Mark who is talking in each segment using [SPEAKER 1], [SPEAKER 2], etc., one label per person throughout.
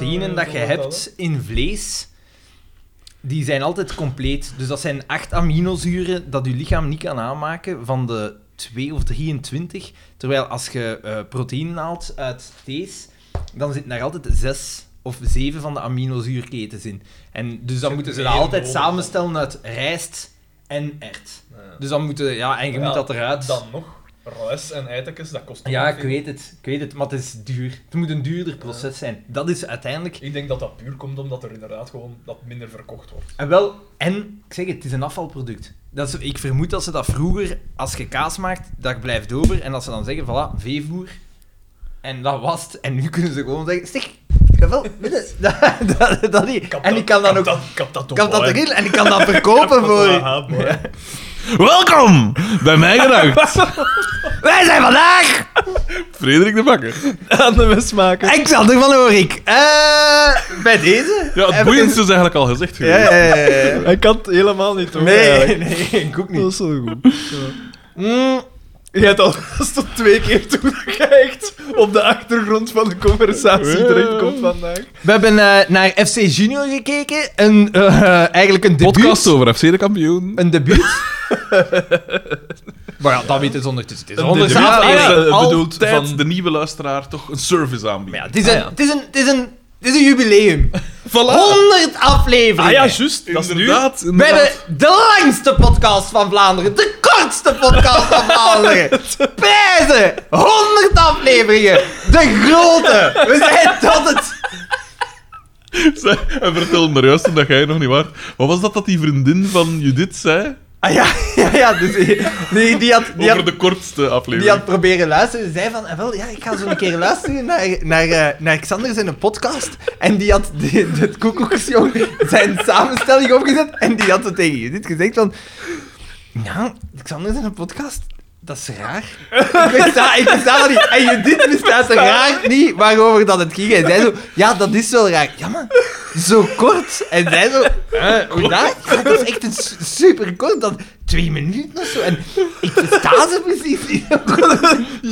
[SPEAKER 1] eieren dat je hebt in vlees, die zijn altijd compleet. Dus dat zijn acht aminozuren dat je lichaam niet kan aanmaken van de 2 of 23. Terwijl als je eh proteïne haalt uit vlees, dan zitten daar altijd zes of zeven van de aminozuurketens in. En dus dan
[SPEAKER 2] Zit
[SPEAKER 1] moeten ze
[SPEAKER 2] meer
[SPEAKER 1] dat altijd
[SPEAKER 2] boven.
[SPEAKER 1] samenstellen uit rijst en ert.
[SPEAKER 2] Ja.
[SPEAKER 1] Dus dan moeten, ja, en je
[SPEAKER 2] Eh, Ja,
[SPEAKER 1] moet dat eruit.
[SPEAKER 2] Dan nog, ruis en eitjes, dat kost
[SPEAKER 1] Ja,
[SPEAKER 2] ook
[SPEAKER 1] ik
[SPEAKER 2] veel.
[SPEAKER 1] weet het. Ik weet het, maar het is duur. Het moet een duurder proces zijn. Dat is uiteindelijk...
[SPEAKER 2] Ik denk dat dat puur komt omdat er inderdaad gewoon dat minder verkocht wordt.
[SPEAKER 1] En wel, en, ik zeg het, het is een afvalproduct. Dat is, ik vermoed dat ze dat vroeger, als je kaas maakt, dat blijft over. En dat ze dan zeggen, voilà, veevoer. En dat was het. En nu kunnen ze gewoon zeggen, zeg, jawel, wil je? dat, dat, dat niet. En ik kan dan ook...
[SPEAKER 2] Ik heb dat
[SPEAKER 1] Ik kan dat erin en ik kan dat verkopen voor je.
[SPEAKER 3] Welkom bij mij gedacht.
[SPEAKER 1] Wij zijn vandaag
[SPEAKER 3] Frederik de Bakker.
[SPEAKER 2] Aan de mes maken.
[SPEAKER 1] Alexander van Oorik. Eh bij deze.
[SPEAKER 3] Ja, het
[SPEAKER 1] Even-
[SPEAKER 3] boeiendste is dus eigenlijk al gezegd
[SPEAKER 1] Ja,
[SPEAKER 3] geweest.
[SPEAKER 1] ja, ja, ja.
[SPEAKER 4] Hij kan het helemaal niet hoor.
[SPEAKER 1] Nee,
[SPEAKER 4] eigenlijk.
[SPEAKER 1] nee, ik ook
[SPEAKER 4] Dat
[SPEAKER 1] niet.
[SPEAKER 4] is zo goed.
[SPEAKER 1] Mm.
[SPEAKER 4] Jij hebt al tot twee keer toegekijkt op de achtergrond van de conversatie terechtkomt vandaag.
[SPEAKER 1] We hebben eh, naar FC Junior gekeken. Een, eh, eigenlijk een debuut.
[SPEAKER 3] Podcast over FC de kampioen.
[SPEAKER 1] Een debuut. maar ja, dat weten ze ondertussen. Het is
[SPEAKER 3] Een
[SPEAKER 1] ondertussen
[SPEAKER 3] debuut
[SPEAKER 1] aflevering.
[SPEAKER 3] is, eh,
[SPEAKER 1] Altijd.
[SPEAKER 3] bedoeld van de nieuwe luisteraar toch een service aanbieden.
[SPEAKER 1] Maar Ah, ja, het is een, het is een, het is een, het is een jubileum. 100 afleveringen.
[SPEAKER 4] Ah ja, juist. Dat is nu.
[SPEAKER 3] inderdaad.
[SPEAKER 1] We
[SPEAKER 3] inderdaad.
[SPEAKER 1] hebben de langste podcast van Vlaanderen. De kortste podcast van Vlaanderen. Prijzen. 100 afleveringen. De grote. We zijn tot het...
[SPEAKER 3] Zeg, En vertel me juist, omdat jij nog niet waar. Wat was dat dat die vriendin van Judith zei?
[SPEAKER 1] Ah ja, ja, ja. Dus, die, die, die had... Die
[SPEAKER 3] Over
[SPEAKER 1] had
[SPEAKER 3] de kortste
[SPEAKER 1] Die
[SPEAKER 3] aflevering.
[SPEAKER 1] had proberen luisteren. Zei van, "Ah, wel, ja, ik ga zo een keer luisteren naar, naar, eh, naar Xander zijn podcast. En die had de, de koekoeksjong zijn samenstelling opgezet. En die had het tegen je dit gezegd van... Ja, Xander zijn podcast, dat is raar. Ik besta, ik besta dat niet. En je dit bestaat er raar niet waarover dat het ging. En zij zo, ja, dat is wel raar. Ja, maar zo kort. En zij zo, eh, hoe dat? Ja, dat is echt een su- super kort, dat twee minuten of zo. En ik besta ze precies niet.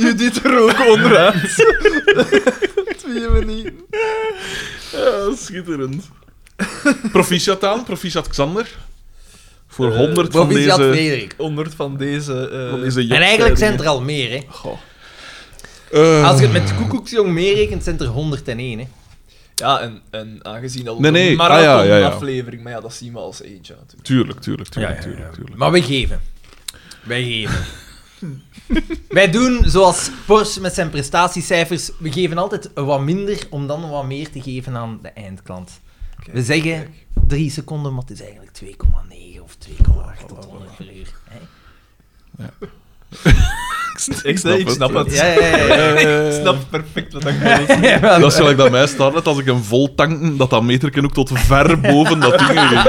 [SPEAKER 4] Judith er ook onderuit. Twee minuten.
[SPEAKER 3] Ja, schitterend. Proficiat aan, proficiat Xander. Voor 100 van
[SPEAKER 1] Eh, Proficiat
[SPEAKER 3] deze...
[SPEAKER 1] Frederik.
[SPEAKER 4] Onder van deze. eh,
[SPEAKER 3] Van deze
[SPEAKER 1] En eigenlijk zijn er al meer, hè.
[SPEAKER 3] Eh,
[SPEAKER 1] Als je het met koekoeksjong meerekent, zijn er 101, hè.
[SPEAKER 4] Ja, en, en aangezien dat
[SPEAKER 3] Nee, nee.
[SPEAKER 4] een
[SPEAKER 3] Ah, ja, ja, ja.
[SPEAKER 4] marathon-aflevering, maar ja, dat zien we als eentje natuurlijk.
[SPEAKER 3] Tuurlijk, tuurlijk, tuurlijk, tuurlijk, tuurlijk.
[SPEAKER 1] Maar wij geven. Wij geven. wij doen zoals Porsche met zijn prestatiecijfers. We geven altijd wat minder om dan wat meer te geven aan de eindklant. We zeggen 3 seconden, maar het is eigenlijk 2,9 of 2,8 tot 100 per uur. hè.
[SPEAKER 4] Ik,
[SPEAKER 3] snap
[SPEAKER 4] ik
[SPEAKER 3] het.
[SPEAKER 4] snap het.
[SPEAKER 1] Ja, ja, ja, ja.
[SPEAKER 4] Ik
[SPEAKER 3] Eh,
[SPEAKER 4] snap perfect wat ik bedoel.
[SPEAKER 1] Ja,
[SPEAKER 3] Dat is gelijk dat mij staat net als ik hem vol tanken, dat dat meterken ook tot ver boven dat ding ging.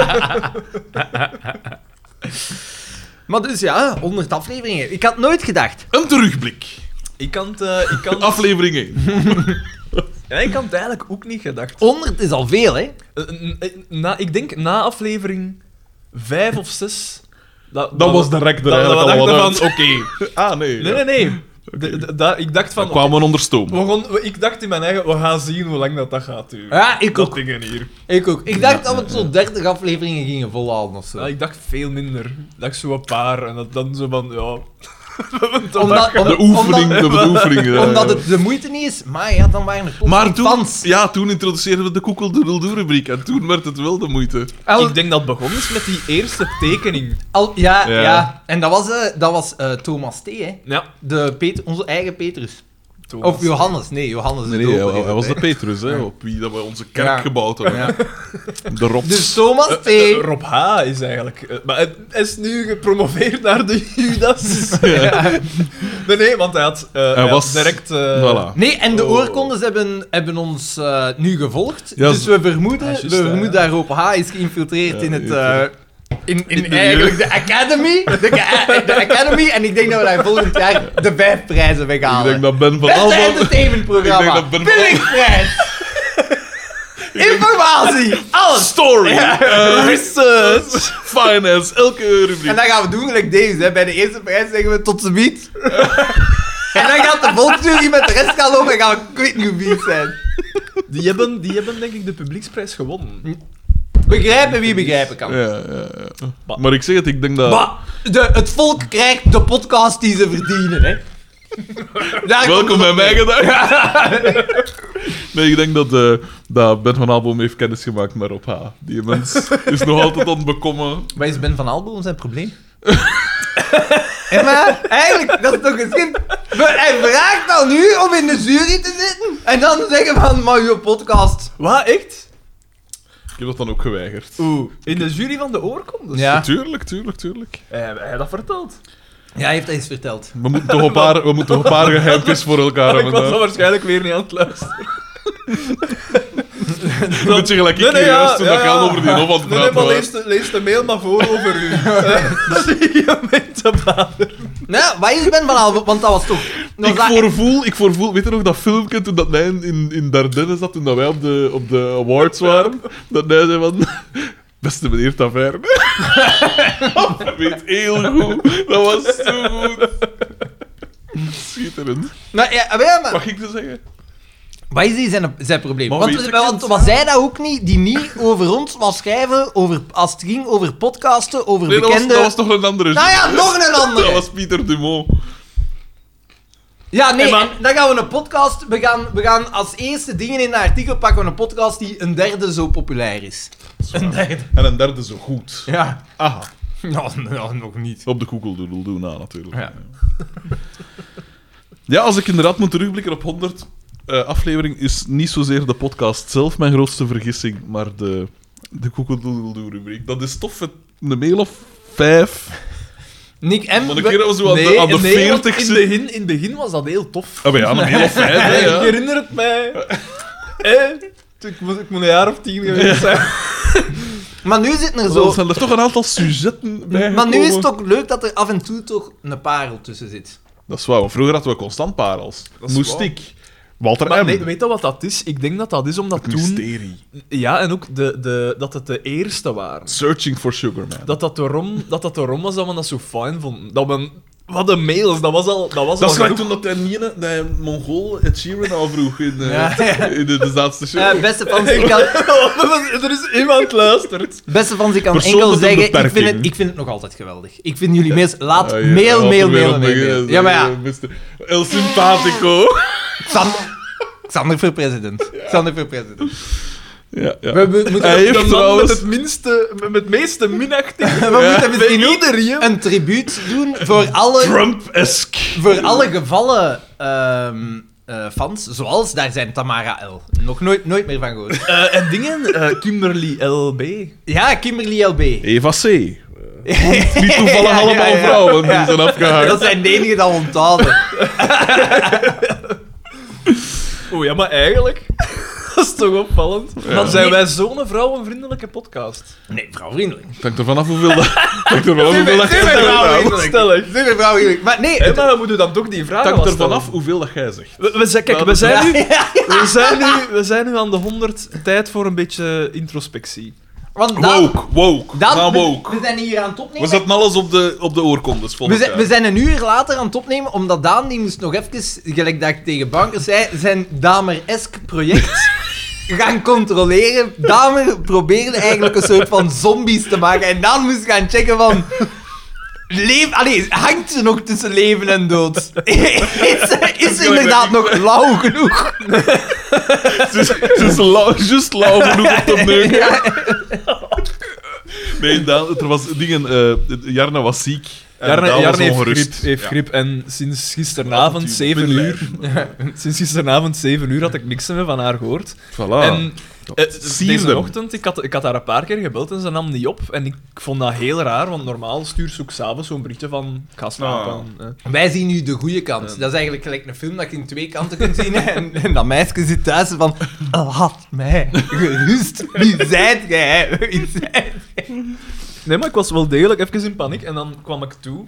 [SPEAKER 1] Maar dus ja, 100 afleveringen. Ik had nooit gedacht.
[SPEAKER 3] Een terugblik.
[SPEAKER 4] Ik kan het, eh, ik kan het,
[SPEAKER 3] Aflevering 1.
[SPEAKER 4] ja, ik kan het eigenlijk ook niet gedacht.
[SPEAKER 1] 100 is al veel, hè?
[SPEAKER 4] Eh, eh, Na, ik denk na aflevering 5 of 6.
[SPEAKER 3] Dat was direct er
[SPEAKER 4] dat-
[SPEAKER 3] eigenlijk
[SPEAKER 4] dat
[SPEAKER 3] al
[SPEAKER 4] we
[SPEAKER 3] wat
[SPEAKER 4] dachten
[SPEAKER 3] uit. Ah, nee.
[SPEAKER 4] Nee,
[SPEAKER 3] ja.
[SPEAKER 4] nee, nee. De- de- da- ik dacht
[SPEAKER 3] Dan
[SPEAKER 4] van.
[SPEAKER 3] kwamen we onder stoom.
[SPEAKER 4] we gaan- we- ik dacht in mijn eigen, we gaan zien hoe lang dat, dat gaat duren.
[SPEAKER 1] Ja, ik
[SPEAKER 4] dat
[SPEAKER 1] ook.
[SPEAKER 4] dingen hier.
[SPEAKER 1] Ik ook. Ik dacht dat we tot 30 afleveringen gingen volhouden of zo.
[SPEAKER 4] Ja, ik dacht veel minder. Ik dacht zo een paar en dat, dan zo van, ja. we hebben het
[SPEAKER 1] Omdat-
[SPEAKER 4] al-
[SPEAKER 1] om-
[SPEAKER 3] De oefening,
[SPEAKER 1] omdat-
[SPEAKER 3] de beoefening. ja,
[SPEAKER 1] Omdat
[SPEAKER 3] ja.
[SPEAKER 1] het de moeite niet is, maar ja, dan waren er plots
[SPEAKER 3] Maar toen,
[SPEAKER 1] fans.
[SPEAKER 3] ja, toen introduceerden we de koekeldoedeldoe-rubriek en toen werd het wel de moeite.
[SPEAKER 1] Al,
[SPEAKER 4] Ik denk dat het begon is met die eerste tekening.
[SPEAKER 1] al- ja, ja,
[SPEAKER 3] Ja.
[SPEAKER 1] En dat was, eh, dat was eh, Thomas T, hè.
[SPEAKER 4] Ja,
[SPEAKER 1] De Pet- onze eigen Petrus.
[SPEAKER 4] Thomas.
[SPEAKER 1] Of Johannes, nee, Johannes is
[SPEAKER 3] Nee,
[SPEAKER 1] de
[SPEAKER 3] nee,
[SPEAKER 1] doper,
[SPEAKER 3] hij,
[SPEAKER 1] hè,
[SPEAKER 3] hij was de
[SPEAKER 1] hè.
[SPEAKER 3] Petrus, hè, op wie dat we onze kerk
[SPEAKER 1] Ja.
[SPEAKER 3] gebouwd hebben. De rots.
[SPEAKER 1] Dus Thomas T.
[SPEAKER 4] Eh, eh, Rob H. is eigenlijk... eh, maar hij hij is nu gepromoveerd naar de Judas. Nee, nee, want hij had, eh, hij had
[SPEAKER 3] was-
[SPEAKER 4] direct... eh,
[SPEAKER 3] voilà.
[SPEAKER 1] Nee, en de
[SPEAKER 4] Oh.
[SPEAKER 1] oorkondes hebben, hebben ons eh, nu gevolgd.
[SPEAKER 3] Ja,
[SPEAKER 1] dus
[SPEAKER 3] z-
[SPEAKER 1] we vermoeden,
[SPEAKER 4] Ah, juist,
[SPEAKER 1] we
[SPEAKER 4] ja,
[SPEAKER 1] vermoeden
[SPEAKER 4] ja.
[SPEAKER 1] dat Rob H. is geïnfiltreerd
[SPEAKER 3] Ja,
[SPEAKER 1] in het... eh,
[SPEAKER 3] natuurlijk.
[SPEAKER 1] in, in,
[SPEAKER 3] In de
[SPEAKER 1] eigenlijk de Academy. De, ca- eh, de Academy. En ik denk dat we daar volgend jaar de vijf prijzen mee
[SPEAKER 3] ik
[SPEAKER 1] halen.
[SPEAKER 3] denk dat Ben van
[SPEAKER 1] Beste
[SPEAKER 3] Alva... Ik
[SPEAKER 1] entertainmentprogramma.
[SPEAKER 3] denk dat Ben van-
[SPEAKER 1] Billigprijs. Informatie. Alles.
[SPEAKER 3] Story, eh,
[SPEAKER 1] Research.
[SPEAKER 3] finance, elke rubriek.
[SPEAKER 1] En dan gaan we doen gelijk deze. Hè. Bij de eerste prijs zeggen we tot ziens. en dan gaat de volksjury met de rest gaan lopen en gaan we quit new beat zijn.
[SPEAKER 4] Die hebben, die hebben denk ik de publieksprijs gewonnen.
[SPEAKER 1] Begrijpen wie begrijpen kan.
[SPEAKER 3] Ja, ja, ja. Maar ik zeg het, ik denk dat...
[SPEAKER 1] Maar de, het volk krijgt de podcast die ze verdienen, hè. Daar komt
[SPEAKER 3] Welkom
[SPEAKER 1] het
[SPEAKER 3] bij
[SPEAKER 1] op
[SPEAKER 3] mij
[SPEAKER 1] neer.
[SPEAKER 3] gedacht. Nee, ik denk dat, eh, dat Ben van Abel heeft kennis gemaakt met Rob H. Die mens is nog altijd ontbekomen.
[SPEAKER 1] Wat is Ben van Alboom zijn probleem? ja, maar eigenlijk, dat is toch een schip. Maar Hij vraagt dan nu om in de jury te zitten en dan zeggen van, maar uw podcast.
[SPEAKER 4] Wat, echt?
[SPEAKER 3] Ik heb dat dan ook geweigerd.
[SPEAKER 4] Oeh, in de jury van de Dus oorkondes?
[SPEAKER 1] Ja.
[SPEAKER 3] Tuurlijk, tuurlijk, tuurlijk.
[SPEAKER 4] Eh, Heb jij dat verteld?
[SPEAKER 1] Ja, hij heeft dat eens verteld.
[SPEAKER 3] We moeten toch een paar, we moeten toch een paar geheimpjes voor
[SPEAKER 4] ik
[SPEAKER 3] elkaar hebben.
[SPEAKER 4] was dat
[SPEAKER 3] hè.
[SPEAKER 4] waarschijnlijk weer niet aan het luisteren.
[SPEAKER 3] Een beetje gelijk ik
[SPEAKER 4] Nee, nee,
[SPEAKER 3] hier
[SPEAKER 4] ja,
[SPEAKER 3] juist toen
[SPEAKER 4] ja,
[SPEAKER 3] dat ik
[SPEAKER 4] ja.
[SPEAKER 3] aan over die hof aan het
[SPEAKER 4] Nee, nee,
[SPEAKER 3] praten
[SPEAKER 4] maar
[SPEAKER 3] was.
[SPEAKER 4] lees de, lees de mail maar voor over u. Eh, Zie je mij te baden.
[SPEAKER 1] Nou, wat is Ben van Alboom? Want dat was toch... Nou, dat
[SPEAKER 3] Ik
[SPEAKER 1] was dat-
[SPEAKER 3] voorvoel, ik voorvoel, weet je nog dat filmpje toen dat hij in, in Dardenne zat, toen dat wij op de, op de awards waren, dat hij zei van, beste meneer Taverne. Ik weet heel goed, dat was zo goed. Schitterend.
[SPEAKER 1] Nou, ja, maar ja, maar-
[SPEAKER 3] Mag ik dat zeggen?
[SPEAKER 1] Wat is die zijn, zijn probleem?
[SPEAKER 3] Maar
[SPEAKER 1] Want,
[SPEAKER 3] wie-
[SPEAKER 1] want was zij dat ook niet, die niet over ons was schrijven, over, als het ging over podcasten, over
[SPEAKER 3] Nee, dat was,
[SPEAKER 1] bekende...
[SPEAKER 3] dat was toch een andere.
[SPEAKER 1] Nou ja, nog een andere.
[SPEAKER 3] Dat was Pieter Dumont.
[SPEAKER 1] Ja, nee,
[SPEAKER 4] Hey, man.
[SPEAKER 1] en dan gaan we een podcast... We gaan, we gaan als eerste dingen in een artikel pakken we een podcast die een derde zo populair is.
[SPEAKER 3] Een derde. En een derde zo goed.
[SPEAKER 1] Ja.
[SPEAKER 3] Aha.
[SPEAKER 1] Nou, nog niet.
[SPEAKER 3] Op de Google Doodle doen, na natuurlijk.
[SPEAKER 1] Ja.
[SPEAKER 3] Ja. ja, als ik inderdaad moet terugblikken op 100 eh, aflevering, is niet zozeer de podcast zelf mijn grootste vergissing, maar de, de Google Doodle Doo rubriek. Dat is tof, het- een mail of vijf.
[SPEAKER 1] Nick M...
[SPEAKER 3] Maar een keer dat we zo aan de,
[SPEAKER 4] Nee,
[SPEAKER 3] aan de
[SPEAKER 4] nee, want
[SPEAKER 3] 40
[SPEAKER 4] in,
[SPEAKER 3] zitten.
[SPEAKER 4] begin, in het begin was dat heel tof.
[SPEAKER 3] Ah, maar ja, een mail of vijf. hè,
[SPEAKER 4] Eh, Ik
[SPEAKER 3] ja.
[SPEAKER 4] herinner het mij. Eh, toen ik, moet, ik moet een jaar of tien geweest zijn.
[SPEAKER 1] Maar nu zitten er
[SPEAKER 3] Zo
[SPEAKER 1] zo...
[SPEAKER 3] zijn er toch een aantal sujetten bij.
[SPEAKER 1] Maar nu is het
[SPEAKER 3] gekomen.
[SPEAKER 1] ook leuk dat er af en toe toch een parel tussen zit.
[SPEAKER 3] Dat is waar, want vroeger hadden we constant parels.
[SPEAKER 4] Dat is
[SPEAKER 3] Moest
[SPEAKER 4] waar.
[SPEAKER 3] ik. Walter
[SPEAKER 4] Maar
[SPEAKER 3] M.
[SPEAKER 4] nee, weet je wat dat is? Ik denk dat dat is omdat
[SPEAKER 3] het
[SPEAKER 4] toen...
[SPEAKER 3] mysterie.
[SPEAKER 4] Ja, en ook de, de, dat het de eerste waren.
[SPEAKER 3] Searching for Sugar Man.
[SPEAKER 4] Dat dat daarom, dat dat daarom was dat we dat zo fijn vonden. Dat we... Wat een mails, dat was al... Dat was
[SPEAKER 1] Oh,
[SPEAKER 3] Dat is
[SPEAKER 4] al
[SPEAKER 3] gelijk toen dat hij niet dat hij Mongool het Sheeran al vroeg in, eh,
[SPEAKER 1] Ja, ja.
[SPEAKER 3] in de, de laatste show.
[SPEAKER 1] Eh, beste fans, ik kan...
[SPEAKER 4] er is iemand luistert.
[SPEAKER 1] Beste fans, ik kan
[SPEAKER 3] Persoon
[SPEAKER 1] enkel
[SPEAKER 3] met een
[SPEAKER 1] zeggen, ik vind,
[SPEAKER 3] beperking.
[SPEAKER 1] het, ik vind het nog altijd geweldig. Ik vind jullie meest... Laat
[SPEAKER 3] Ah, ja,
[SPEAKER 1] mail,
[SPEAKER 3] had
[SPEAKER 1] mail,
[SPEAKER 3] er weer
[SPEAKER 1] mail,
[SPEAKER 3] op
[SPEAKER 1] mail,
[SPEAKER 3] begin,
[SPEAKER 1] mail.
[SPEAKER 3] eh,
[SPEAKER 1] Ja, maar ja.
[SPEAKER 3] Mr. El Simpatico.
[SPEAKER 1] Xander... Xander voor president. Xander voor president.
[SPEAKER 3] Ja, ja.
[SPEAKER 1] We, moeten
[SPEAKER 3] Hij
[SPEAKER 4] De
[SPEAKER 3] heeft
[SPEAKER 4] man
[SPEAKER 3] trouwens...
[SPEAKER 4] met het minste... Met het meeste minachting.
[SPEAKER 1] we moeten
[SPEAKER 4] Bij
[SPEAKER 1] misschien ook
[SPEAKER 4] iedereen.
[SPEAKER 1] een tribuut doen voor alle,
[SPEAKER 3] Trump-esque.
[SPEAKER 1] voor alle gevallen ehm, eh, fans, zoals daar zijn Tamara L. Nog nooit, nooit meer van gehoord.
[SPEAKER 4] Eh, en dingen, eh, Kimberly LB.
[SPEAKER 1] Ja, Kimberly LB.
[SPEAKER 3] Eva C. Niet toevallig
[SPEAKER 1] Ja, ja,
[SPEAKER 3] allemaal
[SPEAKER 1] ja.
[SPEAKER 3] vrouwen die
[SPEAKER 1] Ja.
[SPEAKER 3] zijn afgehaakt.
[SPEAKER 1] Dat zijn de enige dat we onthouden.
[SPEAKER 4] Oh ja, maar eigenlijk... Dat is toch opvallend. Dan zijn wij zo'n vrouwenvriendelijke podcast.
[SPEAKER 1] Nee, vrouwvriendelijk.
[SPEAKER 3] Het hangt er vanaf hoeveel dat... Het hangt er vanaf hoeveel dat...
[SPEAKER 1] Zijn wij vrouwvriendelijk?
[SPEAKER 4] Stellig.
[SPEAKER 1] Zijn we vrouwvriendelijk? Maar nee,
[SPEAKER 4] Hé,
[SPEAKER 1] het-
[SPEAKER 4] maar dan moeten we dan toch die
[SPEAKER 3] Het
[SPEAKER 4] vraag
[SPEAKER 3] hangt
[SPEAKER 4] wel
[SPEAKER 3] er
[SPEAKER 4] stellen.
[SPEAKER 3] vanaf hoeveel dat jij zegt.
[SPEAKER 4] We, we zijn, kijk,
[SPEAKER 3] Nou,
[SPEAKER 4] we,
[SPEAKER 3] dat-
[SPEAKER 4] zijn nu, we, zijn nu, we zijn nu aan de 100 tijd voor een beetje introspectie.
[SPEAKER 1] want dan,
[SPEAKER 3] Woke, woke.
[SPEAKER 1] dan-
[SPEAKER 3] Gaan
[SPEAKER 1] we
[SPEAKER 3] woke.
[SPEAKER 1] zijn hier aan het
[SPEAKER 3] We
[SPEAKER 1] opnemen.
[SPEAKER 3] zetten alles op de, op de oorkondes,
[SPEAKER 1] We
[SPEAKER 3] volgens
[SPEAKER 1] zijn, we zijn een uur later aan het opnemen, omdat Daan die moest nog even, gelijk dat ik tegen Bankers zei, zijn Damer-esk project gaan controleren. Damer probeerde eigenlijk een soort van zombies te maken. En Daan moest gaan checken van... Leef, allee, hangt ze nog tussen leven en dood? Is ze, is ze inderdaad nog lauw genoeg?
[SPEAKER 3] Het is, het is lauw, just lauw genoeg op de neuken. Nee, Daan, er was dingen... eh Jarna was ziek. en
[SPEAKER 4] Jarne,
[SPEAKER 3] Daan was
[SPEAKER 4] Jarne heeft,
[SPEAKER 3] ongerust.
[SPEAKER 4] griep, heeft
[SPEAKER 3] Ja.
[SPEAKER 4] griep en sinds gisteravond
[SPEAKER 3] Avontuur,
[SPEAKER 4] 7
[SPEAKER 3] middenlijn.
[SPEAKER 4] uur... Sinds gisteravond 7 uur had ik niks meer van haar gehoord.
[SPEAKER 3] Voilà.
[SPEAKER 4] en eh,
[SPEAKER 3] sierde.
[SPEAKER 4] deze ochtend, ik had, ik had haar een paar keer gebeld en ze nam niet op. En ik vond dat heel raar, want normaal stuurt ze ook s'avonds zo'n berichtje van... Ik ga slapen. eh.
[SPEAKER 1] Wij zien nu de goede kant. Dat is eigenlijk gelijk een film dat je in twee kanten kunt zien. En, en dat meisje zit thuis van... Laat mij gerust. Wie zijt jij? Wie zijt
[SPEAKER 4] Nee, maar ik was wel degelijk even in paniek. En dan kwam ik toe.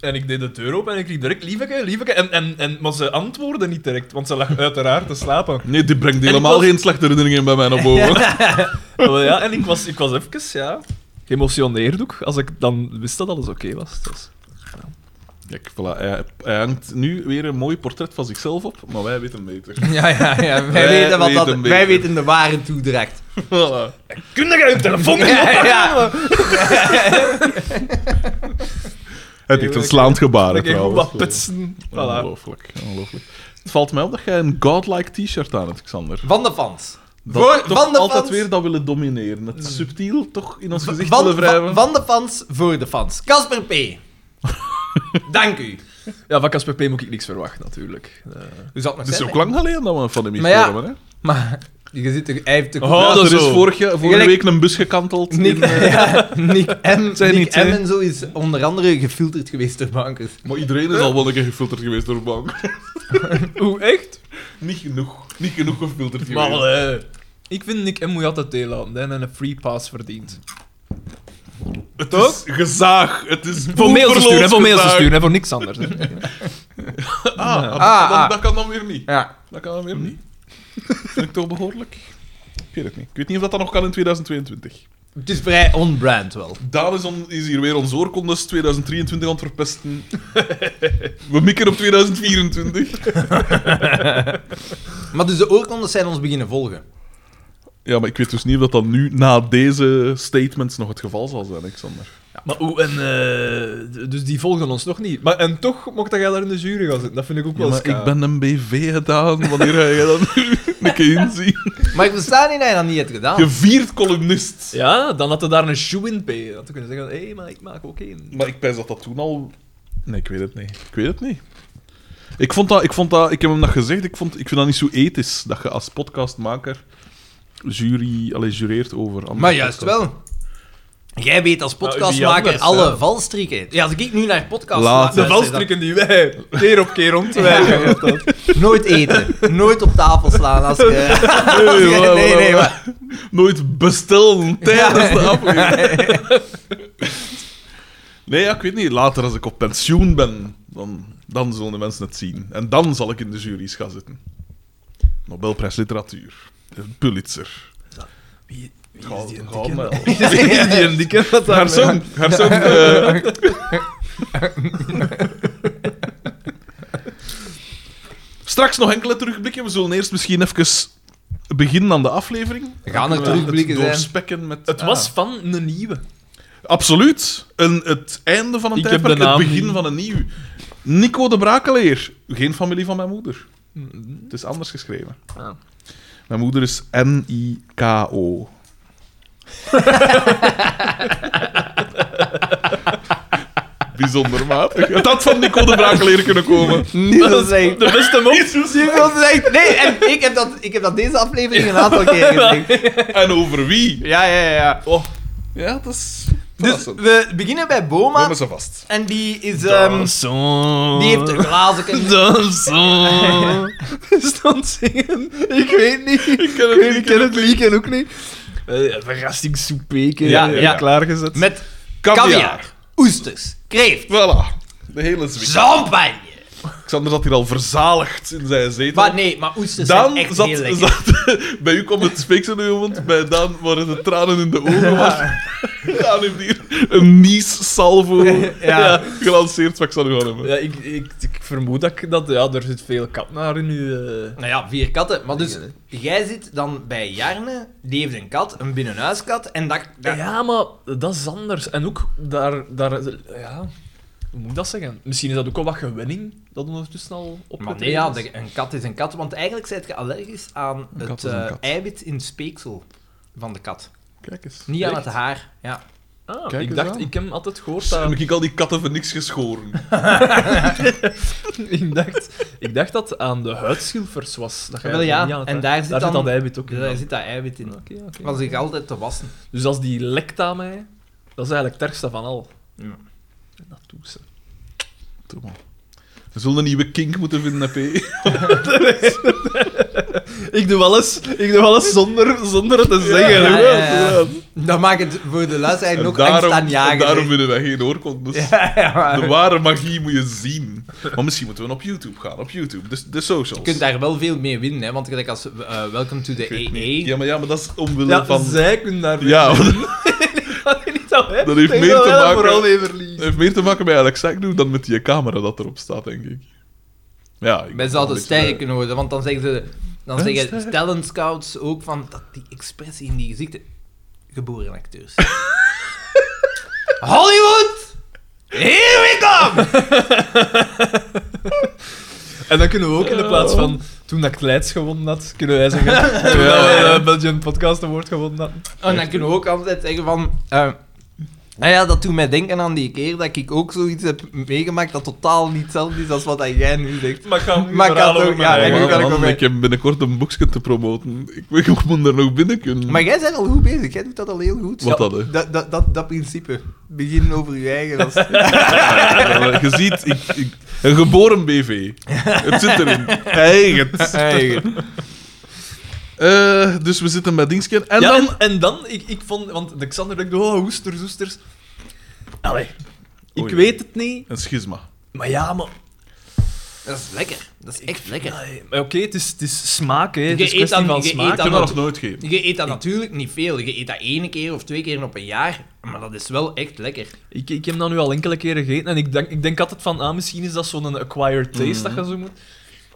[SPEAKER 4] En ik deed de deur open en ik riep direct lieveke, lieveke. En, en, en, maar ze antwoordde niet direct, want ze lag uiteraard te slapen.
[SPEAKER 3] Nee, die brengt helemaal
[SPEAKER 4] was-
[SPEAKER 3] geen slechte herinneringen bij mij naar boven.
[SPEAKER 4] Maar wel ja, en ik was, ik was even, ja... Geëmotioneerd ook, als ik dan wist dat alles oké was. Dus,
[SPEAKER 3] Kijk, voilà, hij, hij hangt nu weer een mooi portret van zichzelf op, maar wij weten beter.
[SPEAKER 1] Ja, ja, ja. Wij,
[SPEAKER 3] Wij
[SPEAKER 1] weten, wat
[SPEAKER 3] weten
[SPEAKER 1] dat,
[SPEAKER 3] beter.
[SPEAKER 1] wij weten de ware toedracht.
[SPEAKER 3] Voilà.
[SPEAKER 4] Kun jij uw telefoon niet
[SPEAKER 1] Ja,
[SPEAKER 4] oppakken?
[SPEAKER 1] ja.
[SPEAKER 3] Het heeft een slaand gebaar,
[SPEAKER 4] Ik moet
[SPEAKER 3] trouwens.
[SPEAKER 4] wat pitsen.
[SPEAKER 3] Oh,
[SPEAKER 4] Voilà.
[SPEAKER 3] Ongelooflijk, ongelooflijk. Het valt mij op dat jij een godlike t-shirt aan hebt, Xander.
[SPEAKER 1] Van de fans.
[SPEAKER 3] Dat
[SPEAKER 1] Voor-
[SPEAKER 3] toch
[SPEAKER 1] van de
[SPEAKER 3] altijd
[SPEAKER 1] fans.
[SPEAKER 3] weer dat willen domineren. Het subtiel toch in ons gezicht
[SPEAKER 1] Van,
[SPEAKER 3] willen
[SPEAKER 1] van,
[SPEAKER 3] wrijven.
[SPEAKER 1] van de fans voor de fans. Casper P. Dank u.
[SPEAKER 4] Ja, van Casper P. moet ik niks verwachten, natuurlijk. Eh,
[SPEAKER 1] U zat nog
[SPEAKER 3] Het is
[SPEAKER 1] zijn,
[SPEAKER 3] ook lang geleden dat we van hem iets
[SPEAKER 1] Maar ja.
[SPEAKER 3] hebben, hè?
[SPEAKER 1] hè? Maar je zit er, hij heeft er
[SPEAKER 4] Oh,
[SPEAKER 3] Ja,
[SPEAKER 4] dat
[SPEAKER 3] er is
[SPEAKER 4] zo.
[SPEAKER 3] vorige, vorige
[SPEAKER 1] Gelijk-
[SPEAKER 3] week een bus gekanteld.
[SPEAKER 1] Nick, ja, Nick M.
[SPEAKER 3] Zijn
[SPEAKER 1] Nick
[SPEAKER 3] niet,
[SPEAKER 1] M.
[SPEAKER 3] hè?
[SPEAKER 1] en zo is onder andere gefilterd geweest door bankers.
[SPEAKER 3] Maar iedereen is al wel een keer gefilterd geweest door de bank.
[SPEAKER 4] Oeh, echt?
[SPEAKER 3] Niet genoeg. Niet genoeg gefilterd
[SPEAKER 4] Maar
[SPEAKER 3] geweest.
[SPEAKER 4] eh, Ik vind Nick M. moet je altijd delen aan. Die heeft een free pass verdient.
[SPEAKER 3] Het
[SPEAKER 4] Toch?
[SPEAKER 3] is gezaag. Het is
[SPEAKER 4] Voor mails te sturen, hè, voor mails te
[SPEAKER 3] gezaag.
[SPEAKER 4] sturen, hè, voor niks anders. hè.
[SPEAKER 3] Ah, dat,
[SPEAKER 1] Ah,
[SPEAKER 3] dat-
[SPEAKER 1] ah.
[SPEAKER 3] dat kan dan weer niet.
[SPEAKER 1] Ja.
[SPEAKER 3] Dat kan
[SPEAKER 4] Mm.
[SPEAKER 3] dan weer niet. Vind ik toch behoorlijk? Ik weet het niet. Ik weet niet of dat dan nog kan in 2022.
[SPEAKER 1] Het is vrij on-brand wel.
[SPEAKER 3] Daan is, on- is hier weer ons oorkondes 2023 aan het verpesten. We mikken op 2024.
[SPEAKER 1] Maar dus de oorkondes zijn ons beginnen volgen.
[SPEAKER 3] Ja, maar ik weet dus niet of dat dan nu, na deze statements, nog het geval zal zijn, Alexander.
[SPEAKER 4] Maar oeh, en eh, dus die volgen ons nog niet. Maar, en toch mocht jij daar in de jury gaan zitten. Dat vind ik ook
[SPEAKER 3] Ja,
[SPEAKER 4] wel
[SPEAKER 3] maar
[SPEAKER 4] ska.
[SPEAKER 3] ik ben een BV gedaan. Wanneer ga jij dat nu een keer inzien?
[SPEAKER 1] Maar ik versta niet dat je dat niet hebt gedaan.
[SPEAKER 3] Gevierd columnist.
[SPEAKER 4] Ja, dan had er daar een shoe in bij. Dan had je kunnen zeggen, hé, maar ik maak ook één.
[SPEAKER 3] Maar ik pijs dat dat toen al... Nee, ik weet het niet. Ik weet het niet. Ik vond dat... Ik, vond dat, ik heb hem dat gezegd. Ik, vond, ik vind dat niet zo ethisch, dat je als podcastmaker jury, allez, jureert over andere
[SPEAKER 1] Maar juist
[SPEAKER 3] podcasts.
[SPEAKER 1] wel. Jij weet als podcastmaker
[SPEAKER 4] anders,
[SPEAKER 1] alle
[SPEAKER 4] hè?
[SPEAKER 1] valstrikken. Ja, als ik nu naar podcast
[SPEAKER 3] Laat-
[SPEAKER 4] De valstrikken die wij keer op keer ontwijken.
[SPEAKER 1] Ja. Nooit eten. Nooit op tafel slaan als je...
[SPEAKER 3] Nee,
[SPEAKER 1] Nee,
[SPEAKER 3] voilà,
[SPEAKER 1] nee,
[SPEAKER 3] voilà,
[SPEAKER 1] nee,
[SPEAKER 3] voilà. Nooit bestellen tijdens de aflevering. Nee, ja, ik weet niet. Later, als ik op pensioen ben, dan, dan zullen de mensen het zien. En dan zal ik in de jury's gaan zitten. Nobelprijs Literatuur. Pulitzer.
[SPEAKER 4] Wie, wie
[SPEAKER 3] Gouden-
[SPEAKER 4] is die
[SPEAKER 3] gouden
[SPEAKER 4] dikke?
[SPEAKER 3] medal.
[SPEAKER 4] Wie is die een dikke? Wat daar-
[SPEAKER 3] Haar zoon. Haar zoon, eh, Straks nog enkele terugblikken. We zullen eerst misschien even beginnen aan de aflevering.
[SPEAKER 1] We gaan er
[SPEAKER 3] Ja,
[SPEAKER 1] terugblikken
[SPEAKER 3] het
[SPEAKER 1] zijn.
[SPEAKER 3] doorspekken met...
[SPEAKER 4] Het was van een nieuwe.
[SPEAKER 3] Absoluut. Een, het einde van een
[SPEAKER 4] Ik heb
[SPEAKER 3] tijdperk,
[SPEAKER 4] de naam
[SPEAKER 3] het begin
[SPEAKER 4] niet.
[SPEAKER 3] van een nieuw. Nico de Brakeleer. Geen familie van mijn moeder. Het is anders geschreven.
[SPEAKER 4] Ah.
[SPEAKER 3] Mijn moeder is N-I-K-O. Bijzonder matig. Het had van Nico de Brakeleer kunnen komen.
[SPEAKER 1] Niels zegt...
[SPEAKER 4] De beste mop.
[SPEAKER 1] Niels zegt... Nee, en ik heb, dat, ik heb dat deze aflevering een aantal keer gezegd.
[SPEAKER 3] En over wie?
[SPEAKER 1] Ja, ja, ja.
[SPEAKER 3] Oh. Ja, dat is
[SPEAKER 1] Dus
[SPEAKER 3] verrassend.
[SPEAKER 1] we beginnen bij Boma.
[SPEAKER 3] ze vast.
[SPEAKER 1] En die is... ehm, die heeft een glazen...
[SPEAKER 4] Danson. Stond zingen.
[SPEAKER 1] Ik weet niet.
[SPEAKER 3] Ik ken het
[SPEAKER 4] Ik
[SPEAKER 3] niet.
[SPEAKER 4] ken het liedje ook niet. Eh, Verrassing soepeken.
[SPEAKER 1] Ja,
[SPEAKER 4] Ja,
[SPEAKER 1] ja.
[SPEAKER 4] klaargezet.
[SPEAKER 1] Met
[SPEAKER 3] Kaviaar.
[SPEAKER 1] kaviaar, oesters, kreeft,
[SPEAKER 3] Voilà. De hele zwik.
[SPEAKER 1] champagne.
[SPEAKER 3] Xander zat hier al verzaligd in zijn zetel.
[SPEAKER 1] Maar nee, maar oesters zijn
[SPEAKER 3] Daan
[SPEAKER 1] echt
[SPEAKER 3] zat,
[SPEAKER 1] heel lekker.
[SPEAKER 3] zat... Bij u kwam het speeksel in uw mond, bij Daan waren de tranen in de ogen. Maar Daan heeft hier een nies-salvo ja, gelanceerd, wat ik zou gaan hebben.
[SPEAKER 4] Ja, ik, ik, ik vermoed dat, ik dat ja, er zit veel kat naar in uw... eh,
[SPEAKER 1] Nou ja, vier katten. Maar dus,
[SPEAKER 4] Dingen,
[SPEAKER 1] jij zit dan bij Jarne, die heeft een kat, een binnenhuiskat, en dat... dat-
[SPEAKER 4] Ja, maar dat is anders. En ook daar, daar ja, hoe moet ik dat zeggen? Misschien is dat ook al wat gewenning dat ondertussen al
[SPEAKER 1] Maar
[SPEAKER 4] opgetreden
[SPEAKER 1] nee, ja,
[SPEAKER 4] is.
[SPEAKER 1] de- een kat is een kat, want eigenlijk zijt je allergisch aan
[SPEAKER 3] Een kat
[SPEAKER 1] het
[SPEAKER 3] is een
[SPEAKER 1] eh,
[SPEAKER 3] kat.
[SPEAKER 1] eiwit in het speeksel van de kat.
[SPEAKER 3] Kijk eens.
[SPEAKER 1] Niet aan
[SPEAKER 4] Echt?
[SPEAKER 1] het haar. Ja.
[SPEAKER 4] Ah,
[SPEAKER 3] Kijk
[SPEAKER 4] ik
[SPEAKER 3] eens
[SPEAKER 4] dacht,
[SPEAKER 3] aan.
[SPEAKER 4] ik heb altijd gehoord
[SPEAKER 3] Dan
[SPEAKER 4] dat...
[SPEAKER 3] heb ik al die katten voor niks geschoren.
[SPEAKER 4] ik, dacht, ik dacht dat aan de huidschilfers was. Dat jij
[SPEAKER 1] Wel ja,
[SPEAKER 4] niet aan het-
[SPEAKER 1] en daar zit
[SPEAKER 4] daar
[SPEAKER 1] dan-
[SPEAKER 4] dat eiwit ook in.
[SPEAKER 1] Dus daar zit dat eiwit in.
[SPEAKER 4] Oké, oké.
[SPEAKER 1] Was ik altijd te wassen.
[SPEAKER 4] Dus als die lekt aan mij, dat is eigenlijk het ergste van al.
[SPEAKER 1] Ja.
[SPEAKER 4] En dat doet ze.
[SPEAKER 3] Doe maar. We zullen een nieuwe kink moeten vinden, P.
[SPEAKER 4] Ik doe alles, ik doe alles zonder, zonder het te zeggen.
[SPEAKER 1] ja,
[SPEAKER 4] hoor.
[SPEAKER 1] ja, ja. Dat maakt het voor de luisteraar
[SPEAKER 3] En
[SPEAKER 1] nog angst aan
[SPEAKER 3] en
[SPEAKER 1] jagen.
[SPEAKER 3] daarom willen wij geen oorkondes.
[SPEAKER 1] Ja, ja, maar-
[SPEAKER 3] De ware magie moet je zien. Maar misschien moeten we op YouTube gaan, op YouTube. De, de socials.
[SPEAKER 1] Je kunt daar wel veel mee winnen, hè? want gelijk als eh, Welcome to the
[SPEAKER 3] Ik weet
[SPEAKER 1] AA.
[SPEAKER 3] niet. Ja, maar, ja, maar dat is omwille
[SPEAKER 4] Ja,
[SPEAKER 3] van...
[SPEAKER 4] zij kunnen daar
[SPEAKER 3] Ja,
[SPEAKER 4] niet aan, hè.
[SPEAKER 3] Dat heeft
[SPEAKER 4] Ik
[SPEAKER 3] meer
[SPEAKER 4] wil
[SPEAKER 3] te
[SPEAKER 4] wel
[SPEAKER 3] maken-
[SPEAKER 4] vooral mee verliezen.
[SPEAKER 3] Het heeft meer te maken met Alex Agnew dan met die camera dat erop staat, denk ik. Ja, ik
[SPEAKER 1] Wij zouden
[SPEAKER 3] een beetje-
[SPEAKER 1] sterker worden, want dan zeggen ze... Dan
[SPEAKER 3] Een
[SPEAKER 1] zeggen
[SPEAKER 3] sterk.
[SPEAKER 1] talent scouts ook van dat die expressie in die gezichten... Geboren acteurs. Hollywood! Here we come!
[SPEAKER 4] En dan kunnen we ook in de plaats van toen dat ik Leids gewonnen had, kunnen wij zeggen toen
[SPEAKER 3] Ja,
[SPEAKER 4] dat we
[SPEAKER 3] ja.
[SPEAKER 4] eh, Belgian Podcast Award gewonnen hadden.
[SPEAKER 1] En dan kunnen we ook altijd zeggen van... eh, nou ja, dat doet mij denken aan die keer dat ik ook zoiets heb meegemaakt dat totaal niet hetzelfde is als wat dat jij nu zegt.
[SPEAKER 4] Maar ik kan
[SPEAKER 1] Maar ik had ook- ja,
[SPEAKER 3] Ja,
[SPEAKER 1] en nu
[SPEAKER 3] maar
[SPEAKER 1] ben ik
[SPEAKER 3] man,
[SPEAKER 1] ook-
[SPEAKER 3] ik heb binnenkort een boekje te promoten. Ik weet ik moet er nog binnen kunnen.
[SPEAKER 1] Maar jij bent al goed bezig, jij doet dat al heel goed.
[SPEAKER 3] Wat dat, hè?
[SPEAKER 1] Dat, dat, dat, dat principe. Beginnen over je eigen. Dat is-
[SPEAKER 3] Ja, Eh, Je ziet, ik, ik- een geboren BV. Het zit erin. Eigen.
[SPEAKER 1] Eigen.
[SPEAKER 3] Eh, dus we zitten bij Dingsken. En
[SPEAKER 4] En dan,
[SPEAKER 3] dan...
[SPEAKER 4] en, dan ik, ik vond, want de Xander dacht, oh, hoesters, hoesters. Allee, ik
[SPEAKER 3] Oei.
[SPEAKER 4] weet het niet,
[SPEAKER 3] Een schisma.
[SPEAKER 4] maar ja, maar...
[SPEAKER 1] Dat is lekker. Dat is echt lekker.
[SPEAKER 4] allee, maar Oké, het, is, het is smaak, hè. Het
[SPEAKER 1] Je
[SPEAKER 4] is
[SPEAKER 1] eet
[SPEAKER 4] kwestie
[SPEAKER 1] dan-
[SPEAKER 4] van
[SPEAKER 1] je
[SPEAKER 4] smaak.
[SPEAKER 1] eet
[SPEAKER 3] Ik kan
[SPEAKER 1] dan-
[SPEAKER 3] dat nog nooit geven.
[SPEAKER 1] Je eet dat natuurlijk niet veel. Je eet dat ene keer of twee keer op een jaar. Maar dat is wel echt lekker.
[SPEAKER 4] Ik, ik heb dat nu al enkele keren gegeten en ik denk, ik denk altijd van, ah, misschien is dat zo'n acquired taste
[SPEAKER 3] Mhm.
[SPEAKER 4] dat je zo moet.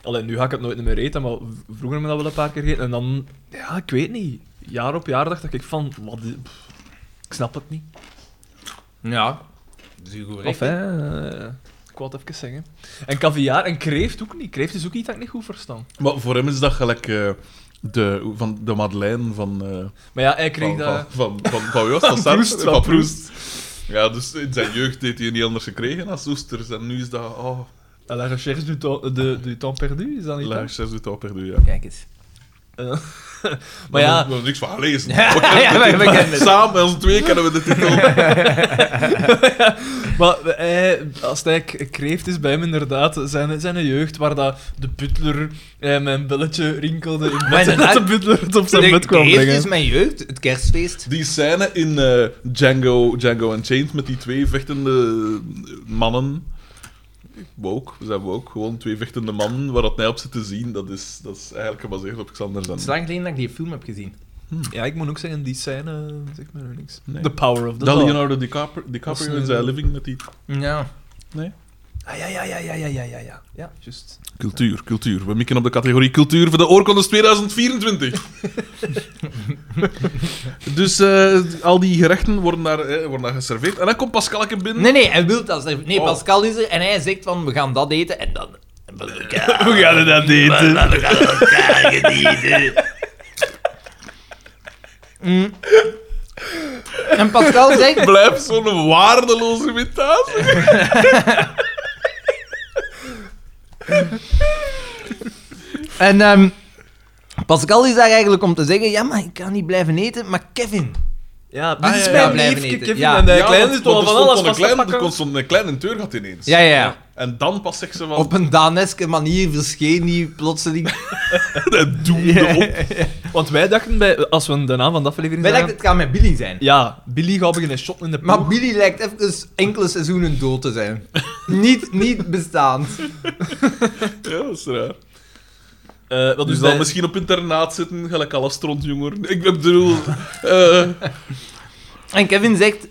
[SPEAKER 4] Alleen nu ga ik het nooit meer eten, maar v- vroeger heb ik dat wel een paar keer gegeten. En dan, ja, ik weet niet. Jaar op jaar dacht ik van, wat is- pff, ik snap het niet.
[SPEAKER 1] Ja. Dat is goed
[SPEAKER 4] Of, hè, eh, ik wou het even zeggen. En caviar en kreeft ook niet. Kreeft is ook iets dat ik niet goed verstaan.
[SPEAKER 3] Maar voor hem is dat gelijk eh, de, van de Madeleine van... eh,
[SPEAKER 4] Maar ja, hij kreeg
[SPEAKER 3] van,
[SPEAKER 4] dat...
[SPEAKER 3] van, van, van, van wie was dat? Sartre?
[SPEAKER 4] Proest, van
[SPEAKER 3] Van Proest. Ja, dus in zijn jeugd deed hij niet anders gekregen als oesters. En nu is dat... Oh,
[SPEAKER 4] Ah, La recherche du temps, de, du temps perdu, is dat niet dat?
[SPEAKER 3] luister, doet dat per ja.
[SPEAKER 1] Kijk eens.
[SPEAKER 4] Eh, maar ja,
[SPEAKER 3] We hebben er niks van gelezen.
[SPEAKER 1] Ja,
[SPEAKER 3] We kennen
[SPEAKER 1] ja, we-
[SPEAKER 3] de
[SPEAKER 1] we
[SPEAKER 3] titel.
[SPEAKER 1] kennen het.
[SPEAKER 3] Samen met ons twee kennen we de titel.
[SPEAKER 4] Maar hij, als hij k- kreeft is bij hem inderdaad zijn, zijn jeugd waar dat de butler eh, mijn belletje rinkelde in bed en dat
[SPEAKER 1] inderdaad.
[SPEAKER 4] de butler het op zijn
[SPEAKER 1] De
[SPEAKER 4] bed kwam
[SPEAKER 1] kreeft is
[SPEAKER 4] brengen.
[SPEAKER 1] mijn jeugd, het kerstfeest.
[SPEAKER 3] Die scène in eh, Django, Django Unchained met die twee vechtende mannen. Woke, we zijn woke. Gewoon twee vechtende mannen waar dat mij op zit te zien. Dat is, dat is eigenlijk gebaseerd op Xander
[SPEAKER 1] Het is
[SPEAKER 3] zijn.
[SPEAKER 1] lang geleden dat ik die film heb gezien.
[SPEAKER 4] Ja, ik moet ook zeggen, die scène zegt me nu niks.
[SPEAKER 3] Nee.
[SPEAKER 4] The power of the
[SPEAKER 3] Dat
[SPEAKER 4] law.
[SPEAKER 3] Leonardo DiCaprio, DiCaprio
[SPEAKER 4] Dat is,
[SPEAKER 3] in
[SPEAKER 4] eh,
[SPEAKER 3] zijn living met die
[SPEAKER 1] Ja.
[SPEAKER 4] Ah, ja, ja, ja, ja, ja, ja, ja, ja. Ja, juist.
[SPEAKER 3] cultuur, cultuur. We mikken op de categorie cultuur voor de oorkondes 2024. dus eh, al die gerechten worden daar, eh, worden daar geserveerd. En dan komt Pascalke binnen.
[SPEAKER 1] Nee, nee, hij wil dat. zelf- Nee,
[SPEAKER 3] Oh.
[SPEAKER 1] Pascal is er en hij zegt van, we gaan dat eten en dan...
[SPEAKER 4] We gaan dat eten.
[SPEAKER 1] Mm. En Pascal zegt...
[SPEAKER 3] Blijf zo'n waardeloze imitatie.
[SPEAKER 1] En ehm, Pascal is daar eigenlijk om te zeggen, ja, maar ik kan niet blijven eten, maar Kevin...
[SPEAKER 4] Ja, dit
[SPEAKER 3] Ah,
[SPEAKER 4] is
[SPEAKER 3] ja, ja,
[SPEAKER 4] mijn
[SPEAKER 1] blijven
[SPEAKER 4] liefje,
[SPEAKER 1] eten.
[SPEAKER 4] Kevin.
[SPEAKER 1] Ja.
[SPEAKER 4] En de
[SPEAKER 3] Ja,
[SPEAKER 4] kleine
[SPEAKER 3] want-
[SPEAKER 4] is toch al
[SPEAKER 3] want
[SPEAKER 4] van
[SPEAKER 3] er
[SPEAKER 4] alles
[SPEAKER 3] stond
[SPEAKER 4] vast
[SPEAKER 3] een kleine,
[SPEAKER 4] te pakken.
[SPEAKER 3] Er kon stond een kleine deur gaat ineens.
[SPEAKER 1] Ja, ja, ja.
[SPEAKER 3] En dan pas zegt ze van...
[SPEAKER 1] Op een Daneske manier verscheen die plotseling.
[SPEAKER 3] dat doe je op.
[SPEAKER 4] Want wij dachten, bij, als we de naam van de aflevering
[SPEAKER 1] Wij dachten,
[SPEAKER 4] zagen-
[SPEAKER 1] het kan met Billy zijn.
[SPEAKER 4] Ja, Billy gaat beginnen shotten in de
[SPEAKER 1] Maar
[SPEAKER 4] ploeg.
[SPEAKER 1] Billy lijkt even enkele seizoenen dood te zijn. niet, niet bestaand.
[SPEAKER 3] Ja, dat is raar.
[SPEAKER 4] Eh, wat
[SPEAKER 3] Dus
[SPEAKER 4] dus
[SPEAKER 3] dan
[SPEAKER 4] bij-
[SPEAKER 3] misschien op internaat zitten, gelijk alle strontjongeren. Ik bedoel... eh
[SPEAKER 1] En Kevin zegt,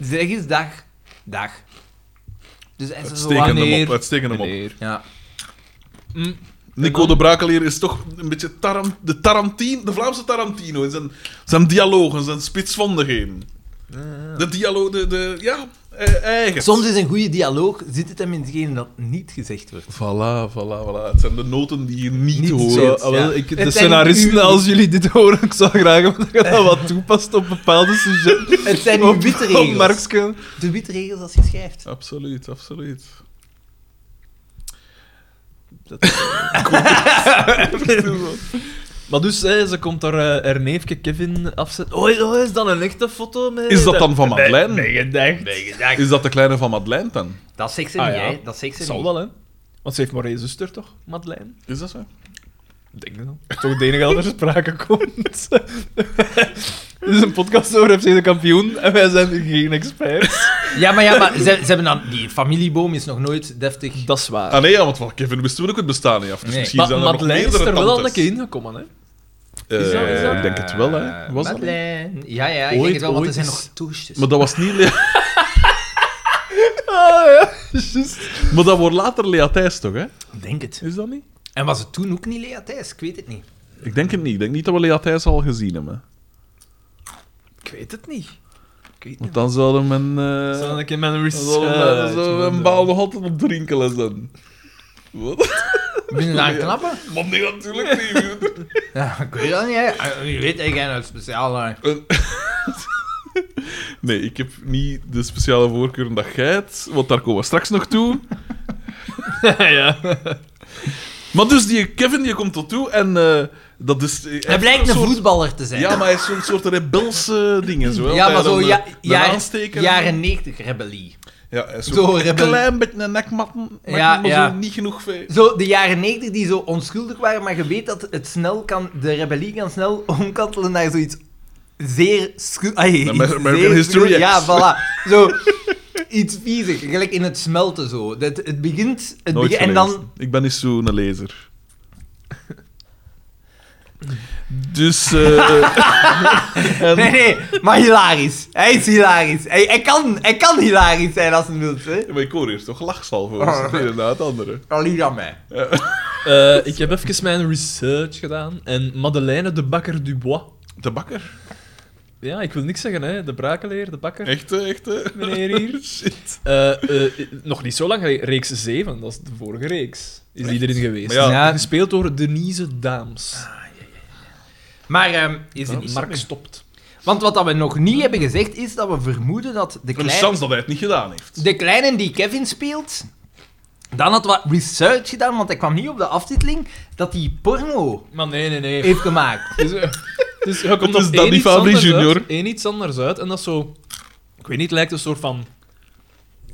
[SPEAKER 1] zeg eens dag. Dag. Dus hij is zo
[SPEAKER 3] uitstekende
[SPEAKER 4] wanneer-
[SPEAKER 3] mop, uitstekende mop.
[SPEAKER 4] Meneer.
[SPEAKER 1] Ja.
[SPEAKER 4] Mm.
[SPEAKER 3] Nico de Brakeleer is toch een beetje taram, de Tarantino, de Vlaamse Tarantino. In zijn, zijn dialogen, zijn spitsvondigheden. De dialoog, de, de... Ja, eh, eigen.
[SPEAKER 1] Soms is een goede dialoog, zit het hem in hetgeen dat niet gezegd wordt.
[SPEAKER 3] Voilà, voilà, voilà. Het zijn de noten die je niet,
[SPEAKER 1] Niet
[SPEAKER 3] hoort.
[SPEAKER 1] zo-
[SPEAKER 4] Zo,
[SPEAKER 1] Ja.
[SPEAKER 4] ah, wel, ik,
[SPEAKER 1] Het
[SPEAKER 4] de
[SPEAKER 1] zijn uren.
[SPEAKER 4] scenaristen, als jullie dit horen, ik zou graag dat je dat wat toepast op bepaalde suggesties.
[SPEAKER 1] Het zijn uw witte
[SPEAKER 4] Op
[SPEAKER 1] regels.
[SPEAKER 4] Markske.
[SPEAKER 1] De witte regels als je schrijft.
[SPEAKER 3] Absoluut, absoluut.
[SPEAKER 4] Maar dus, hè, ze komt daar eh haar neefje Kevin afzetten. Oh, oh, is dat een echte foto? Met,
[SPEAKER 3] Is dat dan van Madeleine?
[SPEAKER 4] Nee, gedacht.
[SPEAKER 3] Is dat de kleine van Madeleine dan?
[SPEAKER 1] Dat zegt ze
[SPEAKER 4] Ah,
[SPEAKER 1] niet,
[SPEAKER 4] ja.
[SPEAKER 1] hè. Dat zegt ze
[SPEAKER 4] Zal
[SPEAKER 1] niet.
[SPEAKER 4] wel, hè? Want ze heeft maar één zuster, toch? Madeleine?
[SPEAKER 3] Is dat zo?
[SPEAKER 4] Ah. Denk ik dan. Toch de enige dat er sprake komt. Dit is een podcast over FC de kampioen en wij zijn geen experts.
[SPEAKER 1] Ja, maar, ja, maar ze, ze hebben dan... Die familieboom is nog nooit deftig...
[SPEAKER 4] Dat is waar.
[SPEAKER 3] Ah nee, ja, want van Kevin wisten we ook het bestaan niet af. Dus
[SPEAKER 1] Nee.
[SPEAKER 3] misschien
[SPEAKER 4] maar
[SPEAKER 3] zijn er
[SPEAKER 4] Madeleine
[SPEAKER 3] nog
[SPEAKER 4] is er
[SPEAKER 3] meerdere
[SPEAKER 4] wel al een
[SPEAKER 3] tantes.
[SPEAKER 4] keer ingekomen, hè?
[SPEAKER 3] Eh,
[SPEAKER 4] Is dat- is dat-
[SPEAKER 3] Ik denk het wel, hè. Was dat niet?
[SPEAKER 1] Madeleine. Ja, ja, ik
[SPEAKER 4] Ooit-
[SPEAKER 1] denk het wel, want er zijn
[SPEAKER 4] ooit is-
[SPEAKER 1] nog toastjes.
[SPEAKER 3] Maar dat was niet... Le-
[SPEAKER 1] Ah,
[SPEAKER 3] Maar dat wordt later Lea Thijs toch, hè?
[SPEAKER 1] Denk het.
[SPEAKER 3] Is dat niet?
[SPEAKER 1] En was het toen ook niet Lea Thijs? Ik weet het niet.
[SPEAKER 3] Ik denk het niet. Ik denk niet dat we Lea Thijs al gezien hebben.
[SPEAKER 4] Ik weet het niet. Ik weet
[SPEAKER 3] Want
[SPEAKER 4] niet.
[SPEAKER 3] dan zouden we een... eh,
[SPEAKER 4] Zal ik in mijn
[SPEAKER 3] dan
[SPEAKER 4] research...
[SPEAKER 3] zouden we- dan zouden we een bouw nog altijd op drinkelen zijn. Wat?
[SPEAKER 1] Binnen aan knappen?
[SPEAKER 3] Man, nee, natuurlijk niet. joh.
[SPEAKER 1] Ja, ik weet dat niet. hè. Eh, Wie weet, ik ben een speciaal... eh,
[SPEAKER 3] Nee, ik heb niet de speciale voorkeur dat jij hebt, want daar komen we straks nog toe.
[SPEAKER 4] ja.
[SPEAKER 3] Maar dus die Kevin, die komt tot toe en eh, dat is... eh,
[SPEAKER 1] Hij blijkt
[SPEAKER 3] heeft
[SPEAKER 1] een
[SPEAKER 3] zo'n soort-
[SPEAKER 1] voetballer te zijn.
[SPEAKER 3] Ja, maar hij is zo'n soort rebelse dingen, zo. hè,
[SPEAKER 1] Ja,
[SPEAKER 3] dat
[SPEAKER 1] maar
[SPEAKER 3] hij
[SPEAKER 1] zo
[SPEAKER 3] dan,
[SPEAKER 1] ja,
[SPEAKER 3] eh, de
[SPEAKER 1] jaren-
[SPEAKER 3] aansteker-
[SPEAKER 1] jaren 90 rebellie.
[SPEAKER 3] Ja, hij is zo,
[SPEAKER 1] Zo
[SPEAKER 3] een
[SPEAKER 1] rebel-
[SPEAKER 3] klein beetje een nekmatten,
[SPEAKER 1] Ja,
[SPEAKER 3] ja, maar
[SPEAKER 1] ja.
[SPEAKER 3] zo niet genoeg vee.
[SPEAKER 1] Zo de jaren 90 die zo onschuldig waren, maar je weet dat het snel kan, de rebellie kan snel omkantelen naar zoiets zeer schu- ai, iets
[SPEAKER 3] American
[SPEAKER 1] zeer
[SPEAKER 3] History
[SPEAKER 1] schu- Ja,
[SPEAKER 3] X.
[SPEAKER 1] voilà. Zo iets viezig, gelijk in het smelten zo. Dat, het begint, het
[SPEAKER 3] Nooit
[SPEAKER 1] begin- en dan
[SPEAKER 3] gelezen. Ik ben niet zo'n lezer. Dus... eh, en-
[SPEAKER 1] Nee, nee, maar hilarisch. Hij is hilarisch. Hij, hij, kan, hij kan hilarisch zijn als hij wilt. Hè?
[SPEAKER 3] Maar ik hoor eerst toch lachsalvo. Dat is inderdaad andere.
[SPEAKER 1] Al hier aan mij.
[SPEAKER 4] Eh, ik heb even mijn research gedaan. En Madeleine de Bakker Dubois.
[SPEAKER 3] De bakker.
[SPEAKER 4] Ja, ik wil niks zeggen, hè. De brakeleer, de bakker,
[SPEAKER 3] Echte, echte.
[SPEAKER 4] meneer hier.
[SPEAKER 3] eh, Shit.
[SPEAKER 4] Eh, eh, nog niet zo lang geleden. Reeks 7, dat is de vorige reeks. Is die erin geweest.
[SPEAKER 3] Maar ja.
[SPEAKER 4] Gespeeld door Denise Daams. Eh,
[SPEAKER 1] Maar ehm, is het niet
[SPEAKER 4] Mark
[SPEAKER 1] zo-
[SPEAKER 4] stopt.
[SPEAKER 1] Want wat dat we nog niet hebben gezegd, is dat we vermoeden dat de
[SPEAKER 3] Een
[SPEAKER 1] kleine,
[SPEAKER 3] chance dat hij het niet gedaan heeft.
[SPEAKER 1] de kleine die Kevin speelt... Dan had wat research gedaan, want hij kwam niet op de aftiteling, dat hij porno
[SPEAKER 4] Maar nee, nee, nee.
[SPEAKER 1] heeft gemaakt.
[SPEAKER 4] Dus, eh, dus je komt
[SPEAKER 3] Dus
[SPEAKER 4] op
[SPEAKER 3] Danny
[SPEAKER 4] één iets,
[SPEAKER 3] Fabri
[SPEAKER 4] anders
[SPEAKER 3] junior.
[SPEAKER 4] Uit, één iets anders uit. En dat is zo... Ik weet niet, het lijkt een soort van...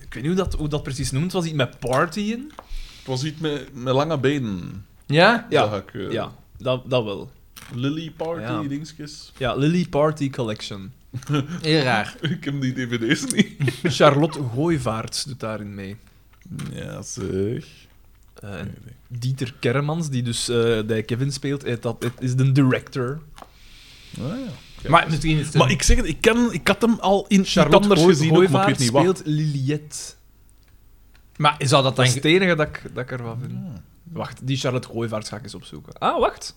[SPEAKER 4] Ik weet niet hoe dat, hoe dat precies noemt. Het was iets met partyen.
[SPEAKER 3] Het was iets met, met lange benen.
[SPEAKER 1] Ja?
[SPEAKER 4] Ja.
[SPEAKER 3] zag ik, eh,
[SPEAKER 4] Ja, dat, dat wel.
[SPEAKER 3] Lily Party,
[SPEAKER 4] Ja.
[SPEAKER 3] dingetjes.
[SPEAKER 4] Ja, Lily Party Collection.
[SPEAKER 1] Heel raar.
[SPEAKER 3] Ik heb die dvd's niet.
[SPEAKER 4] Charlotte Gooivaarts doet daarin mee.
[SPEAKER 3] Ja, zeg.
[SPEAKER 4] Eh, en Dieter Kermans, die dus eh die Kevin speelt, eh, dat, het is de director.
[SPEAKER 3] Ah, ja.
[SPEAKER 1] Maar misschien is het... een-
[SPEAKER 3] Maar ik zeg het, ik, ken, ik had hem al in iets
[SPEAKER 4] Charlotte
[SPEAKER 3] anders
[SPEAKER 4] Gooi-
[SPEAKER 3] gezien, ook, maar ik weet
[SPEAKER 4] Gooivaerts
[SPEAKER 3] niet wat.
[SPEAKER 4] speelt Liliette.
[SPEAKER 1] maar zou dat
[SPEAKER 4] Dat
[SPEAKER 1] dan...
[SPEAKER 4] is het enige dat ik, dat ik ervan vind. Wacht, die Charlotte Gooivaerts ga ik eens opzoeken. Ah, wacht.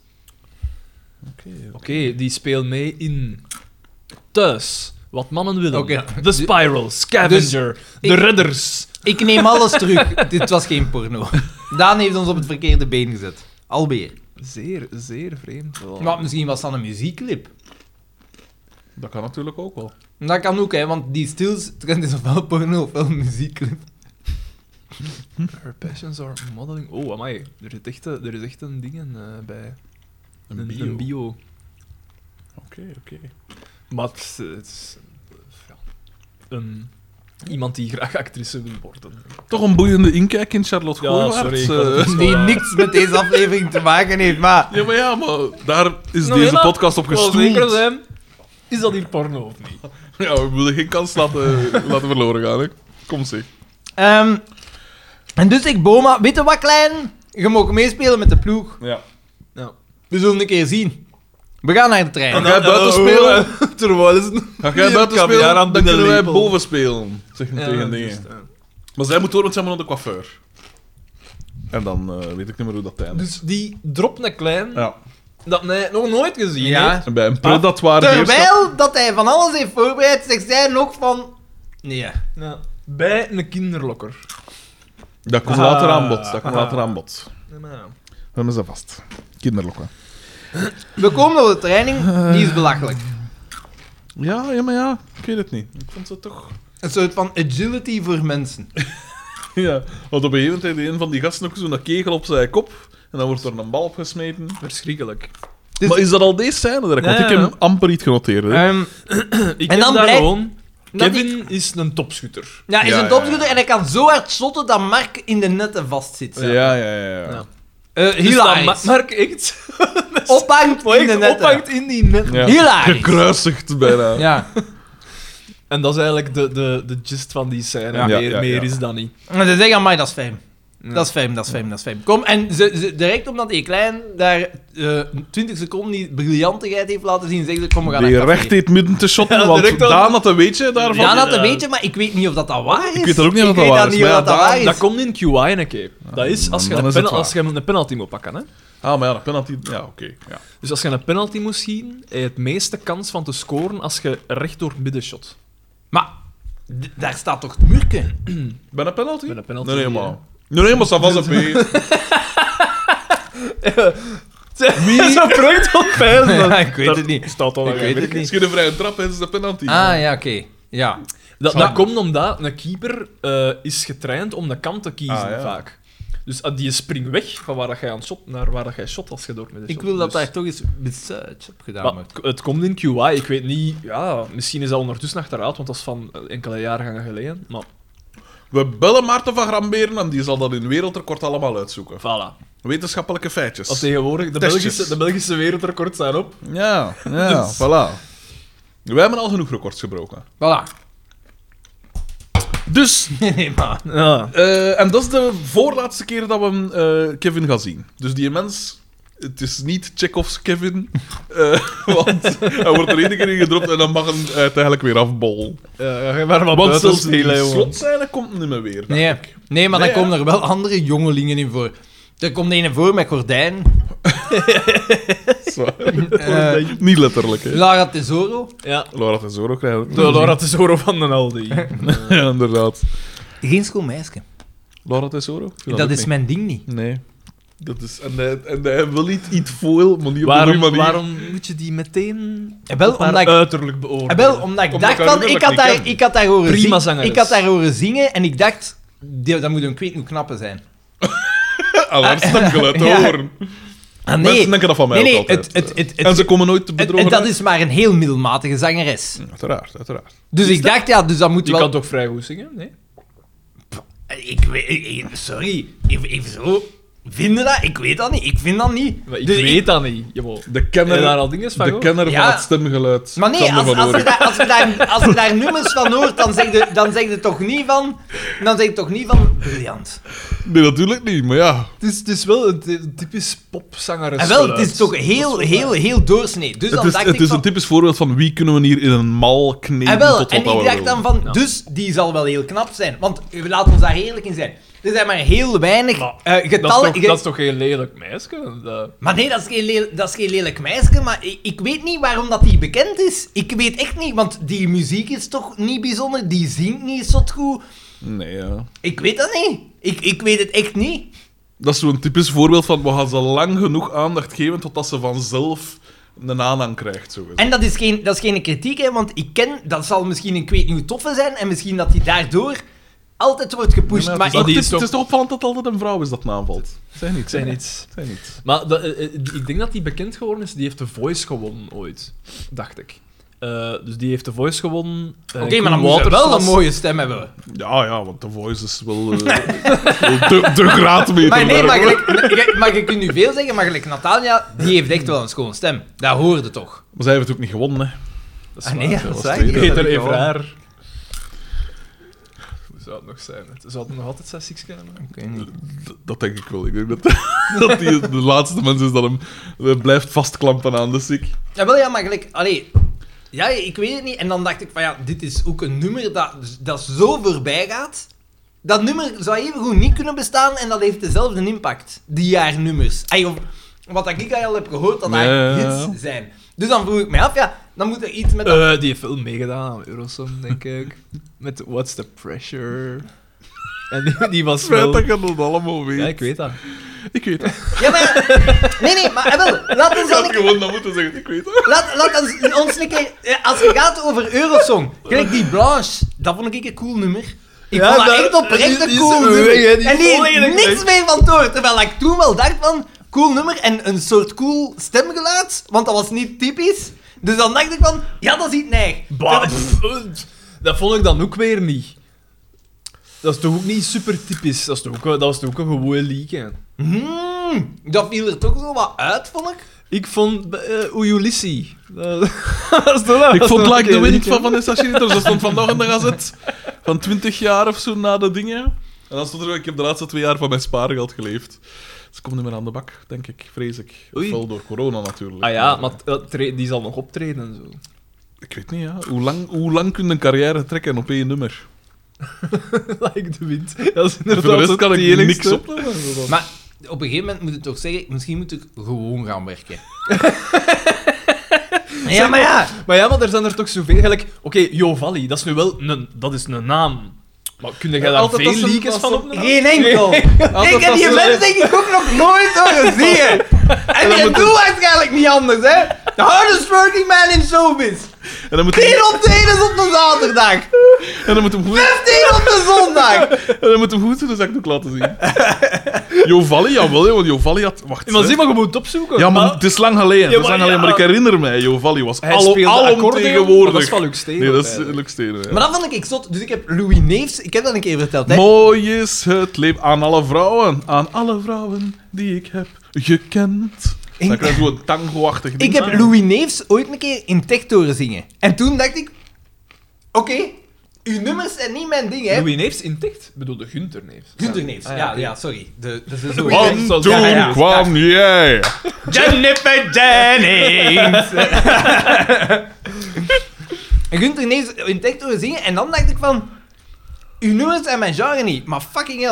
[SPEAKER 3] Oké.
[SPEAKER 4] Oké, die speelt mee in Thuis. Wat mannen willen.
[SPEAKER 1] Oké.
[SPEAKER 4] The Spiral, Scavenger, De
[SPEAKER 1] ik-
[SPEAKER 4] Redders.
[SPEAKER 1] Ik neem alles terug. Dit was geen porno. Daan heeft ons op het verkeerde been gezet. Alweer.
[SPEAKER 4] Zeer, zeer vreemd wel.
[SPEAKER 1] Maar misschien was dat een muziekclip.
[SPEAKER 3] Dat kan natuurlijk ook wel.
[SPEAKER 1] Dat kan ook, hè, want die stils trend is ofwel porno ofwel een muziekclip.
[SPEAKER 4] Her passions are modeling. Oh, amai. Er zit echt, eh, er is echt een ding eh, bij.
[SPEAKER 3] Een, bio.
[SPEAKER 4] Een bio.
[SPEAKER 3] Oké, oké.
[SPEAKER 4] Maar het is, eh, het is, ja, een, iemand die graag actrice wil worden.
[SPEAKER 3] Toch een boeiende inkijk in Charlotte
[SPEAKER 4] Ja,
[SPEAKER 3] Gooivaerts.
[SPEAKER 4] sorry, ik was-
[SPEAKER 3] eh.
[SPEAKER 1] Die niks met deze aflevering te maken heeft, maar...
[SPEAKER 3] Ja, maar ja, maar daar is
[SPEAKER 4] Nou,
[SPEAKER 3] deze
[SPEAKER 4] ja,
[SPEAKER 3] podcast op
[SPEAKER 4] Wel zeker
[SPEAKER 3] gestoeld.
[SPEAKER 4] zijn, is dat hier porno of niet?
[SPEAKER 3] Ja, we willen geen kans laten, laten verloren gaan. Hè. Kom zeg.
[SPEAKER 1] Ehm, en dus ik, Boma, weet je wat, klein? Je mag meespelen met de ploeg.
[SPEAKER 3] Ja.
[SPEAKER 4] Ja.
[SPEAKER 1] We zullen een keer zien. We gaan naar de trein.
[SPEAKER 3] Ga jij buiten spelen?
[SPEAKER 4] Terwijl ze
[SPEAKER 3] Ga jij buiten
[SPEAKER 4] Kaviaar
[SPEAKER 3] spelen?
[SPEAKER 4] aan
[SPEAKER 3] Dan
[SPEAKER 4] binnen
[SPEAKER 3] kunnen wij
[SPEAKER 4] lepel.
[SPEAKER 3] boven spelen. Zeg hem tegen
[SPEAKER 4] dus
[SPEAKER 3] dingen.
[SPEAKER 4] eh,
[SPEAKER 3] Maar zij moet door, want zij moet naar de coiffeur. En dan eh, weet ik niet meer hoe dat eindigt.
[SPEAKER 4] Dus die dropt een klein,
[SPEAKER 3] Ja.
[SPEAKER 4] dat mij nog nooit gezien
[SPEAKER 1] Ja.
[SPEAKER 4] heeft.
[SPEAKER 3] En bij een predatoire
[SPEAKER 4] Ah,
[SPEAKER 1] Terwijl dat hij van alles heeft voorbereid, zegt zij nog van... Nee.
[SPEAKER 4] Ja. Bij een kinderlokker.
[SPEAKER 3] Dat komt
[SPEAKER 4] Ah.
[SPEAKER 3] later aan bod. Dat komt
[SPEAKER 4] Ah.
[SPEAKER 3] later aan bod.
[SPEAKER 4] Ja, maar ja.
[SPEAKER 3] Dan is dat vast. Kinderlokken.
[SPEAKER 1] We komen op de training, die is belachelijk.
[SPEAKER 3] Ja, ja, maar ja. Ik weet het niet. Ik vond ze toch...
[SPEAKER 1] Een soort van agility voor mensen.
[SPEAKER 3] Ja. Want op een gegeven moment heeft een van die gasten ook zo'n kegel op zijn kop. En dan wordt er een bal opgesmeten.
[SPEAKER 4] Verschrikkelijk.
[SPEAKER 1] Dus-
[SPEAKER 3] Maar is dat al deze scène? direct? Want
[SPEAKER 4] Ja,
[SPEAKER 3] ik
[SPEAKER 4] ja.
[SPEAKER 3] heb amper iets genoteerd. Hè.
[SPEAKER 1] Ehm,
[SPEAKER 4] Ik
[SPEAKER 1] En
[SPEAKER 4] en
[SPEAKER 1] dan
[SPEAKER 4] dan daar
[SPEAKER 1] blijkt-
[SPEAKER 4] gewoon...
[SPEAKER 1] dat
[SPEAKER 4] Kevin is een topschutter.
[SPEAKER 1] Ja, hij is
[SPEAKER 3] Ja,
[SPEAKER 1] een
[SPEAKER 3] ja, ja.
[SPEAKER 1] topschutter en hij kan zo hard shotten dat Mark in de netten vastzit.
[SPEAKER 3] ja, ja, ja. ja.
[SPEAKER 4] Ja.
[SPEAKER 1] Eh,
[SPEAKER 4] Dus dat
[SPEAKER 1] hilarisch.
[SPEAKER 4] Ma- Mark echt,
[SPEAKER 1] ophangt in de
[SPEAKER 4] echt
[SPEAKER 1] netten.
[SPEAKER 4] ophangt in die net.
[SPEAKER 3] Ja.
[SPEAKER 1] Hilarisch.
[SPEAKER 3] Gekruisigd bijna.
[SPEAKER 1] Ja.
[SPEAKER 4] En dat is eigenlijk de, de, de gist van die scène.
[SPEAKER 3] Ja.
[SPEAKER 4] meer
[SPEAKER 3] Ja, ja,
[SPEAKER 4] meer
[SPEAKER 3] ja.
[SPEAKER 4] is dat niet.
[SPEAKER 1] En ze zeggen, amai, dat is fijn. Dat is fijn, dat is fijn, dat is fijn. Kom, en ze, ze- direct omdat je klein daar eh 20 seconden die briljantigheid heeft laten zien, zeggen ze, kom, we gaan
[SPEAKER 3] Die
[SPEAKER 1] naar café.
[SPEAKER 3] recht in het midden te shotten,
[SPEAKER 4] Ja,
[SPEAKER 3] want
[SPEAKER 4] direct al.
[SPEAKER 3] Daan had een weetje daarvan.
[SPEAKER 1] Ja, dat
[SPEAKER 4] Ja.
[SPEAKER 1] weet je, maar ik weet niet of dat, dat waar is.
[SPEAKER 3] Ik weet dat ook niet of dat
[SPEAKER 1] weet
[SPEAKER 3] waar is,
[SPEAKER 1] niet of
[SPEAKER 3] maar ja,
[SPEAKER 1] dat, dat
[SPEAKER 3] daar-
[SPEAKER 1] waar is.
[SPEAKER 4] Dat komt in QI en een keer. Dat is als je,
[SPEAKER 3] dan
[SPEAKER 4] een,
[SPEAKER 3] is het
[SPEAKER 4] penal-
[SPEAKER 3] waar.
[SPEAKER 4] als je een penalty moet pakken. Hè?
[SPEAKER 3] Ah, maar ja, een penalty. Ja, oké. Ja.
[SPEAKER 4] Dus als je een penalty moet schieten, heb je het meeste kans van te scoren als je recht door het midden shot.
[SPEAKER 1] Maar d- daar staat toch het murken?
[SPEAKER 3] Ben een penalty?
[SPEAKER 4] Bij een penalty,
[SPEAKER 3] Nee, nee,
[SPEAKER 4] ja.
[SPEAKER 3] maar. Nee, nee, maar dat was een P.
[SPEAKER 4] Wie? Zo'n project van pijzen.
[SPEAKER 1] Ja, ik weet het niet.
[SPEAKER 4] Staat al
[SPEAKER 1] Ik weet het
[SPEAKER 3] Het
[SPEAKER 1] niet.
[SPEAKER 3] schiet een vrije trap en het is de penalty.
[SPEAKER 1] Ah, ja, oké. Ja.
[SPEAKER 4] Dat,
[SPEAKER 1] Snap
[SPEAKER 4] dat
[SPEAKER 1] ik.
[SPEAKER 4] komt omdat een keeper eh, is getraind om de kant te kiezen,
[SPEAKER 3] Ah, ja.
[SPEAKER 4] vaak. Dus ah, die springt weg van waar dat jij aan shot naar waar dat jij shot als je door met de
[SPEAKER 1] Ik
[SPEAKER 4] shot.
[SPEAKER 1] wil dat
[SPEAKER 4] Dus-
[SPEAKER 1] daar toch eens research op gedaan
[SPEAKER 4] Maar
[SPEAKER 1] wordt.
[SPEAKER 4] het- het komt in QI, ik weet niet... Ja, misschien is dat ondertussen achteruit, want dat is van eh, enkele jaren geleden. Maar
[SPEAKER 3] We bellen Maarten van Gramberen en die zal dat in wereldrecord allemaal uitzoeken.
[SPEAKER 4] voilà.
[SPEAKER 3] Wetenschappelijke feitjes.
[SPEAKER 4] Want tegenwoordig, de
[SPEAKER 3] Testjes.
[SPEAKER 4] Belgische, de Belgische wereldrecords staan op.
[SPEAKER 3] Ja, ja,
[SPEAKER 1] Dus.
[SPEAKER 3] voilà. Wij hebben al genoeg records gebroken.
[SPEAKER 1] Voilà.
[SPEAKER 3] Dus,
[SPEAKER 1] nee, maar...
[SPEAKER 4] Ja.
[SPEAKER 3] eh, en dat is de voorlaatste keer dat we hem, eh, Kevin gaan zien. Dus die mens, het is niet Chekhov's Kevin, eh, want hij wordt er één keer in gedropt en dan mag hij uiteindelijk weer afbollen.
[SPEAKER 4] Ja, ga maar wat
[SPEAKER 3] Want
[SPEAKER 4] buiten
[SPEAKER 3] zelfs
[SPEAKER 4] spelen,
[SPEAKER 3] die
[SPEAKER 4] jongen.
[SPEAKER 3] slotzijde komt niet meer weer. dacht
[SPEAKER 1] Nee,
[SPEAKER 3] ik.
[SPEAKER 1] nee maar
[SPEAKER 3] Nee,
[SPEAKER 1] dan komen er
[SPEAKER 3] hè?
[SPEAKER 1] wel andere jongelingen in voor. Er komt een voor met gordijn.
[SPEAKER 3] Zo.
[SPEAKER 1] Eh
[SPEAKER 3] niet letterlijk, hè.
[SPEAKER 1] Lara Tesoro.
[SPEAKER 4] Ja,
[SPEAKER 3] Laura Tesoro krijgen we.
[SPEAKER 4] de Laura Tesoro van den Aldi.
[SPEAKER 3] Ja, inderdaad.
[SPEAKER 1] Geen schoolmeisje.
[SPEAKER 3] Laura Tesoro? Ik vind
[SPEAKER 1] Dat
[SPEAKER 3] ook
[SPEAKER 1] is
[SPEAKER 3] niet.
[SPEAKER 1] mijn ding niet.
[SPEAKER 3] Nee. Dat is... En hij, en hij wil niet iets veel, maar niet op een
[SPEAKER 4] waarom,
[SPEAKER 3] goede manier.
[SPEAKER 4] waarom moet je die meteen
[SPEAKER 1] Eh, wel,
[SPEAKER 4] op haar
[SPEAKER 1] omdat ik-
[SPEAKER 4] uiterlijk beoordelen?
[SPEAKER 1] Eh, wel, omdat ik
[SPEAKER 3] Omdat
[SPEAKER 1] dacht
[SPEAKER 3] ik haar
[SPEAKER 1] van,
[SPEAKER 3] nummer
[SPEAKER 1] ik had
[SPEAKER 3] niet
[SPEAKER 1] daar,
[SPEAKER 3] ken.
[SPEAKER 1] ik had daar horen
[SPEAKER 4] Prima
[SPEAKER 1] zingen.
[SPEAKER 4] zangeres.
[SPEAKER 1] Ik had daar horen zingen en ik dacht, die- dat moet een kweet hoe knappe zijn.
[SPEAKER 3] Al haar stemgeluid te
[SPEAKER 1] Ah, Ja.
[SPEAKER 3] horen.
[SPEAKER 1] Ah,
[SPEAKER 3] Mensen
[SPEAKER 1] nee,
[SPEAKER 3] denken dat van mij
[SPEAKER 1] nee, nee
[SPEAKER 3] ook altijd. eh.
[SPEAKER 1] het, het, het,
[SPEAKER 3] en
[SPEAKER 1] het,
[SPEAKER 3] ze komen nooit te
[SPEAKER 1] het-
[SPEAKER 3] bedrogen
[SPEAKER 1] dat
[SPEAKER 3] uit.
[SPEAKER 1] is maar een heel middelmatige zangeres.
[SPEAKER 3] Uiteraard, uiteraard.
[SPEAKER 1] Dus ik dacht, ja, dus dat moet
[SPEAKER 4] Die
[SPEAKER 1] wel...
[SPEAKER 4] kan toch vrij goed zingen? Nee?
[SPEAKER 1] Ik weet, ik- ik- sorry, even, even zo. Vinden dat? Ik weet dat niet. Ik vind dat niet.
[SPEAKER 4] Maar ik
[SPEAKER 1] Dus
[SPEAKER 4] weet dat niet. Jawel.
[SPEAKER 3] De
[SPEAKER 4] Heb je daar
[SPEAKER 3] kenner,
[SPEAKER 4] al dingen van
[SPEAKER 3] de
[SPEAKER 4] gehoord?
[SPEAKER 3] kenner
[SPEAKER 1] Ja.
[SPEAKER 3] van het stemgeluid.
[SPEAKER 1] Maar nee,
[SPEAKER 3] Xander
[SPEAKER 1] als,
[SPEAKER 3] van
[SPEAKER 1] als, je
[SPEAKER 3] Oren.
[SPEAKER 1] daar, als, je daar, als je daar nummers van hoort, dan zeg je, dan zeg je toch niet van... Dan zeg je toch niet van... Briljant.
[SPEAKER 3] Nee, natuurlijk niet, maar
[SPEAKER 1] Dus
[SPEAKER 3] ja.
[SPEAKER 4] Het is, het is wel een ty- typisch popzanger.
[SPEAKER 1] En Ah, wel, het is toch heel, heel, heel doorsnee. Dus
[SPEAKER 3] Het
[SPEAKER 1] dan
[SPEAKER 3] is,
[SPEAKER 1] dacht
[SPEAKER 3] het
[SPEAKER 1] ik
[SPEAKER 3] is
[SPEAKER 1] van...
[SPEAKER 3] een typisch voorbeeld van wie kunnen we hier in een mal kneden
[SPEAKER 1] En wel,
[SPEAKER 3] tot
[SPEAKER 1] en
[SPEAKER 3] wat dat
[SPEAKER 1] ik
[SPEAKER 3] we
[SPEAKER 1] dacht
[SPEAKER 3] willen.
[SPEAKER 1] dan van...
[SPEAKER 4] Ja.
[SPEAKER 1] Dus die zal wel heel knap zijn. Want eh, laten we daar eerlijk in zijn. Er zijn maar heel weinig
[SPEAKER 4] Maar,
[SPEAKER 1] eh,
[SPEAKER 4] Dat is,
[SPEAKER 1] getallen...
[SPEAKER 4] toch,
[SPEAKER 1] ge-
[SPEAKER 4] dat is toch geen lelijk meisje? Dat-
[SPEAKER 1] Maar nee, dat is geen, lel- dat is geen lelijk meisje, maar ik, ik weet niet waarom dat die bekend is. Ik weet echt niet, want die muziek is toch niet bijzonder, die zingt niet zo goed.
[SPEAKER 3] Nee, ja.
[SPEAKER 1] Ik weet dat niet. Ik, ik weet het echt niet.
[SPEAKER 3] Dat is zo'n typisch voorbeeld van we gaan ze lang genoeg aandacht geven totdat ze vanzelf een aanhang krijgt. Zo
[SPEAKER 1] En dat is geen, dat is geen kritiek, hè, want ik ken, dat zal misschien een kweet nieuw toffe zijn en misschien dat die daardoor altijd wordt gepusht.
[SPEAKER 3] maar
[SPEAKER 1] maar
[SPEAKER 3] het, is toch
[SPEAKER 1] ik,
[SPEAKER 4] die
[SPEAKER 3] typ-
[SPEAKER 4] is toch-
[SPEAKER 3] het is toch opvallend dat altijd een vrouw is dat naanvalt. Zeg niet,
[SPEAKER 4] Ik zeg niets.
[SPEAKER 3] Zeg niet.
[SPEAKER 4] Maar dat- eh, eh, die- ik denk dat die bekend geworden is. Die heeft de Voice gewonnen ooit. Dacht ik. Eh, dus die heeft de Voice gewonnen. eh,
[SPEAKER 1] Oké, maar dan moet ze wel een mooie stem hebben.
[SPEAKER 3] Ja, ja, want The Voice is wel, eh, wel de, de graadmeter.
[SPEAKER 1] Maar nee,
[SPEAKER 3] daar,
[SPEAKER 1] maar,
[SPEAKER 3] hoor.
[SPEAKER 1] gelijk, gelijk- maar je kunt nu veel zeggen, maar gelijk Natalia, die heeft echt wel een schoon stem. Dat hoorde toch.
[SPEAKER 3] Maar zij heeft het ook niet gewonnen, hè.
[SPEAKER 4] Dat
[SPEAKER 1] Ah, nee,
[SPEAKER 4] waar,
[SPEAKER 1] dat
[SPEAKER 4] was
[SPEAKER 1] zei
[SPEAKER 4] twee.
[SPEAKER 1] ik niet, dat
[SPEAKER 4] Peter
[SPEAKER 1] heb ik al.
[SPEAKER 4] Evraar. Hoe zou het nog zijn? hè? Zou het nog altijd 6 kunnen?
[SPEAKER 3] D- dat denk ik wel. Ik denk dat, dat die de laatste mens is dat hem eh, blijft vastklampen aan de ziek.
[SPEAKER 1] Ja, wel ja, maar gelijk, allee, ja, ik weet het niet. En dan dacht ik van ja, dit is ook een nummer dat, dat zo voorbij gaat. Dat nummer zou evengoed niet kunnen bestaan en dat heeft dezelfde impact. Die haar nummers. Ay, of, wat ik al heb gehoord, dat haar
[SPEAKER 3] Ja, ja, ja.
[SPEAKER 1] hits zijn. Dus dan vroeg ik mij af, ja, dan moet er iets met... dat-
[SPEAKER 4] Eh, die heeft veel meegedaan aan Eurosong, denk ik. Met What's the Pressure. En die, die was
[SPEAKER 3] Spijt
[SPEAKER 4] wel...
[SPEAKER 3] dat je dat allemaal weet.
[SPEAKER 4] Ja, ik weet dat.
[SPEAKER 3] Ik weet het.
[SPEAKER 1] Ja, maar ja, Nee, nee, maar eh, wel, laat ons
[SPEAKER 3] Eh. Ik
[SPEAKER 1] dan
[SPEAKER 3] had
[SPEAKER 1] een
[SPEAKER 3] gewoon dat moeten zeggen. Ik weet het.
[SPEAKER 1] Laat, laat ons, ons een keer... eh, Als het gaat over Eurosong, kijk die Blanche, dat vond ik een cool nummer. Ik
[SPEAKER 4] Ja,
[SPEAKER 1] vond dat,
[SPEAKER 4] dat-
[SPEAKER 1] echt oprecht
[SPEAKER 4] die-
[SPEAKER 1] een
[SPEAKER 4] die
[SPEAKER 1] cool
[SPEAKER 4] is
[SPEAKER 1] nummer.
[SPEAKER 4] weg, hè, die
[SPEAKER 1] en
[SPEAKER 4] is
[SPEAKER 1] die heeft
[SPEAKER 4] volledig
[SPEAKER 1] niks
[SPEAKER 4] weg.
[SPEAKER 1] mee van door. Terwijl ik toen wel dacht van, cool nummer en een soort cool stemgeluid, want dat was niet typisch. Dus dan dacht ik van, ja, dat is iets neig.
[SPEAKER 4] Bah,
[SPEAKER 1] Dat-
[SPEAKER 4] pff, eh, dat vond ik dan ook weer niet. Dat is toch ook niet super typisch. Dat is toch ook, dat was toch ook een gewone leak, hè.
[SPEAKER 1] Hmm, dat viel er toch zo wat uit, vond ik.
[SPEAKER 4] Ik vond uh, Uyulissi. Dat dat is toch dat
[SPEAKER 3] Ik
[SPEAKER 4] was
[SPEAKER 3] vond
[SPEAKER 4] toch
[SPEAKER 3] Like
[SPEAKER 4] een
[SPEAKER 3] the Wind
[SPEAKER 4] leak, hè?
[SPEAKER 3] van Vanessa Schilder. Dat stond vandaag in de gazet. Van 20 jaar of zo na de dingen. En dan stond er, ik heb de laatste twee jaar van mijn spaargeld geleefd. Dus ik kom niet meer aan de bak, denk ik, vrees ik.
[SPEAKER 4] Oei.
[SPEAKER 3] Wel door corona natuurlijk.
[SPEAKER 4] Ah ja, maar t- dat tre- die zal nog optreden en zo.
[SPEAKER 3] Ik weet niet, ja. Hoe lang, hoe lang kun je een carrière trekken op één nummer?
[SPEAKER 4] like de wind. Dat is
[SPEAKER 3] Voor de
[SPEAKER 4] inderdaad
[SPEAKER 3] rest kan
[SPEAKER 4] het
[SPEAKER 3] ik
[SPEAKER 4] enigste.
[SPEAKER 3] niks opnemen. zo dan.
[SPEAKER 1] Maar op een gegeven moment moet ik toch zeggen, misschien moet ik gewoon gaan werken. ja, maar ja.
[SPEAKER 4] Maar ja, maar er zijn er toch zoveel. Gelijk, oké, Jovalli, dat is nu wel een, dat is een naam. Maar kun
[SPEAKER 1] Eh,
[SPEAKER 4] jij daar
[SPEAKER 3] Altijd als
[SPEAKER 4] veel
[SPEAKER 3] ze-
[SPEAKER 4] leakers
[SPEAKER 3] als
[SPEAKER 4] van
[SPEAKER 3] ze-
[SPEAKER 4] opnemen?
[SPEAKER 1] Geen enkel.
[SPEAKER 3] Altijd
[SPEAKER 1] ik heb
[SPEAKER 3] als
[SPEAKER 1] die
[SPEAKER 3] ze-
[SPEAKER 1] mens denk ik ook nog nooit horen zingen. En jij doet waarschijnlijk niet anders, hè? The hardest working man in showbiz.
[SPEAKER 3] En dan moet
[SPEAKER 1] 10
[SPEAKER 3] hij-
[SPEAKER 1] op 10 is op de zaterdag.
[SPEAKER 3] en dan moet hem goed-
[SPEAKER 1] 15 op de zondag.
[SPEAKER 3] en dan moet hem goed zijn zakdoek laten zien. Jovalli, jawel, joh, want Jovalli had... Wacht,
[SPEAKER 4] Ja, maar
[SPEAKER 3] hè.
[SPEAKER 4] zie maar, je moet het opzoeken.
[SPEAKER 3] Ja, maar het is lang geleden. het
[SPEAKER 4] Ja,
[SPEAKER 3] is
[SPEAKER 4] maar
[SPEAKER 3] lang geleden,
[SPEAKER 4] ja.
[SPEAKER 3] maar ik herinner mij, Jovalli was
[SPEAKER 4] hij
[SPEAKER 3] al,
[SPEAKER 4] speelde accordeon.
[SPEAKER 3] alomtegenwoordig.
[SPEAKER 4] maar Dat is van Luc Steen.
[SPEAKER 3] nee, dat is
[SPEAKER 4] eigenlijk.
[SPEAKER 3] Luc Steen, ja.
[SPEAKER 1] Maar dat vond ik ik zot. Dus ik heb Louis Neefs, ik heb dat een keer verteld, hè?
[SPEAKER 3] Mooi is het leven aan alle vrouwen, aan alle vrouwen die ik heb gekend.
[SPEAKER 1] Ik-
[SPEAKER 3] Dan krijg je zo'n tango-achtig ding.
[SPEAKER 1] Ik heb Louis Neefs ooit een keer in tech horen zingen. En toen dacht ik... Oké, uw nummers zijn niet mijn ding, hè?
[SPEAKER 4] Louis Neefs in Ticht? Ik bedoel, de Gunther Neefs.
[SPEAKER 1] Gunther Neefs,
[SPEAKER 4] Ah,
[SPEAKER 1] ja,
[SPEAKER 4] ja,
[SPEAKER 1] ja,
[SPEAKER 4] oké.
[SPEAKER 1] sorry. De, dat is zo
[SPEAKER 3] Want
[SPEAKER 4] Ja,
[SPEAKER 3] toen
[SPEAKER 4] ja,
[SPEAKER 1] ja.
[SPEAKER 3] kwam jij.
[SPEAKER 1] Jennifer Jennings! en Gunther Neefs in tech horen zingen en dan dacht ik van... Uw nummers zijn mijn genre niet, maar fucking hell.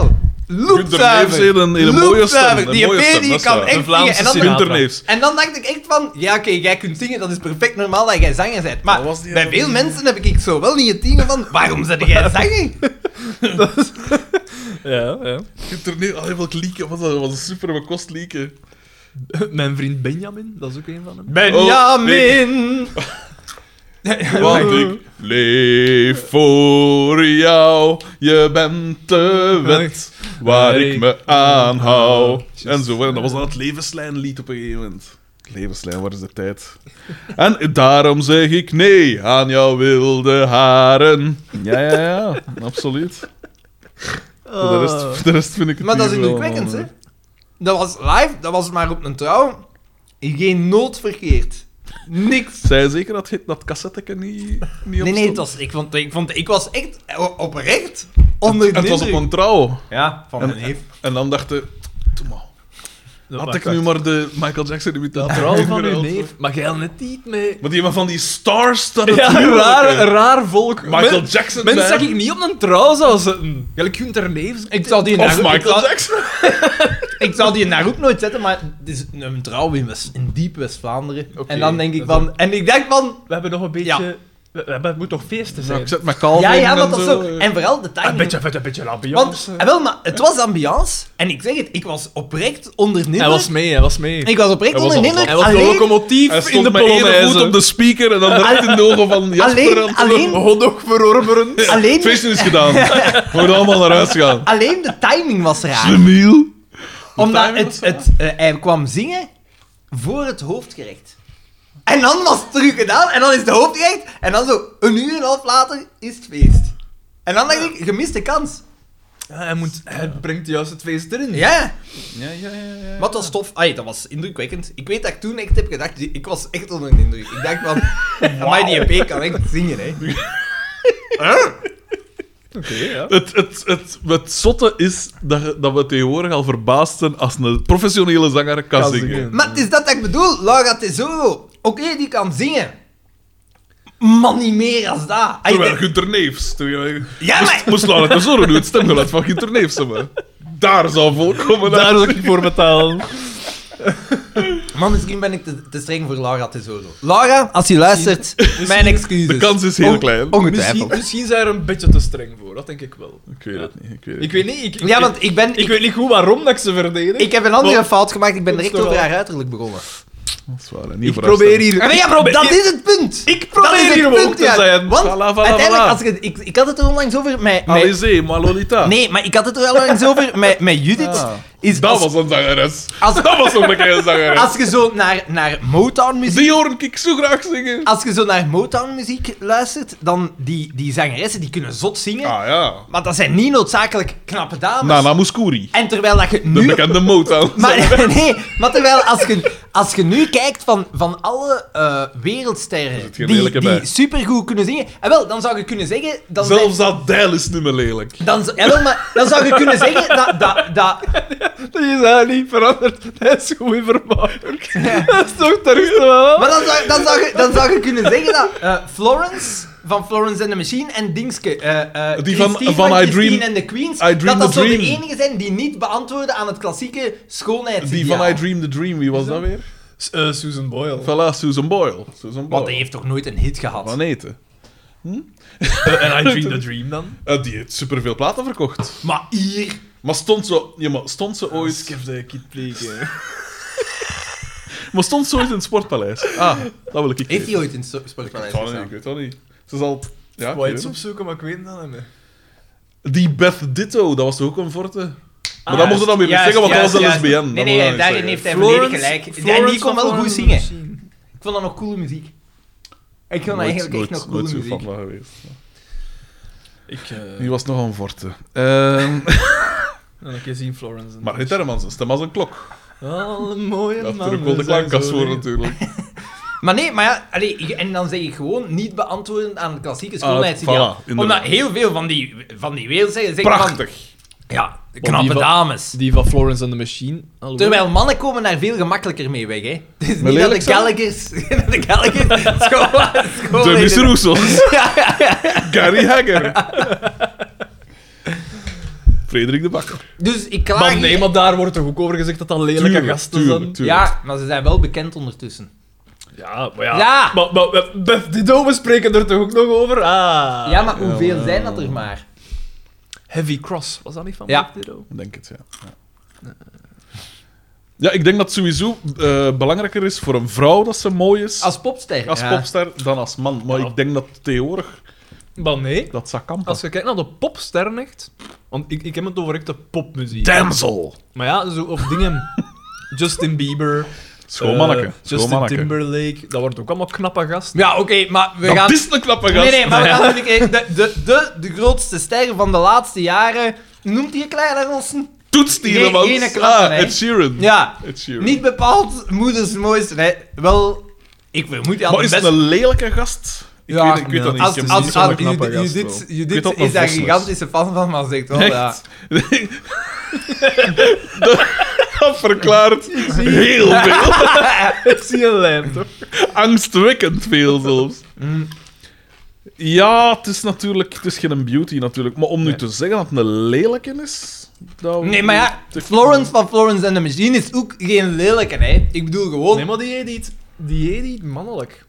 [SPEAKER 3] Gunther Neefs
[SPEAKER 1] Loopzuiver.
[SPEAKER 3] heeft een, hele mooie stem.
[SPEAKER 1] Loopzuiver.
[SPEAKER 3] een
[SPEAKER 1] Die
[SPEAKER 3] mooie
[SPEAKER 1] EP
[SPEAKER 3] stem,
[SPEAKER 1] die
[SPEAKER 3] dat
[SPEAKER 1] je
[SPEAKER 3] is
[SPEAKER 1] kan
[SPEAKER 3] waar.
[SPEAKER 1] echt zingen. En dan
[SPEAKER 3] Gunther Neefs.
[SPEAKER 1] En dan dacht ik echt van, ja oké, jij kunt zingen, dat is perfect normaal dat jij zanger bent. Maar
[SPEAKER 3] Dat was die
[SPEAKER 1] bij
[SPEAKER 3] andere
[SPEAKER 1] veel mensen heb ik zo wel niet het team van, waarom zet jij zanger?
[SPEAKER 4] Ja, ja.
[SPEAKER 3] Gunther Neefs. Allee, welk liedje was dat? Dat was een super bekost liedje.
[SPEAKER 4] Mijn vriend Benjamin, dat is ook een van hem.
[SPEAKER 1] Benjamin!
[SPEAKER 3] Want ik leef voor jou. Je bent de wet waar ik me aan
[SPEAKER 1] Ah,
[SPEAKER 3] hou. En zo. En dat was dan het levenslijnlied op een gegeven moment. Levenslijn, waar is de tijd? En daarom zeg ik nee aan jouw wilde haren. Ja, ja, ja. Absoluut. Voor de rest, voor de rest vind ik het
[SPEAKER 1] Maar dat is
[SPEAKER 3] hier wel eh,
[SPEAKER 1] indrukwekkend, hè?
[SPEAKER 3] allemaal,
[SPEAKER 1] Dat was live, dat was maar op een trouw. Geen nood verkeerd. Niks.
[SPEAKER 3] Zij zeker dat hit- dat cassetteke niet, niet
[SPEAKER 1] Nee, nee,
[SPEAKER 3] opstond?
[SPEAKER 1] het was, ik, vond, ik, vond, ik was echt o- oprecht onder de
[SPEAKER 3] Het was op
[SPEAKER 1] indruk.
[SPEAKER 3] een trouw.
[SPEAKER 1] Ja, van
[SPEAKER 3] En-
[SPEAKER 1] mijn neef.
[SPEAKER 3] En dan dacht ik, doe maar. Had ik nu maar de Michael Jackson imitator
[SPEAKER 4] Vooral van uw
[SPEAKER 3] ingeruild.
[SPEAKER 4] neef. Maar jij had net niet mee.
[SPEAKER 3] Want die hebben van die stars dat het
[SPEAKER 4] Ja, een
[SPEAKER 3] huwelijk,
[SPEAKER 4] raar,
[SPEAKER 3] hè.
[SPEAKER 4] een raar volk.
[SPEAKER 3] Michael
[SPEAKER 4] Men-
[SPEAKER 3] Jackson,
[SPEAKER 4] Mensen
[SPEAKER 3] man.
[SPEAKER 4] zag ik niet op een trouw zou zitten. Gelijk Gunther Neefs.
[SPEAKER 1] Ik zou die
[SPEAKER 3] Of
[SPEAKER 1] ik
[SPEAKER 3] Michael
[SPEAKER 1] zou,
[SPEAKER 3] Jackson.
[SPEAKER 1] ik zou die naar ook nooit zetten, maar het is een trouw in, West, in diep West-Vlaanderen.
[SPEAKER 4] Oké,
[SPEAKER 1] en dan denk ik
[SPEAKER 4] dat
[SPEAKER 1] van... En ik dacht van...
[SPEAKER 4] We hebben nog een beetje...
[SPEAKER 1] Ja.
[SPEAKER 4] We, we hebben, het moet toch feesten
[SPEAKER 3] Ja,
[SPEAKER 4] zijn?
[SPEAKER 3] ik zet mijn kalf
[SPEAKER 1] Ja,
[SPEAKER 3] in
[SPEAKER 1] ja,
[SPEAKER 3] en
[SPEAKER 1] want dat
[SPEAKER 3] zo.
[SPEAKER 1] zo... En vooral de timing.
[SPEAKER 4] een beetje vet, een beetje
[SPEAKER 1] want,
[SPEAKER 4] ambiance.
[SPEAKER 1] eh, wel, maar het was ambiance. En ik zeg het, ik was oprecht onder de indruk.
[SPEAKER 4] Hij was mee, hij was mee.
[SPEAKER 1] Ik was oprecht
[SPEAKER 3] Hij was
[SPEAKER 1] onder de
[SPEAKER 3] al-
[SPEAKER 1] indruk.
[SPEAKER 4] Hij was de
[SPEAKER 1] alleen-
[SPEAKER 4] locomotief
[SPEAKER 3] Hij
[SPEAKER 4] in
[SPEAKER 3] stond
[SPEAKER 4] de
[SPEAKER 3] met één voet
[SPEAKER 4] Polonaise.
[SPEAKER 3] op de speaker en dan direct in de ogen van Jasper.
[SPEAKER 1] alleen- alleen-
[SPEAKER 3] Hondog verorberend.
[SPEAKER 1] Alleen-
[SPEAKER 3] Feest is gedaan. We moeten allemaal naar huis gaan.
[SPEAKER 1] Alleen de timing was raar.
[SPEAKER 3] Slemiel.
[SPEAKER 1] Omdat
[SPEAKER 3] timing
[SPEAKER 1] het,
[SPEAKER 3] was
[SPEAKER 1] het, eh, hij kwam zingen voor het hoofdgerecht. En dan was het terug gedaan, en dan is het hoofdgerecht, en dan zo een uur en een half later is het feest. En dan dacht ik, gemiste kans.
[SPEAKER 4] Ja, hij, moet, hij brengt juist het feest erin.
[SPEAKER 1] Ja,
[SPEAKER 3] Ja, ja, ja. ja.
[SPEAKER 1] maar het was tof. Ai, dat was indrukwekkend. Ik weet dat ik toen echt heb gedacht, ik was echt onder de indruk. Ik dacht van, amai, die EP kan echt zingen, hè.
[SPEAKER 3] Het, het, het, het zotte is dat, je- dat we tegenwoordig al verbaasd zijn als een professionele zanger kan,
[SPEAKER 4] Kan
[SPEAKER 3] zingen.
[SPEAKER 4] zingen.
[SPEAKER 1] Maar het is dat dat ik bedoel, Laura Tesoro. Oké, die kan zingen. Maar niet meer als dat. Ai,
[SPEAKER 4] eh,
[SPEAKER 3] Terwijl
[SPEAKER 1] dat-
[SPEAKER 3] Gunter Neefs. Terwijl...
[SPEAKER 1] Ja, maar...
[SPEAKER 3] Moest, moest Laura Tesoro nu het stemgeluid van Gunter Neefs hebben. Daar zou voorkomen.
[SPEAKER 4] Daar zou ik voor betalen.
[SPEAKER 1] Maar misschien ben ik te, te streng voor Laura Tesoro. Laura, als je luistert, mijn excuses.
[SPEAKER 3] De kans is heel klein.
[SPEAKER 4] Misschien,
[SPEAKER 1] Ongetwijfeld.
[SPEAKER 4] misschien zijn er een beetje te streng voor, dat denk ik wel.
[SPEAKER 3] Ik weet het niet. Ik weet het
[SPEAKER 4] Ik weet niet, ik, ik,
[SPEAKER 1] Ja, want ik ben...
[SPEAKER 4] ik,
[SPEAKER 1] Ik,
[SPEAKER 4] weet niet goed waarom dat ik ze verdedig.
[SPEAKER 1] ik heb een andere
[SPEAKER 4] Want-
[SPEAKER 1] fout gemaakt, ik ben
[SPEAKER 4] Dat is
[SPEAKER 1] direct over
[SPEAKER 4] toch al-
[SPEAKER 1] haar uiterlijk begonnen.
[SPEAKER 3] Dat is waar. hè. Niet
[SPEAKER 4] Ik
[SPEAKER 3] verrast,
[SPEAKER 4] probeer
[SPEAKER 3] hè.
[SPEAKER 4] hier...
[SPEAKER 1] Ja, maar ja, bro,
[SPEAKER 4] Ben-
[SPEAKER 1] dat is het punt.
[SPEAKER 4] Ik
[SPEAKER 1] Dat is
[SPEAKER 4] probeer
[SPEAKER 1] het
[SPEAKER 4] hier
[SPEAKER 1] punt,
[SPEAKER 4] ook te
[SPEAKER 1] ja.
[SPEAKER 4] zijn.
[SPEAKER 1] Want
[SPEAKER 3] Voilà, voilà,
[SPEAKER 1] uiteindelijk,
[SPEAKER 3] voilà.
[SPEAKER 1] als ik, het- ik, ik had het er onlangs over met... met-
[SPEAKER 3] Alizé, Malolita.
[SPEAKER 1] nee, maar ik had het er onlangs over met, met Judith.
[SPEAKER 3] Ah.
[SPEAKER 1] Is
[SPEAKER 3] Dat
[SPEAKER 1] als,
[SPEAKER 3] was een zangeres.
[SPEAKER 1] als,
[SPEAKER 3] Dat was een bekende zangeres.
[SPEAKER 1] als je zo naar, naar Motown-muziek
[SPEAKER 3] Die hoor ik zo graag zingen.
[SPEAKER 1] Als je zo naar Motown-muziek luistert, dan die, die zangeressen die kunnen zot zingen,
[SPEAKER 3] Ah ja.
[SPEAKER 1] maar dat zijn niet noodzakelijk knappe dames.
[SPEAKER 3] Nana Mouskouri.
[SPEAKER 1] En terwijl dat je
[SPEAKER 3] Nou, De
[SPEAKER 1] nu...
[SPEAKER 3] bekende Motown.
[SPEAKER 1] Maar, nee, maar terwijl als je, als je nu kijkt van, van alle eh,
[SPEAKER 3] Er
[SPEAKER 1] wereldsterren
[SPEAKER 3] zit geen
[SPEAKER 1] die,
[SPEAKER 3] lelijke bij.
[SPEAKER 1] die supergoed kunnen zingen, en wel, dan zou je kunnen zeggen... Dan zijn-
[SPEAKER 3] Zelfs dat deil is niet meer lelijk.
[SPEAKER 1] dan, z- jawel, maar dan zou je kunnen zeggen dat... dat, dat
[SPEAKER 4] Dat is haar niet veranderd. Hij is gewoon vermaakt. Dat is toch terug wel.
[SPEAKER 1] maar dan zou, dan, zou je, dan zou je kunnen zeggen dat eh, Florence van Florence and the Machine en Dingske, eh, eh,
[SPEAKER 3] Die van-
[SPEAKER 1] Christine
[SPEAKER 3] van I
[SPEAKER 1] Christine
[SPEAKER 3] Dream-
[SPEAKER 1] and the Queens,
[SPEAKER 3] Dream
[SPEAKER 1] dat dat
[SPEAKER 3] the
[SPEAKER 1] zo de
[SPEAKER 3] Dream.
[SPEAKER 1] enigen zijn die niet beantwoorden aan het klassieke schoonheidsideaal.
[SPEAKER 3] Die van I Dream the Dream, wie was dat weer?
[SPEAKER 4] eh,
[SPEAKER 2] Susan Boyle.
[SPEAKER 3] Voilà, Susan Boyle. Susan Boyle.
[SPEAKER 1] Want die heeft toch nooit een hit gehad?
[SPEAKER 3] Van eten.
[SPEAKER 4] Eh, En I Dream the Dream dan?
[SPEAKER 3] Eh, die heeft superveel platen verkocht.
[SPEAKER 1] Maar hier...
[SPEAKER 3] Maar stond ze, ja, maar stond ze ooit...
[SPEAKER 4] heb de kid plegen.
[SPEAKER 3] Maar stond ze ooit in het sportpaleis? Ah, dat wil ik weten.
[SPEAKER 1] Heeft hij ooit in het
[SPEAKER 3] Ik
[SPEAKER 1] sportpaleis
[SPEAKER 3] weet het niet,
[SPEAKER 1] gestaan?
[SPEAKER 3] ik weet het niet. Ze zal... Ja,
[SPEAKER 4] Wou
[SPEAKER 3] ik
[SPEAKER 4] je
[SPEAKER 3] weet
[SPEAKER 4] iets
[SPEAKER 3] het
[SPEAKER 4] opzoeken, maar ik weet het dan niet.
[SPEAKER 3] niet. Die Beth Ditto, dat was toch ook een forte? Maar
[SPEAKER 1] Ah,
[SPEAKER 3] dat mochten we dan weer niet
[SPEAKER 1] juist,
[SPEAKER 3] zeggen, want dat
[SPEAKER 1] juist,
[SPEAKER 3] was
[SPEAKER 1] juist.
[SPEAKER 3] LSBN.
[SPEAKER 1] Nee,
[SPEAKER 3] Dat mogen
[SPEAKER 1] nee,
[SPEAKER 3] we dan niet
[SPEAKER 1] daarin
[SPEAKER 3] zeggen.
[SPEAKER 1] heeft hij volledig gelijk. en die kon wel goed zingen. Ik vond dat nog coole muziek. Ik vond dat
[SPEAKER 3] Nooit-
[SPEAKER 1] eigenlijk
[SPEAKER 3] nooit-
[SPEAKER 1] echt nog coole
[SPEAKER 3] nooit zo
[SPEAKER 1] muziek.
[SPEAKER 3] fan van geweest.
[SPEAKER 4] Ik, eh,
[SPEAKER 3] Die was nogal een forte. Ehm,
[SPEAKER 4] dan een keer zien Florence. en-
[SPEAKER 3] Margriet Hermans, een stem als een klok.
[SPEAKER 4] Alle mooie
[SPEAKER 3] Dat
[SPEAKER 4] mannen.
[SPEAKER 3] natuurlijk wel de
[SPEAKER 4] zijn
[SPEAKER 3] klankkast
[SPEAKER 4] zo
[SPEAKER 3] voor
[SPEAKER 4] lief.
[SPEAKER 3] natuurlijk.
[SPEAKER 1] Maar nee, maar ja, allee, ik- en dan zeg ik gewoon niet beantwoordend aan het klassieke
[SPEAKER 3] Ah,
[SPEAKER 1] schoonheidsideaal.
[SPEAKER 3] voilà,
[SPEAKER 1] Omdat
[SPEAKER 3] inderdaad.
[SPEAKER 1] heel veel van die, van die wereldzeggen zeggen
[SPEAKER 3] Prachtig.
[SPEAKER 1] van... Ja, knappe
[SPEAKER 4] die van-
[SPEAKER 1] dames.
[SPEAKER 4] Die van Florence and the Machine. Hallo.
[SPEAKER 1] Terwijl mannen komen daar veel gemakkelijker mee weg, hè. Het is
[SPEAKER 3] Maar
[SPEAKER 1] niet dat de
[SPEAKER 3] lelijk zijn?
[SPEAKER 1] Gallagher's... dat de Gallagher's schoon- schoon-
[SPEAKER 3] De Mr. Roussos.
[SPEAKER 1] Ja, ja, ja.
[SPEAKER 3] Gary Hagger. Frederik de Bakker.
[SPEAKER 1] Dus ik klaag
[SPEAKER 4] Maar
[SPEAKER 1] hier-
[SPEAKER 4] nee, maar daar wordt toch ook over gezegd dat dat lelijke
[SPEAKER 3] Tuurlijk,
[SPEAKER 4] gasten
[SPEAKER 3] tuurlijk,
[SPEAKER 4] zijn?
[SPEAKER 3] tuurlijk.
[SPEAKER 1] Ja, maar ze zijn wel bekend ondertussen.
[SPEAKER 4] Ja, maar ja.
[SPEAKER 1] Ja.
[SPEAKER 4] Maar, maar, maar Beth Dido, we spreken er toch ook nog over? Ah.
[SPEAKER 1] ja, maar hoeveel
[SPEAKER 3] ja.
[SPEAKER 1] zijn dat er maar?
[SPEAKER 4] Heavy Cross, was dat niet van
[SPEAKER 1] Ja.
[SPEAKER 4] Beth Dido?
[SPEAKER 3] Ik Denk het, ja. ja. Ja, ik denk dat het sowieso eh, belangrijker is voor een vrouw dat ze mooi is als,
[SPEAKER 1] Als popster. ja.
[SPEAKER 3] popster dan als man. Maar
[SPEAKER 4] Ja.
[SPEAKER 3] ik denk dat tegenwoordig
[SPEAKER 4] Maar nee.
[SPEAKER 3] dat zou kampen.
[SPEAKER 4] Als je kijkt naar de popsterren echt... Want ik, ik heb het over echte popmuziek.
[SPEAKER 3] Damsel.
[SPEAKER 4] Maar ja, zo, of dingen... Justin Bieber.
[SPEAKER 3] Schoonmanneke.
[SPEAKER 4] eh, Justin
[SPEAKER 3] Schoonmanneke.
[SPEAKER 4] Timberlake. Dat wordt ook allemaal knappe gasten.
[SPEAKER 1] Ja, oké, maar we
[SPEAKER 3] Dat
[SPEAKER 1] gaan...
[SPEAKER 3] is een knappe gast.
[SPEAKER 1] Nee, nee, maar we gaan natuurlijk... De, de, de, de grootste ster van de laatste jaren... Noemt hij Clara Rossen?
[SPEAKER 3] Toetstieren,
[SPEAKER 1] Geen-
[SPEAKER 3] man.
[SPEAKER 1] geen knappe,
[SPEAKER 3] Ah,
[SPEAKER 1] hè.
[SPEAKER 3] Ed Sheeran.
[SPEAKER 1] Ja.
[SPEAKER 3] Ed Sheeran.
[SPEAKER 1] Niet bepaald moeders mooiste. Nee, wel... Ik vermoed ja,
[SPEAKER 3] maar
[SPEAKER 1] de
[SPEAKER 3] is het
[SPEAKER 1] best...
[SPEAKER 3] een lelijke gast? Ik
[SPEAKER 1] Ja,
[SPEAKER 3] weet, ik weet
[SPEAKER 4] nee.
[SPEAKER 3] dat niet.
[SPEAKER 1] Als,
[SPEAKER 3] ik
[SPEAKER 1] als,
[SPEAKER 3] heb
[SPEAKER 1] als,
[SPEAKER 3] niet zo'n
[SPEAKER 1] Judith-
[SPEAKER 3] knappe gast,
[SPEAKER 1] Judith-
[SPEAKER 3] wel.
[SPEAKER 1] Judith
[SPEAKER 3] Ik weet dat
[SPEAKER 1] is
[SPEAKER 3] een
[SPEAKER 1] daar een
[SPEAKER 3] vos was.
[SPEAKER 1] gigantische fan van, maar zegt wel... Ja.
[SPEAKER 3] Echt? dat verklaart heel veel.
[SPEAKER 4] Ik zie een lijm, toch?
[SPEAKER 3] Angstwekkend veel zelfs.
[SPEAKER 1] Mm.
[SPEAKER 3] Ja, het is natuurlijk... Het is geen beauty natuurlijk. Maar om nu
[SPEAKER 4] Nee.
[SPEAKER 3] te zeggen dat het een lelijke is... dat-
[SPEAKER 1] Nee, maar ja, Florence van Florence and the Machine is ook geen lelijke, hè. Ik bedoel gewoon...
[SPEAKER 4] Nee, maar die edit... Die edit mannelijk.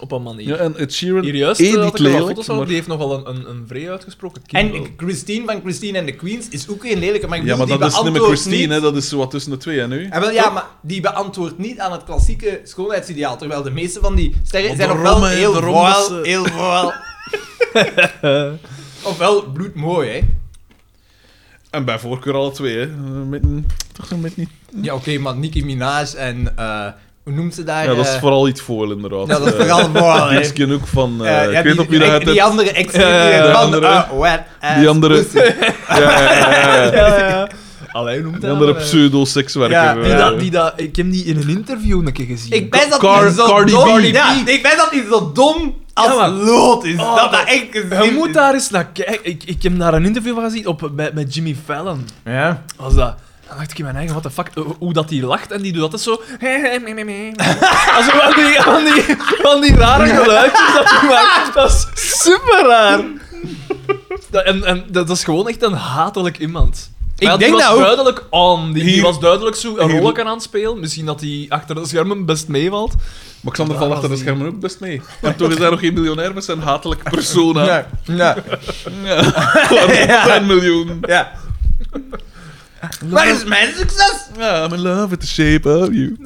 [SPEAKER 4] Op een manier.
[SPEAKER 3] Ja, en Ed Sheeran...
[SPEAKER 4] Hier juist
[SPEAKER 3] edit
[SPEAKER 4] eh, had ik wel wat
[SPEAKER 3] lelijk,
[SPEAKER 4] foto's van,
[SPEAKER 3] maar-
[SPEAKER 4] die heeft nogal een, een, een vrij uitgesproken kind.
[SPEAKER 1] En Christine van Christine and the Queens is ook geen lelijke, maar ik
[SPEAKER 3] Ja,
[SPEAKER 1] bedoel,
[SPEAKER 3] maar dat
[SPEAKER 1] die
[SPEAKER 3] is niet meer
[SPEAKER 1] beantwoordt
[SPEAKER 3] Christine, hè.
[SPEAKER 1] niet-
[SPEAKER 3] Dat is zo wat tussen de twee, hè, nu.
[SPEAKER 1] Ah, wel, ja, maar die beantwoordt niet aan het klassieke schoonheidsideaal, terwijl de meeste van die sterren
[SPEAKER 3] Maar
[SPEAKER 1] zijn
[SPEAKER 3] daarom,
[SPEAKER 1] ofwel
[SPEAKER 3] hè,
[SPEAKER 1] heel
[SPEAKER 3] daarom
[SPEAKER 1] royaal,
[SPEAKER 3] dat ze-
[SPEAKER 1] heel royaal, ofwel bloedmooi, hè.
[SPEAKER 3] En bij voorkeur alle twee, hè. Eh, Met een- toch een beetje niet...
[SPEAKER 1] Ja, oké, maar Nicki Minaj en, eh, hoe noemt ze daar?
[SPEAKER 3] Ja, dat is
[SPEAKER 1] eh,
[SPEAKER 3] vooral iets voor, inderdaad.
[SPEAKER 1] ja, dat is
[SPEAKER 3] Eh,
[SPEAKER 1] vooral mooi, hè.
[SPEAKER 3] Dienstje ook van... eh,
[SPEAKER 1] Eh, ja,
[SPEAKER 3] ik weet
[SPEAKER 1] die,
[SPEAKER 3] op wie dat
[SPEAKER 1] die-
[SPEAKER 3] het
[SPEAKER 1] die andere ex
[SPEAKER 4] Ja, ja, ja,
[SPEAKER 3] de
[SPEAKER 1] van
[SPEAKER 3] andere.
[SPEAKER 1] eh, wet ass
[SPEAKER 3] Die andere-
[SPEAKER 1] pussy.
[SPEAKER 3] Ja, ja, ja, ja.
[SPEAKER 4] ja, ja. Allee, noemt
[SPEAKER 3] Die andere pseudo-sekswerker.
[SPEAKER 1] Ja,
[SPEAKER 4] Die
[SPEAKER 3] eh.
[SPEAKER 4] dat, die dat, ik heb die in een interview een keer gezien.
[SPEAKER 1] Ik ben dat
[SPEAKER 3] Car-
[SPEAKER 1] niet zo
[SPEAKER 3] Cardi
[SPEAKER 1] dom.
[SPEAKER 3] B.
[SPEAKER 1] Ja, ik ben dat niet zo dom als
[SPEAKER 4] Ja, maar-
[SPEAKER 1] lood is.
[SPEAKER 4] Oh,
[SPEAKER 1] dat dat
[SPEAKER 4] dat-
[SPEAKER 1] echt gezien
[SPEAKER 4] Je moet
[SPEAKER 1] is.
[SPEAKER 4] daar eens naar kijken. Ik, ik heb daar een interview van gezien op, met, met Jimmy Fallon.
[SPEAKER 1] Ja.
[SPEAKER 4] Was dat... Dan dacht ik in mijn eigen, what the fuck, eh, hoe dat die lacht en die doet altijd zo... Als van die, van die, van die rare geluidjes dat hij maakt. Dat is super raar. Dat, en, en dat is gewoon echt een hatelijk iemand.
[SPEAKER 1] Ik
[SPEAKER 4] Ja,
[SPEAKER 1] denk
[SPEAKER 4] die was
[SPEAKER 1] dat ook.
[SPEAKER 4] duidelijk on. Die, die
[SPEAKER 3] Hier-
[SPEAKER 4] was duidelijk zo
[SPEAKER 3] hier-
[SPEAKER 4] een rolletje aan het spelen. Misschien dat hij achter de schermen best meevalt.
[SPEAKER 3] Maar Xander valt
[SPEAKER 4] Ah,
[SPEAKER 3] achter de
[SPEAKER 4] die-
[SPEAKER 3] schermen ook best mee. En toch is hij nog geen miljonair met zijn hatelijke persona. Ja.
[SPEAKER 1] Ja. Ja.
[SPEAKER 3] Van 10 miljoen.
[SPEAKER 1] ja. Waar is mijn succes?
[SPEAKER 3] Ja, I'm in love with the shape of you.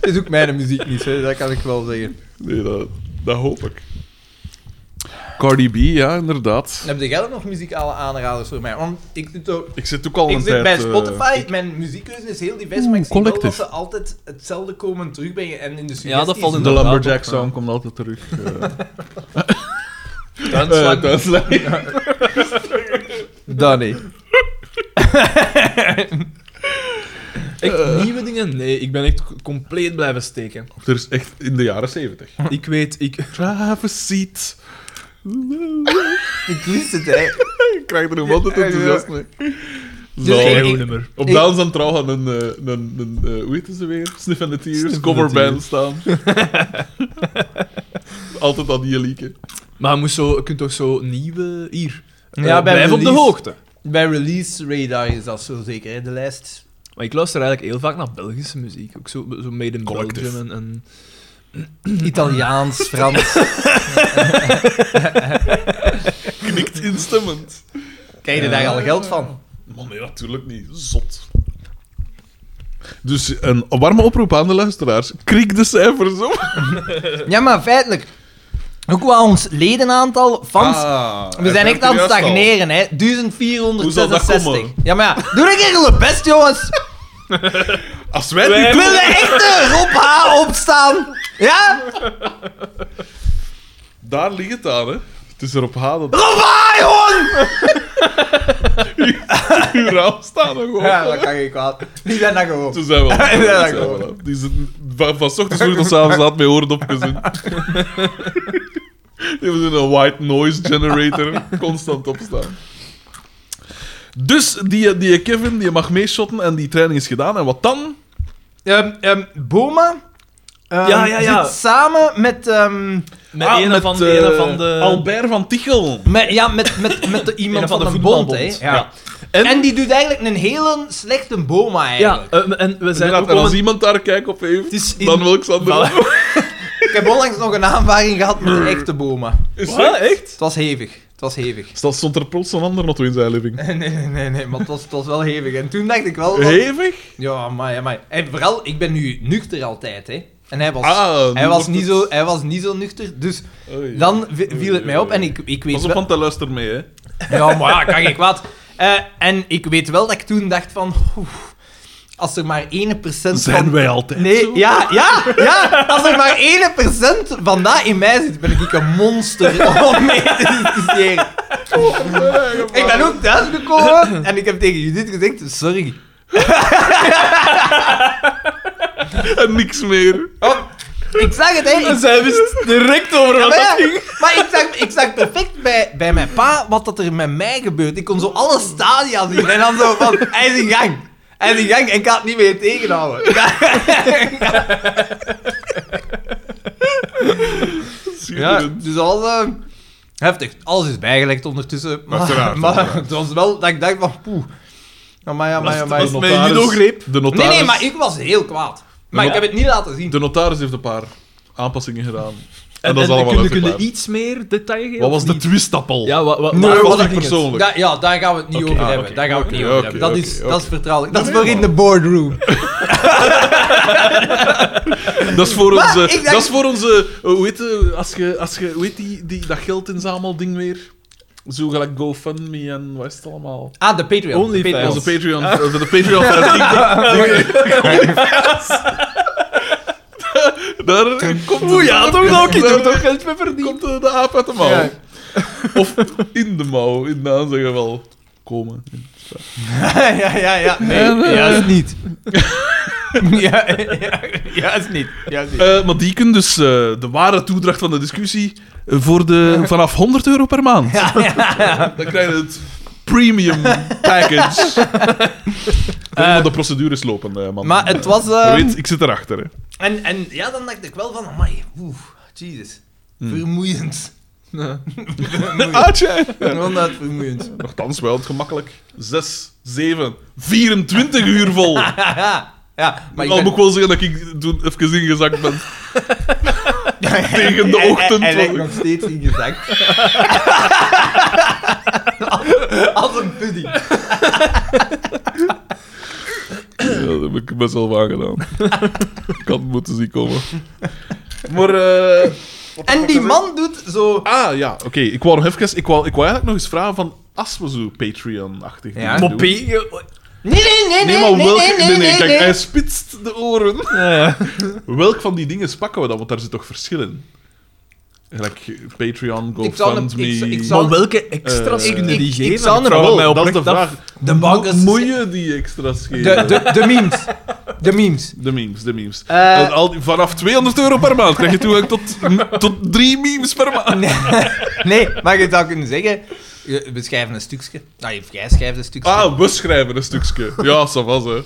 [SPEAKER 1] Het is ook mijn muziek niet, hè. dat kan ik wel zeggen.
[SPEAKER 3] Nee, dat, dat hoop ik. Cardi B, ja, inderdaad.
[SPEAKER 1] Heb jij ook nog muzikale aanraders voor mij? Want ik zit, ook,
[SPEAKER 3] Ik zit ook al
[SPEAKER 1] ik
[SPEAKER 3] een
[SPEAKER 1] zit
[SPEAKER 3] tijd...
[SPEAKER 1] bij
[SPEAKER 3] eh,
[SPEAKER 1] Spotify, mijn muziekkeuze is heel divers, maar ik zie wel dat
[SPEAKER 3] collectief.
[SPEAKER 1] ze altijd hetzelfde komen terugbrengen en in de suggesties.
[SPEAKER 4] Ja, dat valt in
[SPEAKER 3] de
[SPEAKER 4] Inderdaad
[SPEAKER 3] Lumberjack
[SPEAKER 4] ook,
[SPEAKER 3] song komt altijd terug. eh.
[SPEAKER 4] Tuinslag.
[SPEAKER 3] Eh, tuinslag.
[SPEAKER 1] Danny.
[SPEAKER 4] Ik echt nieuwe dingen? Nee, ik ben echt compleet blijven steken.
[SPEAKER 3] Er is echt in de jaren zeventig.
[SPEAKER 4] Ik weet, ik...
[SPEAKER 3] Travis Seat.
[SPEAKER 1] Ik wist het, hè.
[SPEAKER 3] Ik krijg er nog altijd enthousiast mee.
[SPEAKER 1] Dus
[SPEAKER 3] Zalig.
[SPEAKER 1] ik- ik-
[SPEAKER 4] nummer.
[SPEAKER 3] Op
[SPEAKER 1] Ik-
[SPEAKER 3] Downs aan trouw gaan een, eh, een, een, eh, hoe heet ze weer? Sniff and the Tears,
[SPEAKER 4] Sniff and the
[SPEAKER 3] coverband staan. Altijd aan die leaken.
[SPEAKER 4] Maar je, moet zo, je kunt toch zo nieuwe... Hier.
[SPEAKER 1] Ja,
[SPEAKER 4] Eh,
[SPEAKER 1] bij
[SPEAKER 4] blijf op de
[SPEAKER 1] release.
[SPEAKER 4] hoogte.
[SPEAKER 1] Bij Release Radar is dat zo zeker, hè. De lijst...
[SPEAKER 4] Maar ik luister eigenlijk heel vaak naar Belgische muziek. Ook zo, zo made in
[SPEAKER 3] Collective.
[SPEAKER 4] Belgium en... en...
[SPEAKER 1] Italiaans, Frans.
[SPEAKER 3] Knikt instemmend.
[SPEAKER 1] Krijg je daar al geld van?
[SPEAKER 3] Man, nee, natuurlijk niet. Zot. Dus een warme oproep aan de luisteraars. Kriek de cijfers op.
[SPEAKER 1] Ja, maar feitelijk. Ook qua ons ledenaantal, fans...
[SPEAKER 3] Ah,
[SPEAKER 1] We zijn echt aan het stagneren, hè.
[SPEAKER 3] Hoe zal dat
[SPEAKER 1] 1466.
[SPEAKER 3] komen?
[SPEAKER 1] Ja, maar ja. Doe een keer je best, jongens.
[SPEAKER 3] Als wij het niet
[SPEAKER 1] Wil je echt eh, Rob H. opstaan? Ja?
[SPEAKER 3] doen, daar ligt het aan, hè. Het is erop halen.
[SPEAKER 1] Rob H., jongen!
[SPEAKER 3] Uw raam staan er gewoon.
[SPEAKER 1] Ja, dat kan geen kwaad. Die zijn dat gewoon.
[SPEAKER 3] Toen zijn we al.
[SPEAKER 1] Ja,
[SPEAKER 3] Toen zijn
[SPEAKER 1] dat
[SPEAKER 3] we al. Die zitten van, van 's ochtends vroeg tot 's avonds laat met horen opgezet. Die hebben zo'n white noise generator constant opstaan. Dus die, die Kevin die mag meeshotten en die training is gedaan. En wat dan?
[SPEAKER 1] Ehm, ehm, Boma ehm,
[SPEAKER 4] Ja, ja, ja.
[SPEAKER 1] zit samen met... ehm,
[SPEAKER 4] Met
[SPEAKER 3] Ah,
[SPEAKER 4] een
[SPEAKER 3] met,
[SPEAKER 4] van,
[SPEAKER 3] eh,
[SPEAKER 4] een van de...
[SPEAKER 3] Albert van Tichel.
[SPEAKER 1] met, ja, met, met, met de, iemand
[SPEAKER 4] Een
[SPEAKER 1] van,
[SPEAKER 4] van de
[SPEAKER 1] de bond, hè.
[SPEAKER 4] voetbalbond.
[SPEAKER 1] Ja.
[SPEAKER 3] Ja.
[SPEAKER 1] En, die doet eigenlijk een hele slechte Boma, eigenlijk.
[SPEAKER 4] Ja, eh, en we zijn
[SPEAKER 3] Inderdaad,
[SPEAKER 4] ook
[SPEAKER 3] en
[SPEAKER 4] al
[SPEAKER 3] als
[SPEAKER 4] een-
[SPEAKER 3] iemand daar kijk op heeft,
[SPEAKER 4] Het is in-
[SPEAKER 3] dan wil ik Sander.
[SPEAKER 4] Voilà.
[SPEAKER 1] Ik heb onlangs nog een aanvaring gehad met een echte Boma.
[SPEAKER 3] Is
[SPEAKER 4] Wat? Echt?
[SPEAKER 1] Het was hevig. Het was hevig.
[SPEAKER 3] Stel, stond er plots een ander nog in zijn living.
[SPEAKER 1] Nee, nee, nee, nee, maar het was, het was wel hevig. En toen dacht ik wel... wat-
[SPEAKER 3] Hevig?
[SPEAKER 1] Ja, maar, maar. En vooral, ik ben nu nuchter altijd, hè. En hij was,
[SPEAKER 3] Ah, nu
[SPEAKER 1] hij was,
[SPEAKER 3] wordt
[SPEAKER 1] niet,
[SPEAKER 3] het-
[SPEAKER 1] zo, hij was niet zo nuchter, dus
[SPEAKER 3] Oei.
[SPEAKER 1] dan vi- viel het mij op en ik, ik weet
[SPEAKER 3] Pas op,
[SPEAKER 1] wel...
[SPEAKER 3] want hij luistert mee, hè.
[SPEAKER 1] Ja, maar ja, kan ik kwaad. Eh, en ik weet wel dat ik toen dacht van... oef, als er maar 1% van...
[SPEAKER 3] Zijn wij altijd
[SPEAKER 1] Nee,
[SPEAKER 3] zo?
[SPEAKER 1] ja, ja, ja. Als er maar 1% van dat in mij zit, ben ik een monster om mee te discussiëren. Ik ben ook thuisgekomen en ik heb tegen Judith gezegd, sorry.
[SPEAKER 3] En niks meer.
[SPEAKER 1] Oh, ik zag het, hè. Ik-
[SPEAKER 4] En zij wist direct over wat
[SPEAKER 1] maar,
[SPEAKER 4] dat
[SPEAKER 1] ja,
[SPEAKER 4] ging.
[SPEAKER 1] maar ik zag, ik zag perfect bij, bij mijn pa wat dat er met mij gebeurt. Ik kon zo alle stadia zien en dan zo van, hij is in gang. Hij is in gang en ik kan het niet meer tegenhouden. Ja,
[SPEAKER 3] Schitterend.
[SPEAKER 1] dus al eh, heftig. Alles is bijgelegd ondertussen. Maar,
[SPEAKER 3] Uiteraard,
[SPEAKER 1] maar
[SPEAKER 3] uiteraard.
[SPEAKER 1] het was wel dat ik dacht van, poeh. Maar ja, maar ja, maar
[SPEAKER 3] Dat is
[SPEAKER 1] ja.
[SPEAKER 4] met
[SPEAKER 3] notaris-
[SPEAKER 4] judogreep.
[SPEAKER 3] De
[SPEAKER 1] Nee,
[SPEAKER 3] notaris,
[SPEAKER 1] nee, maar ik was heel kwaad. Maar
[SPEAKER 3] Ja.
[SPEAKER 1] ik heb het niet laten zien.
[SPEAKER 3] de notaris heeft een paar aanpassingen gedaan. En,
[SPEAKER 4] En,
[SPEAKER 3] dat is allemaal
[SPEAKER 4] kun je, kun je
[SPEAKER 3] uitgebaar.
[SPEAKER 4] iets meer detail geven?
[SPEAKER 3] Wat was
[SPEAKER 4] of
[SPEAKER 3] de
[SPEAKER 4] niet?
[SPEAKER 3] twistappel?
[SPEAKER 4] Ja, wat... wat,
[SPEAKER 1] Nee,
[SPEAKER 4] wat-
[SPEAKER 1] wat
[SPEAKER 3] was
[SPEAKER 1] dat
[SPEAKER 3] niet persoonlijk.
[SPEAKER 1] Da- ja, daar gaan we het niet
[SPEAKER 3] Oké,
[SPEAKER 1] over
[SPEAKER 3] ah,
[SPEAKER 1] hebben.
[SPEAKER 3] oké,
[SPEAKER 1] Daar gaan we het niet
[SPEAKER 3] oké,
[SPEAKER 1] over
[SPEAKER 3] oké,
[SPEAKER 1] hebben. Dat is,
[SPEAKER 3] oké,
[SPEAKER 1] dat is
[SPEAKER 3] oké.
[SPEAKER 1] vertrouwelijk. Dat is
[SPEAKER 3] Nee,
[SPEAKER 1] voor in
[SPEAKER 3] man.
[SPEAKER 1] de boardroom.
[SPEAKER 3] Dat is voor
[SPEAKER 1] Maar,
[SPEAKER 3] onze...
[SPEAKER 1] ik dacht-
[SPEAKER 3] Dat is voor onze... eh, Hoe heet, eh, als je, als je, hoe heet die, die, dat geldinzamelding weer? Zo gelijk GoFundMe en wat is het allemaal?
[SPEAKER 1] Ah, de Patreon.
[SPEAKER 4] Only
[SPEAKER 1] de Patreon.
[SPEAKER 4] fans.
[SPEAKER 3] Onze Patreon... eh, De Patreon van Daar komt het-
[SPEAKER 4] Oeh, ja, toch nog. Je
[SPEAKER 3] Daar-
[SPEAKER 4] doet toch geld mee verdienen.
[SPEAKER 3] Komt eh, de, de aap uit de mouw.
[SPEAKER 1] Ja.
[SPEAKER 3] Of in de mouw, in de aanzeggen wel. Komen.
[SPEAKER 1] ja, ja, ja. Nee,
[SPEAKER 3] En, eh,
[SPEAKER 1] juist niet. ja, ja, juist niet. Juist niet.
[SPEAKER 3] Eh, maar die kunnen dus eh, de ware toedracht van de discussie eh, voor de, vanaf 100 euro per maand. Dan krijg je het premium package. We moeten de procedures lopen, eh, man.
[SPEAKER 1] Eh, Maar het was...
[SPEAKER 3] Je
[SPEAKER 1] eh,
[SPEAKER 3] weet, ik zit erachter. Hè.
[SPEAKER 1] En, en ja, dan dacht ik wel van, amai, oeh, jezus.
[SPEAKER 3] Hmm.
[SPEAKER 1] Vermoeiend. vermoeiend. Ronduit vermoeiend.
[SPEAKER 3] Ah, Nochtans wel, het gemakkelijk. 6, 7, 24 uur vol. Maar
[SPEAKER 1] ja, ja, maar ik
[SPEAKER 3] Al
[SPEAKER 1] ben...
[SPEAKER 3] moet ik wel zeggen dat ik toen even ingezakt ben.
[SPEAKER 1] Hij-
[SPEAKER 3] tegen de
[SPEAKER 1] hij-
[SPEAKER 3] ochtend
[SPEAKER 1] Hij,
[SPEAKER 3] wel.
[SPEAKER 1] lijkt nog steeds ingezakt. als, als een pudding.
[SPEAKER 3] Ja, dat heb ik best wel waar gedaan. ik had het moeten zien komen. Maar, eh,
[SPEAKER 1] En die man doet zo...
[SPEAKER 3] ah ja, oké. Ik wou nog even, ik wou, ik wou eigenlijk nog eens vragen van, als we zo Patreon-achtig
[SPEAKER 1] Ja.
[SPEAKER 3] doen.
[SPEAKER 4] Moppie. je-
[SPEAKER 1] Nee, nee, nee, nee,
[SPEAKER 3] Nee, maar
[SPEAKER 1] nee,
[SPEAKER 3] welke...
[SPEAKER 1] nee, nee, nee,
[SPEAKER 3] kijk,
[SPEAKER 1] nee.
[SPEAKER 3] hij spitst de oren.
[SPEAKER 4] Ja.
[SPEAKER 3] Welk van die dingen pakken we dan? Want daar zit toch verschil in? Like Patreon,
[SPEAKER 1] Ik zal hem-
[SPEAKER 3] GoFundMe...
[SPEAKER 1] ik zal- ik zal-
[SPEAKER 4] Maar welke extra's
[SPEAKER 3] Eh,
[SPEAKER 4] kunnen die
[SPEAKER 1] ik-
[SPEAKER 4] geven?
[SPEAKER 1] ik zou er
[SPEAKER 4] vraag
[SPEAKER 1] wel-
[SPEAKER 4] mij
[SPEAKER 3] dat is de
[SPEAKER 4] oprecht af.
[SPEAKER 3] vraag.
[SPEAKER 1] De bank is-
[SPEAKER 3] Moe- Moet je die extra's geven?
[SPEAKER 1] De, de, de memes. De memes.
[SPEAKER 3] De memes, de memes.
[SPEAKER 1] Eh.
[SPEAKER 3] En al die- vanaf 200 euro per maand krijg je toegang tot, tot drie memes per maand.
[SPEAKER 1] Nee, nee, maar je zou kunnen zeggen... je- We schrijven een stukje. Nou, je jij schrijft een stukje.
[SPEAKER 3] Ah, we schrijven een stukje. Ja, ça va, ze.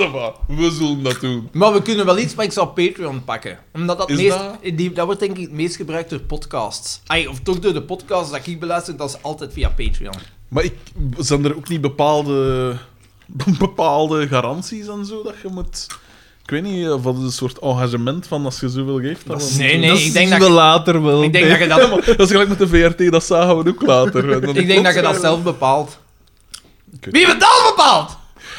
[SPEAKER 3] Ça va. We zullen dat doen.
[SPEAKER 1] Maar we kunnen wel iets, maar ik zou Patreon pakken. Omdat dat
[SPEAKER 3] Is
[SPEAKER 1] meest...
[SPEAKER 3] dat-
[SPEAKER 1] Die, dat wordt denk ik het meest gebruikt door podcasts. Ai, of toch door de podcasts dat ik beluister, dat is altijd via Patreon.
[SPEAKER 3] Maar ik, zijn er ook niet bepaalde, bepaalde garanties en zo dat je moet... Ik weet niet, of dat is een soort engagement van als je zoveel geeft. dan-
[SPEAKER 1] Nee, nee, ik denk
[SPEAKER 4] zien
[SPEAKER 1] dat-
[SPEAKER 4] we later wel.
[SPEAKER 1] Ik denk dat je
[SPEAKER 3] Ja,
[SPEAKER 1] dat...
[SPEAKER 3] maar dat is gelijk met de VRT, dat zagen we ook later. En dan-
[SPEAKER 1] Ik denk dat je dat zelf bepaalt.
[SPEAKER 3] Ik weet
[SPEAKER 1] Wie betaalt bepaalt?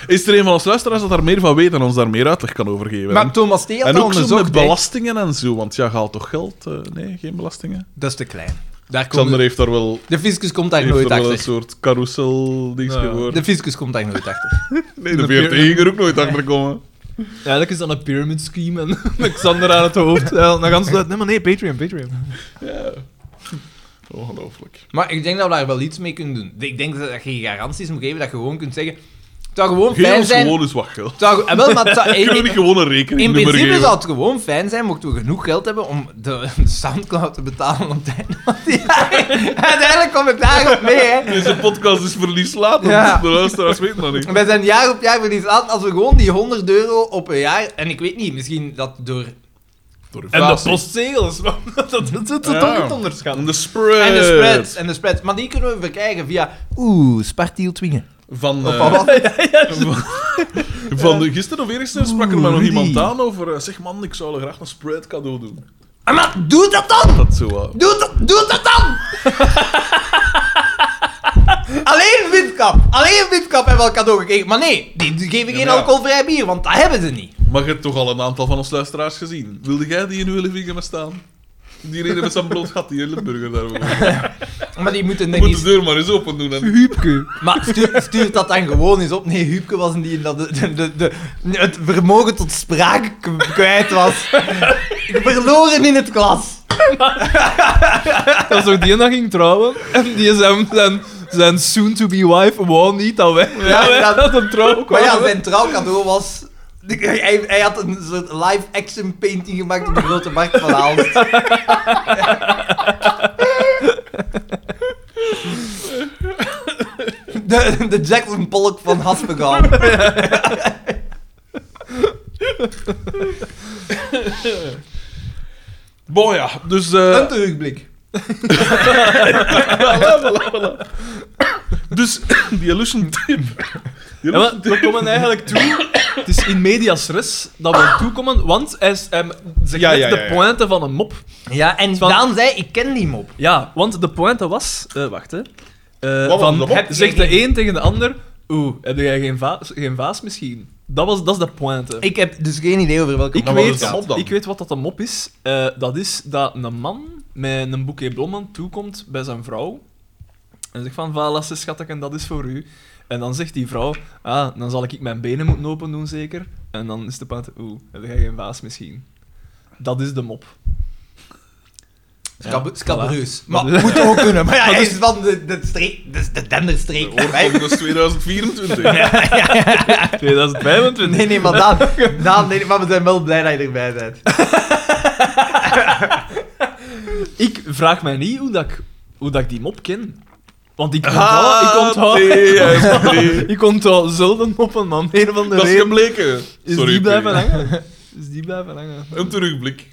[SPEAKER 3] Is er een van ons luisteraars dat daar meer van weet en ons daar meer uitleg kan over geven?
[SPEAKER 1] Maar Thomas T. had
[SPEAKER 3] en
[SPEAKER 1] dat
[SPEAKER 3] ook zo met
[SPEAKER 1] onderzocht, hè.
[SPEAKER 3] belastingen en zo, want ja, je haalt toch geld? Eh, nee, geen belastingen.
[SPEAKER 1] Dat is te klein. Daar komt
[SPEAKER 3] Xander heeft daar wel,
[SPEAKER 1] De fiscus komt daar
[SPEAKER 3] heeft
[SPEAKER 1] nooit
[SPEAKER 3] daar wel een
[SPEAKER 1] achter.
[SPEAKER 3] soort carousel ding
[SPEAKER 4] Nou ja.
[SPEAKER 3] gehoord.
[SPEAKER 1] De fiscus komt daar nooit achter.
[SPEAKER 3] Nee, de
[SPEAKER 4] de
[SPEAKER 3] VRT
[SPEAKER 4] peer-
[SPEAKER 3] ging er ook nooit achter komen.
[SPEAKER 4] Eigenlijk is dat een pyramid scheme en met Xander aan het hoofd. Ja, dan gaan ze uit. Nee, maar nee, Patreon, Patreon.
[SPEAKER 3] Ja. Ongelooflijk.
[SPEAKER 1] Maar ik denk dat we daar wel iets mee kunnen doen. Ik denk dat je garanties moet geven dat je gewoon kunt zeggen... Het zou gewoon
[SPEAKER 3] Geef
[SPEAKER 1] fijn
[SPEAKER 3] ons
[SPEAKER 1] zijn...
[SPEAKER 3] gewoon eens wat geld.
[SPEAKER 1] Het zou- eh, wel, maar het zou-
[SPEAKER 3] Kunnen we niet gewoon een
[SPEAKER 1] In
[SPEAKER 3] rekeningnummer
[SPEAKER 1] principe
[SPEAKER 3] geven?
[SPEAKER 1] zou het gewoon fijn zijn mochten we genoeg geld hebben om de Soundcloud te betalen op tijd. Want ja, uiteindelijk kom ik daarop mee, hè.
[SPEAKER 3] Deze podcast is verlieslatend.
[SPEAKER 1] Ja.
[SPEAKER 3] dus De luisteraars weten dat niet.
[SPEAKER 1] We zijn jaar op jaar verlies aan als we gewoon die 100 euro op een jaar... En ik weet niet, misschien dat door...
[SPEAKER 4] En de
[SPEAKER 1] inflatie.
[SPEAKER 4] postzegels, man. Dat dat- dat- dat
[SPEAKER 3] Ja.
[SPEAKER 4] toch niet onderschat.
[SPEAKER 3] En de spread.
[SPEAKER 1] En de spreads, en de spreads. Maar die kunnen we verkrijgen via... Oeh, Spartiel Twingen.
[SPEAKER 3] Van,
[SPEAKER 1] Of
[SPEAKER 3] eh,
[SPEAKER 1] wat was het?
[SPEAKER 3] van, van de, gisteren of eergisteren sprak er maar nog
[SPEAKER 1] Oeh,
[SPEAKER 3] iemand
[SPEAKER 1] die.
[SPEAKER 3] aan over... eh, Zeg man, ik zou graag een spread cadeau doen.
[SPEAKER 1] Ah, maar doe dat dan!
[SPEAKER 3] Dat zo wat.
[SPEAKER 1] Doe dat, doe dat dan! Alleen windkap. Alleen windkap hebben we al cadeau gekregen. Maar nee, die die geven geen
[SPEAKER 3] maar ja.
[SPEAKER 1] alcoholvrij bier, want dat hebben ze niet.
[SPEAKER 3] Maar je hebt toch al een aantal van ons luisteraars gezien. Wilde jij die in uw living hebben staan? Die reden met zijn bloot gat, die hele burger daarover.
[SPEAKER 1] Maar die moeten
[SPEAKER 3] Je
[SPEAKER 1] denk
[SPEAKER 3] moet de
[SPEAKER 1] niet...
[SPEAKER 3] deur maar eens open doen. En...
[SPEAKER 4] Huubke.
[SPEAKER 1] Maar stuur, stuur dat dan gewoon eens op. Nee, Huubke was een die dat de, de, de, de- het vermogen tot spraak k- kwijt was. Verloren in het klas.
[SPEAKER 4] Als ook die dag ging trouwen, en die zijn, zijn, zijn soon-to-be wife wou niet dat wij,
[SPEAKER 1] Ja,
[SPEAKER 4] dat, wij
[SPEAKER 1] dat-
[SPEAKER 4] dat hem trouwen
[SPEAKER 1] Maar
[SPEAKER 4] kwamen.
[SPEAKER 1] ja, zijn trouwcadeau was... Hij, hij had een soort live-action painting gemaakt op de grote markt van Aalst. De, de Jackson Pollock van Haspegal.
[SPEAKER 3] Bon ja, dus... eh,
[SPEAKER 1] Een terugblik.
[SPEAKER 3] voilà, voilà, voilà. Dus die illusion tip. Die
[SPEAKER 4] Ja, maar
[SPEAKER 3] illusion
[SPEAKER 4] we komen eigenlijk toe. Het is in medias res dat we toekomen, want hij is, ehm, ze
[SPEAKER 3] Ja,
[SPEAKER 4] geeft
[SPEAKER 3] ja, ja, ja.
[SPEAKER 4] de pointe van een mop.
[SPEAKER 1] Ja, en
[SPEAKER 4] Van-
[SPEAKER 1] Daan zei, ik ken die mop.
[SPEAKER 4] Ja, want de pointe was... eh, wacht, hè. Eh,
[SPEAKER 3] Wat was de
[SPEAKER 4] van,
[SPEAKER 3] mop?
[SPEAKER 4] heb- zegt de een tegen de ander... Oeh, heb jij geen vaas, geen vaas misschien? Dat, was, dat is de pointe.
[SPEAKER 1] Ik heb dus geen idee over welke
[SPEAKER 4] Ik
[SPEAKER 3] Maar wat is
[SPEAKER 4] weet,
[SPEAKER 3] de mop dan?
[SPEAKER 4] ik weet wat dat een mop is. Eh, dat is dat een man met een boeket bloemen toekomt bij zijn vrouw. En zegt van, valasse schatje, dat is voor u. En dan zegt die vrouw, ah, dan zal ik mijn benen moeten open doen zeker. En dan is de pointe, oeh, heb jij geen vaas misschien? Dat is de mop.
[SPEAKER 1] Scab
[SPEAKER 4] Ja,
[SPEAKER 1] scabreus.
[SPEAKER 4] voilà.
[SPEAKER 1] Maar
[SPEAKER 4] Dat is-
[SPEAKER 1] moet ook kunnen. Maar ja,
[SPEAKER 4] dus-
[SPEAKER 1] hij is van de, de, streek, de, de Denderstreek.
[SPEAKER 3] tip. Oorkonde is 2024.
[SPEAKER 1] Wij-
[SPEAKER 4] 2025.
[SPEAKER 1] Nee, nee, maar Daan, Daan nee, maar we zijn wel blij dat je erbij bent.
[SPEAKER 4] Ik vraag mij niet hoe dat ik, hoe dat ik die mop ken. Want ik
[SPEAKER 3] Ah,
[SPEAKER 4] onthoud... Ik onthoud,
[SPEAKER 3] TSP.
[SPEAKER 4] ik onthoud zelden moppen, man. Een van de
[SPEAKER 3] Dat is
[SPEAKER 4] reden
[SPEAKER 3] gebleken.
[SPEAKER 4] is
[SPEAKER 3] Sorry,
[SPEAKER 4] die
[SPEAKER 3] P.
[SPEAKER 4] blijven hangen. Is die blijven hangen.
[SPEAKER 3] Een terugblik.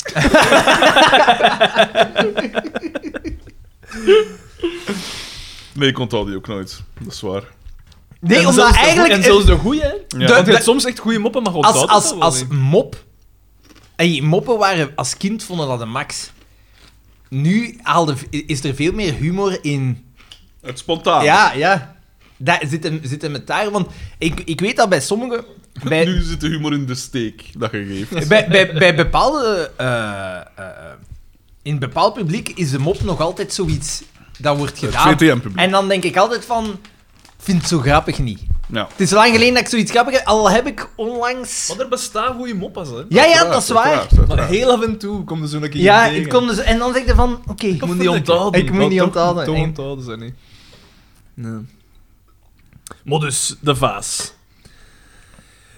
[SPEAKER 3] nee, ik onthoud die ook nooit. Dat is waar.
[SPEAKER 1] Nee,
[SPEAKER 4] En
[SPEAKER 1] omdat
[SPEAKER 4] zelfs de goe-
[SPEAKER 1] eigenlijk...
[SPEAKER 4] En zelfs de goeie, hè.
[SPEAKER 3] Ja.
[SPEAKER 4] Want je
[SPEAKER 1] de-
[SPEAKER 4] hebt soms echt goede moppen, maar
[SPEAKER 1] als,
[SPEAKER 4] onthoud dat
[SPEAKER 1] als,
[SPEAKER 4] wel
[SPEAKER 1] als
[SPEAKER 4] niet.
[SPEAKER 1] mop... Ey, moppen waren... Als kind vonden dat de max. Nu haalde, is er veel meer humor in...
[SPEAKER 3] Het
[SPEAKER 4] Ah.
[SPEAKER 3] spontaan.
[SPEAKER 1] Ja, ja. Daar zit hem, zit hem het daar. Want ik, ik weet dat bij sommige... Bij,
[SPEAKER 3] Nu zit de humor in de steek dat je geeft.
[SPEAKER 1] bij, bij, bij bepaalde... eh, eh, in bepaald publiek is de mop nog altijd zoiets dat wordt
[SPEAKER 3] Het
[SPEAKER 1] gedaan.
[SPEAKER 3] VTM-publiek.
[SPEAKER 1] En dan denk ik altijd van... ik Vind het zo grappig niet.
[SPEAKER 3] Ja.
[SPEAKER 1] Het is lang geleden dat ik zoiets grappig heb. Al heb ik onlangs...
[SPEAKER 4] Maar er bestaan goede moppen, hè.
[SPEAKER 1] Ja, ja, dat is waar.
[SPEAKER 3] Uiteraard,
[SPEAKER 4] Maar
[SPEAKER 3] uiteraard.
[SPEAKER 4] heel af en toe komt er zo'n keer
[SPEAKER 1] Ja,
[SPEAKER 4] tegen.
[SPEAKER 1] ik kom dus... En dan denk je van... Oké,
[SPEAKER 4] Ik moet die onthouden.
[SPEAKER 1] Ik moet
[SPEAKER 4] Maar
[SPEAKER 1] die
[SPEAKER 4] toch-
[SPEAKER 1] onthouden,
[SPEAKER 4] Toch
[SPEAKER 1] nee.
[SPEAKER 4] onthouden ze niet. Nee. Maar dus, de vaas.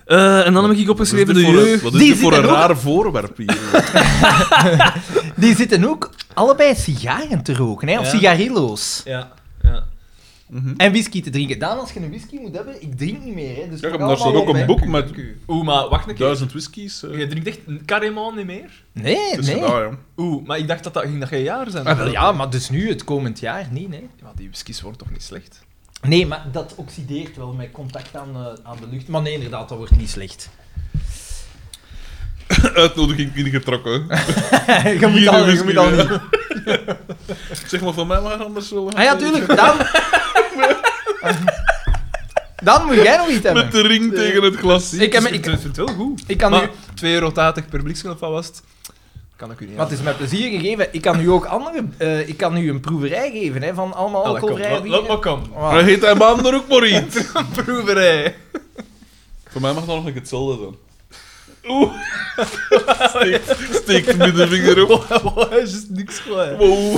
[SPEAKER 4] Eh, en dan heb ik
[SPEAKER 3] Wat is
[SPEAKER 4] opgeschreven
[SPEAKER 3] Dus dit
[SPEAKER 4] de
[SPEAKER 3] voor een-
[SPEAKER 4] jeugd.
[SPEAKER 3] Wat is
[SPEAKER 1] Die
[SPEAKER 3] dit voor een
[SPEAKER 1] zitten ook-
[SPEAKER 3] raar voorwerp hier?
[SPEAKER 1] Die zitten ook allebei sigaren te roken, hè, of
[SPEAKER 2] Ja.
[SPEAKER 1] sigarillo's.
[SPEAKER 2] Ja. ja.
[SPEAKER 3] Mhm.
[SPEAKER 1] En whisky te drinken. Daan, als je een whisky moet hebben, ik drink niet meer. Hè, dus
[SPEAKER 3] Ja,
[SPEAKER 1] pak
[SPEAKER 3] maar daar staat
[SPEAKER 1] allemaal
[SPEAKER 3] ook
[SPEAKER 1] op,
[SPEAKER 3] een
[SPEAKER 1] hè.
[SPEAKER 3] boek met
[SPEAKER 4] Oeh, maar wacht een keer.
[SPEAKER 3] duizend whiskies. eh.
[SPEAKER 4] Je drinkt echt carrément niet meer?
[SPEAKER 1] Nee,
[SPEAKER 3] Dus
[SPEAKER 1] nee.
[SPEAKER 3] gedaan, jong.
[SPEAKER 4] Oeh, maar ik dacht dat dat ging dat geen jaar zijn.
[SPEAKER 1] Ah, wel, ja, maar dus nu, het komend jaar, niet, hè.
[SPEAKER 4] Ja, die whiskies worden toch niet slecht?
[SPEAKER 1] Nee, maar dat oxideert wel met contact aan, eh, aan de lucht. Maar nee, inderdaad, dat wordt niet slecht.
[SPEAKER 3] Uitnodiging ingetrokken.
[SPEAKER 1] je moet
[SPEAKER 3] Hier
[SPEAKER 1] al,
[SPEAKER 3] een
[SPEAKER 1] je
[SPEAKER 3] whisky,
[SPEAKER 1] moet al
[SPEAKER 3] hè.
[SPEAKER 1] niet.
[SPEAKER 3] Zeg maar van mij maar anders wel.
[SPEAKER 1] Ah ja, tuurlijk, dan... dan moet jij nog iets hebben.
[SPEAKER 3] Met de ring tegen het glas.
[SPEAKER 1] Ik heb- ik-
[SPEAKER 4] vind het wel goed.
[SPEAKER 1] Ik kan
[SPEAKER 4] maar
[SPEAKER 1] u,
[SPEAKER 4] 2,80 euro per blikschil of wat was het? Kan ik u niet
[SPEAKER 1] wat is met plezier gegeven, ik kan u ook andere... eh, ik kan u een proeverij geven, hè, van allemaal
[SPEAKER 4] aanraden. Allee, kom,
[SPEAKER 1] alcoholvrije
[SPEAKER 4] laat- Laat
[SPEAKER 1] bieren.
[SPEAKER 4] maar komen.
[SPEAKER 1] Wow.
[SPEAKER 3] Maar heet Ah. hij man er ook maar iets?
[SPEAKER 4] Proeverij.
[SPEAKER 3] Voor mij mag dat nog hetzelfde zijn. Oeh. Steekt, steekt middenvinger op.
[SPEAKER 4] Wow, is juist niks gewoon.
[SPEAKER 3] Wow.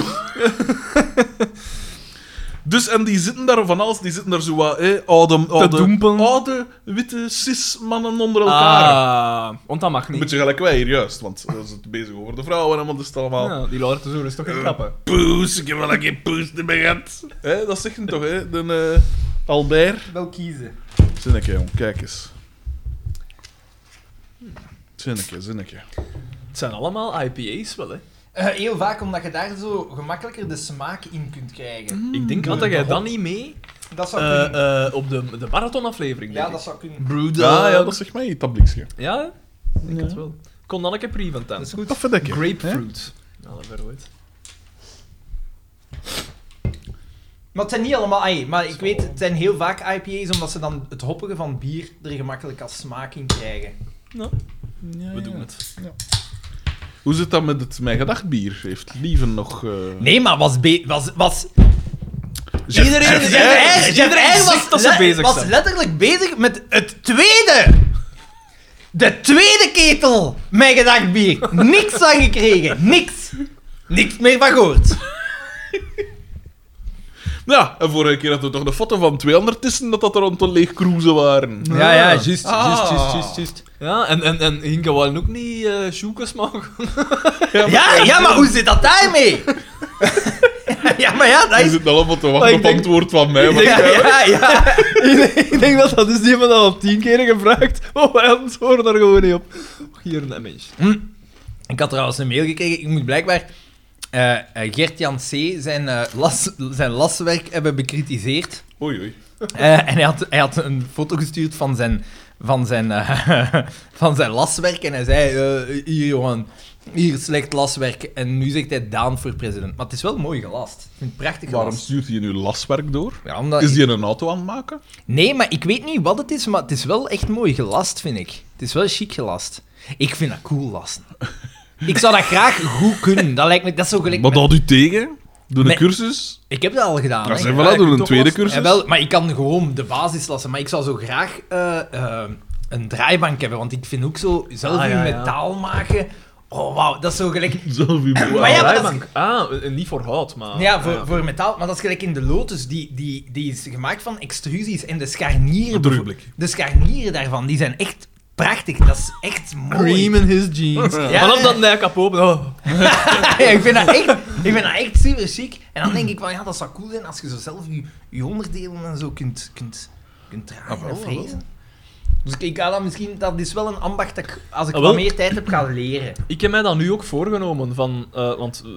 [SPEAKER 3] Dus, en die zitten daar van alles, die zitten daar zo wat, hè, oude, oude,
[SPEAKER 4] doempen.
[SPEAKER 3] oude witte cis-mannen onder elkaar.
[SPEAKER 4] Ah, want dat mag
[SPEAKER 3] Een
[SPEAKER 4] niet.
[SPEAKER 3] beetje gelijk wij hier juist, want we zijn bezig over de vrouwen en wat is het allemaal.
[SPEAKER 4] Ja, die Laurent de Zoer is toch geen grappen.
[SPEAKER 3] Poes, ik heb wel een keer poes te begint. Hé, dat zegt hem toch, hè? De eh, Albert.
[SPEAKER 1] Wel kiezen.
[SPEAKER 3] Zinneke, jong, kijk eens. Zinneke, zinneke.
[SPEAKER 4] Het zijn allemaal IPA's wel, hè.
[SPEAKER 1] Eh, heel vaak omdat je daar zo gemakkelijker de smaak in kunt krijgen.
[SPEAKER 4] Ik denk dat jij dat niet mee
[SPEAKER 1] Dat zou kunnen.
[SPEAKER 4] eh, eh, op de, de marathonaflevering,
[SPEAKER 1] ja,
[SPEAKER 4] denk
[SPEAKER 1] dat
[SPEAKER 4] ik.
[SPEAKER 1] zou kunnen.
[SPEAKER 4] Brewdog.
[SPEAKER 3] Ah, Ja, ja, dat zegt mij iets, dat blikje.
[SPEAKER 4] Ja, ik denk het wel. Kon dan een keer prevent aan.
[SPEAKER 3] goed. Dat vind ik.
[SPEAKER 4] Grapefruit. Ja, dat ver ooit.
[SPEAKER 1] Maar het zijn niet allemaal... ai, maar ik weet, het zijn heel vaak IPA's omdat ze dan het hoppige van bier er gemakkelijk als smaak in krijgen.
[SPEAKER 4] We doen het.
[SPEAKER 3] Hoe zit dat met het Mijn Gedacht bier? Heeft Lieven nog... eh
[SPEAKER 1] Nee, maar was... be- was, was
[SPEAKER 3] Jeff-
[SPEAKER 1] iedereen
[SPEAKER 3] Jeff-
[SPEAKER 1] Jeff
[SPEAKER 3] Jeff-
[SPEAKER 1] Eyre- Jeff Eyre
[SPEAKER 4] zegt
[SPEAKER 1] was,
[SPEAKER 4] dat ze
[SPEAKER 1] le-
[SPEAKER 4] bezig
[SPEAKER 1] was
[SPEAKER 4] zijn.
[SPEAKER 1] letterlijk bezig met het tweede. De tweede ketel, mijn gedacht bier. Niks van gekregen, niks. Niks meer van gehoord.
[SPEAKER 3] Ja, en vorige keer hadden we toch een foto van twee andere tissen dat dat er rond een leeg cruisen waren.
[SPEAKER 1] Ja, ja, juist, juist,
[SPEAKER 3] Ah.
[SPEAKER 1] juist, juist, juist.
[SPEAKER 4] Ja, en, en, en Hinka waren ook niet eh sjoekes maken.
[SPEAKER 1] Ja, ja, maar hoe zit dat daarmee? ja, maar ja, dat
[SPEAKER 3] Die
[SPEAKER 1] is...
[SPEAKER 3] zitten allemaal te
[SPEAKER 4] Maar
[SPEAKER 3] wachten
[SPEAKER 4] ik
[SPEAKER 3] op
[SPEAKER 4] denk-
[SPEAKER 3] antwoord van mij. Maar
[SPEAKER 1] Ja, ja, ja.
[SPEAKER 4] ik denk dat dat is die hebben dat al tien keer gevraagd. Oh, wij antwoorden daar gewoon niet op. Och, hier een mens.
[SPEAKER 1] Hm. Ik had trouwens een mail gekregen. Ik moet blijkbaar eh, eh, Gert-Jan C. Zijn, eh, las, zijn laswerk hebben bekritiseerd.
[SPEAKER 3] Oei, oei.
[SPEAKER 1] Eh, en hij had, hij had een foto gestuurd van zijn, van zijn, eh, van zijn laswerk. En hij zei: eh, Hier, Johan, hier slecht laswerk. En nu zegt hij Daan voor president. Maar het is wel mooi gelast. Ik vind het prachtig
[SPEAKER 3] Waarom
[SPEAKER 1] gelast.
[SPEAKER 3] stuurt hij nu laswerk door?
[SPEAKER 1] Ja, omdat
[SPEAKER 3] Is hij een auto aan het maken?
[SPEAKER 1] Nee, maar ik weet niet wat het is, maar het is wel echt mooi gelast, vind ik. Het is wel chic gelast. Ik vind dat cool lasten. Ik zou dat graag goed kunnen. Dat lijkt me, dat is zo gelijk.
[SPEAKER 3] Maar
[SPEAKER 1] met-
[SPEAKER 3] dat u tegen? Doe een
[SPEAKER 1] Nee.
[SPEAKER 3] cursus?
[SPEAKER 1] Ik heb dat al gedaan.
[SPEAKER 3] Ja,
[SPEAKER 1] hè.
[SPEAKER 4] ja,
[SPEAKER 3] zeg voilà,
[SPEAKER 4] je
[SPEAKER 3] doe
[SPEAKER 4] kunt
[SPEAKER 3] een
[SPEAKER 4] toch
[SPEAKER 3] tweede
[SPEAKER 4] lasten.
[SPEAKER 3] cursus.
[SPEAKER 1] Jawel, maar ik kan gewoon de basis lassen. Maar ik zou zo graag eh, eh, een draaibank hebben, want ik vind ook zo zelf
[SPEAKER 4] Ah,
[SPEAKER 1] in
[SPEAKER 4] ja, ja.
[SPEAKER 1] metaal maken. Oh wauw, dat is zo gelijk.
[SPEAKER 3] Zelf uw boel.
[SPEAKER 1] Maar ja, maar dat is-
[SPEAKER 4] Rijbank. Ah, en niet voor hout, maar... eh,
[SPEAKER 1] Ja, voor, voor metaal, maar dat is gelijk in de Lotus. Die, die, die is gemaakt van extrusies en de scharnieren.
[SPEAKER 3] Drugblik.
[SPEAKER 1] De scharnieren daarvan, die zijn echt prachtig. Dat is echt mooi.
[SPEAKER 4] Cream in his jeans.
[SPEAKER 1] Ja.
[SPEAKER 4] Vanaf dat nek op open. Oh.
[SPEAKER 1] Ja, ik, vind dat echt, ik vind dat echt super chic. En dan denk ik van, ja, dat zou cool zijn als je zo zelf je, je onderdelen en zo kunt, kunt, kunt dragen
[SPEAKER 3] Ah, wel,
[SPEAKER 1] en
[SPEAKER 3] wel.
[SPEAKER 1] vrezen. Dus ik, ik ga dat misschien... Dat is wel een ambacht dat ik, als ik
[SPEAKER 4] Ah,
[SPEAKER 1] wat
[SPEAKER 4] wel.
[SPEAKER 1] meer tijd heb, ga leren.
[SPEAKER 4] Ik heb mij dat nu ook voorgenomen, van, eh, want eh,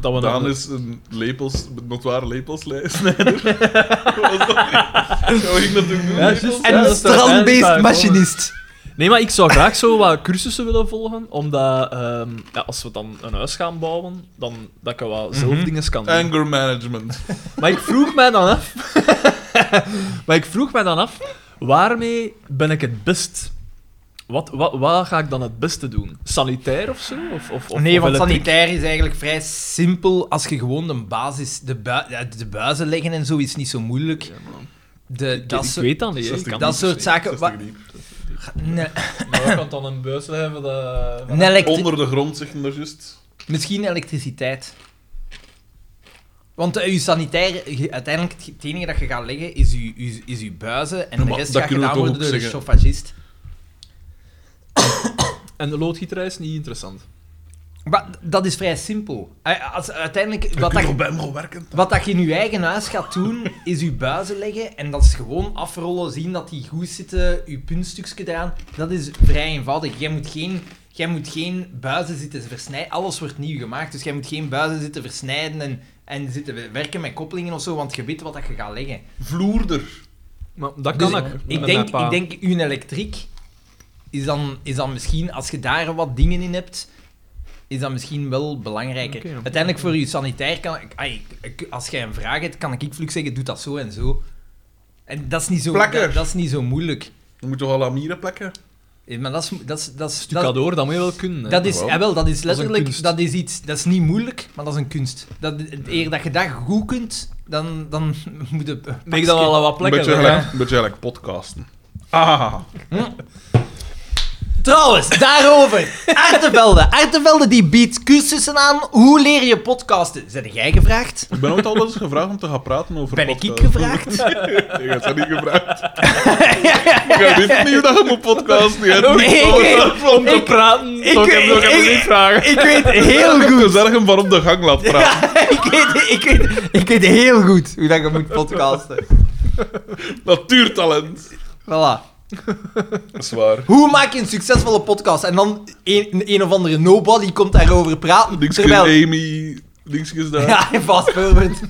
[SPEAKER 4] dat we...
[SPEAKER 3] Daan
[SPEAKER 4] nog-
[SPEAKER 3] is een lepels, notoire lepelsnijder. Wat was dat? Ja, wat ging dat toen doen?
[SPEAKER 4] Ja,
[SPEAKER 3] lepels?
[SPEAKER 4] juist.
[SPEAKER 1] En
[SPEAKER 4] dat
[SPEAKER 1] een
[SPEAKER 4] is toch eindbaar,
[SPEAKER 1] strandbeest
[SPEAKER 4] hoor.
[SPEAKER 1] machinist.
[SPEAKER 4] Nee, maar ik zou graag zo wat cursussen willen volgen, omdat ehm, ja, als we dan een huis gaan bouwen, dan dat ik wel zelf
[SPEAKER 1] Mhm.
[SPEAKER 4] dingen kan doen.
[SPEAKER 3] Anger management.
[SPEAKER 4] Maar ik vroeg mij dan af... maar ik vroeg mij dan af, waarmee ben ik het best? Wat, wat, wat ga ik dan het beste doen? Sanitair of zo? Of, of, of,
[SPEAKER 1] nee,
[SPEAKER 4] of
[SPEAKER 1] want
[SPEAKER 4] elektriek?
[SPEAKER 1] sanitair is eigenlijk vrij simpel. Als je gewoon de basis... De, bui- ja, de buizen leggen en zo is niet zo moeilijk.
[SPEAKER 4] Ja, man.
[SPEAKER 1] De,
[SPEAKER 4] Ik,
[SPEAKER 1] dat
[SPEAKER 4] ik
[SPEAKER 1] soort-
[SPEAKER 4] weet dat niet. hè. Ik
[SPEAKER 3] 60
[SPEAKER 4] kan
[SPEAKER 1] dat
[SPEAKER 4] niet
[SPEAKER 1] soort
[SPEAKER 4] per se.
[SPEAKER 1] zaken...
[SPEAKER 3] 60
[SPEAKER 1] wa-
[SPEAKER 3] diep.
[SPEAKER 1] Een,
[SPEAKER 2] Maar je kan dan een buis hebben dat...
[SPEAKER 1] een elektri-
[SPEAKER 3] Onder de grond, zeg maar juist.
[SPEAKER 1] Misschien elektriciteit. Want eh, je sanitair, je- uiteindelijk het, het enige dat je gaat leggen is je, is, is je buizen en
[SPEAKER 3] Ja,
[SPEAKER 1] de
[SPEAKER 3] maar
[SPEAKER 1] rest
[SPEAKER 3] dat
[SPEAKER 1] gaat
[SPEAKER 3] kunnen we
[SPEAKER 1] gedaan
[SPEAKER 3] toch
[SPEAKER 1] worden door de
[SPEAKER 3] ook zeggen.
[SPEAKER 1] chauffagist.
[SPEAKER 4] En de loodgieterij is niet interessant.
[SPEAKER 1] Maar dat is vrij simpel. Eh, Als, uiteindelijk,
[SPEAKER 3] Wat
[SPEAKER 1] wat
[SPEAKER 3] kun je
[SPEAKER 1] dat,
[SPEAKER 3] toch bij Emro werken?
[SPEAKER 1] Wat dat je in je eigen huis gaat doen, is je buizen leggen en dat is gewoon afrollen, zien dat die goed zitten, je puntstukje eraan. Dat is vrij eenvoudig. Jij moet geen, jij moet geen buizen zitten versnijden. Alles wordt nieuw gemaakt, dus jij moet geen buizen zitten versnijden en, en zitten werken met koppelingen of zo, want je weet wat dat je gaat leggen.
[SPEAKER 3] Vloerder.
[SPEAKER 4] Maar dat
[SPEAKER 1] Dus
[SPEAKER 4] kan
[SPEAKER 1] ik,
[SPEAKER 4] ook.
[SPEAKER 1] ik
[SPEAKER 4] met
[SPEAKER 1] denk,
[SPEAKER 4] mijn pa.
[SPEAKER 1] ik denk, uw elektriek is dan, is dan misschien, als je daar wat dingen in hebt, is dat misschien wel belangrijker.
[SPEAKER 4] Oké.
[SPEAKER 1] Uiteindelijk voor je sanitair kan ik, ai, ik- als jij een vraag hebt, kan ik ik vlug zeggen, doe dat zo en zo. En dat is niet zo,
[SPEAKER 3] Plakker.
[SPEAKER 1] dat, dat is niet zo moeilijk.
[SPEAKER 3] Je moet toch al amieren plekken?
[SPEAKER 1] Eh, Maar dat is, dat is, dat is, dat,
[SPEAKER 4] Stukadoor, dat moet je wel kunnen. hè.
[SPEAKER 1] dat is,
[SPEAKER 3] Jawel.
[SPEAKER 1] ja, wel, dat is
[SPEAKER 4] Dat is een
[SPEAKER 1] letterlijk, dat is,
[SPEAKER 4] kunst.
[SPEAKER 1] iets, dat is niet moeilijk, maar dat is een kunst. Dat, eer dat je dat goed kunt, dan, dan moet je...
[SPEAKER 4] Mag ik dan wel wat
[SPEAKER 3] Een
[SPEAKER 4] plekken
[SPEAKER 3] beetje,
[SPEAKER 4] hebben, hè?
[SPEAKER 3] gelijk, een beetje gelijk podcasten. Ah,
[SPEAKER 1] Trouwens, daarover. Artevelde. Artevelde die biedt cursussen aan. Hoe leer je podcasten? Zijn jij gevraagd?
[SPEAKER 3] ik ben ooit al wel eens gevraagd om te gaan praten over
[SPEAKER 1] Ben ik ik
[SPEAKER 3] podcasten.
[SPEAKER 1] gevraagd?
[SPEAKER 3] Nee, dat is niet gevraagd. ik weet niet hoe dat je moet podcasten. Je hebt
[SPEAKER 1] Nee,
[SPEAKER 3] niet Oh,
[SPEAKER 1] ik-
[SPEAKER 3] nodig om te
[SPEAKER 4] Om te praten,
[SPEAKER 1] ik-
[SPEAKER 4] zou ik hem- zou ik hem
[SPEAKER 1] ik-
[SPEAKER 4] niet vragen.
[SPEAKER 1] Ik weet heel
[SPEAKER 3] praten.
[SPEAKER 1] goed.
[SPEAKER 3] Dus erg hem waarom de gang laat praten.
[SPEAKER 1] ik, weet, ik, weet, ik weet heel goed hoe dat je moet podcasten.
[SPEAKER 3] Natuurtalent.
[SPEAKER 1] Voilà.
[SPEAKER 3] Dat is waar.
[SPEAKER 1] Hoe maak je een succesvolle podcast? En dan een, een of andere nobody komt daarover praten.
[SPEAKER 3] Niks
[SPEAKER 1] terwijl...
[SPEAKER 3] Amy, niks is daar.
[SPEAKER 1] Ja, vast voorbeeld.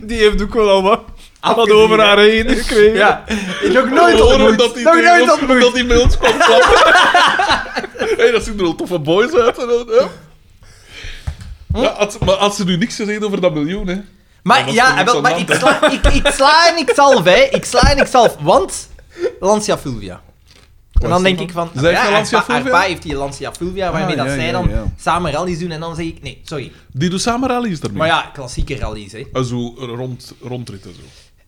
[SPEAKER 4] Die heeft ook wel al wat, wat over haar heen gekregen.
[SPEAKER 1] Ja. Nog nooit
[SPEAKER 3] Horen
[SPEAKER 1] ontmoet.
[SPEAKER 3] dat hij
[SPEAKER 1] Nog
[SPEAKER 3] tegen
[SPEAKER 1] nooit
[SPEAKER 3] ons-
[SPEAKER 1] ontmoet.
[SPEAKER 3] dat hij bij ons kwam klappen. hey, dat zien er wel toffe boys uit. En, dan, hè.
[SPEAKER 1] Hm?
[SPEAKER 3] Ja, had- maar had ze nu niks gezegd over dat miljoen, hè? Dat
[SPEAKER 1] Maar
[SPEAKER 3] was
[SPEAKER 1] ja,
[SPEAKER 3] toen
[SPEAKER 1] en wel,
[SPEAKER 3] niks
[SPEAKER 1] maar
[SPEAKER 3] aan
[SPEAKER 1] ik
[SPEAKER 3] de
[SPEAKER 1] sla, ik, ik sla en ik zalf, hè. Ik sla en ik zalf, want... Lancia Fulvia. En dan
[SPEAKER 3] dat
[SPEAKER 1] denk
[SPEAKER 3] dan?
[SPEAKER 1] ik van...
[SPEAKER 3] Zij heeft een Lancia
[SPEAKER 1] haar pa- haar
[SPEAKER 3] Fulvia?
[SPEAKER 1] pa heeft die Lancia Fulvia, waarmee
[SPEAKER 3] Ah,
[SPEAKER 1] dat
[SPEAKER 3] ja,
[SPEAKER 1] zij
[SPEAKER 3] ja,
[SPEAKER 1] dan
[SPEAKER 3] ja.
[SPEAKER 1] samen rallies doen. En dan zeg ik... Nee, sorry.
[SPEAKER 3] Die doet samen rallies ermee.
[SPEAKER 1] Maar ja, klassieke rallies, hè.
[SPEAKER 3] En zo rond, rondritten zo.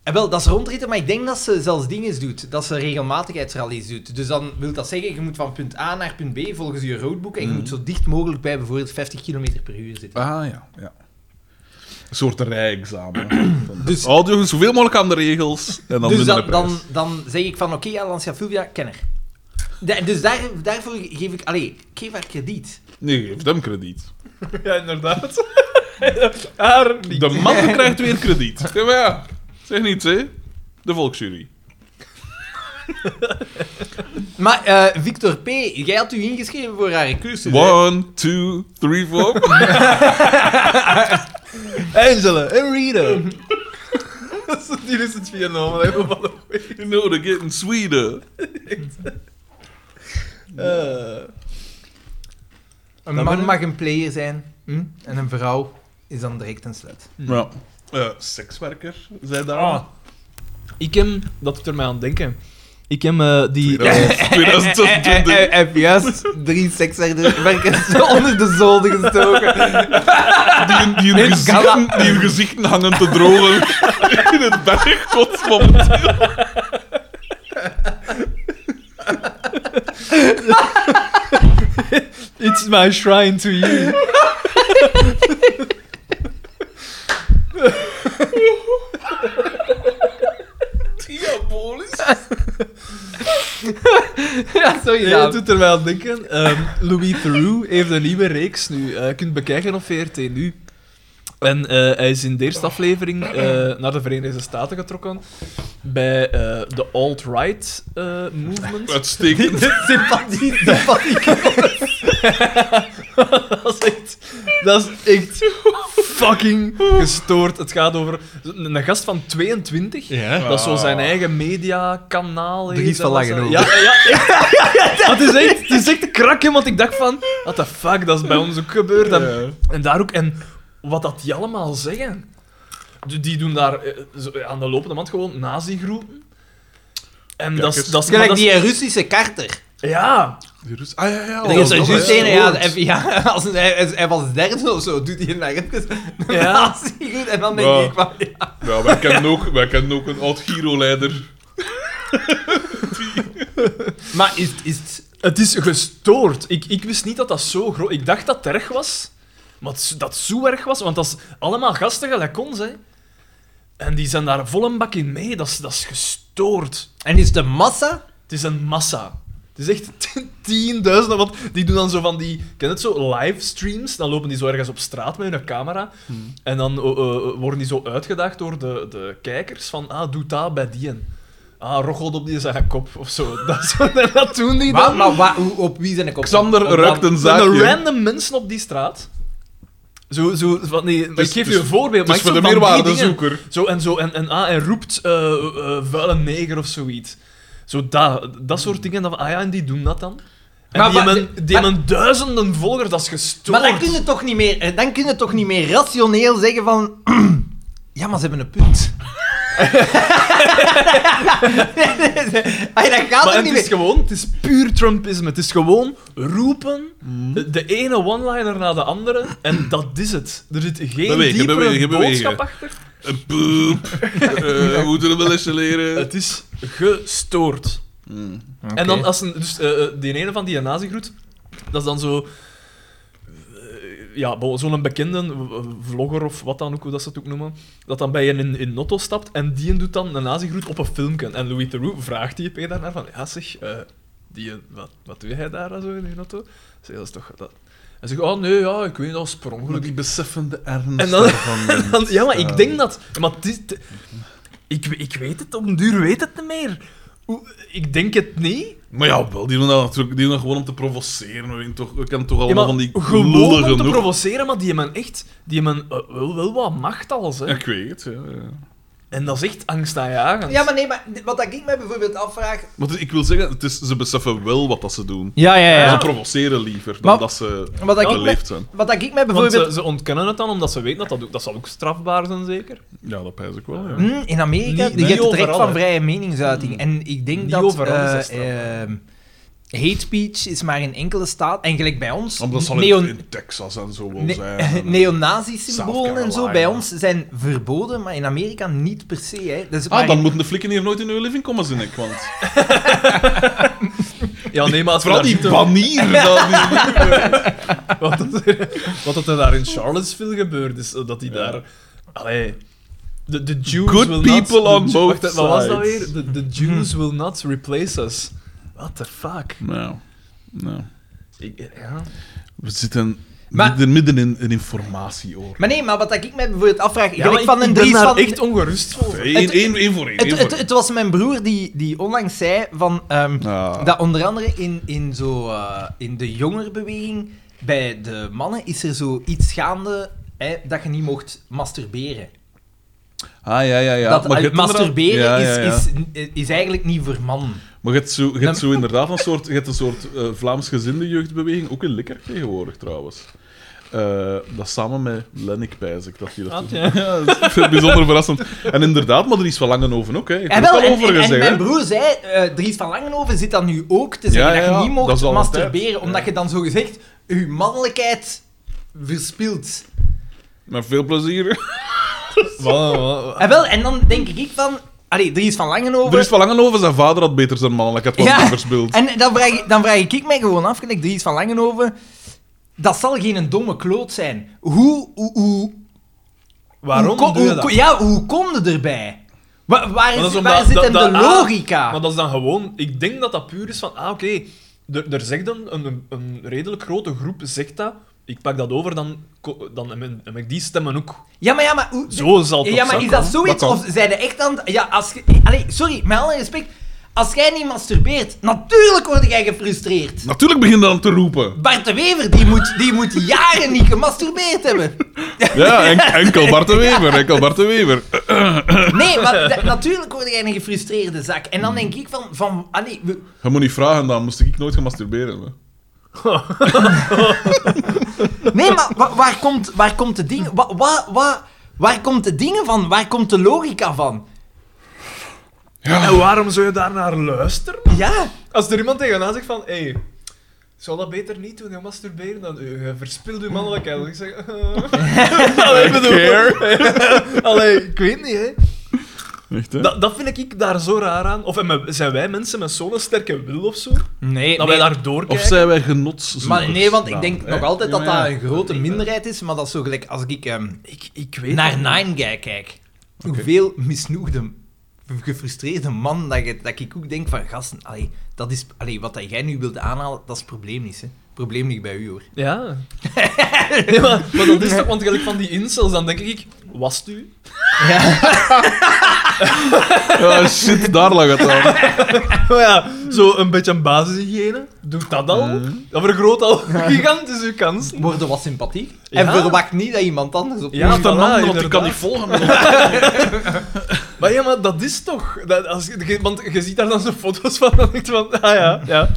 [SPEAKER 1] En wel, dat is rondritten, maar ik denk dat ze zelfs dingen doet. Dat ze regelmatigheidsrallies doet. Dus dan wil dat zeggen, je moet van punt A naar punt B volgens je roadbook.
[SPEAKER 3] Hm.
[SPEAKER 1] En je moet zo dicht mogelijk bij bijvoorbeeld 50 km per uur zitten.
[SPEAKER 3] Ah ja, ja. Een soort rijexamen.
[SPEAKER 1] Dus-
[SPEAKER 3] dus audio zoveel mogelijk aan de regels en dan
[SPEAKER 1] dus
[SPEAKER 3] minder de
[SPEAKER 1] dan,
[SPEAKER 3] prijs.
[SPEAKER 1] dan, dan zeg ik van, oké, ja, Lancia Fulvia, kenner. Da- dus daar, daarvoor geef ik... Allee, ik geef haar krediet.
[SPEAKER 3] Nee, geef hem krediet.
[SPEAKER 4] Ja, inderdaad. Haar niet.
[SPEAKER 3] De man krijgt weer krediet. Ja, maar ja, zeg niets, hè. De volksjury.
[SPEAKER 1] Maar eh, Victor P., jij had u ingeschreven voor haar cursus, hè?
[SPEAKER 3] One, two, three, four.
[SPEAKER 4] Angela en Rita. Die is het Vietnam helemaal
[SPEAKER 3] You know they're getting sweeter.
[SPEAKER 1] Een
[SPEAKER 4] Dan
[SPEAKER 1] man
[SPEAKER 4] ben-
[SPEAKER 1] mag een player zijn, hm? en een vrouw is dan direct een slut.
[SPEAKER 3] Ja. Eh, sekswerker, zei daar.
[SPEAKER 4] Ah. Ik heb, dat doet er mij aan denken. Ik heb eh, die.
[SPEAKER 3] 2020.
[SPEAKER 1] Hij heeft juist drie sekswerkers onder de zolder gestoken.
[SPEAKER 3] Die, die, hun
[SPEAKER 1] In
[SPEAKER 3] gezichten, die hun gezichten hangen te drogen in het bergkot momenteel.
[SPEAKER 4] It's my shrine to you.
[SPEAKER 3] Diabolisch.
[SPEAKER 1] Ja, sorry,
[SPEAKER 4] Nee, dat doet er mij aan denken. Ehm, Louis Theroux heeft een nieuwe reeks nu. Eh, je kunt bekijken op VRT nu. En eh, hij is in de eerste aflevering eh, naar de Verenigde Staten getrokken bij eh, de alt-right eh, movement.
[SPEAKER 3] Uitstekend.
[SPEAKER 1] Sympathie, sympathie.
[SPEAKER 4] dat is echt, dat is echt fucking gestoord. Het gaat over een gast van 22, dat zo
[SPEAKER 3] Ah.
[SPEAKER 4] zijn eigen mediakanaal heeft.
[SPEAKER 1] Dries van
[SPEAKER 4] en dat ze-
[SPEAKER 1] Langenhoven.
[SPEAKER 4] Ja, ja, ja, echt. Maar Het is echt, het is echt krakken, want ik dacht van, what the fuck, dat is bij ons ook
[SPEAKER 3] Ah.
[SPEAKER 4] gebeurd. En, en daar ook, en wat dat die allemaal zeggen. Die, die doen daar eh, zo aan de lopende mand gewoon nazi-groepen. En
[SPEAKER 3] Kijk
[SPEAKER 4] dat is...
[SPEAKER 3] eens.
[SPEAKER 4] dat is- maar
[SPEAKER 1] Gelijk
[SPEAKER 4] dat is-
[SPEAKER 1] die Russische karter.
[SPEAKER 4] Ja,
[SPEAKER 3] Die Rus- Ah ja, ja.
[SPEAKER 1] Er is
[SPEAKER 3] oh,
[SPEAKER 1] er
[SPEAKER 3] dat
[SPEAKER 1] juist
[SPEAKER 3] is
[SPEAKER 1] een, ja,
[SPEAKER 3] gehoord.
[SPEAKER 1] de- ja, als een- hij, hij was derde of zo, doet hij naar het
[SPEAKER 4] Ja.
[SPEAKER 1] ja. goed. En dan denk
[SPEAKER 3] Ja.
[SPEAKER 1] ik van, ja.
[SPEAKER 3] Ja, wij kennen ook, wij kennen ook een oud-Giro-leider.
[SPEAKER 1] Maar is, is het...
[SPEAKER 4] Het is gestoord. Ik, ik wist niet dat dat zo groot... Ik dacht dat het erg was, maar het- dat het zo erg was, want dat is allemaal gasten gelijk ons, hè. En die zijn daar vol een bak in mee. Dat is, dat is gestoord.
[SPEAKER 1] En is de massa...
[SPEAKER 4] Het is een massa. Het is echt tienduizenden, want die doen dan zo van die, ken je het zo, livestreams, dan lopen die zo ergens op straat met hun camera en dan eh, eh, worden die zo uitgedaagd door de, de kijkers van, ah, doe dat bij die en. Ah, rochelt op die zijn kop of zo. Dat, is wat- en dat doen die
[SPEAKER 1] Wat,
[SPEAKER 4] dan.
[SPEAKER 1] maar, wa- hoe- op wie zijn ik op?
[SPEAKER 3] Xander
[SPEAKER 1] op- op-
[SPEAKER 3] ruikt een
[SPEAKER 4] Zijn er
[SPEAKER 3] zaakje.
[SPEAKER 4] random mensen op die straat? Zo, zo, van nee, maar
[SPEAKER 3] Dus-
[SPEAKER 4] ik geef
[SPEAKER 3] dus-
[SPEAKER 4] je een voorbeeld.
[SPEAKER 3] Dus
[SPEAKER 4] maar
[SPEAKER 3] voor
[SPEAKER 4] ik
[SPEAKER 3] de
[SPEAKER 4] zo van die dingen.
[SPEAKER 3] meerwaardezoeker.
[SPEAKER 4] Zo en zo, en, en, ah, en roept eh, eh, vuile neger of zoiets. Zo dat, dat soort dingen. Dan, van, ah ja, en die doen dat dan. En
[SPEAKER 1] Maar-
[SPEAKER 4] die,
[SPEAKER 1] maar-
[SPEAKER 4] hebben, die
[SPEAKER 1] maar-
[SPEAKER 4] hebben duizenden volgers, dat is gestoord.
[SPEAKER 1] Maar dan kun, je toch niet meer, eh, dan kun je toch niet meer rationeel zeggen van... Ja, maar ze hebben een punt. nee, nee, nee. Ay, dat gaat
[SPEAKER 4] Maar
[SPEAKER 1] toch
[SPEAKER 4] het
[SPEAKER 1] niet
[SPEAKER 4] is
[SPEAKER 1] meer...
[SPEAKER 4] gewoon, het is puur Trumpisme. Het is gewoon roepen,
[SPEAKER 3] Mhm.
[SPEAKER 4] de, de ene one-liner na de andere, en dat is het. Er zit geen
[SPEAKER 3] Bewegen,
[SPEAKER 4] diepere
[SPEAKER 3] bewegen, bewegen.
[SPEAKER 4] boodschap achter.
[SPEAKER 3] Een poep. Eh, we moeten hem wel eens leren. Hmm.
[SPEAKER 4] Het is gestoord. En dan als een, dus, eh, eh, die ene van die nazi-groet, dat is dan zo. eh, ja, bo- zo'n bekende w- vlogger of wat dan ook, hoe dat ze het ook noemen, dat dan bij je in, in Notto stapt en die doet dan een nazi-groet op een filmpje. En Louis Theroux vraagt die EP daarnaar van, ja zeg, eh, die, wat, wat doe jij daar eh, zo in je Notto? Zeg, dat is toch... Dat... Hij zegt, oh nee, ja, ik weet niet, dat was per ongeluk.
[SPEAKER 3] die beseffende ernst
[SPEAKER 4] En dan-
[SPEAKER 3] daarvan.
[SPEAKER 4] Want- ja, maar ik denk dat. Maar het is- t- ik, we- ik weet het, op een duur weet het niet meer. Hoe- Ik denk het niet.
[SPEAKER 3] Maar ja, wel, die doen dat natuurlijk die doen dat gewoon om te provoceren. We, weten toch, we kennen toch allemaal
[SPEAKER 4] Ja, maar
[SPEAKER 3] van die
[SPEAKER 4] gewoon
[SPEAKER 3] lullige
[SPEAKER 4] om te
[SPEAKER 3] noep.
[SPEAKER 4] provoceren, maar die hebben echt die hebben, eh, wel, wel wat macht alles. Hè.
[SPEAKER 3] Ik weet het, ja. ja.
[SPEAKER 4] En dat is echt angstaanjagend.
[SPEAKER 1] Ja, maar nee, maar wat dat ik mij bijvoorbeeld afvraag...
[SPEAKER 3] Maar het- ik wil zeggen, het is, ze beseffen wel wat dat ze doen.
[SPEAKER 1] Ja, ja,
[SPEAKER 3] Ze provoceren liever dan
[SPEAKER 1] Maar-
[SPEAKER 3] dat ze
[SPEAKER 1] Wat dat ik mij,
[SPEAKER 3] beleefd zijn.
[SPEAKER 1] wat dat ik mij
[SPEAKER 4] Want
[SPEAKER 1] bijvoorbeeld...
[SPEAKER 4] ze, ze ontkennen het dan omdat ze weten dat dat ook, dat zal ook strafbaar zijn, zeker.
[SPEAKER 3] Ja, dat pijs ik wel, ja.
[SPEAKER 1] Hm, in Amerika,
[SPEAKER 4] Niet-
[SPEAKER 1] die
[SPEAKER 4] niet
[SPEAKER 1] hebt het recht
[SPEAKER 4] overal,
[SPEAKER 1] van
[SPEAKER 4] hè. Hm.
[SPEAKER 1] vrije meningsuiting. En ik denk
[SPEAKER 4] Niet
[SPEAKER 1] dat...
[SPEAKER 4] overal is
[SPEAKER 1] eh,
[SPEAKER 4] dat strafbaar.
[SPEAKER 1] ehm, hate speech is maar in enkele staat. En gelijk bij ons...
[SPEAKER 3] Omdat dat zal in-
[SPEAKER 1] neon-
[SPEAKER 3] in, Texas en zo wel
[SPEAKER 1] Ne-
[SPEAKER 3] zijn. En-
[SPEAKER 1] Neonazi-symbolen en zo
[SPEAKER 3] Carolina.
[SPEAKER 1] bij ons zijn verboden, maar in Amerika niet per se. Hè. Dus
[SPEAKER 3] Ah,
[SPEAKER 1] maar
[SPEAKER 3] dan moeten de flikken hier nooit in hun living komen, zin ik. Want
[SPEAKER 4] Ja, nee, maar als we
[SPEAKER 3] vooral
[SPEAKER 4] daar
[SPEAKER 3] die
[SPEAKER 4] zitten-
[SPEAKER 3] banier. dat die-
[SPEAKER 4] wat, het- wat het er daar in Charlottesville gebeurd is, eh, dat die
[SPEAKER 3] Ja.
[SPEAKER 4] daar... Allee, de, de Jews
[SPEAKER 3] Good
[SPEAKER 4] will
[SPEAKER 3] people
[SPEAKER 4] not,
[SPEAKER 3] on
[SPEAKER 4] de, Ju-
[SPEAKER 3] both
[SPEAKER 4] wacht, Wat was dat
[SPEAKER 3] sides.
[SPEAKER 4] weer? De, de Jews will not replace us. What the fuck?
[SPEAKER 3] Nou, nou.
[SPEAKER 4] Ik, ja.
[SPEAKER 3] We zitten
[SPEAKER 1] Maar-
[SPEAKER 3] midden, midden in een informatieoorlog.
[SPEAKER 1] Maar nee, maar wat ik mij bijvoorbeeld afvraag,
[SPEAKER 4] Ja,
[SPEAKER 1] gelijk
[SPEAKER 4] maar
[SPEAKER 1] van een
[SPEAKER 4] ik ben
[SPEAKER 1] Dries
[SPEAKER 4] daar
[SPEAKER 1] van...
[SPEAKER 4] echt ongerust voor.
[SPEAKER 3] Eén
[SPEAKER 1] Het-
[SPEAKER 3] één- één voor één.
[SPEAKER 1] het,
[SPEAKER 3] één
[SPEAKER 1] het,
[SPEAKER 3] voor één.
[SPEAKER 1] het was mijn broer die, die onlangs zei van, ehm,
[SPEAKER 3] Ah.
[SPEAKER 1] dat onder andere in, in, zo, eh, in de jongerenbeweging bij de mannen is er zo iets gaande hè, dat je niet mocht masturberen.
[SPEAKER 3] Ah, ja, ja, ja.
[SPEAKER 1] dat,
[SPEAKER 3] maar je hebt
[SPEAKER 1] masturberen
[SPEAKER 3] inderdaad- Ja, ja, ja.
[SPEAKER 1] Is, is, is eigenlijk niet voor mannen.
[SPEAKER 3] Maar je hebt zo, je hebt
[SPEAKER 1] Dan-
[SPEAKER 3] zo inderdaad een soort, je hebt een soort eh, Vlaams gezinde jeugdbeweging, ook in Likker tegenwoordig trouwens. Eh, dat samen met Lennik Pijzik, dat hij dat
[SPEAKER 4] Ah,
[SPEAKER 3] doet.
[SPEAKER 4] ja.
[SPEAKER 3] Ja, dat is veel bijzonder verrassend. En inderdaad, maar er is wel langen over ook. Hè. Ik
[SPEAKER 1] En,
[SPEAKER 3] heb het
[SPEAKER 1] Eh, wel,
[SPEAKER 3] al
[SPEAKER 1] en,
[SPEAKER 3] over
[SPEAKER 1] en- en
[SPEAKER 3] gezegd.
[SPEAKER 1] mijn
[SPEAKER 3] hè.
[SPEAKER 1] broer zei, eh Dries van Langenhoven zit dan nu ook te zeggen
[SPEAKER 3] Ja, ja,
[SPEAKER 1] dat
[SPEAKER 3] ja.
[SPEAKER 1] je niet
[SPEAKER 3] Dat is
[SPEAKER 1] mocht
[SPEAKER 3] al een
[SPEAKER 1] masturberen,
[SPEAKER 3] tijd.
[SPEAKER 1] omdat
[SPEAKER 3] Ja.
[SPEAKER 1] je dan zo gezegd je mannelijkheid verspilt.
[SPEAKER 3] Met veel plezier.
[SPEAKER 4] Wat- wat-
[SPEAKER 3] Ah.
[SPEAKER 1] En Eh, wel, en dan denk ik van, allee, Dries van Langenhoven...
[SPEAKER 3] Er is van Langenhoven, zijn vader had beter zijn mannelijkheid wat ja. verspild.
[SPEAKER 1] en dan vraag, ik- dan vraag ik mij gewoon af, gelijk Dries van Langenhoven, dat zal geen domme kloot zijn. Hoe, hoe, hoe,
[SPEAKER 4] Waarom
[SPEAKER 1] hoe, kon-
[SPEAKER 4] doe je
[SPEAKER 1] hoe
[SPEAKER 4] dat?
[SPEAKER 1] kon- Ja, hoe kom je erbij? Wa- Waar,
[SPEAKER 4] Maar
[SPEAKER 1] is,
[SPEAKER 4] dat is
[SPEAKER 1] waar
[SPEAKER 4] omdat-
[SPEAKER 1] zit
[SPEAKER 4] dat-
[SPEAKER 1] hem
[SPEAKER 4] dat-
[SPEAKER 1] de
[SPEAKER 4] ah,
[SPEAKER 1] logica?
[SPEAKER 4] Maar dat is dan gewoon... Ik denk dat dat puur is van... Ah, oké. er, er zegt een, een, een redelijk grote groep zegt dat. Ik pak dat over, dan, ko- dan heb ik- heb ik die stemmen ook.
[SPEAKER 1] ja, maar ja, maar... Hoe,
[SPEAKER 4] Zo zal het
[SPEAKER 1] Ja,
[SPEAKER 4] toch
[SPEAKER 1] maar
[SPEAKER 4] zijn.
[SPEAKER 1] is dat zoiets?
[SPEAKER 3] Dat kan.
[SPEAKER 1] of zijn er echt aan het- Ja, als je... Allee, sorry, met alle respect. Als jij niet masturbeert, natuurlijk word jij gefrustreerd.
[SPEAKER 3] Natuurlijk begin je dan te roepen.
[SPEAKER 1] Bart de Wever, die moet, die moet jaren niet gemasturbeerd hebben.
[SPEAKER 3] Ja, en, enkel Bart de Wever, enkel Bart de Wever.
[SPEAKER 1] Nee, maar da- natuurlijk word jij een gefrustreerde zak. En dan denk ik van... van allee, we-
[SPEAKER 3] Je moet niet vragen, dan moest ik nooit gemasturberen. Hè.
[SPEAKER 1] nee, maar wa- waar, komt, waar komt de ding... Wa, wa, wa- waar komt de dingen van? Waar komt de logica van?
[SPEAKER 4] En waarom zou je daar naar luisteren?
[SPEAKER 1] Ja,
[SPEAKER 4] Als er iemand tegenaan zegt van... Hey, zou dat beter niet doen, je masturberen? Dan eh, je verspilt je mannelijkheid. Dan zeg ik... eh. Allee, ik bedoel- Allee, ik weet niet, hè.
[SPEAKER 3] Echt, hè?
[SPEAKER 4] Dat, dat vind ik daar zo raar aan. Of en met- zijn wij mensen met zo'n sterke wil of zo? Dat
[SPEAKER 1] nee.
[SPEAKER 4] wij daar dus doorkijken?
[SPEAKER 3] Of zijn wij genotszoekers?
[SPEAKER 1] Maar nee, want ik
[SPEAKER 3] Nou,
[SPEAKER 1] denk
[SPEAKER 3] hè?
[SPEAKER 1] nog altijd
[SPEAKER 3] Ja,
[SPEAKER 1] dat
[SPEAKER 3] maar
[SPEAKER 1] dat
[SPEAKER 3] ja.
[SPEAKER 1] een grote minderheid is. Maar dat is zo gelijk als ik... ehm,
[SPEAKER 4] Ik, ik weet
[SPEAKER 1] naar
[SPEAKER 4] het niet.
[SPEAKER 1] Nine Guy kijk, hoeveel misnoegde gefrustreerde man dat, je, dat ik ook denk van, gasten, allee, dat is, allee, wat dat jij nu wilt aanhalen, dat is het probleem niet, hè. Het probleem ligt bij u, hoor.
[SPEAKER 4] Ja. nee, maar, maar dat is toch, want gelijk van die incels, dan denk ik, was het u?
[SPEAKER 3] Ja, shit, daar lag het aan.
[SPEAKER 4] Maar Oh ja, zo een beetje een basishygiëne, doet dat al.
[SPEAKER 3] Mhm.
[SPEAKER 4] Dat vergroot al gigantisch uw kansen.
[SPEAKER 1] Worden wat sympathiek.
[SPEAKER 4] Ja.
[SPEAKER 1] En verwacht niet dat iemand anders op
[SPEAKER 4] Ja,
[SPEAKER 1] u-
[SPEAKER 3] Moet een
[SPEAKER 4] voilà,
[SPEAKER 3] ander, want die
[SPEAKER 4] inderdaad.
[SPEAKER 3] kan niet volgen.
[SPEAKER 4] Maar ja, maar dat is toch... Dat, als, je- je- want je ziet daar dan zo foto's van, dan denk je van, ah ja, ja,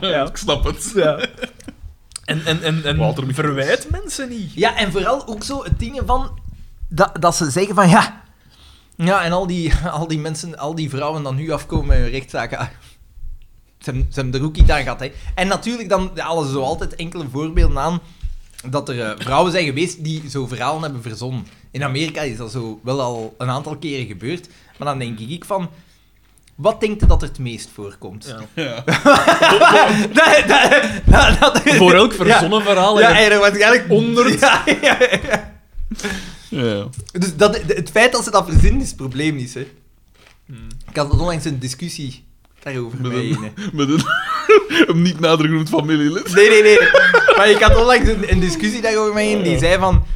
[SPEAKER 4] ja.
[SPEAKER 3] Ik snap het.
[SPEAKER 4] ja. En, en, en, en
[SPEAKER 3] Walter Michiels.
[SPEAKER 4] verwijt mensen niet.
[SPEAKER 1] Ja, en vooral ook zo het ding van dat, dat ze zeggen van ja. Ja, en al die, al die mensen, al die vrouwen dan nu afkomen met hun rechtszaken. Ah, Ze hebben- ze hebben er ook iets aan gehad. Hè. En natuurlijk dan alles zo altijd enkele voorbeelden aan dat er eh, vrouwen zijn geweest die zo verhalen hebben verzonnen. In Amerika is dat zo wel al een aantal keren gebeurd. Maar dan denk ik van, wat denkt u dat er het meest voorkomt?
[SPEAKER 4] Ja.
[SPEAKER 3] Ja.
[SPEAKER 1] Dat- dat- dat- dat-
[SPEAKER 4] Voor elk verzonnen verhaal.
[SPEAKER 1] Ja,
[SPEAKER 4] heb
[SPEAKER 1] en er waarschijnlijk honderd. Ja, ja, ja.
[SPEAKER 3] Ja.
[SPEAKER 1] Dus dat, de- het feit dat ze dat verzinnen is het probleem niet, hè. Ik had onlangs een discussie daarover met
[SPEAKER 3] Met
[SPEAKER 1] mij.
[SPEAKER 3] een, met een, een niet nader genoemd familielid.
[SPEAKER 1] Nee, nee, nee. Maar ik had onlangs een, een discussie daarover met een die zei van...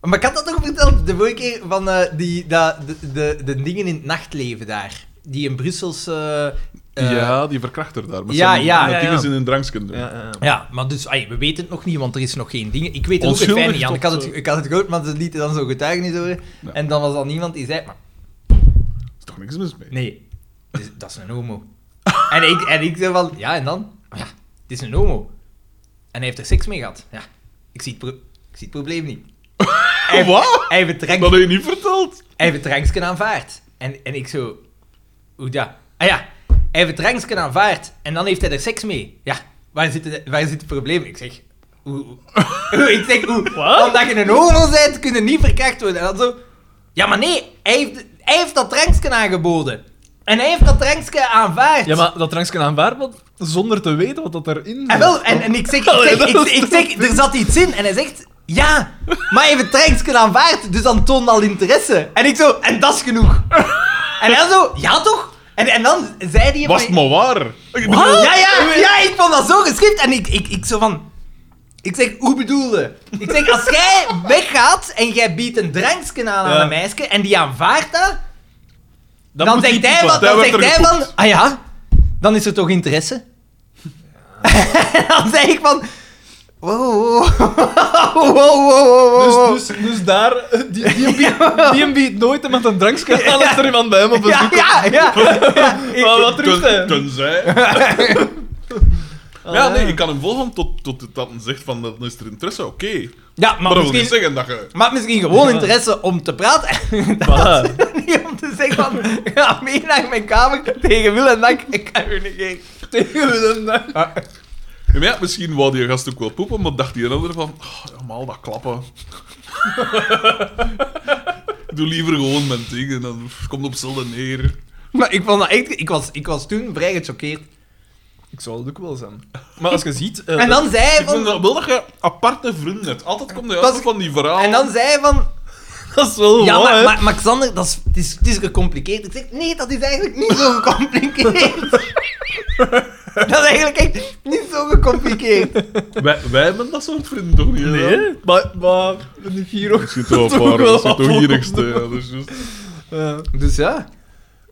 [SPEAKER 1] Maar ik had dat toch verteld de vorige keer van eh, die, dat de, de, de dingen in het nachtleven daar. Die in Brusselse... eh,
[SPEAKER 3] ja, die verkrachter daar. Met
[SPEAKER 1] ja,
[SPEAKER 3] zijn,
[SPEAKER 1] ja,
[SPEAKER 3] met
[SPEAKER 4] ja,
[SPEAKER 3] dingen
[SPEAKER 4] ja.
[SPEAKER 3] in een drankskind.
[SPEAKER 4] Ja, ja, ja.
[SPEAKER 1] Ja, maar dus, ai, we weten het nog niet, want er is nog geen dingen. Ik weet het ook het
[SPEAKER 3] Onschuldig
[SPEAKER 1] fijn niet, aan. Ik had het,
[SPEAKER 3] tot, eh,
[SPEAKER 1] ik had het gehoord, maar ze lieten dan zo getuigenis horen.
[SPEAKER 3] Ja.
[SPEAKER 1] En dan was dan iemand die zei, maar
[SPEAKER 3] is toch niks mis mee?
[SPEAKER 1] Nee, het is- dat is een homo. en, ik, en ik zei van, ja, en dan? Oh Ja, het is een homo. En hij heeft er seks mee gehad. Ja, ik zie het, pro- ik zie het probleem niet. Hij,
[SPEAKER 3] Wat?
[SPEAKER 1] hij heeft het
[SPEAKER 3] Oh, Dat
[SPEAKER 1] drank-
[SPEAKER 3] heb je niet verteld.
[SPEAKER 1] hij heeft het drankje aanvaard. En, en ik zo, hoe dat? Ah ja, hij heeft het drankje aanvaard. En dan heeft hij er seks mee. Ja, waar zit, het- waar zit het probleem? Ik zeg, hoe... hoe- ik zeg, hoe?
[SPEAKER 4] Wat?
[SPEAKER 1] Omdat je een homo bent, kun je niet verkracht worden. En dan zo, ja, maar nee, hij heeft, hij heeft dat drankje aangeboden. En hij heeft dat drankje aanvaard.
[SPEAKER 4] Ja, maar dat drankje aanvaard, maar zonder te weten wat dat erin
[SPEAKER 1] En,
[SPEAKER 4] zit.
[SPEAKER 1] Ah, wel, en, en ik zeg, ik zeg,
[SPEAKER 4] Allee, dat
[SPEAKER 1] ik,
[SPEAKER 4] is
[SPEAKER 1] ik zeg, er zat iets in. En hij zegt, ja, maar even drankje aanvaard. Dus dan toon al interesse. En ik zo, en dat is genoeg. En hij zo, ja toch? En, en dan zei hij...
[SPEAKER 3] Was het maar waar. Ik bedoel-
[SPEAKER 1] Ja, ja, ja, ik vond dat zo geschikt. En ik, ik, ik zo van... Ik zeg, hoe bedoelde? Ik zeg, als jij weggaat en jij biedt een drankje aan aan
[SPEAKER 4] Ja.
[SPEAKER 1] een meisje en die aanvaardt dat,
[SPEAKER 4] Dan
[SPEAKER 1] dan
[SPEAKER 4] moet
[SPEAKER 1] zegt
[SPEAKER 4] die
[SPEAKER 1] hij
[SPEAKER 4] piepen.
[SPEAKER 1] van, dan
[SPEAKER 3] Daar
[SPEAKER 1] zegt
[SPEAKER 3] werd er
[SPEAKER 1] hij van,
[SPEAKER 3] gepoept.
[SPEAKER 1] ah ja, dan is er toch interesse? dan zeg ik van, wow, wow, wow, wow, wow, wow.
[SPEAKER 4] Dus, dus, dus daar, eh, die, die, biedt, die biedt nooit iemand een drankje aan als er iemand bij hem op
[SPEAKER 1] ja,
[SPEAKER 4] bezoek komt.
[SPEAKER 1] ja, ja,
[SPEAKER 4] Maar wat
[SPEAKER 3] Ten-
[SPEAKER 4] roept hij?
[SPEAKER 3] Tenzij. ja, nee, ik kan hem volgen tot, tot dat hij zegt van dat is er interesse, oké.
[SPEAKER 1] ja, maar
[SPEAKER 3] Maar dat wil niet
[SPEAKER 1] misschien,
[SPEAKER 3] zeggen dat je...
[SPEAKER 1] maar misschien gewoon
[SPEAKER 4] Ja.
[SPEAKER 1] interesse om te praten.
[SPEAKER 4] Voilà.
[SPEAKER 1] Niet om te zeggen van, ga mee naar mijn kamer tegen wil en dank, ik kan u negeren.
[SPEAKER 4] Tegen we dan daar.
[SPEAKER 3] Ja, maar ja, misschien wou die gast ook wel poepen, maar dacht die ander van, oh, ja, maar al dat klappen. Ik Doe liever gewoon mijn ding en dan komt het op zelden neer.
[SPEAKER 1] Maar ik vond dat echt, ik was, ik was toen vrij gechoqueerd.
[SPEAKER 4] Ik zou het ook wel zijn. Maar als je ziet... eh,
[SPEAKER 1] En dan zei hij
[SPEAKER 3] Ik vind
[SPEAKER 1] van,
[SPEAKER 3] dat wel dat je aparte vrienden hebt. Altijd komt hij
[SPEAKER 1] Dat
[SPEAKER 3] uit
[SPEAKER 1] is-
[SPEAKER 3] van die verhalen.
[SPEAKER 1] en dan zei hij van,
[SPEAKER 4] Dat is wel
[SPEAKER 1] Ja,
[SPEAKER 4] mooi,
[SPEAKER 1] maar,
[SPEAKER 4] hè.
[SPEAKER 1] maar, maar Xander, dat is, het, is, het is gecompliceerd. Ik zeg, nee, dat is eigenlijk niet zo gecompliceerd. dat is eigenlijk echt niet zo gecompliceerd.
[SPEAKER 3] wij, wij hebben dat soort vrienden toch niet? hè?
[SPEAKER 4] Nee, maar, maar de Giro...
[SPEAKER 3] Er zitten wel
[SPEAKER 4] Toch
[SPEAKER 3] een paar,
[SPEAKER 4] wel
[SPEAKER 3] er zitten toch
[SPEAKER 4] appel.
[SPEAKER 3] gierigste. Ja, dat is juist.
[SPEAKER 4] Ja.
[SPEAKER 1] Dus ja.
[SPEAKER 4] eh,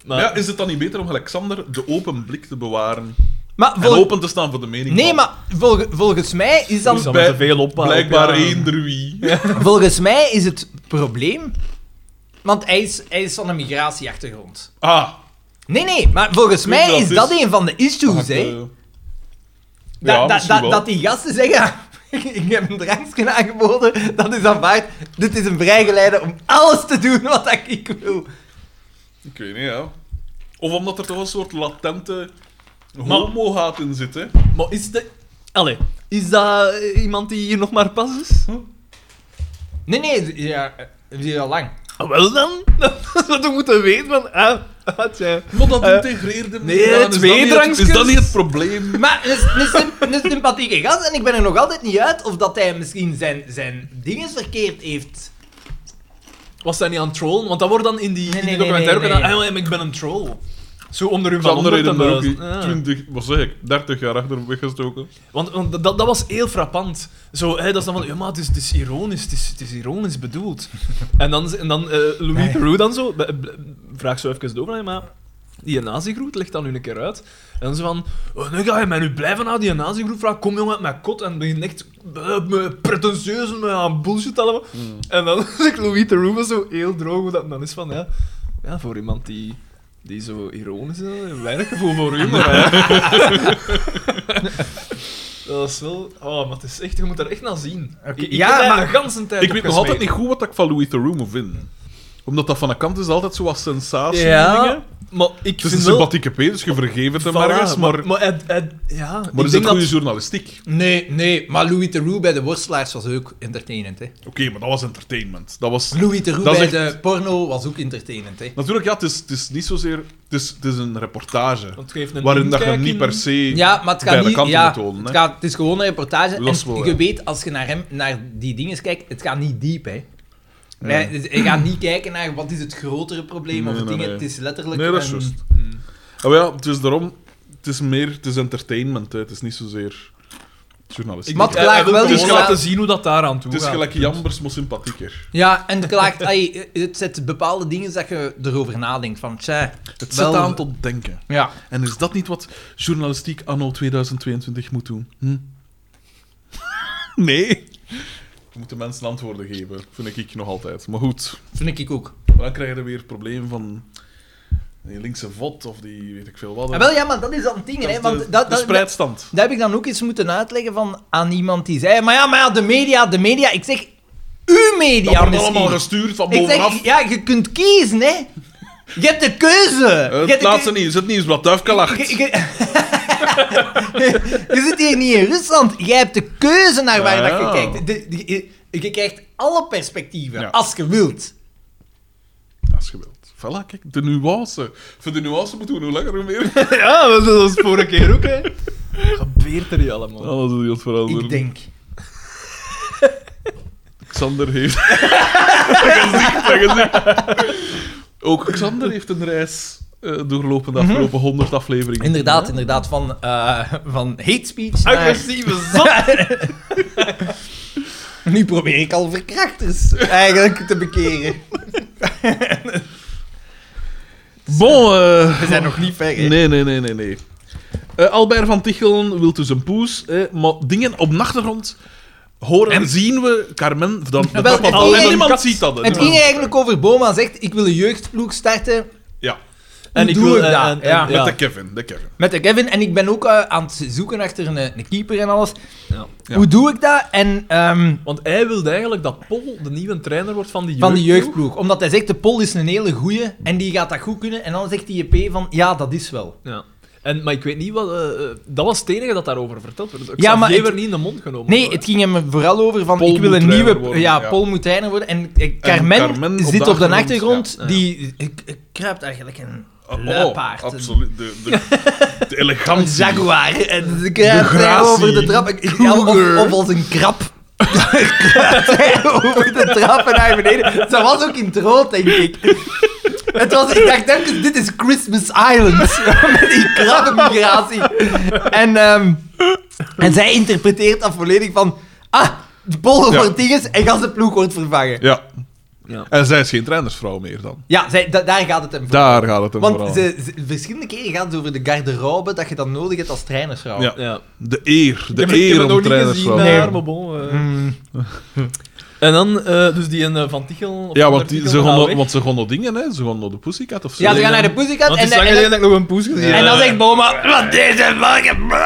[SPEAKER 4] Maar,
[SPEAKER 3] Ja, is het dan niet beter om Alexander de open blik te bewaren?
[SPEAKER 1] Maar
[SPEAKER 3] En
[SPEAKER 1] vol-
[SPEAKER 3] open te staan voor de mening
[SPEAKER 1] nee,
[SPEAKER 3] van-
[SPEAKER 1] maar vol- volgens mij is dan...
[SPEAKER 4] Hoezo? Dan met te veel opbouw,
[SPEAKER 3] Blijkbaar
[SPEAKER 4] ja.
[SPEAKER 3] eender wie.
[SPEAKER 1] Volgens mij is het probleem... Want hij is, hij is van een migratieachtergrond.
[SPEAKER 3] Ah.
[SPEAKER 1] Nee, nee, maar volgens
[SPEAKER 3] Ik weet
[SPEAKER 1] mij
[SPEAKER 3] dat
[SPEAKER 1] is
[SPEAKER 3] is.
[SPEAKER 1] dat een van de issues,
[SPEAKER 3] had,
[SPEAKER 1] hè.
[SPEAKER 3] eh,
[SPEAKER 1] Da-
[SPEAKER 3] ja,
[SPEAKER 1] da-
[SPEAKER 3] misschien
[SPEAKER 1] da-
[SPEAKER 3] wel.
[SPEAKER 1] dat die gasten zeggen, ik heb een drankje aangeboden, dat is aanvaard. Dit is een vrijgeleide om alles te doen wat dat ik wil.
[SPEAKER 3] Ik weet niet, ja. Of omdat er toch een soort latente
[SPEAKER 4] Maar-
[SPEAKER 3] homo-haat in zit, hè.
[SPEAKER 4] maar is dat... Allee, is dat eh, iemand die hier nog maar pas is?
[SPEAKER 1] Nee, nee, ze- ja, eh, ze is hier al lang.
[SPEAKER 4] Ah, wel dan? Dat we toch moeten weten van... Ah, had jij...
[SPEAKER 3] Maar dat
[SPEAKER 4] Eh,
[SPEAKER 3] integreerde
[SPEAKER 4] nee,
[SPEAKER 3] ja, is dat
[SPEAKER 4] twee
[SPEAKER 3] niet het-
[SPEAKER 4] drankjes.
[SPEAKER 3] Is dat niet het probleem?
[SPEAKER 1] Maar het is een symp- het is een sympathieke gast en ik ben er nog altijd niet uit of dat hij misschien zijn, zijn dinges verkeerd heeft
[SPEAKER 4] Was hij niet aan het trollen? Want dat wordt dan in die,
[SPEAKER 1] Nee,
[SPEAKER 4] in
[SPEAKER 1] nee,
[SPEAKER 4] die documentaire
[SPEAKER 1] nee,
[SPEAKER 4] ook
[SPEAKER 1] nee,
[SPEAKER 4] gedaan. Ah, maar ik ben een troll. Zo om er hun van Ah.
[SPEAKER 3] Xander
[SPEAKER 4] onder
[SPEAKER 3] heeft
[SPEAKER 4] te
[SPEAKER 3] hem daar ook
[SPEAKER 4] muizen.
[SPEAKER 3] in
[SPEAKER 4] Ja.
[SPEAKER 3] 20, wat zeg ik, 30 jaar achter weggestoken.
[SPEAKER 4] Want, want dat, dat was heel frappant. Zo, hè, dat is dan van, ja, maar het is, het is ironisch, het is, het is ironisch bedoeld. en dan, en dan eh, Louis
[SPEAKER 1] Nee.
[SPEAKER 4] Theroux dan zo, b- b- vraag zo even door, hè, maar die nazi-groet legt dan nu een keer uit. En dan zo van, oh, nu ga je mij nu blijven aan die nazi-groet vragen, kom jongen uit mijn kot en begin echt eh, me pretentieus en me aan bullshit allemaal. En dan zegt Louis Theroux wel zo heel droog hoe dat dan is van, ja, ja voor iemand die... Die zo ironisch is, weinig gevoel voor humor. hè. Dat is wel... Oh, maar het is echt... Je moet er echt naar zien.
[SPEAKER 1] Oké,
[SPEAKER 4] Ik, ik
[SPEAKER 1] ja,
[SPEAKER 4] heb daar
[SPEAKER 1] maar-
[SPEAKER 4] de ganse tijd
[SPEAKER 3] Ik weet
[SPEAKER 4] op
[SPEAKER 3] nog altijd
[SPEAKER 4] gesmeten.
[SPEAKER 3] niet goed wat ik van Louis Theroux moet vinden. Omdat dat van de kant is altijd zo wat sensatie en
[SPEAKER 4] Ja,
[SPEAKER 3] dingen.
[SPEAKER 4] maar ik
[SPEAKER 3] Het is een
[SPEAKER 4] vind wel...
[SPEAKER 3] sympathieke P, dus je vergeeft het hem
[SPEAKER 4] Voilà,
[SPEAKER 3] ergens, maar, maar,
[SPEAKER 4] Maar, hij- hij- ja, ik
[SPEAKER 3] is
[SPEAKER 4] denk
[SPEAKER 3] het goede
[SPEAKER 4] dat...
[SPEAKER 3] journalistiek?
[SPEAKER 1] Nee, nee, maar Louis Theroux bij de worstelaars was ook entertainend, hè.
[SPEAKER 3] Oké, maar dat was entertainment. Dat was...
[SPEAKER 1] Louis Theroux
[SPEAKER 3] Dat is
[SPEAKER 1] bij
[SPEAKER 3] echt-
[SPEAKER 1] de porno was ook entertainend, hè.
[SPEAKER 3] Natuurlijk, ja, het is, het is niet zozeer... Het is, het is een reportage,
[SPEAKER 4] Want het geeft een
[SPEAKER 3] waarin dat je
[SPEAKER 4] inkijk
[SPEAKER 3] niet
[SPEAKER 4] in-
[SPEAKER 3] per se...
[SPEAKER 1] Ja, maar het
[SPEAKER 3] bij
[SPEAKER 1] gaat
[SPEAKER 3] de
[SPEAKER 1] niet...
[SPEAKER 3] kant
[SPEAKER 1] Ja,
[SPEAKER 3] moeten wonen,
[SPEAKER 1] het,
[SPEAKER 3] hè.
[SPEAKER 1] gaat, het is gewoon een reportage.
[SPEAKER 3] Dat is
[SPEAKER 1] en
[SPEAKER 3] wel,
[SPEAKER 1] je
[SPEAKER 3] ja.
[SPEAKER 1] weet, als je naar, hem, naar die dingen kijkt, het gaat niet diep, hè. Nee, dus je gaat niet kijken naar wat is het grotere probleem
[SPEAKER 3] Nee,
[SPEAKER 1] of
[SPEAKER 3] nee,
[SPEAKER 1] dingen.
[SPEAKER 3] nee.
[SPEAKER 1] Het is letterlijk...
[SPEAKER 3] Nee, dat is
[SPEAKER 1] een-
[SPEAKER 3] juist. Ah, maar ja, het is daarom... Het is meer... Het is entertainment, hè. Het is niet zozeer journalistiek.
[SPEAKER 1] Maar het
[SPEAKER 4] Hij- hij
[SPEAKER 1] klaagt
[SPEAKER 4] wil
[SPEAKER 1] wel
[SPEAKER 4] gewoon
[SPEAKER 1] iets aan-
[SPEAKER 4] laten zien hoe dat daar aan toe
[SPEAKER 3] Het is
[SPEAKER 4] gaat.
[SPEAKER 3] gelijk Jambers, maar sympathieker.
[SPEAKER 1] Ja, en het klaagt... ai, het zet bepaalde dingen dat je erover nadenkt. Van, tja,
[SPEAKER 3] Het
[SPEAKER 1] Wel-
[SPEAKER 3] zet aan tot denken.
[SPEAKER 1] ja.
[SPEAKER 3] En is dat niet wat journalistiek anno 2022 moet doen? Hm? nee. We moeten mensen antwoorden geven, vind ik nog altijd. Maar goed,
[SPEAKER 1] Vind ik ook.
[SPEAKER 3] maar dan krijg je weer het probleem van die linkse vod of die weet ik veel wat.
[SPEAKER 1] Ah, wel, ja, maar dat is dan het ding,
[SPEAKER 3] Dat is
[SPEAKER 1] hè. Want
[SPEAKER 3] de,
[SPEAKER 1] dat,
[SPEAKER 3] de
[SPEAKER 1] dat, dat,
[SPEAKER 3] spreidstand.
[SPEAKER 1] dat heb ik dan ook eens moeten uitleggen van, aan iemand die zei... Maar ja, maar ja, de media, de media. Ik zeg, uw
[SPEAKER 3] Dat
[SPEAKER 1] media
[SPEAKER 3] wordt
[SPEAKER 1] misschien.
[SPEAKER 3] allemaal gestuurd van
[SPEAKER 1] Ik
[SPEAKER 3] bovenaf.
[SPEAKER 1] zeg, ja, je kunt kiezen, hè. Je hebt de keuze.
[SPEAKER 3] Eh,
[SPEAKER 1] je, hebt
[SPEAKER 3] het
[SPEAKER 1] de
[SPEAKER 3] laatste
[SPEAKER 1] keu-
[SPEAKER 3] nieuws, het nieuwsblad, Duifke lacht.
[SPEAKER 1] Je- je- je zit hier niet in Rusland. Jij hebt de keuze naar waar
[SPEAKER 3] Ja.
[SPEAKER 1] dat je kijkt. De- de- je, je krijgt alle perspectieven,
[SPEAKER 3] Ah. Ja.
[SPEAKER 1] als je wilt.
[SPEAKER 3] Als je wilt. Voilà, kijk, de nuance. Voor de nuance moeten we hoe langer hoe meer.
[SPEAKER 4] Ja, dat was vorige keer ook, hè. Wat Gebeurt er niet allemaal.
[SPEAKER 3] Alles is heel veranderd.
[SPEAKER 1] Ik denk.
[SPEAKER 3] Xander heeft. dat gezicht, dat gezicht. Ook Xander heeft een reis eh, doorlopen de afgelopen 100 afleveringen.
[SPEAKER 1] Mhm. Inderdaad, inderdaad. Van, eh, van hate speech naar-
[SPEAKER 4] Agressieve zot.
[SPEAKER 1] Nu probeer ik al verkrachters eigenlijk te bekeren.
[SPEAKER 3] Bon, eh,
[SPEAKER 1] We zijn nog niet ver, hè.
[SPEAKER 3] Nee, nee, nee, nee. nee. Eh, Albert van Tichelen wil dus een poes, eh, maar dingen op de achtergrond horen en zien we Carmen dan
[SPEAKER 1] Wel,
[SPEAKER 3] de trap
[SPEAKER 1] het
[SPEAKER 3] af.
[SPEAKER 1] ging
[SPEAKER 3] En niemand
[SPEAKER 4] eigenlijk-
[SPEAKER 3] ziet dat. hè.
[SPEAKER 1] Het ging
[SPEAKER 3] Niemand-
[SPEAKER 1] eigenlijk over Boma zegt, ik wil een jeugdploeg starten
[SPEAKER 3] Ja,
[SPEAKER 1] Hoe doe ik dat? Ja.
[SPEAKER 3] met de Kevin, de Kevin.
[SPEAKER 1] met de Kevin. En ik ben ook eh, aan het zoeken achter een, een keeper en alles.
[SPEAKER 4] Ja.
[SPEAKER 3] Ja.
[SPEAKER 1] Hoe doe ik dat? En ehm,
[SPEAKER 4] Want hij wilde eigenlijk dat Paul de nieuwe trainer wordt van die
[SPEAKER 1] van de
[SPEAKER 4] jeugdploeg.
[SPEAKER 1] jeugdploeg. Omdat hij zegt, de Pol is een hele goeie en die gaat dat goed kunnen. En dan zegt die JP van, ja, dat is wel.
[SPEAKER 4] Ja. En, maar ik weet niet wat... eh, eh, dat was het enige dat daarover verteld werd. Ik
[SPEAKER 1] Ja,
[SPEAKER 4] ja,
[SPEAKER 1] maar
[SPEAKER 4] maar
[SPEAKER 1] het-
[SPEAKER 4] niet in de mond genomen.
[SPEAKER 1] Nee,
[SPEAKER 4] worden.
[SPEAKER 1] het ging hem vooral over van,
[SPEAKER 3] Pol
[SPEAKER 1] ik wil
[SPEAKER 3] moet
[SPEAKER 1] een nieuwe...
[SPEAKER 3] trainer worden,
[SPEAKER 1] ja,
[SPEAKER 3] ja.
[SPEAKER 1] Pol moet trainer worden. En, eh, Carmen,
[SPEAKER 3] Carmen op de
[SPEAKER 1] zit op de
[SPEAKER 3] achtergrond,
[SPEAKER 1] achtergrond.
[SPEAKER 4] ja.
[SPEAKER 1] Die eh, k- kruipt eigenlijk een
[SPEAKER 3] Oh, oh,
[SPEAKER 1] luipaard. Een-
[SPEAKER 3] absoluut. De, de, de
[SPEAKER 1] Een
[SPEAKER 3] elegantie.
[SPEAKER 1] jaguar. En ze
[SPEAKER 3] De
[SPEAKER 1] kruipt hij
[SPEAKER 3] gratie.
[SPEAKER 1] over de trap. Ik- ja, of,
[SPEAKER 3] Cougar.
[SPEAKER 1] of als een krab. kruipt hij over de trap en naar beneden. Ze was ook in het rood, denk ik. Het was, ik dacht telkens, dit is Christmas Island. Met die krabbenmigratie. En, ehm, en zij interpreteert dat volledig van... Ah, de Pol
[SPEAKER 3] Ja.
[SPEAKER 1] wordt dinges en gaat de ploeg wordt vervangen.
[SPEAKER 3] Ja.
[SPEAKER 4] Ja.
[SPEAKER 3] En zij is geen trainersvrouw meer dan.
[SPEAKER 1] Ja, zij, da- daar gaat het hem voor.
[SPEAKER 3] Daar gaat het hem vooral.
[SPEAKER 1] Want ze, ze- verschillende keren gaat het over de garderobe dat je dan nodig hebt als trainersvrouw.
[SPEAKER 3] Ja.
[SPEAKER 4] Ja.
[SPEAKER 3] De eer. De
[SPEAKER 4] ik heb, ik heb
[SPEAKER 3] eer
[SPEAKER 4] het nog
[SPEAKER 3] om
[SPEAKER 4] niet gezien,
[SPEAKER 3] trainersvrouw.
[SPEAKER 1] Nee.
[SPEAKER 4] daar, maar bon... eh. En dan, eh, dus die een eh, Van Tichel... of
[SPEAKER 3] Ja,
[SPEAKER 4] van
[SPEAKER 3] want die,
[SPEAKER 4] Tichel, ah,
[SPEAKER 3] ze gaan
[SPEAKER 4] weg.
[SPEAKER 3] nog- want ze gaan nog dingen, hè. Ze gaan nog de pussycat of zo.
[SPEAKER 1] Ja, ze
[SPEAKER 4] dan-
[SPEAKER 1] gaan naar de Pussycat
[SPEAKER 4] Want
[SPEAKER 1] en,
[SPEAKER 4] het is
[SPEAKER 1] en,
[SPEAKER 4] lang
[SPEAKER 1] en,
[SPEAKER 4] geleden dat ik nog een poes gezien
[SPEAKER 1] en
[SPEAKER 4] heb.
[SPEAKER 1] dan zegt Boma... Wat deze fucking...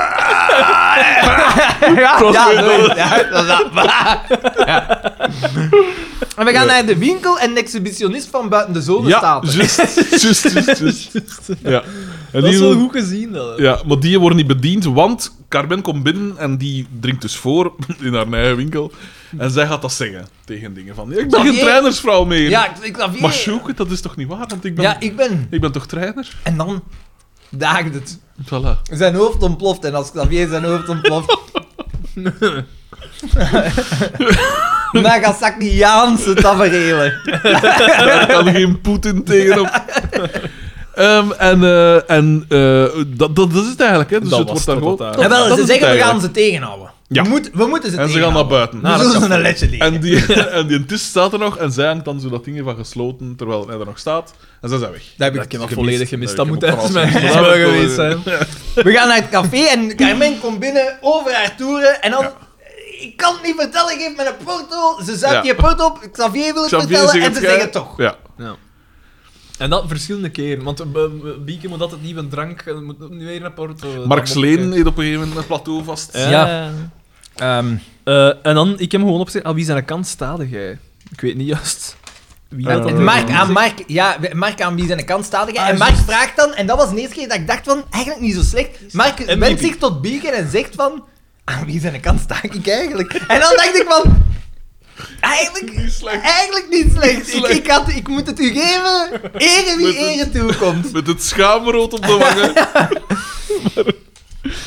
[SPEAKER 1] ja, ja, zo is het. ja, dat is dat. Ja. En we gaan naar de winkel en de exhibitionist van buiten de zone
[SPEAKER 3] Ja,
[SPEAKER 1] staat er.
[SPEAKER 3] juist, juist, juist, juist. Ja. En
[SPEAKER 4] Dat
[SPEAKER 3] die
[SPEAKER 4] is wel
[SPEAKER 3] wil-
[SPEAKER 4] goed gezien, dat.
[SPEAKER 3] Ja, maar die worden niet bediend, want Carmen komt binnen en die drinkt dus voor in haar eigen winkel. En zij gaat dat zeggen tegen dingen van... Ik ben geen
[SPEAKER 1] Xavier.
[SPEAKER 3] trainersvrouw meer.
[SPEAKER 1] Ja, ik- ik snap
[SPEAKER 3] maar
[SPEAKER 1] je.
[SPEAKER 3] Sjoeke, dat is toch niet waar? Want ik ben,
[SPEAKER 1] Ja,
[SPEAKER 3] ik...
[SPEAKER 1] ik ben...
[SPEAKER 3] ben toch trainer?
[SPEAKER 1] En dan daagt het.
[SPEAKER 3] Voilà.
[SPEAKER 1] Zijn hoofd ontploft en als Xavier zijn hoofd ontploft... Nagasakiaanse tafereelen.
[SPEAKER 3] Daar kan geen Poetin tegenop. Ehm, en eh, en eh, dat, dat, dat is het eigenlijk, hè? Dus
[SPEAKER 4] Dat
[SPEAKER 3] het
[SPEAKER 4] was
[SPEAKER 3] wordt dan
[SPEAKER 4] het
[SPEAKER 3] gewoon.
[SPEAKER 4] tot daar.
[SPEAKER 1] Ja, wel,
[SPEAKER 3] dat
[SPEAKER 1] ze
[SPEAKER 3] is
[SPEAKER 1] zeggen
[SPEAKER 3] het
[SPEAKER 1] we gaan
[SPEAKER 3] eigenlijk.
[SPEAKER 1] ze tegenhouden.
[SPEAKER 3] Ja.
[SPEAKER 1] We, moeten, we moeten ze Nou,
[SPEAKER 3] En ze gaan naar
[SPEAKER 1] tegenhouden.
[SPEAKER 3] buiten.
[SPEAKER 1] We zullen ze een letje leren.
[SPEAKER 3] En die, en die tist staat er nog en zij hangt dan zo dat ding van gesloten terwijl hij er nog staat. En zij zijn weg.
[SPEAKER 1] Dat heb ik
[SPEAKER 4] Dat heb ik
[SPEAKER 1] gemist.
[SPEAKER 4] volledig gemist. Dat
[SPEAKER 3] Ik
[SPEAKER 4] moet
[SPEAKER 3] heb ook
[SPEAKER 4] uit
[SPEAKER 3] van alles
[SPEAKER 4] mijn
[SPEAKER 3] gemist.
[SPEAKER 4] spel
[SPEAKER 3] Ja, dat
[SPEAKER 4] geweest
[SPEAKER 3] is-
[SPEAKER 4] zijn.
[SPEAKER 1] We gaan naar het café en Carmen komt binnen over haar toeren en dan... Ik kan het niet vertellen, geef me een porto. Ze zuipt
[SPEAKER 3] Ja.
[SPEAKER 1] je porto op, Xavier wil het
[SPEAKER 3] Xavier
[SPEAKER 1] vertellen
[SPEAKER 3] zegt
[SPEAKER 1] en ze
[SPEAKER 3] jij-
[SPEAKER 1] zeggen het toch.
[SPEAKER 3] Ja.
[SPEAKER 4] En dat verschillende keren. Want eh, be- be- Bieke moet altijd nieuwe drank. eh, Moet nu weer naar Porto. eh, Dan
[SPEAKER 3] Mark
[SPEAKER 4] moet ik,
[SPEAKER 3] Sleen heeft op een gegeven moment een plateau vast.
[SPEAKER 4] eh,
[SPEAKER 1] Ja.
[SPEAKER 4] ja.
[SPEAKER 1] Ehm,
[SPEAKER 4] Eh, en dan, ik heb hem gewoon opgezet. Aan wie zijn kant staat jij? Ik weet niet juist. Wie
[SPEAKER 3] Eh,
[SPEAKER 4] dat
[SPEAKER 3] het
[SPEAKER 4] dan-
[SPEAKER 1] Mark, aan Mark, ja, Mark aan wie zijn kant staat hij?
[SPEAKER 4] Ah,
[SPEAKER 1] En Mark
[SPEAKER 4] juist.
[SPEAKER 1] vraagt dan, en dat was de eerste keer dat ik dacht van, eigenlijk niet zo slecht. Mark
[SPEAKER 4] En
[SPEAKER 1] wendt
[SPEAKER 4] Bibi.
[SPEAKER 1] zich tot Bieke en zegt van, aan wie zijn kant sta ik eigenlijk? En dan dacht ik van, eigenlijk
[SPEAKER 3] Niet slecht.
[SPEAKER 1] eigenlijk niet slecht. Ik,
[SPEAKER 3] slecht.
[SPEAKER 1] ik, had, ik moet het u geven, ere
[SPEAKER 3] Met
[SPEAKER 1] wie
[SPEAKER 3] een-
[SPEAKER 1] ere toekomt.
[SPEAKER 3] Met het schaamrood op de wangen.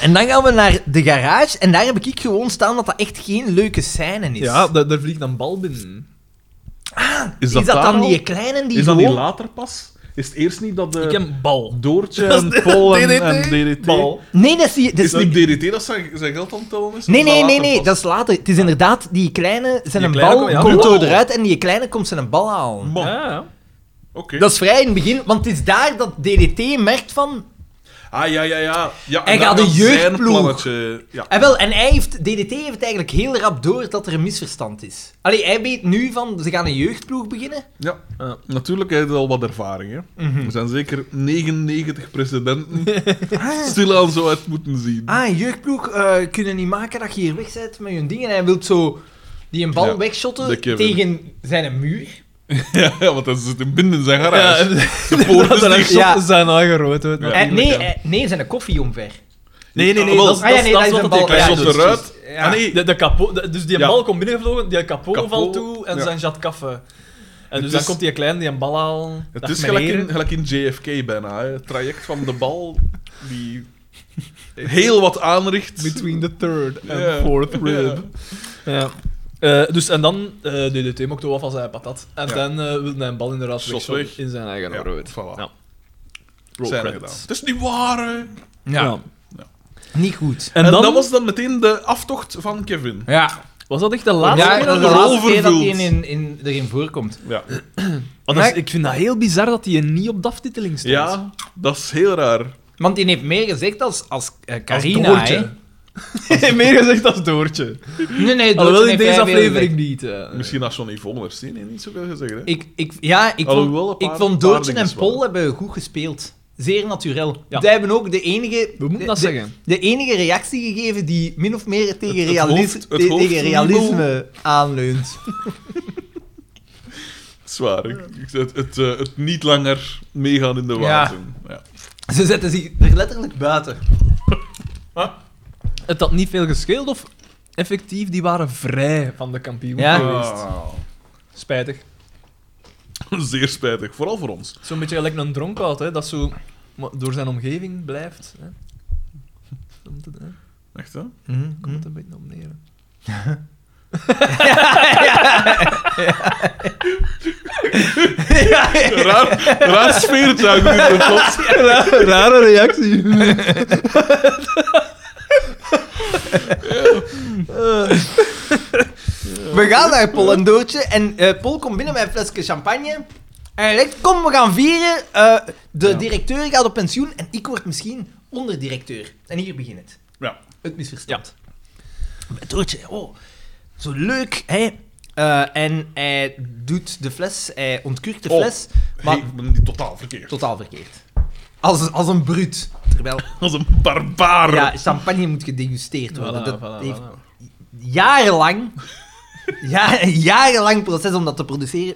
[SPEAKER 1] En dan gaan we naar de garage en daar heb ik gewoon staan dat dat echt geen leuke scène is.
[SPEAKER 4] Ja, daar, daar vliegt een bal binnen.
[SPEAKER 1] is dat,
[SPEAKER 3] daar
[SPEAKER 1] dan
[SPEAKER 3] al?
[SPEAKER 1] die kleine die
[SPEAKER 3] Is dat
[SPEAKER 1] gewoon...
[SPEAKER 3] niet later pas? Is het eerst niet dat
[SPEAKER 4] Ik
[SPEAKER 3] de
[SPEAKER 4] heb een bal.
[SPEAKER 3] Doortje
[SPEAKER 4] Dat
[SPEAKER 3] en
[SPEAKER 4] is
[SPEAKER 3] Paul en
[SPEAKER 4] DDT.
[SPEAKER 3] en DDT...
[SPEAKER 4] Bal.
[SPEAKER 1] Nee, dat is, die, dat
[SPEAKER 3] Is
[SPEAKER 1] is
[SPEAKER 3] het
[SPEAKER 1] niet...
[SPEAKER 3] niet DDT dat zijn, zijn geld aan het tellen is?
[SPEAKER 1] Nee,
[SPEAKER 3] Of
[SPEAKER 1] nee,
[SPEAKER 3] later
[SPEAKER 1] nee, nee,
[SPEAKER 3] pas?
[SPEAKER 1] dat is later. Het is inderdaad, die kleine, zijn
[SPEAKER 4] Die
[SPEAKER 1] een
[SPEAKER 4] kleine
[SPEAKER 1] bal
[SPEAKER 4] komt- ja.
[SPEAKER 1] komt
[SPEAKER 3] Bal.
[SPEAKER 1] door eruit en die kleine komt zijn een bal halen.
[SPEAKER 3] Man,
[SPEAKER 4] Ja, ja.
[SPEAKER 3] oké.
[SPEAKER 1] Dat is vrij in het begin, want het is daar dat DDT merkt van...
[SPEAKER 3] Ah, ja, ja, ja. ja
[SPEAKER 1] Hij
[SPEAKER 3] en
[SPEAKER 1] gaat
[SPEAKER 3] dan
[SPEAKER 1] de
[SPEAKER 3] dat zijn
[SPEAKER 1] jeugdploeg.
[SPEAKER 3] plannetje, Ja.
[SPEAKER 1] En ah, wel, en hij heeft, DDT heeft eigenlijk heel rap door dat er een misverstand is. Allee, hij weet nu van, ze gaan een jeugdploeg beginnen.
[SPEAKER 3] ja.
[SPEAKER 4] Ja.
[SPEAKER 3] Eh,
[SPEAKER 4] Mhm.
[SPEAKER 3] Natuurlijk heeft hij al wat ervaring, hè. Er zijn zeker 99 presidenten
[SPEAKER 4] Ah.
[SPEAKER 3] stilaan zo uit moeten zien.
[SPEAKER 1] Ah, een jeugdploeg eh, kunnen niet maken dat je hier weg bent met je ding. En hij wil zo die een bal
[SPEAKER 3] Ja, de
[SPEAKER 1] wegshotten
[SPEAKER 3] Kevin.
[SPEAKER 1] tegen zijn muur.
[SPEAKER 3] Ja, ja, want hij zit in binnen zijn
[SPEAKER 4] Ja,
[SPEAKER 3] garage.
[SPEAKER 4] de dus
[SPEAKER 3] poort is
[SPEAKER 4] poorten
[SPEAKER 3] dicht.
[SPEAKER 1] Ja.
[SPEAKER 4] zijn aangerood. hoor.
[SPEAKER 3] Ja.
[SPEAKER 1] Eh, nee,
[SPEAKER 4] Natuurlijk,
[SPEAKER 1] eh, nee, zijn koffie omver.
[SPEAKER 4] Nee, nee, nee.
[SPEAKER 3] Ah,
[SPEAKER 4] Dat is-
[SPEAKER 1] ah, ja,
[SPEAKER 4] dat
[SPEAKER 1] nee,
[SPEAKER 4] is dat
[SPEAKER 1] dat
[SPEAKER 4] is
[SPEAKER 1] is een
[SPEAKER 4] wat
[SPEAKER 1] bal.
[SPEAKER 4] die
[SPEAKER 1] Ja,
[SPEAKER 3] Hij
[SPEAKER 4] kleine
[SPEAKER 3] stond
[SPEAKER 4] doet.
[SPEAKER 3] eruit.
[SPEAKER 1] Ja.
[SPEAKER 3] Ah, nee.
[SPEAKER 4] De, de kapo, de- dus die
[SPEAKER 3] Ja.
[SPEAKER 4] bal komt binnengevlogen, die kapot,
[SPEAKER 3] Kapot.
[SPEAKER 4] valt toe en
[SPEAKER 3] Ja.
[SPEAKER 4] zijn jat kaffe. En dus
[SPEAKER 3] is-
[SPEAKER 4] dan komt die kleine die een bal halen.
[SPEAKER 3] Het
[SPEAKER 4] Dag,
[SPEAKER 3] is gelijk
[SPEAKER 4] meneer.
[SPEAKER 3] in, gelijk in JFK bijna. Hè. Het traject van de bal die heel wat aanricht.
[SPEAKER 4] Between the third and
[SPEAKER 3] Ja.
[SPEAKER 4] fourth
[SPEAKER 3] Ja.
[SPEAKER 4] rib. Ja. Eh, dus en dan, eh DDT mocht wel van zijn patat. En
[SPEAKER 3] Ja.
[SPEAKER 4] dan eh wilde hij een bal inderdaad
[SPEAKER 3] Shot
[SPEAKER 4] wegshotten
[SPEAKER 3] weg.
[SPEAKER 4] in zijn eigen
[SPEAKER 3] Ja,
[SPEAKER 4] rood.
[SPEAKER 3] voilà.
[SPEAKER 4] Ja. Roll
[SPEAKER 3] Zijn er gedaan.
[SPEAKER 4] credits.
[SPEAKER 3] Het is niet waar, hè.
[SPEAKER 4] Ja.
[SPEAKER 1] Niet goed.
[SPEAKER 4] En,
[SPEAKER 3] En,
[SPEAKER 4] dan
[SPEAKER 3] dat was
[SPEAKER 4] was,
[SPEAKER 3] dan meteen de aftocht van Kevin.
[SPEAKER 1] Ja,
[SPEAKER 4] dat echt de laatste
[SPEAKER 1] ja
[SPEAKER 4] keer
[SPEAKER 1] dat
[SPEAKER 4] dat
[SPEAKER 1] is
[SPEAKER 4] hij-
[SPEAKER 1] de
[SPEAKER 3] rol
[SPEAKER 1] laatste keer dat die
[SPEAKER 3] vervult.
[SPEAKER 1] in, in, erin voorkomt.
[SPEAKER 3] Ja,
[SPEAKER 4] Want dat
[SPEAKER 1] Ja.
[SPEAKER 4] is- Ik vind dat heel bizar dat hij niet op de aftiteling stond.
[SPEAKER 3] ja dat is heel raar.
[SPEAKER 1] Want die heeft meer gezegd als, als eh, Carina,
[SPEAKER 4] Doortje.
[SPEAKER 1] hè.
[SPEAKER 4] Meer gezegd als Doortje.
[SPEAKER 1] Nee, nee, dat
[SPEAKER 4] Alhoewel in deze aflevering niet. eh.
[SPEAKER 3] Misschien als Johnny Vonner heeft nee, niet zoveel gezegd. Hè?
[SPEAKER 1] Ik, ik, ja, ik
[SPEAKER 3] Alhoewel, een
[SPEAKER 1] vond,
[SPEAKER 3] paar-
[SPEAKER 1] ik vond
[SPEAKER 3] paar
[SPEAKER 1] Doortje en
[SPEAKER 3] dingetjes
[SPEAKER 1] Paul
[SPEAKER 3] wel.
[SPEAKER 1] hebben goed gespeeld. Zeer naturel.
[SPEAKER 4] Ja.
[SPEAKER 1] Zij hebben ook de enige...
[SPEAKER 4] We moeten
[SPEAKER 1] de,
[SPEAKER 4] dat
[SPEAKER 1] de-
[SPEAKER 4] zeggen.
[SPEAKER 1] De enige reactie gegeven die min of meer tegen,
[SPEAKER 3] het
[SPEAKER 1] realis-
[SPEAKER 3] hoofd- het
[SPEAKER 1] te-
[SPEAKER 3] hoofd
[SPEAKER 1] tegen realisme aanleunt.
[SPEAKER 3] Zwaar. Ik, ik- het, het, eh, het niet langer meegaan in de wazen. Ja.
[SPEAKER 1] Ze zetten zich er letterlijk buiten.
[SPEAKER 4] Het had niet veel gescheeld of effectief, die waren vrij van de kampioen
[SPEAKER 1] Ja. Oh.
[SPEAKER 4] geweest. Spijtig.
[SPEAKER 3] Zeer spijtig, vooral voor ons.
[SPEAKER 4] Zo'n beetje gelijk een dronkout, hè, dat zo maar door zijn omgeving blijft. Hè. Daar Komt het, hè? daar
[SPEAKER 3] Echt, hè?
[SPEAKER 1] Hmm,
[SPEAKER 4] Komt het een beetje om neer. hè.
[SPEAKER 3] Raar, raar sfeertje hangt hier in de pot.
[SPEAKER 1] Rare reactie. We gaan naar Pol en Doortje. En eh Pol komt binnen met een flesje champagne. En hij zegt, kom, we gaan vieren. Eh, de
[SPEAKER 4] Ja.
[SPEAKER 1] directeur gaat op pensioen en ik word misschien onderdirecteur. En hier begint het.
[SPEAKER 3] Ja.
[SPEAKER 1] Het misverstand. Doortje, oh, zo leuk, hè. Eh, en hij doet de fles, hij ontkurkt de
[SPEAKER 3] Oh,
[SPEAKER 1] fles. maar
[SPEAKER 3] ik ben die totaal verkeerd.
[SPEAKER 1] Totaal verkeerd. Als, als een bruut. Terwijl
[SPEAKER 3] Als een barbaar.
[SPEAKER 1] ja, champagne moet gedegusteerd worden.
[SPEAKER 4] Voilà,
[SPEAKER 1] dat
[SPEAKER 4] voilà,
[SPEAKER 1] heeft
[SPEAKER 4] voilà.
[SPEAKER 1] jarenlang, ja, een jarenlang proces om dat te produceren.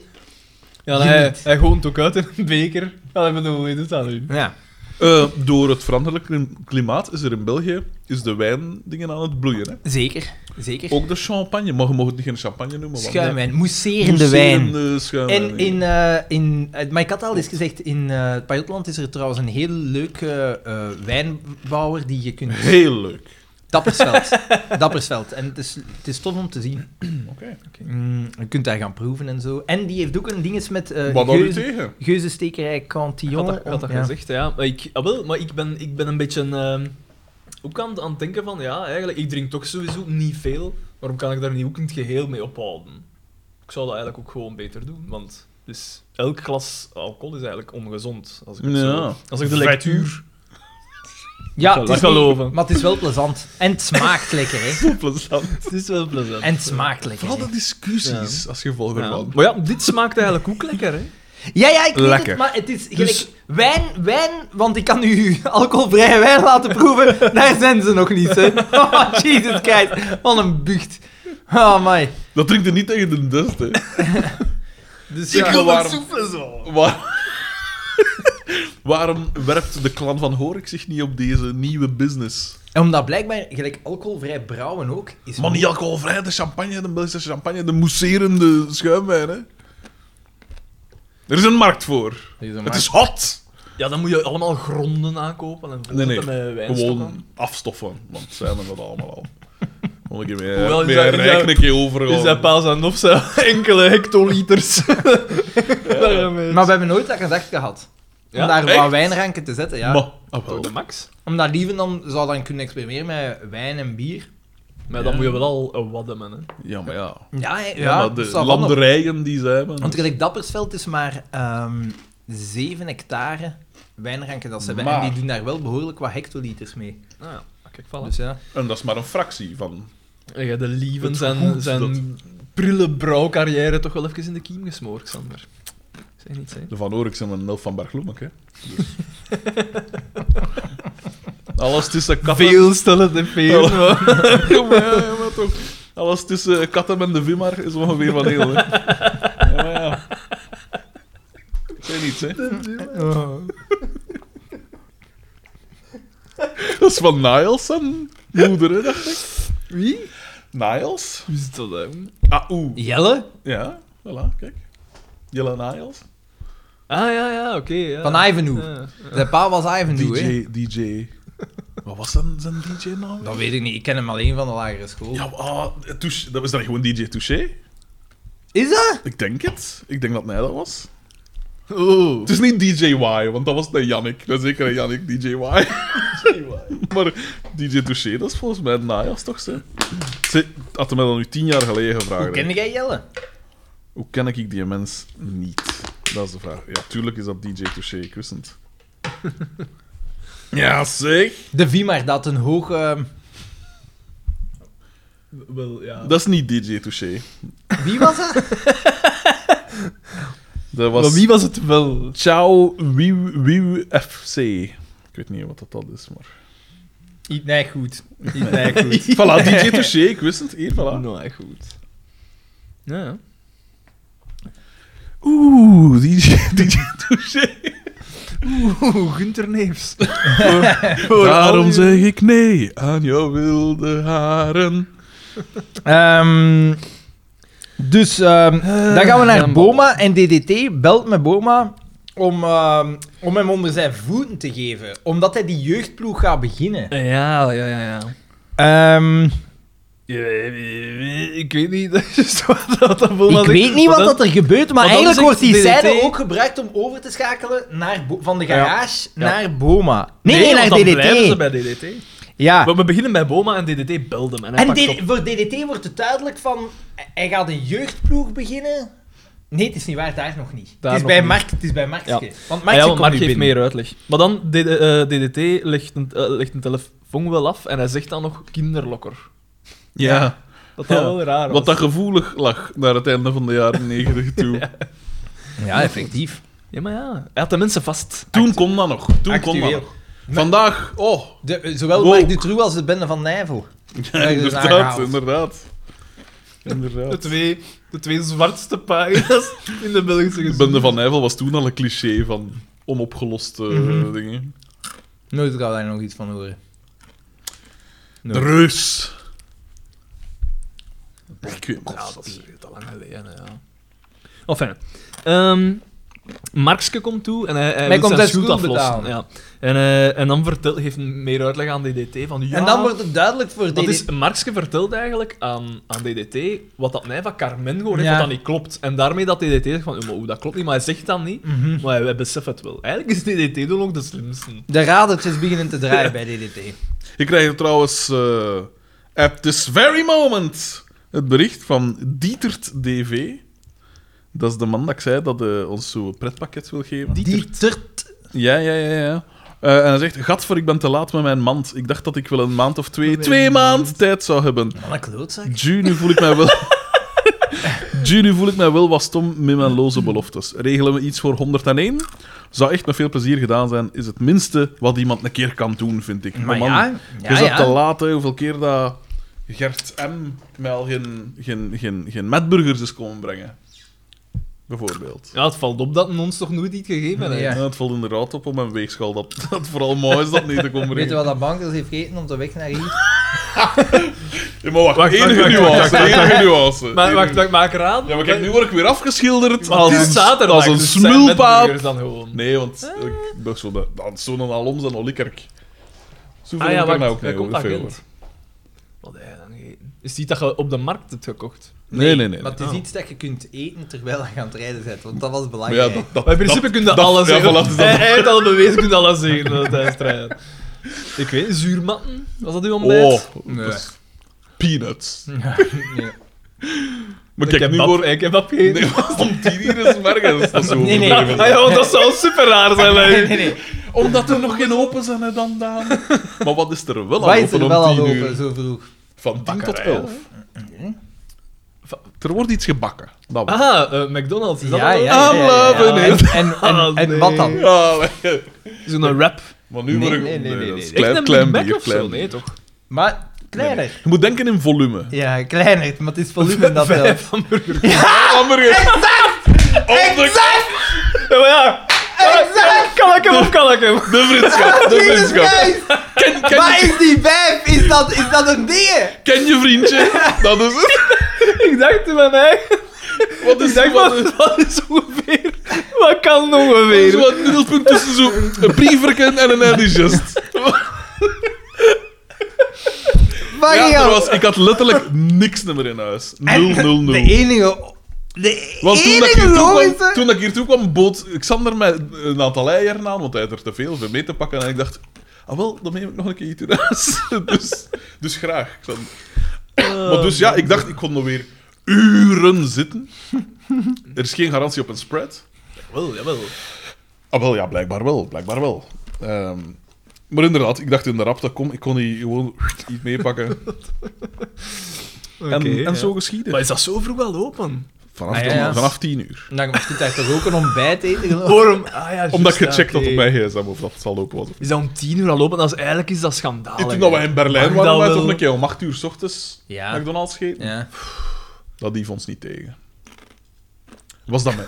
[SPEAKER 4] Ja, en hij,
[SPEAKER 1] Geniet.
[SPEAKER 4] hij gooit ook uit in een beker. Ja, ik bedoel, je doet dat nu.
[SPEAKER 1] Ja.
[SPEAKER 3] Eh, door het veranderlijk klim- klimaat is er in België is de wijn dingen aan het bloeien. Hè?
[SPEAKER 1] Zeker, zeker.
[SPEAKER 3] Ook de champagne. Maar je mag het niet geen champagne noemen. want-
[SPEAKER 1] Schuimwijn, mousserende wijn.
[SPEAKER 3] Mousserende schuimwijn.
[SPEAKER 1] En in, eh in, eh, maar ik had al eens gezegd, in eh, het Pajotland is er trouwens een heel leuke eh, wijnbouwer die je kunt...
[SPEAKER 3] Heel leuk.
[SPEAKER 1] Dappersveld. Dappersveld. En het is, het is tof om te zien.
[SPEAKER 3] Oké.
[SPEAKER 1] Mm, je kunt daar gaan proeven en zo. En die heeft ook een ding met eh
[SPEAKER 3] Wat had u
[SPEAKER 1] geuze,
[SPEAKER 3] tegen?
[SPEAKER 1] geuzestekerij
[SPEAKER 4] Ik had
[SPEAKER 1] Cantillon.
[SPEAKER 4] dat, ik had dat
[SPEAKER 1] Ja.
[SPEAKER 4] gezegd, ja. Maar ik, ah, wel, maar ik, ben, ik ben een beetje ehm, ook aan, het- aan het denken van, ja, eigenlijk, ik drink toch sowieso niet veel. Waarom kan ik daar niet ook in het geheel mee ophouden? Ik zou dat eigenlijk ook gewoon beter doen, want dus elk glas alcohol is eigenlijk ongezond. Als ik, het
[SPEAKER 3] Ja.
[SPEAKER 4] zo, als ik de
[SPEAKER 3] Vet.
[SPEAKER 4] lectuur...
[SPEAKER 1] Ja,
[SPEAKER 4] Ik
[SPEAKER 1] het
[SPEAKER 4] zal
[SPEAKER 1] is
[SPEAKER 4] dat
[SPEAKER 1] niet-
[SPEAKER 4] geloven.
[SPEAKER 1] maar het is wel plezant. En het smaakt lekker, hè.
[SPEAKER 3] Plezant.
[SPEAKER 4] Het is wel plezant.
[SPEAKER 1] En het smaakt lekker.
[SPEAKER 3] Vooral
[SPEAKER 1] hè.
[SPEAKER 3] de discussies als gevolg
[SPEAKER 4] Ja.
[SPEAKER 3] ervan.
[SPEAKER 4] Maar ja, dit smaakt eigenlijk ook lekker, hè.
[SPEAKER 1] Ja, ja, ik weet
[SPEAKER 3] Lekker.
[SPEAKER 1] het, maar het is gelijk
[SPEAKER 3] Dus-
[SPEAKER 1] wijn, wijn, want ik kan u alcoholvrije wijn laten proeven. Daar zijn ze nog niet, hè. Oh, Jesus Christ. Wat een bucht. Oh, my.
[SPEAKER 3] Dat drinkt er niet tegen de dust, hè.
[SPEAKER 1] Dus
[SPEAKER 3] Ik
[SPEAKER 1] ja,
[SPEAKER 3] wil
[SPEAKER 1] waarom-
[SPEAKER 3] dat Waar- Waarom werpt de clan van Horik zich niet op deze nieuwe business?
[SPEAKER 1] En omdat blijkbaar gelijk alcoholvrij brouwen ook is...
[SPEAKER 3] Man, niet alcoholvrij, de champagne, de Belgische champagne, de mousserende schuimwijn, hè. Er is een markt voor.
[SPEAKER 1] Is een
[SPEAKER 3] Het is hot.
[SPEAKER 4] Ja, dan moet je allemaal gronden aankopen en volgen
[SPEAKER 3] Nee, nee.
[SPEAKER 4] met wijnstokken.
[SPEAKER 3] Gewoon afstoffen, want zij hebben dat allemaal al. Nog een keer
[SPEAKER 4] Hoewel, is
[SPEAKER 3] meer, meer
[SPEAKER 4] dat- is dat-
[SPEAKER 3] rijk een keer
[SPEAKER 4] Dus
[SPEAKER 3] overgehouden.
[SPEAKER 4] dat paas aan of zo enkele hectoliters.
[SPEAKER 1] markt. Maar we hebben nooit dat gedacht gehad. Om
[SPEAKER 4] Ja,
[SPEAKER 1] daar
[SPEAKER 3] echt?
[SPEAKER 1] wat wijnranken te zetten, ja.
[SPEAKER 3] Maar, ah, wel.
[SPEAKER 4] Oh, de max.
[SPEAKER 1] Omdat Lieven dan zou dan kunnen experimenteren met wijn en bier.
[SPEAKER 4] Maar
[SPEAKER 3] Ja.
[SPEAKER 4] dan moet je wel al een wadden, man. Hè.
[SPEAKER 3] Ja, maar ja.
[SPEAKER 1] Ja, hè, ja.
[SPEAKER 3] Ja, maar de
[SPEAKER 1] dat zou wel nog-
[SPEAKER 3] landerijen die ze hebben.
[SPEAKER 1] Want gelijk Dappersveld is maar ehm 7 hectare wijnranken dat ze hebben. En
[SPEAKER 3] Maar-
[SPEAKER 1] die doen daar wel behoorlijk wat hectoliters mee.
[SPEAKER 4] Ah, ja. Kijk, voilà.
[SPEAKER 1] Dus ja.
[SPEAKER 3] En dat is maar een fractie van.
[SPEAKER 4] En jij de lieven
[SPEAKER 3] Het
[SPEAKER 4] zijn,
[SPEAKER 3] goed
[SPEAKER 4] zijn prille brouwcarrière toch wel even in de kiem gesmoord, Sander. Zeg niet, hè.
[SPEAKER 3] De Van Orik zijn een elf van Bergloemek, hè. Dus. Alles tussen katten...
[SPEAKER 4] Veel stellen de veel.
[SPEAKER 3] ja, maar, ja, ja, maar toch. Alles tussen katten en de Vimar is ongeveer van heel, hè. Ja, maar ja. Ik weet niet, hè.
[SPEAKER 4] Oh.
[SPEAKER 3] Dat is van Niles en moeder, hè, dacht ik.
[SPEAKER 4] Wie?
[SPEAKER 3] Niles?
[SPEAKER 4] Hoe zit dat, hè?
[SPEAKER 3] Ah, oeh.
[SPEAKER 1] Jelle?
[SPEAKER 3] Ja, voilà, kijk. Jelle Niles.
[SPEAKER 4] Ah, ja, ja, oké. ja.
[SPEAKER 1] Van Ivanhoe.
[SPEAKER 4] Ja.
[SPEAKER 1] Zijn pa was Ivanhoe, hè?
[SPEAKER 3] DJ, DJ... Wat was zijn, zijn DJ-naam?
[SPEAKER 1] Dat weet ik niet. Ik ken hem alleen van de lagere school.
[SPEAKER 3] Nou, Ja, ah, Touche- dat was dan gewoon DJ Touché.
[SPEAKER 1] Is dat?
[SPEAKER 3] Ik denk het. Ik denk dat hij dat was.
[SPEAKER 4] Oh.
[SPEAKER 3] Het is niet DJY, want dat was de Yannick. Dat is zeker een Yannick, DJY. maar DJ Touché, dat is volgens mij Najas toch? Ze Ze- had hem mij dat nu tien jaar geleden gevraagd.
[SPEAKER 1] Hoe ken jij Jelle?
[SPEAKER 3] Hoe ken ik die mens niet? Dat is de vraag. Ja, tuurlijk is dat DJ Touché, ik wist het. ja, zeg.
[SPEAKER 1] De Vimar, dat een hoog... ehm,
[SPEAKER 4] Wel, ja.
[SPEAKER 3] Dat is niet DJ Touché.
[SPEAKER 1] Wie was dat?
[SPEAKER 3] Dat
[SPEAKER 4] Maar
[SPEAKER 3] was
[SPEAKER 4] wie was het wel?
[SPEAKER 3] Ciao Wiu Wiu FC. Ik weet niet wat dat, dat is, maar...
[SPEAKER 1] Niet nee, goed. Niet nee, goed.
[SPEAKER 3] Voilà, DJ Touché, ik wist het. Hier, voilà.
[SPEAKER 4] Nou, echt goed. Ja, ja.
[SPEAKER 3] Oeh, DJ, DJ Touché.
[SPEAKER 4] Oeh, Gunter Neefs.
[SPEAKER 3] Daarom zeg ik nee aan jouw wilde haren.
[SPEAKER 1] Ehm, dus ehm,
[SPEAKER 4] Eh,
[SPEAKER 1] dan gaan we naar Boma en DDT belt met Boma om, ehm, om hem onder zijn voeten te geven, omdat hij die jeugdploeg gaat beginnen.
[SPEAKER 4] Ja, ja, ja, ja.
[SPEAKER 1] Ehm,
[SPEAKER 4] Ik weet niet. dat is juist wat dat dat voelde.
[SPEAKER 1] ik weet niet wat dat er gebeurt, maar
[SPEAKER 4] want dan
[SPEAKER 1] eigenlijk wordt die
[SPEAKER 4] zegt DDT
[SPEAKER 1] zijde ook gebruikt om over te schakelen naar Bo- van de
[SPEAKER 4] Ja.
[SPEAKER 1] garage
[SPEAKER 4] Ja.
[SPEAKER 1] naar Boma. Nee, nee,
[SPEAKER 4] want
[SPEAKER 1] naar
[SPEAKER 4] dan blijven ze
[SPEAKER 1] DDT.
[SPEAKER 4] bij DDT.
[SPEAKER 1] Ja.
[SPEAKER 4] Maar we beginnen bij Boma en DDT belde hem. En, hij
[SPEAKER 1] Ah. En
[SPEAKER 4] pakt
[SPEAKER 1] D-
[SPEAKER 4] op.
[SPEAKER 1] voor DDT wordt het duidelijk van, hij gaat een jeugdploeg beginnen. Nee, het is niet waar, daar nog niet.
[SPEAKER 4] Daar
[SPEAKER 1] het, is
[SPEAKER 4] nog
[SPEAKER 1] bij
[SPEAKER 4] niet.
[SPEAKER 1] Mark, het is bij Markske.
[SPEAKER 4] Ja.
[SPEAKER 1] Want Markske
[SPEAKER 4] Ah ja, want
[SPEAKER 1] komt
[SPEAKER 4] Mark
[SPEAKER 1] nu
[SPEAKER 4] geeft
[SPEAKER 1] binnen.
[SPEAKER 4] meer uitleg. Maar dan, DD, eh, DDT legt een, eh, legt een telefoon wel af en hij zegt dan nog kinderlokker.
[SPEAKER 3] Ja.
[SPEAKER 4] Dat dat
[SPEAKER 3] Ja.
[SPEAKER 4] wel raar was.
[SPEAKER 3] Wat dat gevoelig lag naar het einde van de jaren negentig toe.
[SPEAKER 1] Ja, effectief.
[SPEAKER 4] Ja, maar ja. Hij had de mensen vast.
[SPEAKER 3] Toen kon dat nog. Toen kon dat
[SPEAKER 1] Actueel.
[SPEAKER 3] nog. Vandaag, oh.
[SPEAKER 1] De, eh, zowel
[SPEAKER 3] Wow.
[SPEAKER 1] Mark Dutroux als de bende van Nijvel.
[SPEAKER 3] Ja,
[SPEAKER 1] is
[SPEAKER 3] inderdaad,
[SPEAKER 1] aangehaald.
[SPEAKER 3] inderdaad. Inderdaad.
[SPEAKER 4] twee, de twee zwartste pagina's in de Belgische
[SPEAKER 3] De Bende van Nijvel was toen al een cliché van onopgeloste eh,
[SPEAKER 1] Mhm.
[SPEAKER 3] dingen.
[SPEAKER 1] Nooit gaan we daar nog iets van horen.
[SPEAKER 3] De reus. Ik weet
[SPEAKER 4] Ja, dat is al lang geleden, ja. Enfin. ehm, Markske komt toe en hij, hij
[SPEAKER 1] Mij
[SPEAKER 4] wil
[SPEAKER 1] komt
[SPEAKER 4] zijn
[SPEAKER 1] zijn
[SPEAKER 4] schuld
[SPEAKER 1] schuld
[SPEAKER 4] aflossen. Ja. En, eh, en dan vertelt, geeft meer uitleg aan DDT van ja...
[SPEAKER 1] En dan wordt het duidelijk voor
[SPEAKER 4] dat
[SPEAKER 1] DDT.
[SPEAKER 4] is, Markske vertelt eigenlijk aan, aan DDT wat dat mij van Carmen gehoord heeft,
[SPEAKER 1] Ja.
[SPEAKER 4] wat dat niet klopt. En daarmee dat DDT zegt van, "Oh, maar oeh, dat klopt niet, maar hij zegt dat niet.
[SPEAKER 1] Mhm.
[SPEAKER 4] Maar hij, hij beseft het wel. Eigenlijk is DDT dan ook de slimste.
[SPEAKER 1] De radertjes beginnen te draaien bij DDT.
[SPEAKER 3] Ik krijg hier trouwens eh, at this very moment het bericht van Dietert DV. Dat is de man dat ik zei dat eh, ons zo'n pretpakket wil geven.
[SPEAKER 1] Die turt.
[SPEAKER 3] Ja, ja, ja, ja. Eh, en hij zegt, gatver, ik ben te laat met mijn mand. Ik dacht dat ik wel een maand of twee, twee maand tijd zou hebben.
[SPEAKER 1] Man, een klootzak.
[SPEAKER 3] Ju, nu voel ik mij wel... Ju, nu voel ik mij wel wat stom met mijn loze beloftes. Regelen we iets voor 101? Zou echt met veel plezier gedaan zijn. Is het minste wat iemand een keer kan doen, vind ik.
[SPEAKER 1] Maar
[SPEAKER 3] man,
[SPEAKER 1] ja,
[SPEAKER 3] je
[SPEAKER 1] ja,
[SPEAKER 3] zat te
[SPEAKER 1] ja.
[SPEAKER 3] laat, hè. hoeveel keer dat Gert M. mij al geen, geen, geen, geen metburgers is komen brengen. Bijvoorbeeld.
[SPEAKER 4] Ja, het valt op dat men ons toch nooit iets gegeven heeft.
[SPEAKER 1] Ja.
[SPEAKER 3] Ja, het valt inderdaad op op mijn weegschaal dat dat vooral mooi is dat niet te komen
[SPEAKER 1] Weet je
[SPEAKER 3] brengen.
[SPEAKER 1] wat dat bankers heeft gegeten om te weg naar hier?
[SPEAKER 3] Ja, maar wacht,
[SPEAKER 4] Wacht, wacht,
[SPEAKER 3] enige
[SPEAKER 4] wacht, wacht, wacht,
[SPEAKER 3] nuance,
[SPEAKER 4] wacht.
[SPEAKER 3] enige nuance.
[SPEAKER 4] Maar
[SPEAKER 3] Enige-
[SPEAKER 4] wacht, wacht, maak raad.
[SPEAKER 3] Ja, maar kijk, nu word ik weer afgeschilderd
[SPEAKER 4] Want
[SPEAKER 3] als
[SPEAKER 4] het is
[SPEAKER 3] een,
[SPEAKER 4] zaterdag,
[SPEAKER 3] als een
[SPEAKER 4] dus het zijn Ah.
[SPEAKER 3] smulpaap.
[SPEAKER 4] metburgers dan gewoon.
[SPEAKER 3] Nee, want ik ben zo de, aan zo'n alom en olikerk. Zo
[SPEAKER 4] Ah ja,
[SPEAKER 3] ik er nou
[SPEAKER 4] wacht,
[SPEAKER 3] ook
[SPEAKER 4] daar
[SPEAKER 3] mee,
[SPEAKER 4] komt
[SPEAKER 3] hoor, veel, hoor.
[SPEAKER 4] agent. Wat heb je dan gegeten? Is die dat je op de markt hebt gekocht?
[SPEAKER 3] Nee, nee, nee.
[SPEAKER 1] Maar het
[SPEAKER 3] nee.
[SPEAKER 1] is iets dat je kunt eten terwijl je aan het rijden bent, want dat was
[SPEAKER 3] Maar ja,
[SPEAKER 1] belangrijk.
[SPEAKER 3] dat, dat,
[SPEAKER 4] Ah, Maar in principe kun je
[SPEAKER 3] dat-
[SPEAKER 4] alles
[SPEAKER 3] ja,
[SPEAKER 4] zeggen.
[SPEAKER 3] voilà, dus dat-
[SPEAKER 4] hij, hij heeft al bewezen, kun je alles zeggen dat hij is rijden. Ik weet niet, zuurmatten? Was dat uw ontbijt?
[SPEAKER 3] Oh,
[SPEAKER 1] Nee.
[SPEAKER 3] dat is peanuts.
[SPEAKER 1] Nee.
[SPEAKER 3] Maar
[SPEAKER 4] ik
[SPEAKER 3] kijk,
[SPEAKER 4] heb
[SPEAKER 3] nu
[SPEAKER 4] bab,
[SPEAKER 3] word ik...
[SPEAKER 4] ik heb bab gegeten.
[SPEAKER 3] Nee, want om tien uur is het ergens. Dat is zo
[SPEAKER 1] Nee, nee.
[SPEAKER 3] overdreven.
[SPEAKER 4] Ah, ja, want dat zou super raar zijn. hè.
[SPEAKER 1] Nee, nee, nee.
[SPEAKER 3] Omdat er nog geen open zijn, hè, dan, Daan. Maar wat is er wel
[SPEAKER 1] Wat
[SPEAKER 3] al
[SPEAKER 1] is
[SPEAKER 3] open
[SPEAKER 1] er
[SPEAKER 3] om
[SPEAKER 1] wel aan
[SPEAKER 3] tien uur?
[SPEAKER 1] open zo vroeg?
[SPEAKER 3] Van 10 tot
[SPEAKER 4] Bakkerij,
[SPEAKER 3] 11. Er wordt iets gebakken. Dat wel.
[SPEAKER 4] Aha, eh, McDonald's. Is dat Ah,
[SPEAKER 1] Ja,
[SPEAKER 4] al?
[SPEAKER 1] ja.
[SPEAKER 3] I'm loving
[SPEAKER 1] En,
[SPEAKER 3] it. Ah,
[SPEAKER 1] en, en, en wat dan?
[SPEAKER 3] Ja, maar-
[SPEAKER 4] Zo'n rap.
[SPEAKER 3] maar nu
[SPEAKER 1] Nee,
[SPEAKER 3] word ik...
[SPEAKER 1] nee, nee, nee,
[SPEAKER 3] dat is
[SPEAKER 1] nee.
[SPEAKER 4] Echt
[SPEAKER 3] Klein,
[SPEAKER 4] een
[SPEAKER 3] klein
[SPEAKER 4] Big Mac
[SPEAKER 3] bier,
[SPEAKER 4] of zo?
[SPEAKER 3] klein bier.
[SPEAKER 4] Nee, toch?
[SPEAKER 1] Maar kleiner.
[SPEAKER 3] Je moet denken in volume.
[SPEAKER 1] Ja, kleiner, maar het is volume dat wel.
[SPEAKER 4] Vijf hamburgers.
[SPEAKER 3] Hamburger. Op de,
[SPEAKER 4] Ja, maar ja. Kan ik hem of kan ik hem?
[SPEAKER 3] de vriendschap. De
[SPEAKER 1] Jesus
[SPEAKER 3] vriendschap.
[SPEAKER 1] Christ!
[SPEAKER 3] Ken, ken,
[SPEAKER 1] Maar
[SPEAKER 3] je,
[SPEAKER 1] is die vijf, is dat, is dat een ding?
[SPEAKER 3] ken je vriendje? Dat is het.
[SPEAKER 4] Ik dacht bij mij.
[SPEAKER 3] Wat is
[SPEAKER 4] Ik dacht,
[SPEAKER 3] dat? Wat
[SPEAKER 4] Dus wat, wat is ongeveer? Wat kan ongeveer?
[SPEAKER 3] is wat middelpunt tussen zo een brieverken en een indigest.
[SPEAKER 1] Maar
[SPEAKER 3] Ja,
[SPEAKER 1] ja,
[SPEAKER 3] er was, ik had letterlijk niks meer in huis.
[SPEAKER 1] Ah, en
[SPEAKER 3] 0, 0, 0.
[SPEAKER 1] De enige... De
[SPEAKER 3] Want toen, dat ik
[SPEAKER 1] enige
[SPEAKER 3] hier toe
[SPEAKER 1] logische...
[SPEAKER 3] kwam, toen ik hier toe kwam, bood Xander mij een aantal eieren aan, want hij had er te veel voor mee te pakken. En ik dacht, ah wel, dan neem ik nog een keer iets in huis. dus, dus graag, Xander. maar dus ja, ik dacht, ik kon nog weer uren zitten. er is geen garantie op een spread.
[SPEAKER 4] Wel, jawel.
[SPEAKER 3] Ah wel, ja, blijkbaar wel. Blijkbaar wel. Ehm, maar inderdaad, ik dacht in de rapte, kom, ik kon hier gewoon iets meepakken.
[SPEAKER 4] Oké.
[SPEAKER 3] En, en
[SPEAKER 4] ja.
[SPEAKER 3] zo
[SPEAKER 4] Maar
[SPEAKER 3] geschieden.
[SPEAKER 4] is dat zo vroeg al open?
[SPEAKER 3] Vanaf,
[SPEAKER 1] Ah, ja, ja.
[SPEAKER 3] vanaf tien uur.
[SPEAKER 1] Dan moet daar toch ook een ontbijt eten, geloof ik?
[SPEAKER 4] Waarom? Ah, ja,
[SPEAKER 3] Omdat ik
[SPEAKER 4] juist,
[SPEAKER 3] gecheckt
[SPEAKER 4] ja,
[SPEAKER 3] had
[SPEAKER 4] oké.
[SPEAKER 3] op mijn gsm of dat het al open was.
[SPEAKER 4] Is dat om tien uur al open? Dat is, eigenlijk is dat schandalig.
[SPEAKER 3] En toen dat we in Berlijn
[SPEAKER 4] Mag
[SPEAKER 3] waren,
[SPEAKER 4] dat
[SPEAKER 3] wij
[SPEAKER 4] wel?
[SPEAKER 3] toch een keer om 8 uur s ochtends
[SPEAKER 1] Ja.
[SPEAKER 3] McDonald's gegeten.
[SPEAKER 1] Ja.
[SPEAKER 3] Dat hief ons niet tegen. Was dat met...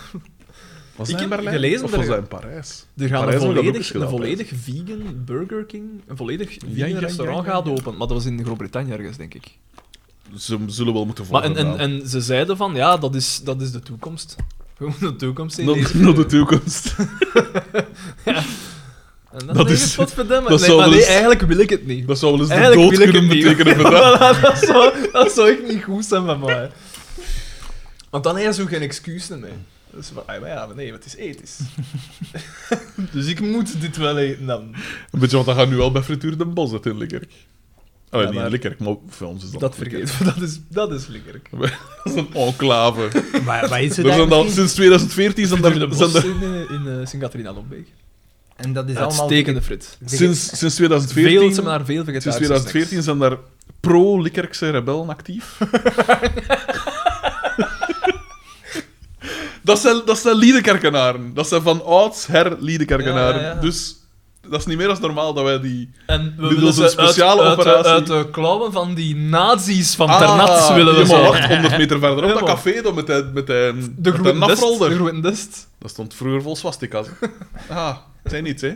[SPEAKER 3] Was
[SPEAKER 4] Ik
[SPEAKER 3] dat in
[SPEAKER 4] heb
[SPEAKER 3] Berlijn?
[SPEAKER 4] gelezen
[SPEAKER 3] of
[SPEAKER 4] dat
[SPEAKER 3] was
[SPEAKER 4] er-
[SPEAKER 3] dat in Parijs?
[SPEAKER 4] Er gaan
[SPEAKER 3] Parijs
[SPEAKER 4] een
[SPEAKER 3] hebben we dat ook
[SPEAKER 4] volledig,
[SPEAKER 3] eens gedaan,
[SPEAKER 4] een volledig vegan Burger King, een volledig vegan
[SPEAKER 3] ja, ja,
[SPEAKER 4] restaurant
[SPEAKER 3] ja, ja.
[SPEAKER 4] gaat open. Maar dat was in Groot-Brittannië ergens, denk ik.
[SPEAKER 3] Ze zullen wel moeten
[SPEAKER 4] Maar
[SPEAKER 3] volgen.
[SPEAKER 4] en, en,
[SPEAKER 3] dan.
[SPEAKER 4] en ze zeiden van, ja, dat is, dat is de toekomst. We moeten de toekomst zien.
[SPEAKER 3] Dat
[SPEAKER 4] deze-
[SPEAKER 3] naar de toekomst.
[SPEAKER 4] En
[SPEAKER 3] dat
[SPEAKER 4] dat
[SPEAKER 3] is-
[SPEAKER 4] is... Godverdamme.
[SPEAKER 3] dat
[SPEAKER 4] Nee, maar
[SPEAKER 3] zou wel
[SPEAKER 4] nee,
[SPEAKER 3] eens-
[SPEAKER 4] eigenlijk wil ik het niet.
[SPEAKER 3] Dat zou wel eens de
[SPEAKER 4] Eigenlijk
[SPEAKER 3] dood
[SPEAKER 4] wil ik
[SPEAKER 3] kunnen
[SPEAKER 4] het niet.
[SPEAKER 3] betekenen voor dat.
[SPEAKER 4] dat, zou, dat zou echt niet goed zijn van mij. Want dan heb je zo geen excuses meer. Dus van, ah, maar ja, maar nee, wat is ethisch. dus ik moet dit wel eten dan.
[SPEAKER 3] Een beetje, want dat gaat nu wel bij Frituur den Bos uit in Likkerk. Allee,
[SPEAKER 4] Ja,
[SPEAKER 3] niet in
[SPEAKER 4] maar-
[SPEAKER 3] Likkerk, maar voor ons is dat...
[SPEAKER 4] Dat
[SPEAKER 3] Likkerk.
[SPEAKER 4] vergeet dat is, dat is lekker.
[SPEAKER 3] Dat is een enclave.
[SPEAKER 1] Maar, maar is
[SPEAKER 3] Er
[SPEAKER 1] het daar
[SPEAKER 3] zijn al,
[SPEAKER 1] misschien?
[SPEAKER 3] sinds 2014 zijn
[SPEAKER 4] Frituur
[SPEAKER 3] er...
[SPEAKER 4] de
[SPEAKER 3] zijn
[SPEAKER 4] Bos
[SPEAKER 3] er-
[SPEAKER 4] in, eh, in eh, Sint-Catharina-Lombeek.
[SPEAKER 1] En dat is allemaal...
[SPEAKER 4] Uitstekende frit.
[SPEAKER 1] veget-
[SPEAKER 3] Sinds, sinds
[SPEAKER 4] Veel, ze
[SPEAKER 3] 2014...
[SPEAKER 4] hebben daar veel
[SPEAKER 3] Sinds
[SPEAKER 4] vegetarische
[SPEAKER 3] 2014 zijn daar pro-Likkerkse rebellen actief. dat, zijn, dat zijn Liedekerkenaren. Dat zijn van oudsher Liedekerkenaren.
[SPEAKER 4] Ja, ja, ja.
[SPEAKER 3] Dus dat is niet meer als normaal dat wij die...
[SPEAKER 4] En we
[SPEAKER 3] Dit
[SPEAKER 4] willen dus
[SPEAKER 3] is een
[SPEAKER 4] ze
[SPEAKER 3] speciale
[SPEAKER 4] uit, uit,
[SPEAKER 3] operatie.
[SPEAKER 4] uit de klauwen van die nazi's van Ternat willen we
[SPEAKER 3] ja, maar
[SPEAKER 4] zo.
[SPEAKER 3] wacht, 100 meter verderop, dat
[SPEAKER 4] Helemaal.
[SPEAKER 3] café dan met, de, met, de, met
[SPEAKER 4] De
[SPEAKER 3] een
[SPEAKER 4] groene dest.
[SPEAKER 3] afrolder.
[SPEAKER 4] De groene dest.
[SPEAKER 3] Dat stond vroeger vol swastika's. Ah, het zijn niets, hè.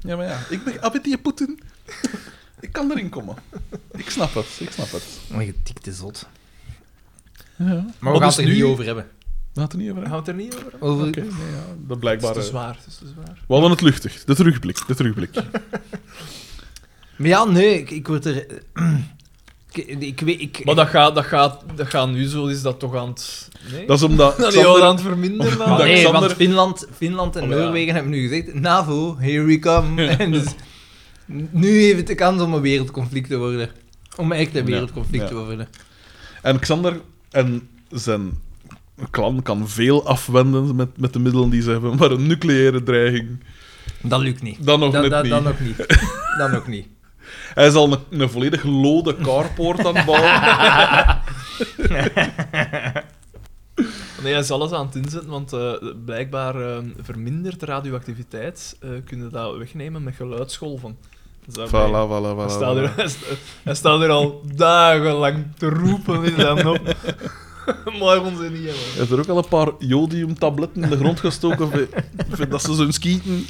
[SPEAKER 3] Ja, maar ja. Ik ben... Ah, weet je, Poetin. Ik kan erin komen. Ik snap het, ik snap het.
[SPEAKER 1] Maar je tikte zot.
[SPEAKER 3] Ja.
[SPEAKER 1] Maar
[SPEAKER 4] Wat
[SPEAKER 1] we gaan
[SPEAKER 4] is
[SPEAKER 1] het er
[SPEAKER 4] nu?
[SPEAKER 1] niet over hebben.
[SPEAKER 3] Laat er niet over. uit.
[SPEAKER 4] Gaan we het er niet over? hebben?
[SPEAKER 1] Over-
[SPEAKER 3] Oké, nee, ja, dat
[SPEAKER 4] Het is
[SPEAKER 3] blijkbaar.
[SPEAKER 4] te
[SPEAKER 3] eh,
[SPEAKER 4] zwaar, het is te zwaar.
[SPEAKER 3] We hadden het luchtig. De terugblik. De terugblik.
[SPEAKER 1] Maar ja, nee, ik, ik word er... Ik, ik, weet- ik,
[SPEAKER 4] Maar dat gaat, dat gaat, dat gaat nu zo, is dat toch aan het... Nee?
[SPEAKER 3] Dat is omdat.
[SPEAKER 4] Dat is
[SPEAKER 3] Xander-
[SPEAKER 4] aan het verminderen.
[SPEAKER 1] Ah,
[SPEAKER 4] maar-
[SPEAKER 3] dat
[SPEAKER 1] nee,
[SPEAKER 3] Xander-
[SPEAKER 1] want Finland, Finland en
[SPEAKER 4] Oh, ja.
[SPEAKER 1] Noorwegen hebben nu gezegd, NAVO, here we come. En dus, nu heeft het de kans om een wereldconflict te worden. Om echt een
[SPEAKER 3] Ja,
[SPEAKER 1] wereldconflict
[SPEAKER 3] ja.
[SPEAKER 1] te worden.
[SPEAKER 3] En Xander en zijn klan kan veel afwenden met, met de middelen die ze hebben, maar een nucleaire dreiging,
[SPEAKER 1] Dat lukt niet.
[SPEAKER 3] dan nog
[SPEAKER 1] dan,
[SPEAKER 3] net
[SPEAKER 1] dan,
[SPEAKER 3] niet.
[SPEAKER 1] dan nog niet. Dan nog niet.
[SPEAKER 3] Hij zal een, een volledig lode carport aan het bouwen.
[SPEAKER 4] Nee, hij is alles aan het inzetten, want eh, blijkbaar eh, vermindert radioactiviteit. eh kunnen dat wegnemen met geluidsgolven. Dus daarbij-
[SPEAKER 3] voilà, voilà,
[SPEAKER 4] Hij
[SPEAKER 3] voilà.
[SPEAKER 4] staat, er,
[SPEAKER 3] voilà.
[SPEAKER 4] hij sta- hij staat er al dagenlang te roepen in zijn op. Mooi ons niet hebben.
[SPEAKER 3] Hij heeft er ook al een paar jodiumtabletten in de grond gestoken, voor- voor dat ze zo'n skieten.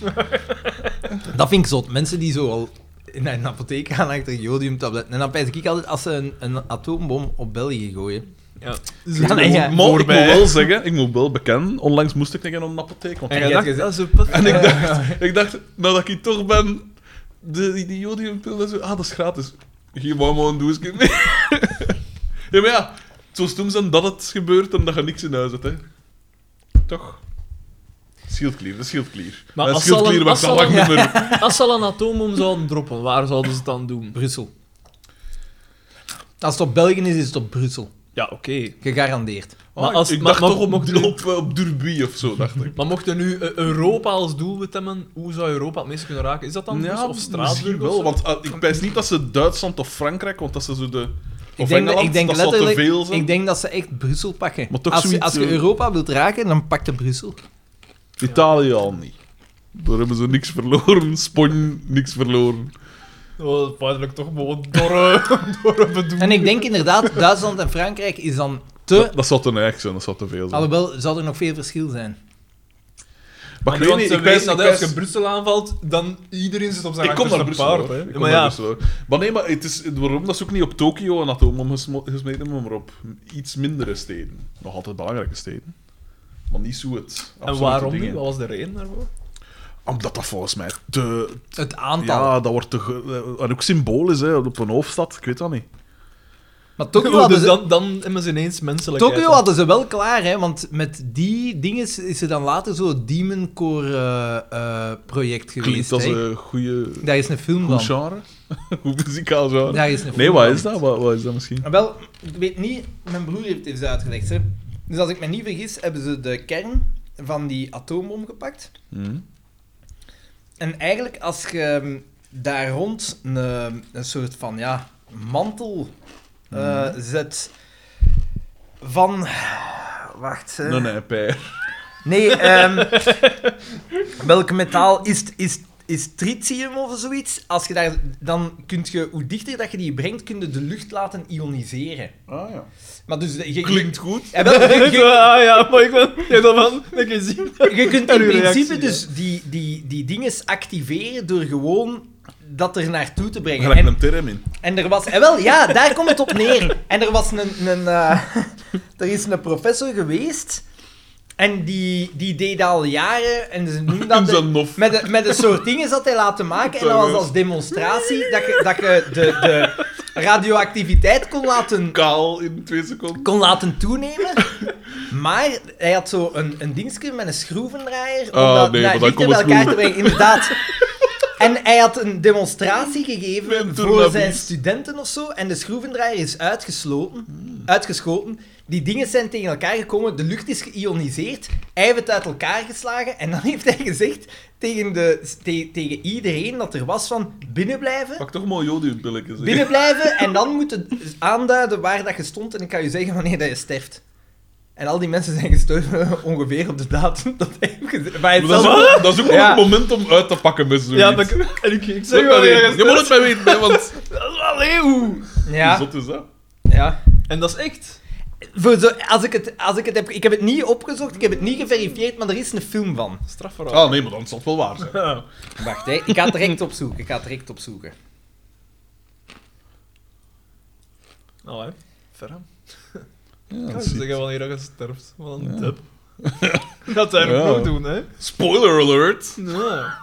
[SPEAKER 1] Dat vind ik zot. Mensen die zo al in een apotheek gaan achter jodiumtabletten. En dan pijs ik altijd als ze een, een atoombom op België gooien.
[SPEAKER 4] Ja.
[SPEAKER 1] Ja, nee, ja.
[SPEAKER 3] Maar ik moet
[SPEAKER 4] Voorbij.
[SPEAKER 3] wel zeggen, ik moet wel bekennen, onlangs moest ik naar een apotheek, want
[SPEAKER 1] En
[SPEAKER 4] En
[SPEAKER 1] jij
[SPEAKER 4] dacht,
[SPEAKER 1] hebt
[SPEAKER 4] dat is een put.
[SPEAKER 3] En ik dacht, ik dacht nadat ik hier toch ben, de, die, die jodiumpil, dat is, ah, dat is gratis. Hier, wou maar een douche mee. ja, maar ja, het zou stom zijn dat het gebeurt en dat je niks in huis hebt, hè. Toch? Schildklier, dat is schildklier.
[SPEAKER 4] Maar
[SPEAKER 3] dat
[SPEAKER 4] als
[SPEAKER 3] is schildklier,
[SPEAKER 4] zal-
[SPEAKER 3] maar
[SPEAKER 4] als
[SPEAKER 3] ik zal
[SPEAKER 4] zal-
[SPEAKER 3] wacht niet meer.
[SPEAKER 4] Als ze al een atoombom zouden droppen, waar zouden ze het dan doen?
[SPEAKER 1] Brussel. Als het op België is, is het op Brussel.
[SPEAKER 4] Ja, oké.
[SPEAKER 1] Gegarandeerd.
[SPEAKER 4] Maar
[SPEAKER 3] Ah,
[SPEAKER 4] als-
[SPEAKER 3] ik
[SPEAKER 4] maar-
[SPEAKER 3] dacht
[SPEAKER 4] maar-
[SPEAKER 3] toch op,
[SPEAKER 4] maar-
[SPEAKER 3] op, eh, op Derby of zo, dacht ik.
[SPEAKER 4] Maar mocht er nu eh, Europa als doelwit hebben, hoe zou Europa het meest kunnen raken? Is dat dan Brussel of
[SPEAKER 3] misschien
[SPEAKER 4] Straatsburg? of
[SPEAKER 3] wel,
[SPEAKER 4] zo?
[SPEAKER 3] want ah, ik pijs niet dat ze Duitsland of Frankrijk, want dat ze zo de... Of
[SPEAKER 1] Ik denk, dat-
[SPEAKER 3] Engeland,
[SPEAKER 1] ik, denk
[SPEAKER 3] dat zal te
[SPEAKER 1] letterlijk,
[SPEAKER 3] veel zijn.
[SPEAKER 1] ik denk dat ze echt Brussel pakken.
[SPEAKER 3] Maar toch
[SPEAKER 1] als, je-
[SPEAKER 3] zoiets,
[SPEAKER 1] als je
[SPEAKER 3] eh,
[SPEAKER 1] Europa wilt raken, dan pak je Brussel.
[SPEAKER 3] Italië al niet. Daar hebben ze niks verloren. Spanje, niks verloren.
[SPEAKER 4] Oh, feitelijk toch gewoon dorre, dorre bedoeling.
[SPEAKER 1] En ik denk inderdaad, Duitsland en Frankrijk is dan te...
[SPEAKER 3] Dat, dat zou te neig zijn, dat zou te veel zijn.
[SPEAKER 1] Alhoewel, zou er nog veel verschil zijn.
[SPEAKER 3] Maar ik
[SPEAKER 4] Want
[SPEAKER 3] weet niet,
[SPEAKER 4] ze
[SPEAKER 3] ik wijs,
[SPEAKER 4] weten
[SPEAKER 3] ik
[SPEAKER 4] dat als
[SPEAKER 3] wijs-
[SPEAKER 4] je Brussel aanvalt, dan iedereen zit op zijn
[SPEAKER 3] ik kom naar
[SPEAKER 4] achterste
[SPEAKER 3] Brussel.
[SPEAKER 4] paard.
[SPEAKER 3] hoor.
[SPEAKER 4] hè.
[SPEAKER 3] Ik
[SPEAKER 4] Ja,
[SPEAKER 3] kom
[SPEAKER 4] maar
[SPEAKER 3] naar
[SPEAKER 4] ja,
[SPEAKER 3] Brussel, hoor. Maar nee, maar het is, waarom dat ze ook niet op Tokio een atoombom gesmo- gesmeten hebben, maar op iets mindere steden. Nog altijd belangrijke steden. Maar niet zo het.
[SPEAKER 4] en
[SPEAKER 3] absolute
[SPEAKER 4] waarom
[SPEAKER 3] dingen.
[SPEAKER 4] niet? Wat was de reden daarvoor?
[SPEAKER 3] Omdat dat volgens mij te...
[SPEAKER 1] Het aantal.
[SPEAKER 3] Ja, dat wordt te... ge- eh, En ook symbolisch, hè, op een hoofdstad. Ik weet dat niet.
[SPEAKER 1] Maar Tokio
[SPEAKER 4] Oh,
[SPEAKER 1] hadden,
[SPEAKER 4] dus
[SPEAKER 1] ze,
[SPEAKER 4] dan, dan hebben ze ineens menselijkheid.
[SPEAKER 1] Tokio hadden ze wel klaar, hè, want met die dingen is- is er dan later zo'n Demon Core eh, eh, project
[SPEAKER 3] Klinkt
[SPEAKER 1] geweest.
[SPEAKER 3] als
[SPEAKER 1] hè.
[SPEAKER 3] een goede...
[SPEAKER 1] Daar is een film
[SPEAKER 3] Goed
[SPEAKER 1] van.
[SPEAKER 3] genre? Goed muzikaal genre?
[SPEAKER 1] Daar is een film
[SPEAKER 3] Nee, wat
[SPEAKER 1] van.
[SPEAKER 3] is dat? Wat, wat is dat misschien?
[SPEAKER 1] Ah, Wel, ik weet niet, mijn broer heeft het even uitgelegd. Hè. Dus als ik me niet vergis, hebben ze de kern van die atoombom gepakt.
[SPEAKER 3] Hm.
[SPEAKER 1] En eigenlijk, als je ehm, daar rond een, een soort van ja, mantel eh, zet van. Wacht. hè.
[SPEAKER 3] Een nijper.
[SPEAKER 1] Nee, ehm, welk metaal is, t- is, is tritium of zoiets? Als je daar, dan kun je, hoe dichter dat je die brengt, kun je de lucht laten ioniseren.
[SPEAKER 3] Ah ja.
[SPEAKER 1] Maar dus, de- je, je-
[SPEAKER 3] Klinkt goed.
[SPEAKER 1] Ja, wel, je- je-
[SPEAKER 4] ah, ja, maar ik ben... Ja, dat man, dat je ziet.
[SPEAKER 1] Je kunt
[SPEAKER 4] En
[SPEAKER 1] in
[SPEAKER 4] uw
[SPEAKER 1] principe
[SPEAKER 4] reactie,
[SPEAKER 1] dus die, die, die dingen activeren door gewoon dat er naartoe te brengen.
[SPEAKER 3] Gelijk
[SPEAKER 1] En,
[SPEAKER 3] een term in.
[SPEAKER 1] en er was... eh, wel, ja, daar komt het op neer. En er was een... een eh, er is een professor geweest... En die, die deed dat al jaren en ze noemden dat...
[SPEAKER 3] In
[SPEAKER 1] de-
[SPEAKER 3] zijn nof.
[SPEAKER 1] met, een- met een soort dingen zat hij laten maken en dat was als demonstratie dat je, dat je de, de radioactiviteit kon laten
[SPEAKER 3] Kaal in twee seconden.
[SPEAKER 1] kon laten toenemen. Maar hij had zo een, een dingetje met een schroevendraaier om
[SPEAKER 3] Ah,
[SPEAKER 1] dat
[SPEAKER 3] nee,
[SPEAKER 1] naar
[SPEAKER 3] maar dan
[SPEAKER 1] dichter
[SPEAKER 3] komen
[SPEAKER 1] bij elkaar te
[SPEAKER 3] schroeven.
[SPEAKER 1] brengen. Inderdaad. En hij had een demonstratie
[SPEAKER 3] Met
[SPEAKER 1] gegeven
[SPEAKER 3] een
[SPEAKER 1] voor
[SPEAKER 3] tournavies.
[SPEAKER 1] zijn studenten of zo. En de schroevendraaier is uitgesloten, uitgeschoten. Die dingen zijn tegen elkaar gekomen. De lucht is geïoniseerd. Hij heeft het uit elkaar geslagen. En dan heeft hij gezegd tegen, de, te- tegen iedereen dat er was van binnenblijven.
[SPEAKER 3] Pak toch maar jodiumpilletjes. hè.
[SPEAKER 1] Binnenblijven en dan moeten aanduiden waar dat je stond en ik kan je zeggen wanneer dat je sterft. En al die mensen zijn gestorven ongeveer op de datum dat hij heeft gezegd. Maar hij
[SPEAKER 3] Maar
[SPEAKER 1] heeft
[SPEAKER 3] dat, is
[SPEAKER 1] zelf-
[SPEAKER 3] ook, dat is ook wel
[SPEAKER 1] Ja.
[SPEAKER 3] een moment om uit te pakken met zoiets.
[SPEAKER 4] Ja, maar ik, en ik, ik
[SPEAKER 3] Zeg
[SPEAKER 4] zeg
[SPEAKER 3] maar
[SPEAKER 4] wel
[SPEAKER 3] weten.
[SPEAKER 4] weer...
[SPEAKER 3] Je moet het mij weten, hè, want
[SPEAKER 4] Allee, hoe?
[SPEAKER 1] ja,
[SPEAKER 3] zot is dat.
[SPEAKER 1] ja.
[SPEAKER 4] En dat is echt.
[SPEAKER 1] Voor zo, als ik, het, als ik het heb... Ik heb het niet opgezocht, ik heb het niet geverifieerd, maar er is een film van.
[SPEAKER 4] Strafverhaal.
[SPEAKER 3] Ah nee, maar dan zal het wel waar zijn.
[SPEAKER 4] Ja.
[SPEAKER 1] Wacht, hè. ik ga het direct opzoeken. Ik ga het direct opzoeken.
[SPEAKER 4] Nou, Allee. Verre.
[SPEAKER 3] Ja,
[SPEAKER 4] Ik
[SPEAKER 3] dat
[SPEAKER 4] ga
[SPEAKER 3] zie ik.
[SPEAKER 4] zeggen wanneer je sterft. Wat een
[SPEAKER 3] Ja.
[SPEAKER 4] tip. Dat zou je
[SPEAKER 3] Ja.
[SPEAKER 4] ook nog doen, hè?
[SPEAKER 3] Spoiler alert!
[SPEAKER 4] Ja.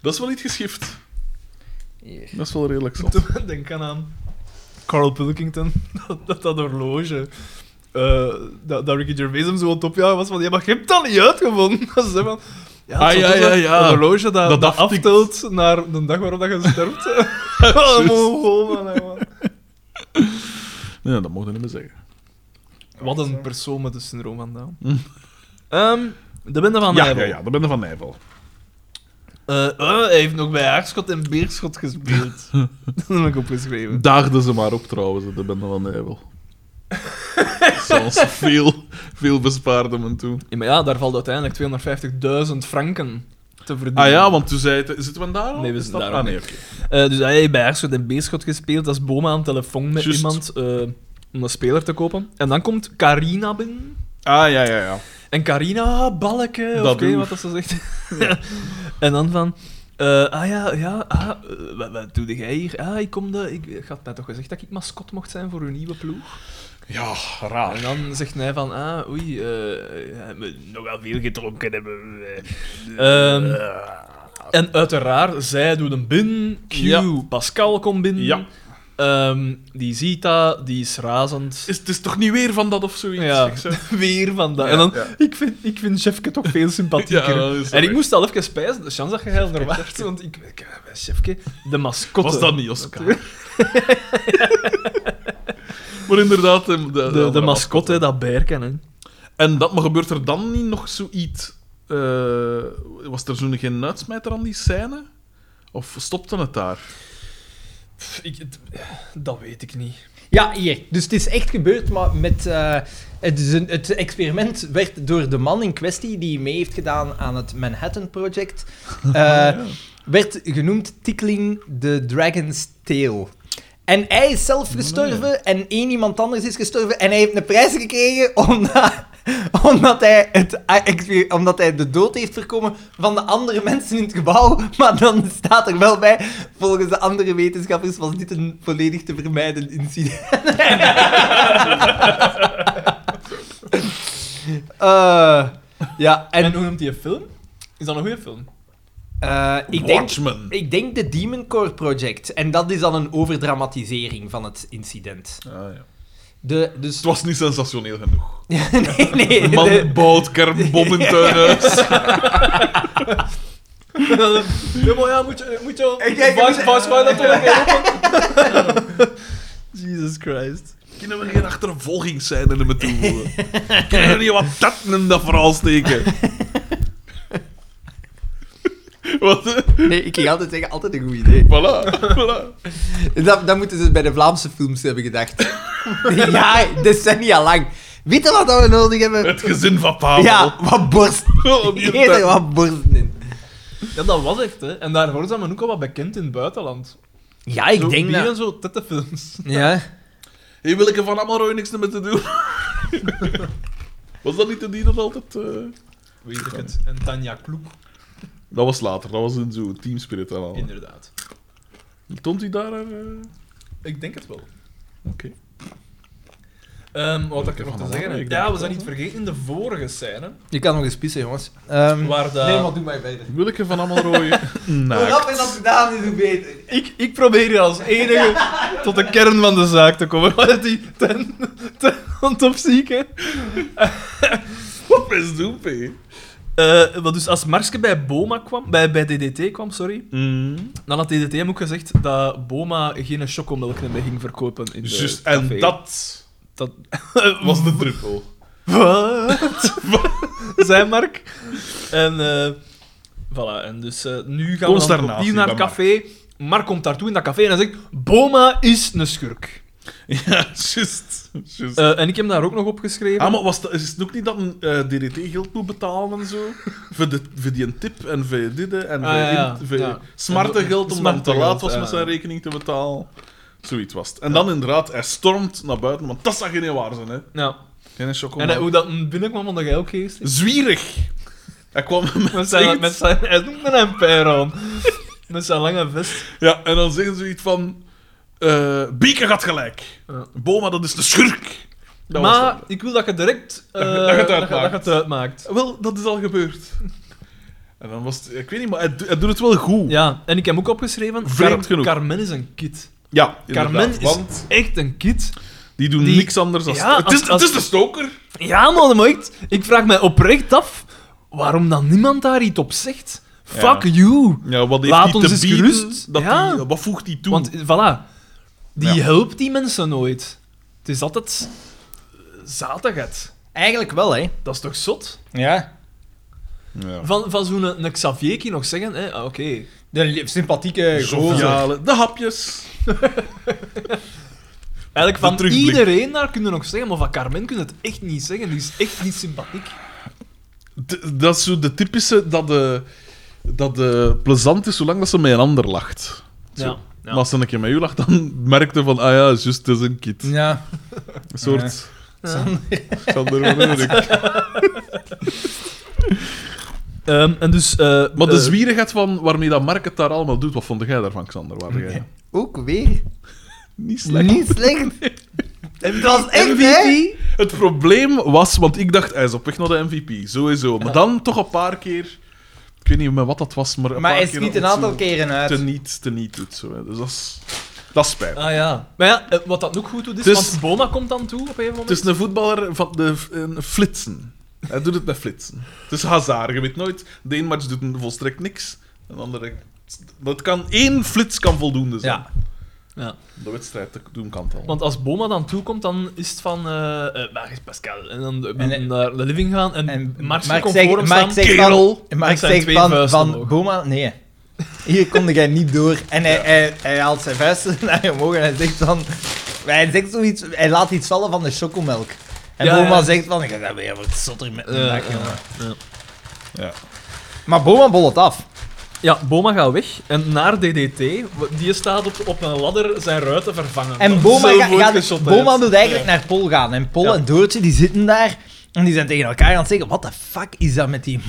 [SPEAKER 3] Dat is wel niet geschift.
[SPEAKER 1] Hier.
[SPEAKER 3] Dat is wel redelijk zat.
[SPEAKER 4] Toen- Denk aan aan Carl Pilkington, dat, dat, dat horloge. eh, dat, dat Ricky Gervais hem zo aan het opjagen was van, ja, maar je hebt dat niet uitgevonden. Dat is hè, van, ja,
[SPEAKER 3] Ah,
[SPEAKER 4] het
[SPEAKER 3] ja,
[SPEAKER 4] was
[SPEAKER 3] ja,
[SPEAKER 4] een-
[SPEAKER 3] ja.
[SPEAKER 4] een horloge dat,
[SPEAKER 3] Dat
[SPEAKER 4] dat,
[SPEAKER 3] aftikt.
[SPEAKER 4] aftelt naar de dag waarop dat je sterft. Wat een
[SPEAKER 3] Juist.
[SPEAKER 4] mongool, man, hè, man.
[SPEAKER 3] Nee, dat mocht je niet meer zeggen.
[SPEAKER 4] Wat
[SPEAKER 2] Zo.
[SPEAKER 4] een persoon met het syndroom van Down.
[SPEAKER 3] Hm.
[SPEAKER 4] Ehm, de bende van
[SPEAKER 3] ja,
[SPEAKER 4] Nijvel.
[SPEAKER 3] ja, ja, dat ben je van Nijvel.
[SPEAKER 4] Eh, eh, hij heeft nog bij Aarschot en Beerschot gespeeld. dat heb ik opgeschreven.
[SPEAKER 3] Daagden ze maar op trouwens, de bende van Nijvel. Zoals veel, veel bespaarde men toen.
[SPEAKER 4] Ja, maar ja, daar valt uiteindelijk 250.000 franken te verdienen.
[SPEAKER 3] Ah ja, want toen zei het... Zitten we daar al?
[SPEAKER 4] Nee, we
[SPEAKER 3] Is
[SPEAKER 4] zitten
[SPEAKER 3] dat-
[SPEAKER 4] daar
[SPEAKER 3] ah,
[SPEAKER 4] al
[SPEAKER 3] nee, oké.
[SPEAKER 4] Eh, dus hij heeft bij Aarschot en Beerschot gespeeld. Dat is Boma aan de telefoon met
[SPEAKER 3] Juist.
[SPEAKER 4] iemand eh, om een speler te kopen. En dan komt Carina binnen.
[SPEAKER 3] Ah, ja, ja, ja.
[SPEAKER 4] En Carina, ah, balken, of
[SPEAKER 3] Dat
[SPEAKER 4] ik weet
[SPEAKER 3] doe.
[SPEAKER 4] wat dat ze zegt. en dan van... eh, ah ja, ja, ah, eh, wat, wat doe jij hier? Ah, ik kom de... Ik, ik had mij toch gezegd dat ik mascot mocht zijn voor uw nieuwe ploeg?
[SPEAKER 3] Ja, raar.
[SPEAKER 4] En dan zegt hij van, ah, oei, eh, ja, we nogal veel gedronken hebben. Ehm, en uiteraard, zij doet een bin. Q,
[SPEAKER 3] Ja.
[SPEAKER 4] Pascal komt binnen.
[SPEAKER 3] Ja.
[SPEAKER 4] Ehm, die ziet dat, die is razend.
[SPEAKER 3] Is, het is toch niet weer van dat of zoiets?
[SPEAKER 4] Ja.
[SPEAKER 3] Ik zei-
[SPEAKER 4] Weer van dat.
[SPEAKER 3] Ja,
[SPEAKER 4] en dan,
[SPEAKER 3] ja.
[SPEAKER 4] ik vind, ik vind Jeffke toch veel sympathieker.
[SPEAKER 3] Ja, dat is
[SPEAKER 4] en ik
[SPEAKER 3] waar.
[SPEAKER 4] moest al even spijzen, de chance dat je heel naar waard, want ik, ik eh, Jeffke, de mascotte.
[SPEAKER 3] Was dat niet Oscar? maar inderdaad, ehm, de, de,
[SPEAKER 4] De,
[SPEAKER 3] andere
[SPEAKER 4] de, mascotte, dat berken, hè.
[SPEAKER 3] En dat, maar gebeurt er dan niet nog zoiets? eh, was er zo'n geen uitsmijter aan die scène? Of stopte het daar?
[SPEAKER 4] Pff, ik, het- dat weet ik niet.
[SPEAKER 1] Ja, hier. Dus het is echt gebeurd, maar met... eh, het, is een- het experiment werd door de man in kwestie, die mee heeft gedaan aan het Manhattan Project, eh, werd genoemd Tickling the Dragon's Tail. En hij is zelf gestorven en één iemand anders is gestorven en hij heeft een prijs gekregen omdat, omdat, hij het, ah, exper- omdat hij de dood heeft voorkomen van de andere mensen in het gebouw. Maar dan staat er wel bij, volgens de andere wetenschappers was dit een volledig te vermijden incident. Eh, ja,
[SPEAKER 4] En,
[SPEAKER 1] en
[SPEAKER 4] hoe noemt hij een film? Is dat een goede film?
[SPEAKER 1] eh, ik denk...
[SPEAKER 3] Watchmen.
[SPEAKER 1] Ik denk de Demon Core Project. En dat is dan een overdramatisering van het incident.
[SPEAKER 3] Ah, ja.
[SPEAKER 1] De, dus...
[SPEAKER 3] Het was niet sensationeel genoeg.
[SPEAKER 1] Ja, nee, nee.
[SPEAKER 3] Een man
[SPEAKER 1] de-
[SPEAKER 3] bouwt kernbom in tuinhuis.
[SPEAKER 4] ja, maar ja, moet je... Moet je
[SPEAKER 1] Ik kijk,
[SPEAKER 4] Vice-
[SPEAKER 1] ik moet-
[SPEAKER 4] Vice Wine dat toch even roepen? Jesus Christ.
[SPEAKER 3] Kunnen we geen achtervolgingsscène er naartoe voeren? Kunnen we niet wat dat in dat verhaal steken? wat? eh?
[SPEAKER 1] Nee, ik ging altijd zeggen, altijd een goed idee.
[SPEAKER 3] Voilà, voilà.
[SPEAKER 1] Dat, dat moeten ze bij de Vlaamse films hebben gedacht. ja, decennia lang. Weet je wat dat we nodig hebben?
[SPEAKER 3] Het gezin van Pavel.
[SPEAKER 1] Ja, wat borst.
[SPEAKER 3] Om je
[SPEAKER 1] Heet er
[SPEAKER 3] tuin-
[SPEAKER 1] wat borsten in.
[SPEAKER 4] Ja, dat was echt, hè. En daar hoort ze men ook al wat bekend in het buitenland.
[SPEAKER 1] Ja, ik
[SPEAKER 4] zo,
[SPEAKER 1] denk
[SPEAKER 4] bier en
[SPEAKER 1] dat...
[SPEAKER 4] zo tettenfilms.
[SPEAKER 1] Ja.
[SPEAKER 3] Hier wil ik er van Ammerooi niks meer te doen. was dat niet de die dat altijd... eh,
[SPEAKER 4] Weet ik het. En Tanja Kloek,
[SPEAKER 3] Dat was later, dat was in zo'n teamspirit en
[SPEAKER 4] Oh.
[SPEAKER 3] al.
[SPEAKER 4] inderdaad.
[SPEAKER 3] Toont hij daar... haar, eh,
[SPEAKER 4] Ik denk het wel.
[SPEAKER 3] Oké.
[SPEAKER 4] Ehm, wat had ik
[SPEAKER 3] Welke
[SPEAKER 4] nog
[SPEAKER 3] van
[SPEAKER 4] te
[SPEAKER 3] de
[SPEAKER 4] zeggen
[SPEAKER 3] andere?
[SPEAKER 4] heb?
[SPEAKER 3] Ik
[SPEAKER 4] Ja,
[SPEAKER 3] denk
[SPEAKER 4] we zijn
[SPEAKER 3] het
[SPEAKER 4] niet vergeten in de vorige scène.
[SPEAKER 1] Je kan nog eens pissen, jongens. Ehm,
[SPEAKER 4] Waar de...
[SPEAKER 1] Nee, maar doe mij beter.
[SPEAKER 3] Willeke van Ammerooi.
[SPEAKER 1] Hoe
[SPEAKER 3] naakt.
[SPEAKER 1] rapper dat gedaan is, hoe beter.
[SPEAKER 4] Ik, ik probeer hier als enige tot de kern van de zaak te komen. Wat die ten, ten ontopzieken.
[SPEAKER 3] Wat is doen, P?
[SPEAKER 4] Eh, wat dus als Marske bij Boma kwam, bij, bij DDT kwam, sorry,
[SPEAKER 3] Mm.
[SPEAKER 4] dan had DDT hem ook gezegd dat Boma geen chocomelk meer ging verkopen in de
[SPEAKER 3] Juist, en
[SPEAKER 4] café.
[SPEAKER 3] dat
[SPEAKER 4] dat...
[SPEAKER 3] was de druppel.
[SPEAKER 4] Wat? Zijn Mark. En, eh voilà. en dus eh, nu gaan we dan
[SPEAKER 3] Consternatie
[SPEAKER 4] opnieuw naar het
[SPEAKER 3] bij
[SPEAKER 4] café. Mark komt daartoe in dat café en hij zegt: Boma is een schurk.
[SPEAKER 3] Ja, juist. juist.
[SPEAKER 4] Eh, en ik heb daar ook nog opgeschreven.
[SPEAKER 3] Ah, maar was dat, is het ook niet dat een eh, DDT geld moet betalen en zo? voor, de, voor die een tip en voor dit en voor,
[SPEAKER 4] Ah, ja, ja.
[SPEAKER 3] in- voor
[SPEAKER 4] Ja.
[SPEAKER 3] smarte
[SPEAKER 4] En-
[SPEAKER 3] geld omdat
[SPEAKER 4] smarte
[SPEAKER 3] het te laat
[SPEAKER 4] geld,
[SPEAKER 3] was
[SPEAKER 4] ja.
[SPEAKER 3] met zijn rekening te betalen. Zoiets was het. En dan inderdaad, hij stormt naar buiten, want dat zag je niet waar zijn, hè.
[SPEAKER 4] Ja.
[SPEAKER 3] Geen
[SPEAKER 4] En
[SPEAKER 3] chocolade.
[SPEAKER 4] hij- hoe dat hem binnenkwam, vond ik ook geestig.
[SPEAKER 3] Zwierig! Hij kwam met,
[SPEAKER 4] Met zijn,
[SPEAKER 3] zoiets-
[SPEAKER 4] met zijn, hij noemt me een pijl aan. Met zijn lange vest.
[SPEAKER 3] Ja, en dan zeggen ze iets van... eh Beke gaat gelijk.
[SPEAKER 4] Ja.
[SPEAKER 3] Boma, dat is de schurk. Dat was
[SPEAKER 4] maar
[SPEAKER 3] het.
[SPEAKER 4] ik wil dat je direct... eh,
[SPEAKER 3] Dat je het
[SPEAKER 4] dat, je, dat
[SPEAKER 3] uitmaakt.
[SPEAKER 4] je het uitmaakt.
[SPEAKER 3] Wel, dat is al gebeurd. En dan was het... Ik weet niet, maar hij, do- hij doet het wel goed.
[SPEAKER 4] Ja, en ik heb ook opgeschreven...
[SPEAKER 3] Vreemd genoeg.
[SPEAKER 4] Carmen is een kid.
[SPEAKER 3] Ja,
[SPEAKER 4] Carmen
[SPEAKER 3] inderdaad,
[SPEAKER 4] is
[SPEAKER 3] want
[SPEAKER 4] echt een kid.
[SPEAKER 3] die doen
[SPEAKER 4] die-
[SPEAKER 3] niks anders dan...
[SPEAKER 4] Ja,
[SPEAKER 3] het,
[SPEAKER 4] als-
[SPEAKER 3] is,
[SPEAKER 4] als-
[SPEAKER 3] het is de stoker.
[SPEAKER 4] Ja, man, maar echt, ik vraag mij oprecht af waarom dan niemand daar iets op zegt. Fuck
[SPEAKER 3] Ja.
[SPEAKER 4] you.
[SPEAKER 3] Ja, wat heeft
[SPEAKER 4] Laat
[SPEAKER 3] die
[SPEAKER 4] ons
[SPEAKER 3] te
[SPEAKER 4] eens
[SPEAKER 3] bieden
[SPEAKER 4] gerust.
[SPEAKER 3] Dat
[SPEAKER 4] Ja.
[SPEAKER 3] die- wat voegt die toe?
[SPEAKER 4] Want, eh, voilà, die
[SPEAKER 3] Ja.
[SPEAKER 4] helpt die mensen nooit. Het is altijd eh, zatigheid.
[SPEAKER 1] Eigenlijk wel, hè.
[SPEAKER 4] Dat is toch zot?
[SPEAKER 1] Ja.
[SPEAKER 3] ja.
[SPEAKER 4] Van, van zo'n eh, een Xavierkie nog zeggen, hè? ah, oké.
[SPEAKER 1] De li- sympathieke gozer.
[SPEAKER 3] Joviale- de hapjes.
[SPEAKER 4] Eigenlijk
[SPEAKER 3] De
[SPEAKER 4] van
[SPEAKER 3] terugblik.
[SPEAKER 4] iedereen daar kunnen nog zeggen, maar van Carmen kunnen het echt niet zeggen. Die is echt niet sympathiek.
[SPEAKER 3] D- dat is zo de typische dat de, dat de plezant is zolang dat ze met een ander lacht. Zo.
[SPEAKER 4] Ja.
[SPEAKER 3] Maar als ze een keer met u lacht, dan merkte van, ah ja, juist, het is een kid.
[SPEAKER 1] Ja.
[SPEAKER 3] Een soort... Sander van Oerik.
[SPEAKER 4] Ehm, en dus... eh,
[SPEAKER 3] Maar de
[SPEAKER 4] eh,
[SPEAKER 3] zwierigheid van waarmee dat Mark het daar allemaal doet, wat vond jij daarvan, Xander? Waar jij?
[SPEAKER 1] Ook weer.
[SPEAKER 3] Niet slecht.
[SPEAKER 1] Niet slecht. Het was echt, hè.
[SPEAKER 3] Het probleem was, want ik dacht, hij is op weg naar de MVP, sowieso. Maar dan toch een paar keer... Ik weet niet met wat dat was, maar een
[SPEAKER 1] Maar
[SPEAKER 3] paar
[SPEAKER 1] hij
[SPEAKER 3] keer
[SPEAKER 1] schiet een
[SPEAKER 3] dat het
[SPEAKER 1] aantal
[SPEAKER 3] zo
[SPEAKER 1] keren
[SPEAKER 3] Te
[SPEAKER 1] uit.
[SPEAKER 3] niet, te niet doet. Zo, hè. Dus dat is, dat is spijt.
[SPEAKER 4] Ah ja. Maar ja, eh, wat dat ook goed doet is,
[SPEAKER 3] Het is-
[SPEAKER 4] want Boma komt dan toe op een gegeven moment.
[SPEAKER 3] Het is een voetballer van de een flitsen. Hij doet het met flitsen. Het is Hazard, je weet nooit. De een match doet een volstrekt niks. Een andere... Dat kan, één flits kan voldoende zijn.
[SPEAKER 1] Ja.
[SPEAKER 4] Ja.
[SPEAKER 3] De wedstrijd te doen kan het al.
[SPEAKER 4] Want als Boma dan toekomt, dan is het van... eh eh, waar is Pascal? En dan eh,
[SPEAKER 1] En, eh,
[SPEAKER 4] naar de living gaan en,
[SPEAKER 1] En
[SPEAKER 4] Marx
[SPEAKER 1] Mark
[SPEAKER 4] komt
[SPEAKER 1] zegt-
[SPEAKER 4] voor hem
[SPEAKER 1] Mark
[SPEAKER 4] staan.
[SPEAKER 1] zegt van-
[SPEAKER 4] Kerel!
[SPEAKER 1] Maar ik
[SPEAKER 4] Met zijn
[SPEAKER 1] zeg
[SPEAKER 4] twee
[SPEAKER 1] van,
[SPEAKER 4] vuisten
[SPEAKER 1] van
[SPEAKER 4] omhoog.
[SPEAKER 1] Boma, nee. Hier kon jij niet door. En hij, hij, hij haalt zijn vuisten naar omhoog en hij zegt dan... Hij zegt zoiets... Hij laat iets vallen van de chocomelk. En
[SPEAKER 4] Ja,
[SPEAKER 1] Boma
[SPEAKER 4] ja.
[SPEAKER 1] zegt van... Ik ben weer wat zotter met mijn
[SPEAKER 4] Eh,
[SPEAKER 1] dag,
[SPEAKER 4] eh,
[SPEAKER 1] jongen."
[SPEAKER 4] ja.
[SPEAKER 3] Ja.
[SPEAKER 1] Maar Boma bollet af.
[SPEAKER 4] Ja, Boma gaat weg. En naar DDT, w- die staat op, op een ladder zijn ruiten vervangen.
[SPEAKER 1] En
[SPEAKER 4] Dat is
[SPEAKER 1] Boma,
[SPEAKER 4] zo
[SPEAKER 1] ga-
[SPEAKER 4] goed
[SPEAKER 1] gaat-
[SPEAKER 4] geschot, hè.
[SPEAKER 1] Boma wil eigenlijk naar Pol gaan. En Pol
[SPEAKER 4] Ja.
[SPEAKER 1] en Doortje die zitten daar. En die zijn tegen elkaar aan het zeggen: Wat de fuck is dat met die.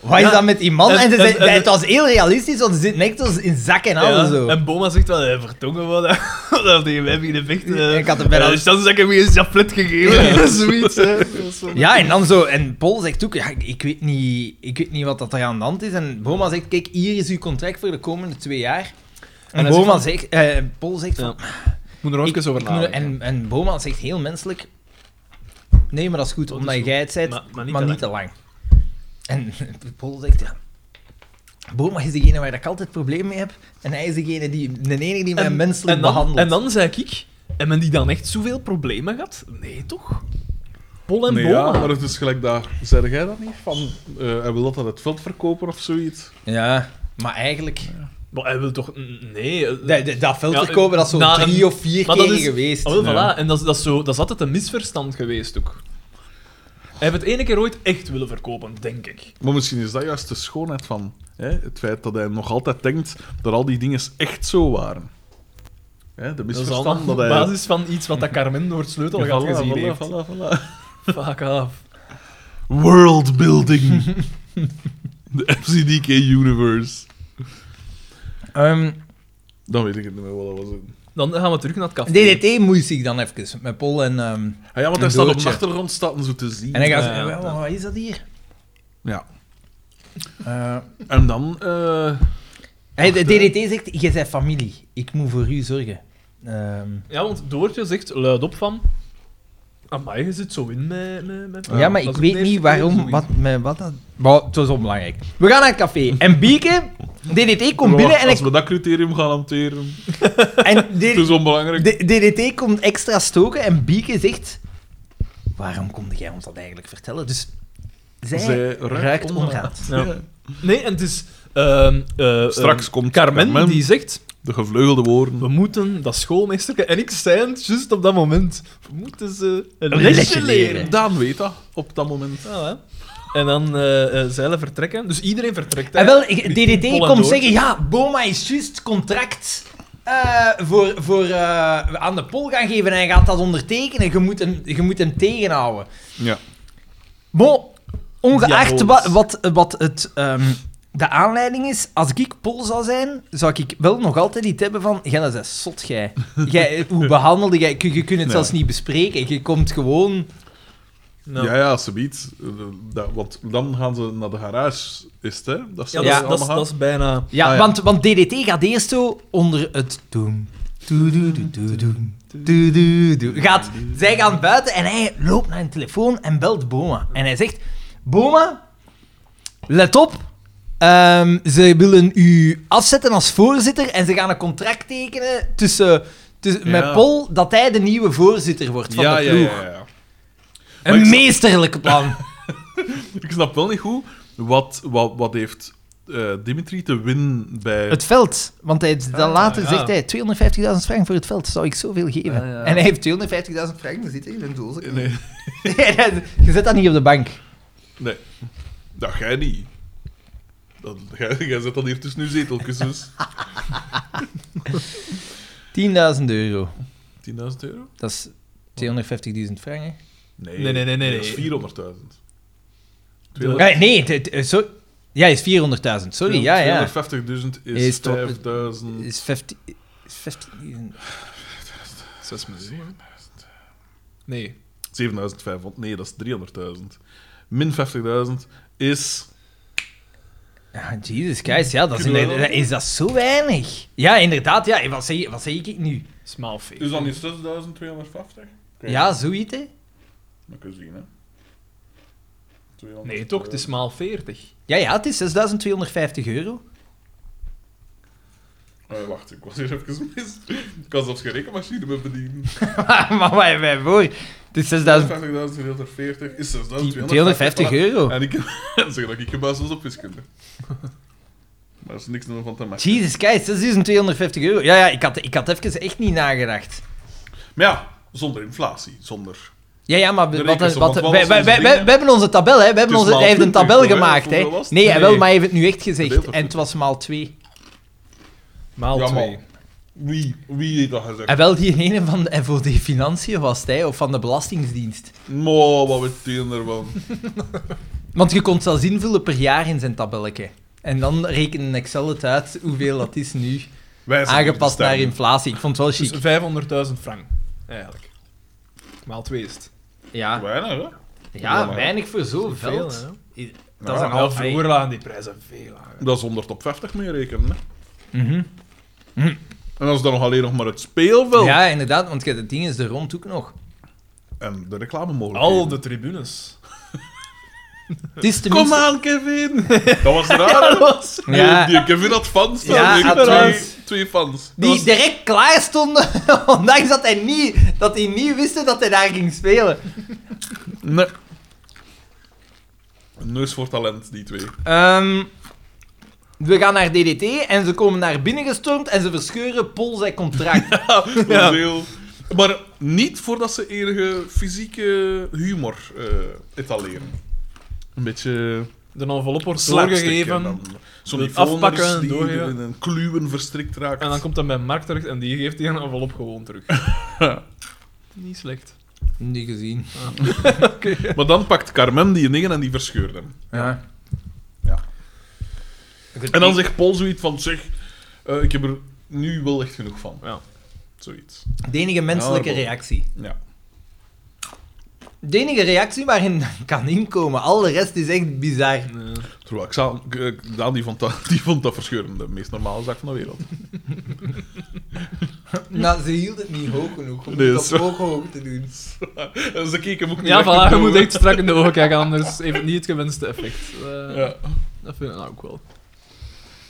[SPEAKER 1] Wat
[SPEAKER 4] Ja.
[SPEAKER 1] is dat met die man?
[SPEAKER 4] En-
[SPEAKER 1] En, ze
[SPEAKER 4] en-
[SPEAKER 1] zijn,
[SPEAKER 4] en-
[SPEAKER 1] het was heel realistisch, want ze zitten echt als in zak en alles
[SPEAKER 4] Ja,
[SPEAKER 1] Nou, zo.
[SPEAKER 4] En Boma zegt wel, eh, vertongen wat, hè. dat tegen mij beginnen vechten.
[SPEAKER 1] Ik had hem bijna-
[SPEAKER 4] Dus dan heb ik hem weer een chaplet gegeven. Zoiets, hè.
[SPEAKER 1] Ja, en dan zo. En Paul zegt ook: ja, ik- ik, weet niet, ik weet niet wat dat er aan de hand is. En Boma zegt: Kijk, hier is uw contract voor de komende twee jaar. En,
[SPEAKER 4] hij
[SPEAKER 1] Boma
[SPEAKER 4] zegt
[SPEAKER 1] zegt, eh, Paul zegt:
[SPEAKER 4] Ja.
[SPEAKER 1] van,
[SPEAKER 4] Ik moet er ook
[SPEAKER 1] ik-
[SPEAKER 4] eens over
[SPEAKER 1] ik moet-
[SPEAKER 4] nadenken.
[SPEAKER 1] en, en Boma zegt heel menselijk: Nee, maar dat is goed,
[SPEAKER 4] Dat is
[SPEAKER 1] omdat
[SPEAKER 4] goed.
[SPEAKER 1] jij het zei,
[SPEAKER 4] Maar-
[SPEAKER 1] maar,
[SPEAKER 4] maar niet
[SPEAKER 1] niet,
[SPEAKER 4] te
[SPEAKER 1] te lang. En Paul zegt: Ja. Boma is degene waar ik altijd problemen mee heb. En hij is degene die, de enige die mij menselijk
[SPEAKER 4] en dan,
[SPEAKER 1] behandelt.
[SPEAKER 4] En dan zei ik, hebben die dan echt zoveel problemen gehad? Nee, toch? Pol en
[SPEAKER 3] Nee, ja,
[SPEAKER 4] Boma.
[SPEAKER 3] maar het is gelijk daar. Zeg jij dat niet? Van, eh, hij wil dat aan het veld verkopen of zoiets.
[SPEAKER 1] Ja, maar eigenlijk.
[SPEAKER 4] Maar hij wil toch... Nee. eh,
[SPEAKER 1] Dat, dat, dat veld
[SPEAKER 4] Ja,
[SPEAKER 1] verkopen, dat is zo
[SPEAKER 4] na een-
[SPEAKER 1] drie of vier
[SPEAKER 4] maar dat
[SPEAKER 1] keer
[SPEAKER 4] is-
[SPEAKER 1] geweest.
[SPEAKER 4] Ah, wel,
[SPEAKER 3] Ja.
[SPEAKER 4] voilà. En dat, is- dat, is zo, dat is altijd een misverstand geweest ook. Hij heeft het ene keer ooit echt willen verkopen, denk ik.
[SPEAKER 3] Maar misschien is dat juist de schoonheid van hè, het feit dat hij nog altijd denkt dat al die dingen echt zo waren. Dus Hè, de
[SPEAKER 4] Dat is
[SPEAKER 3] misverstand
[SPEAKER 4] allemaal op
[SPEAKER 3] hij...
[SPEAKER 4] basis van iets wat dat Carmen door het sleutel
[SPEAKER 3] Ja,
[SPEAKER 4] gaat
[SPEAKER 3] voilà,
[SPEAKER 4] gezien
[SPEAKER 3] voilà,
[SPEAKER 4] heeft.
[SPEAKER 3] voilà, voilà.
[SPEAKER 4] Fuck af.
[SPEAKER 3] Worldbuilding. de MCDK Universe.
[SPEAKER 1] Ehm,
[SPEAKER 3] Dan weet ik het niet meer wat dat was. Ah doen.
[SPEAKER 4] Dan gaan we terug naar het café.
[SPEAKER 1] DDT moest ik dan even met Paul en. ehm,
[SPEAKER 3] Ah ja, want
[SPEAKER 1] Een
[SPEAKER 3] hij staat op de
[SPEAKER 1] doortje.
[SPEAKER 3] achtergrond staat hem zo te zien.
[SPEAKER 1] en hij gaat.
[SPEAKER 4] Ja, ja,
[SPEAKER 1] eh,
[SPEAKER 4] ja.
[SPEAKER 1] "Wel, Wat is dat hier?
[SPEAKER 3] Ja.
[SPEAKER 1] Eh,
[SPEAKER 3] En dan... eh,
[SPEAKER 1] hij, de DDT zegt: Je bent familie, ik moet voor u zorgen. Ehm,
[SPEAKER 4] Ja, want Doortje zegt luid op van... Amai, je zit zo in met... met, met
[SPEAKER 1] ja, maar
[SPEAKER 4] Dat
[SPEAKER 1] ik
[SPEAKER 4] is ook
[SPEAKER 1] weet
[SPEAKER 4] de eerste
[SPEAKER 1] niet
[SPEAKER 4] keer
[SPEAKER 1] waarom.
[SPEAKER 4] zoiets.
[SPEAKER 1] Wat, met, wat dat. Maar het was onbelangrijk. We gaan naar het café. En Bieke, DDT komt binnen en,
[SPEAKER 3] als
[SPEAKER 1] ik,
[SPEAKER 3] we dat criterium gaan hanteren,
[SPEAKER 1] en
[SPEAKER 3] het is
[SPEAKER 1] D-
[SPEAKER 3] onbelangrijk.
[SPEAKER 1] D- DDT komt extra stoken en Bieke zegt: Waarom kon jij ons dat eigenlijk vertellen? Dus zij,
[SPEAKER 3] Zij ruikt
[SPEAKER 1] ruikt
[SPEAKER 3] onderaan.
[SPEAKER 1] onderaan.
[SPEAKER 4] Ja. Nee, en het is... ehm, eh,
[SPEAKER 3] Straks
[SPEAKER 4] ehm,
[SPEAKER 3] komt
[SPEAKER 4] Carmen,
[SPEAKER 3] Carmen.
[SPEAKER 4] die zegt...
[SPEAKER 3] De gevleugelde
[SPEAKER 4] We
[SPEAKER 3] woorden.
[SPEAKER 4] moeten dat schoolmeesterke... En ik zei het juist op dat moment. We moeten ze een
[SPEAKER 1] lesje
[SPEAKER 4] lesje leren.
[SPEAKER 1] leren.
[SPEAKER 3] Daan weet dat op dat moment.
[SPEAKER 4] Ja, hè. En dan eh eh zeilen vertrekken. Dus iedereen vertrekt. hè.
[SPEAKER 1] En Ah, wel, ik-
[SPEAKER 4] Pol en
[SPEAKER 1] DDT komt
[SPEAKER 4] Doortje.
[SPEAKER 1] zeggen, ja, Boma is juist contract eh, voor, voor, eh, aan de pol gaan geven en hij gaat dat ondertekenen. Je moet hem, je moet hem tegenhouden.
[SPEAKER 3] Ja.
[SPEAKER 1] Bon, ongeacht
[SPEAKER 4] Dialoog.
[SPEAKER 1] wa- wat, wat het ehm, de aanleiding is, als ik Pool zou zijn, zou ik wel nog altijd niet hebben van, jij dat is zot, jij. jij hoe behandelde jij? Je, je kunt het
[SPEAKER 3] Ja.
[SPEAKER 1] zelfs niet bespreken. Je komt gewoon...
[SPEAKER 4] Nou.
[SPEAKER 3] Ja, ja, subiet. Eh, dat- Want dan gaan ze naar de garage, is het, hè? Dat ze
[SPEAKER 4] Ja, dat,
[SPEAKER 1] Ja.
[SPEAKER 4] is, dat, is, dat is bijna...
[SPEAKER 1] Ja,
[SPEAKER 3] Ah, ja.
[SPEAKER 1] Want, want DDT gaat eerst zo onder het doen. Doedoedoedoedoen. Doedoedoe. Gaat, zij gaan buiten en hij loopt naar een telefoon en belt Boma. En hij zegt: Boma, let op. Ehm, ze willen u afzetten als voorzitter en ze gaan een contract tekenen tussen, tussen, met
[SPEAKER 3] Ja.
[SPEAKER 1] Pol dat hij de nieuwe voorzitter wordt van
[SPEAKER 3] ja,
[SPEAKER 1] de
[SPEAKER 3] ja,
[SPEAKER 1] ploeg.
[SPEAKER 3] ja, ja. Maar ik
[SPEAKER 1] Een
[SPEAKER 3] snap-
[SPEAKER 1] meesterlijk plan.
[SPEAKER 3] Ik snap wel niet goed wat, wat, wat heeft eh, Dimitri te winnen bij...
[SPEAKER 1] Het veld. Want hij, dan
[SPEAKER 3] Ah,
[SPEAKER 1] later
[SPEAKER 3] ja.
[SPEAKER 1] zegt hij 250.000 frank voor het veld. Zou ik zoveel geven.
[SPEAKER 4] Ah, ja.
[SPEAKER 1] En hij heeft 250.000 frank. Dan zit hij in een doos.
[SPEAKER 3] Nee,
[SPEAKER 1] je zet dat niet op de bank.
[SPEAKER 3] nee. Dat jij niet. Dat, jij, jij zet dan hier tussen uw zeteltjes, dus.
[SPEAKER 1] 10.000 euro.
[SPEAKER 3] 10.000 euro?
[SPEAKER 1] Dat is 250.000 frank. hè?
[SPEAKER 4] Nee, nee, nee, nee,
[SPEAKER 3] Dat is 400.000.
[SPEAKER 4] nee.
[SPEAKER 3] 200
[SPEAKER 1] Eh, nee, het- het- zo- ja, is 400.000. Sorry, ja, ja.
[SPEAKER 3] 250.000 is,
[SPEAKER 1] Is toch-
[SPEAKER 3] 5.000...
[SPEAKER 1] Is 50 is 15.000.
[SPEAKER 4] Zes met zeven. Nee.
[SPEAKER 3] 7.500. Nee, dat is 300.000. Min 50.000 is...
[SPEAKER 1] Ja, Ah, Jesus Christ, ja, dat is,
[SPEAKER 3] Kunnen we
[SPEAKER 1] inderdaad-
[SPEAKER 3] wel-
[SPEAKER 1] is dat zo weinig? Ja, inderdaad, ja. En Wat zeg, wat zeg ik nu?
[SPEAKER 4] Smaalfeest.
[SPEAKER 3] Is Dus dan niet 6.250?
[SPEAKER 1] Ja, zoiets, hè?
[SPEAKER 3] Dat kun je zien, hè.
[SPEAKER 4] Nee, toch? Het is maal 40.
[SPEAKER 1] Ja, ja, het is 6.250 euro.
[SPEAKER 3] Eh, wacht, ik was hier even mis. Ik was op geen rekenmachine me bedienen.
[SPEAKER 1] maar wij hebben voor. Het is 6000.
[SPEAKER 3] 50.000 gedeeld door 40 is 6.250.
[SPEAKER 1] 250 euro.
[SPEAKER 3] En ik zeg dat ik gebaasd was op wiskunde. Maar er is niks meer van te maken.
[SPEAKER 1] Jesus Christ, 6250 euro. Ja, ja, ik had, ik had even echt niet nagedacht.
[SPEAKER 3] Maar ja, zonder inflatie, zonder...
[SPEAKER 1] Ja, ja, maar
[SPEAKER 3] De
[SPEAKER 1] wat, wat,
[SPEAKER 3] rekens,
[SPEAKER 1] wat,
[SPEAKER 3] want wat
[SPEAKER 1] wij,
[SPEAKER 3] was
[SPEAKER 1] wij,
[SPEAKER 3] ons
[SPEAKER 1] wij,
[SPEAKER 3] ding,
[SPEAKER 1] wij-
[SPEAKER 3] hè?
[SPEAKER 1] wij hebben onze tabel, hè. Wij hebben
[SPEAKER 3] is
[SPEAKER 1] onze, hij
[SPEAKER 3] maal
[SPEAKER 1] heeft een
[SPEAKER 3] 20
[SPEAKER 1] tabel
[SPEAKER 3] toch, hè?
[SPEAKER 1] gemaakt, hè.
[SPEAKER 3] Hoeveel was het?
[SPEAKER 1] Nee,
[SPEAKER 4] Nee.
[SPEAKER 1] wel, maar hij heeft het nu echt gezegd.
[SPEAKER 3] Gedeeld door
[SPEAKER 1] En het was maal 2.
[SPEAKER 4] Maal
[SPEAKER 3] Ja, maar
[SPEAKER 4] 2.
[SPEAKER 3] Wie, wie heeft dat gezegd?
[SPEAKER 1] En wel, die ene van de FOD Financiën was het, hè. Of van de Belastingsdienst.
[SPEAKER 3] Mo, wat weet die ervan?
[SPEAKER 1] Want je kon het zelfs invullen per jaar in zijn tabelletje. En dan rekenen Excel het uit hoeveel dat is nu.
[SPEAKER 3] Wij zijn
[SPEAKER 1] Aangepast
[SPEAKER 3] hier
[SPEAKER 1] naar
[SPEAKER 3] de stem.
[SPEAKER 1] inflatie. Ik vond het wel
[SPEAKER 4] Dus
[SPEAKER 1] chic.
[SPEAKER 4] 500.000 frank, eigenlijk. Maal 2 is het.
[SPEAKER 1] Ja,
[SPEAKER 3] Weinig, hè?
[SPEAKER 1] ja weinig voor zo'n
[SPEAKER 4] Veel,
[SPEAKER 1] veld.
[SPEAKER 4] hè?
[SPEAKER 1] Dat is
[SPEAKER 3] Ja,
[SPEAKER 1] een half
[SPEAKER 4] Vroeger lagen die prijzen veel lager.
[SPEAKER 3] Dat is 100 op 50 mee rekenen, hè.
[SPEAKER 1] Mhm.
[SPEAKER 3] En dat is dan nog alleen nog maar het speelveld
[SPEAKER 1] Ja, inderdaad, want kijk, het ding is er rond ook nog.
[SPEAKER 3] en de reclamemogelijkheden.
[SPEAKER 4] Al de tribunes.
[SPEAKER 1] Het is
[SPEAKER 3] Kom
[SPEAKER 1] tenminste...
[SPEAKER 3] aan, Kevin! Dat was raar. hè?
[SPEAKER 1] Ja,
[SPEAKER 3] Die, die Kevin had fans.
[SPEAKER 1] Ja,
[SPEAKER 3] Ja,
[SPEAKER 1] had fans.
[SPEAKER 3] twee, twee fans.
[SPEAKER 1] die
[SPEAKER 3] Dat was-
[SPEAKER 1] direct klaar stonden, ondanks dat hij, niet, dat hij niet wist dat hij daar ging spelen.
[SPEAKER 3] Nee. Een neus voor talent, die twee.
[SPEAKER 1] Ehm, we gaan naar DDT en ze komen naar binnen gestormd en ze verscheuren Pol zijn contract.
[SPEAKER 3] Dat was heel... Maar niet voordat ze enige fysieke humor eh, etaleren. Een beetje
[SPEAKER 4] De envelop wordt
[SPEAKER 3] slapstick,
[SPEAKER 4] doorgegeven.
[SPEAKER 3] hè, dan. Zo'n
[SPEAKER 4] Het
[SPEAKER 3] Yvoners
[SPEAKER 4] afpakken en
[SPEAKER 3] die
[SPEAKER 4] doorgeven.
[SPEAKER 3] in een kluwen verstrikt raakt.
[SPEAKER 4] En dan komt dan bij Mark terug en die geeft die een envelop gewoon terug. Niet slecht.
[SPEAKER 1] niet gezien.
[SPEAKER 3] Maar dan pakt Carmen die dingen en die verscheurt hem.
[SPEAKER 1] Ja.
[SPEAKER 3] Ja. En dan zegt Paul zoiets van, zeg, eh, ik heb er nu wel echt genoeg van.
[SPEAKER 4] Ja.
[SPEAKER 3] Zoiets.
[SPEAKER 1] De enige menselijke
[SPEAKER 3] Ja, dat-
[SPEAKER 1] reactie.
[SPEAKER 3] Ja.
[SPEAKER 1] De enige reactie waarin kan inkomen. Al de rest is echt bizar.
[SPEAKER 4] Nee.
[SPEAKER 3] Terwijl ik zou, ik- ik- Daan die vond, dat, die vond dat verscheurend de meest normale zaak van de wereld.
[SPEAKER 1] Nou, ze hield het niet hoog genoeg om
[SPEAKER 3] Nee,
[SPEAKER 1] het
[SPEAKER 3] dat
[SPEAKER 1] op
[SPEAKER 3] is waar.
[SPEAKER 1] hoge hoogte te doen.
[SPEAKER 3] En Dus ze keken hem ook niet
[SPEAKER 4] Ja,
[SPEAKER 3] echt
[SPEAKER 4] voilà, je
[SPEAKER 3] over.
[SPEAKER 4] moet echt strak in de ogen kijken, anders heeft het niet het gewenste effect. Eh,
[SPEAKER 3] Ja.
[SPEAKER 4] Dat vind ik nou ook wel.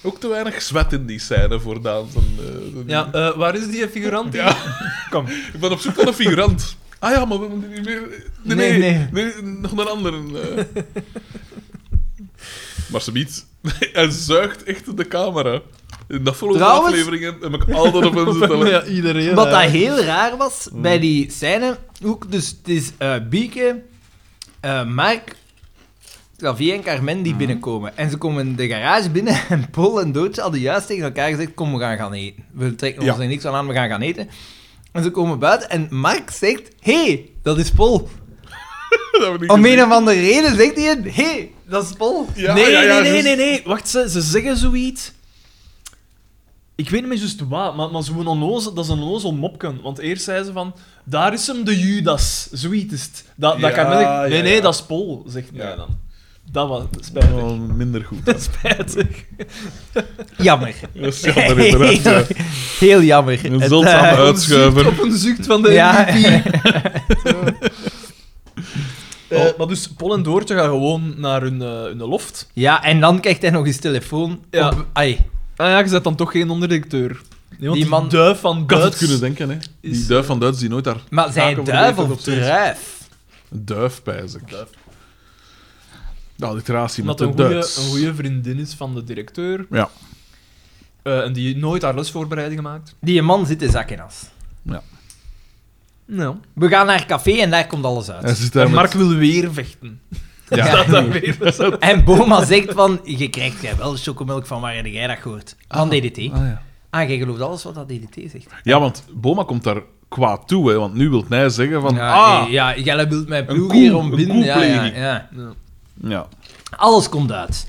[SPEAKER 3] Ook te weinig zwet in die scène voor Daan. Zijn, eh, zijn-
[SPEAKER 4] Ja, eh, waar is die figurant? die- Kom.
[SPEAKER 3] Ik ben op zoek naar een figurant. Ah ja, maar we hebben die niet meer... Nee,
[SPEAKER 1] Nee,
[SPEAKER 3] nee,
[SPEAKER 1] nee.
[SPEAKER 3] nee, nog een andere. eh. maar ze biedt... Hij zuigt echt de camera. In de afgelopen
[SPEAKER 1] Trouwens-
[SPEAKER 3] afleveringen heb ik altijd op hem zitten.
[SPEAKER 4] Ja, iedereen.
[SPEAKER 1] Wat dat
[SPEAKER 4] eh.
[SPEAKER 1] heel raar was bij die scène, ook, dus het is eh, Bieke, eh, Mark, Xavier en Carmen die binnenkomen. En ze komen de garage binnen en Paul en Doodje hadden juist tegen elkaar gezegd, kom, we gaan gaan eten. We trekken ons
[SPEAKER 3] Ja.
[SPEAKER 1] er niks van aan, we gaan gaan eten. En ze komen buiten en Mark zegt, hé, hey, dat is Paul.
[SPEAKER 3] Dat hebben we niet
[SPEAKER 1] Om
[SPEAKER 3] gezien.
[SPEAKER 4] Oh,
[SPEAKER 1] een of andere reden zegt hij, hé, hey, Dat is Paul.
[SPEAKER 3] Ja, Ah,
[SPEAKER 4] nee,
[SPEAKER 3] ja, ja,
[SPEAKER 4] nee, nee,
[SPEAKER 3] juist.
[SPEAKER 4] nee, nee. Wacht, ze, ze zeggen zoiets. Ik weet niet meer juist waar, maar, maar zo'n onnozel, dat is een onnozel mopken. Want eerst zei ze van, daar is hem de Judas, zoiets is het. Dat, dat
[SPEAKER 3] Ja,
[SPEAKER 4] kan niet- Nee,
[SPEAKER 3] ja,
[SPEAKER 4] nee,
[SPEAKER 3] ja.
[SPEAKER 4] dat is Pol, zegt
[SPEAKER 3] Ja.
[SPEAKER 4] hij dan. Dat was spijtig.
[SPEAKER 3] Oh, minder goed. Dat
[SPEAKER 4] Spijtig.
[SPEAKER 1] Jammer.
[SPEAKER 3] is jammer, inderdaad. ja.
[SPEAKER 1] Heel jammer.
[SPEAKER 3] Je zult
[SPEAKER 1] eh,
[SPEAKER 3] aan de uitschuiver.
[SPEAKER 4] Op een zucht van de
[SPEAKER 1] Ja.
[SPEAKER 3] Eh.
[SPEAKER 4] Oh, maar dus Pol en Doortje gaan gewoon naar hun, eh, hun loft.
[SPEAKER 1] ja, en dan krijgt hij nog eens telefoon.
[SPEAKER 4] Ja.
[SPEAKER 1] Op, ai,
[SPEAKER 4] Ah ja, je zet dan toch geen onderdirecteur. Nee, want
[SPEAKER 1] Die
[SPEAKER 4] die
[SPEAKER 1] man-
[SPEAKER 4] duif van
[SPEAKER 3] Ik had het
[SPEAKER 4] Duits-
[SPEAKER 3] kunnen denken, hè.
[SPEAKER 4] Is-
[SPEAKER 3] Die duif van Duits die nooit haar
[SPEAKER 1] maar zijn
[SPEAKER 3] Zaken worden
[SPEAKER 1] duivel
[SPEAKER 3] beter
[SPEAKER 1] of
[SPEAKER 3] geopteerd.
[SPEAKER 1] druif?
[SPEAKER 3] duif pijs ik.
[SPEAKER 4] Duif.
[SPEAKER 3] De alliteratie met
[SPEAKER 4] Omdat
[SPEAKER 3] de
[SPEAKER 4] een goede,
[SPEAKER 3] Duits.
[SPEAKER 4] een goede vriendin is van de directeur.
[SPEAKER 3] Ja.
[SPEAKER 4] Eh, en die nooit haar lesvoorbereidingen maakt.
[SPEAKER 1] Die man zit in zak in as.
[SPEAKER 4] Nou.
[SPEAKER 1] We gaan naar café en daar komt alles uit.
[SPEAKER 3] Hij zit daar
[SPEAKER 4] en
[SPEAKER 3] met...
[SPEAKER 4] Mark wil weer vechten.
[SPEAKER 3] Ja.
[SPEAKER 4] Staat daar weer zo.
[SPEAKER 1] En Boma zegt van, je krijgt jij wel chocomelk van waar heb jij dat gehoord? Van DDT.
[SPEAKER 3] Ah, ja.
[SPEAKER 1] Ah, jij gelooft alles wat dat DDT zegt.
[SPEAKER 3] ja, want Boma komt daar kwaad toe, hè. Want nu wil hij zeggen van...
[SPEAKER 1] ja,
[SPEAKER 3] ah!
[SPEAKER 1] nee, ja, jij wilt mijn ploeg
[SPEAKER 3] koe-
[SPEAKER 1] hier om
[SPEAKER 3] een
[SPEAKER 1] binnen. Ja, ja,
[SPEAKER 3] koepleging.
[SPEAKER 1] ja.
[SPEAKER 4] Ja.
[SPEAKER 3] Ja.
[SPEAKER 1] Alles komt uit.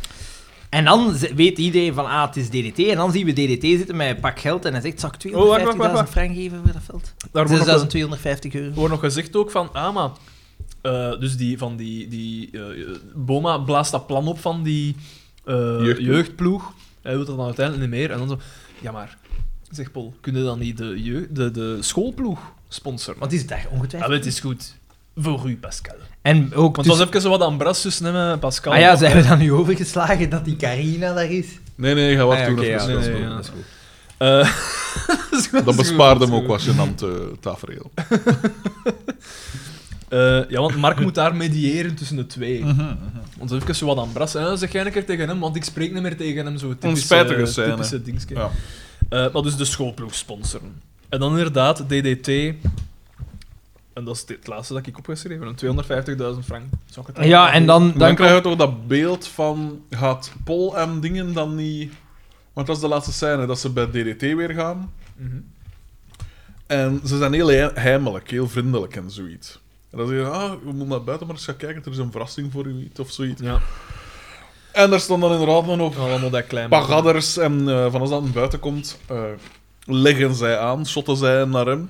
[SPEAKER 1] En dan z- weet iedereen van, ah, het is DDT. En dan zien we DDT zitten met een pak geld. En hij zegt, zal ik 250.000
[SPEAKER 4] Oh, wacht, wacht, wacht, wacht.
[SPEAKER 1] frank geven voor dat veld?
[SPEAKER 4] Daar wordt nog,
[SPEAKER 1] 6250 euro.
[SPEAKER 4] wordt nog gezegd ook van, ah maar... eh, dus die, van die, die eh, Boma blaast dat plan op van die eh,
[SPEAKER 3] Jeugdploeg.
[SPEAKER 4] jeugdploeg. Hij wil dat dan uiteindelijk niet meer. En dan zo, ja maar, zegt Paul, kunnen dan niet de, jeugd, de, de schoolploeg sponsoren?
[SPEAKER 1] Want die is daar
[SPEAKER 4] Ah,
[SPEAKER 1] ongetwijfeld.
[SPEAKER 4] wel, het is goed. Voor u, Pascal.
[SPEAKER 1] En ook...
[SPEAKER 4] Want
[SPEAKER 1] tussen-
[SPEAKER 4] dat was even zo wat ambras tussen hem en Pascal.
[SPEAKER 1] Ah ja, zijn we dan nu overgeslagen dat die Carina daar is?
[SPEAKER 3] Nee, nee, ga wat
[SPEAKER 1] Ah, ja,
[SPEAKER 3] doen.
[SPEAKER 1] oké,
[SPEAKER 3] even
[SPEAKER 1] ja.
[SPEAKER 3] snel
[SPEAKER 4] Nee, nee,
[SPEAKER 3] doen.
[SPEAKER 4] ja.
[SPEAKER 3] Dat is goed.
[SPEAKER 4] Eh, dat is goed,
[SPEAKER 3] Dat
[SPEAKER 4] is goed,
[SPEAKER 3] bespaarde
[SPEAKER 4] is
[SPEAKER 3] hem ook
[SPEAKER 4] goed.
[SPEAKER 3] wat gênant eh, tafereel.
[SPEAKER 4] Eh, ja, want Mark moet daar mediëren tussen de twee.
[SPEAKER 3] Hm.
[SPEAKER 1] Mhm.
[SPEAKER 4] Want zo even zo wat ambras. En dan zeg jij een keer tegen hem, want ik spreek niet meer tegen hem. Zo typische,
[SPEAKER 3] Een spijtige scène.
[SPEAKER 4] typische dingetje.
[SPEAKER 3] Ja.
[SPEAKER 4] Eh, maar dus de schoolploeg sponsoren. En dan inderdaad DDT. En dat is dit laatste dat ik opgeschreven heb. 250.000 frank. Zou ik het
[SPEAKER 1] Ah Ja, en dan...
[SPEAKER 3] Dan,
[SPEAKER 1] dan
[SPEAKER 3] krijg je toch dat beeld van... Gaat Pol en dingen dan niet... Want dat is de laatste scène, dat ze bij DDT weer gaan.
[SPEAKER 4] Mhm.
[SPEAKER 3] En ze zijn heel hei- heimelijk, heel vriendelijk en zoiets. En dan zeggen ze, ah, we moeten naar buiten maar eens gaan kijken, er is een verrassing voor u iets of zoiets.
[SPEAKER 4] Ja,
[SPEAKER 3] En daar staan dan inderdaad nog op
[SPEAKER 4] allemaal dat klein.
[SPEAKER 3] pagadders en eh, van als dat naar buiten komt, eh, leggen zij aan, shotten zij naar hem.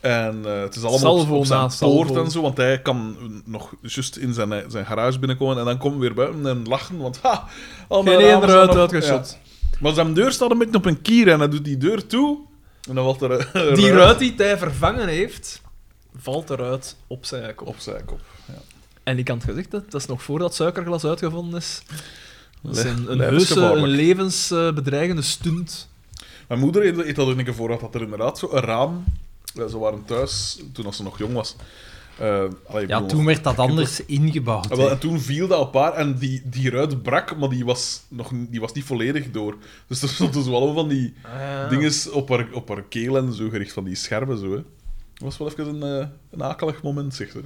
[SPEAKER 3] En eh, het is allemaal op-
[SPEAKER 4] Salvo
[SPEAKER 3] op zijn
[SPEAKER 4] na salvo.
[SPEAKER 3] poort en zo, want hij kan nog juist in zijn, zijn garage binnenkomen en dan komen we weer buiten en lachen, want ha, al mijn
[SPEAKER 4] Geen één
[SPEAKER 3] ramen zijn
[SPEAKER 4] eruit
[SPEAKER 3] op-
[SPEAKER 4] uitgeschot.
[SPEAKER 3] Ja. Maar zijn deur staat een beetje op een kier en hij doet die deur toe en dan valt er een
[SPEAKER 4] Die
[SPEAKER 3] ruit
[SPEAKER 4] ruit die hij vervangen heeft, valt eruit op zijn kop.
[SPEAKER 3] op zijn kop.
[SPEAKER 4] En ik had het gezegd, hè, dat is nog voordat suikerglas uitgevonden is. Dat is een, een heuse,
[SPEAKER 3] Levensgevaarlijk.
[SPEAKER 4] een levensbedreigende stunt.
[SPEAKER 3] Mijn moeder heeft- heeft dat ook een keer voorgehad, dat er inderdaad zo een raam... eh, Ze waren thuis, toen als ze nog jong was. Eh, allee, ik
[SPEAKER 1] Ja,
[SPEAKER 3] bedoel,
[SPEAKER 1] toen werd dat anders ingebouwd.
[SPEAKER 3] Ah,
[SPEAKER 1] hè.
[SPEAKER 3] wel, en toen viel dat op haar en die, die ruit brak, maar die was, nog, n- die was niet volledig door. Dus er stonden zo allemaal van die
[SPEAKER 4] Ah.
[SPEAKER 3] dingen op haar, op haar keel en zo gericht, van die schermen zo. Hè. Dat was wel even een, eh, een akelig moment, zegt ze.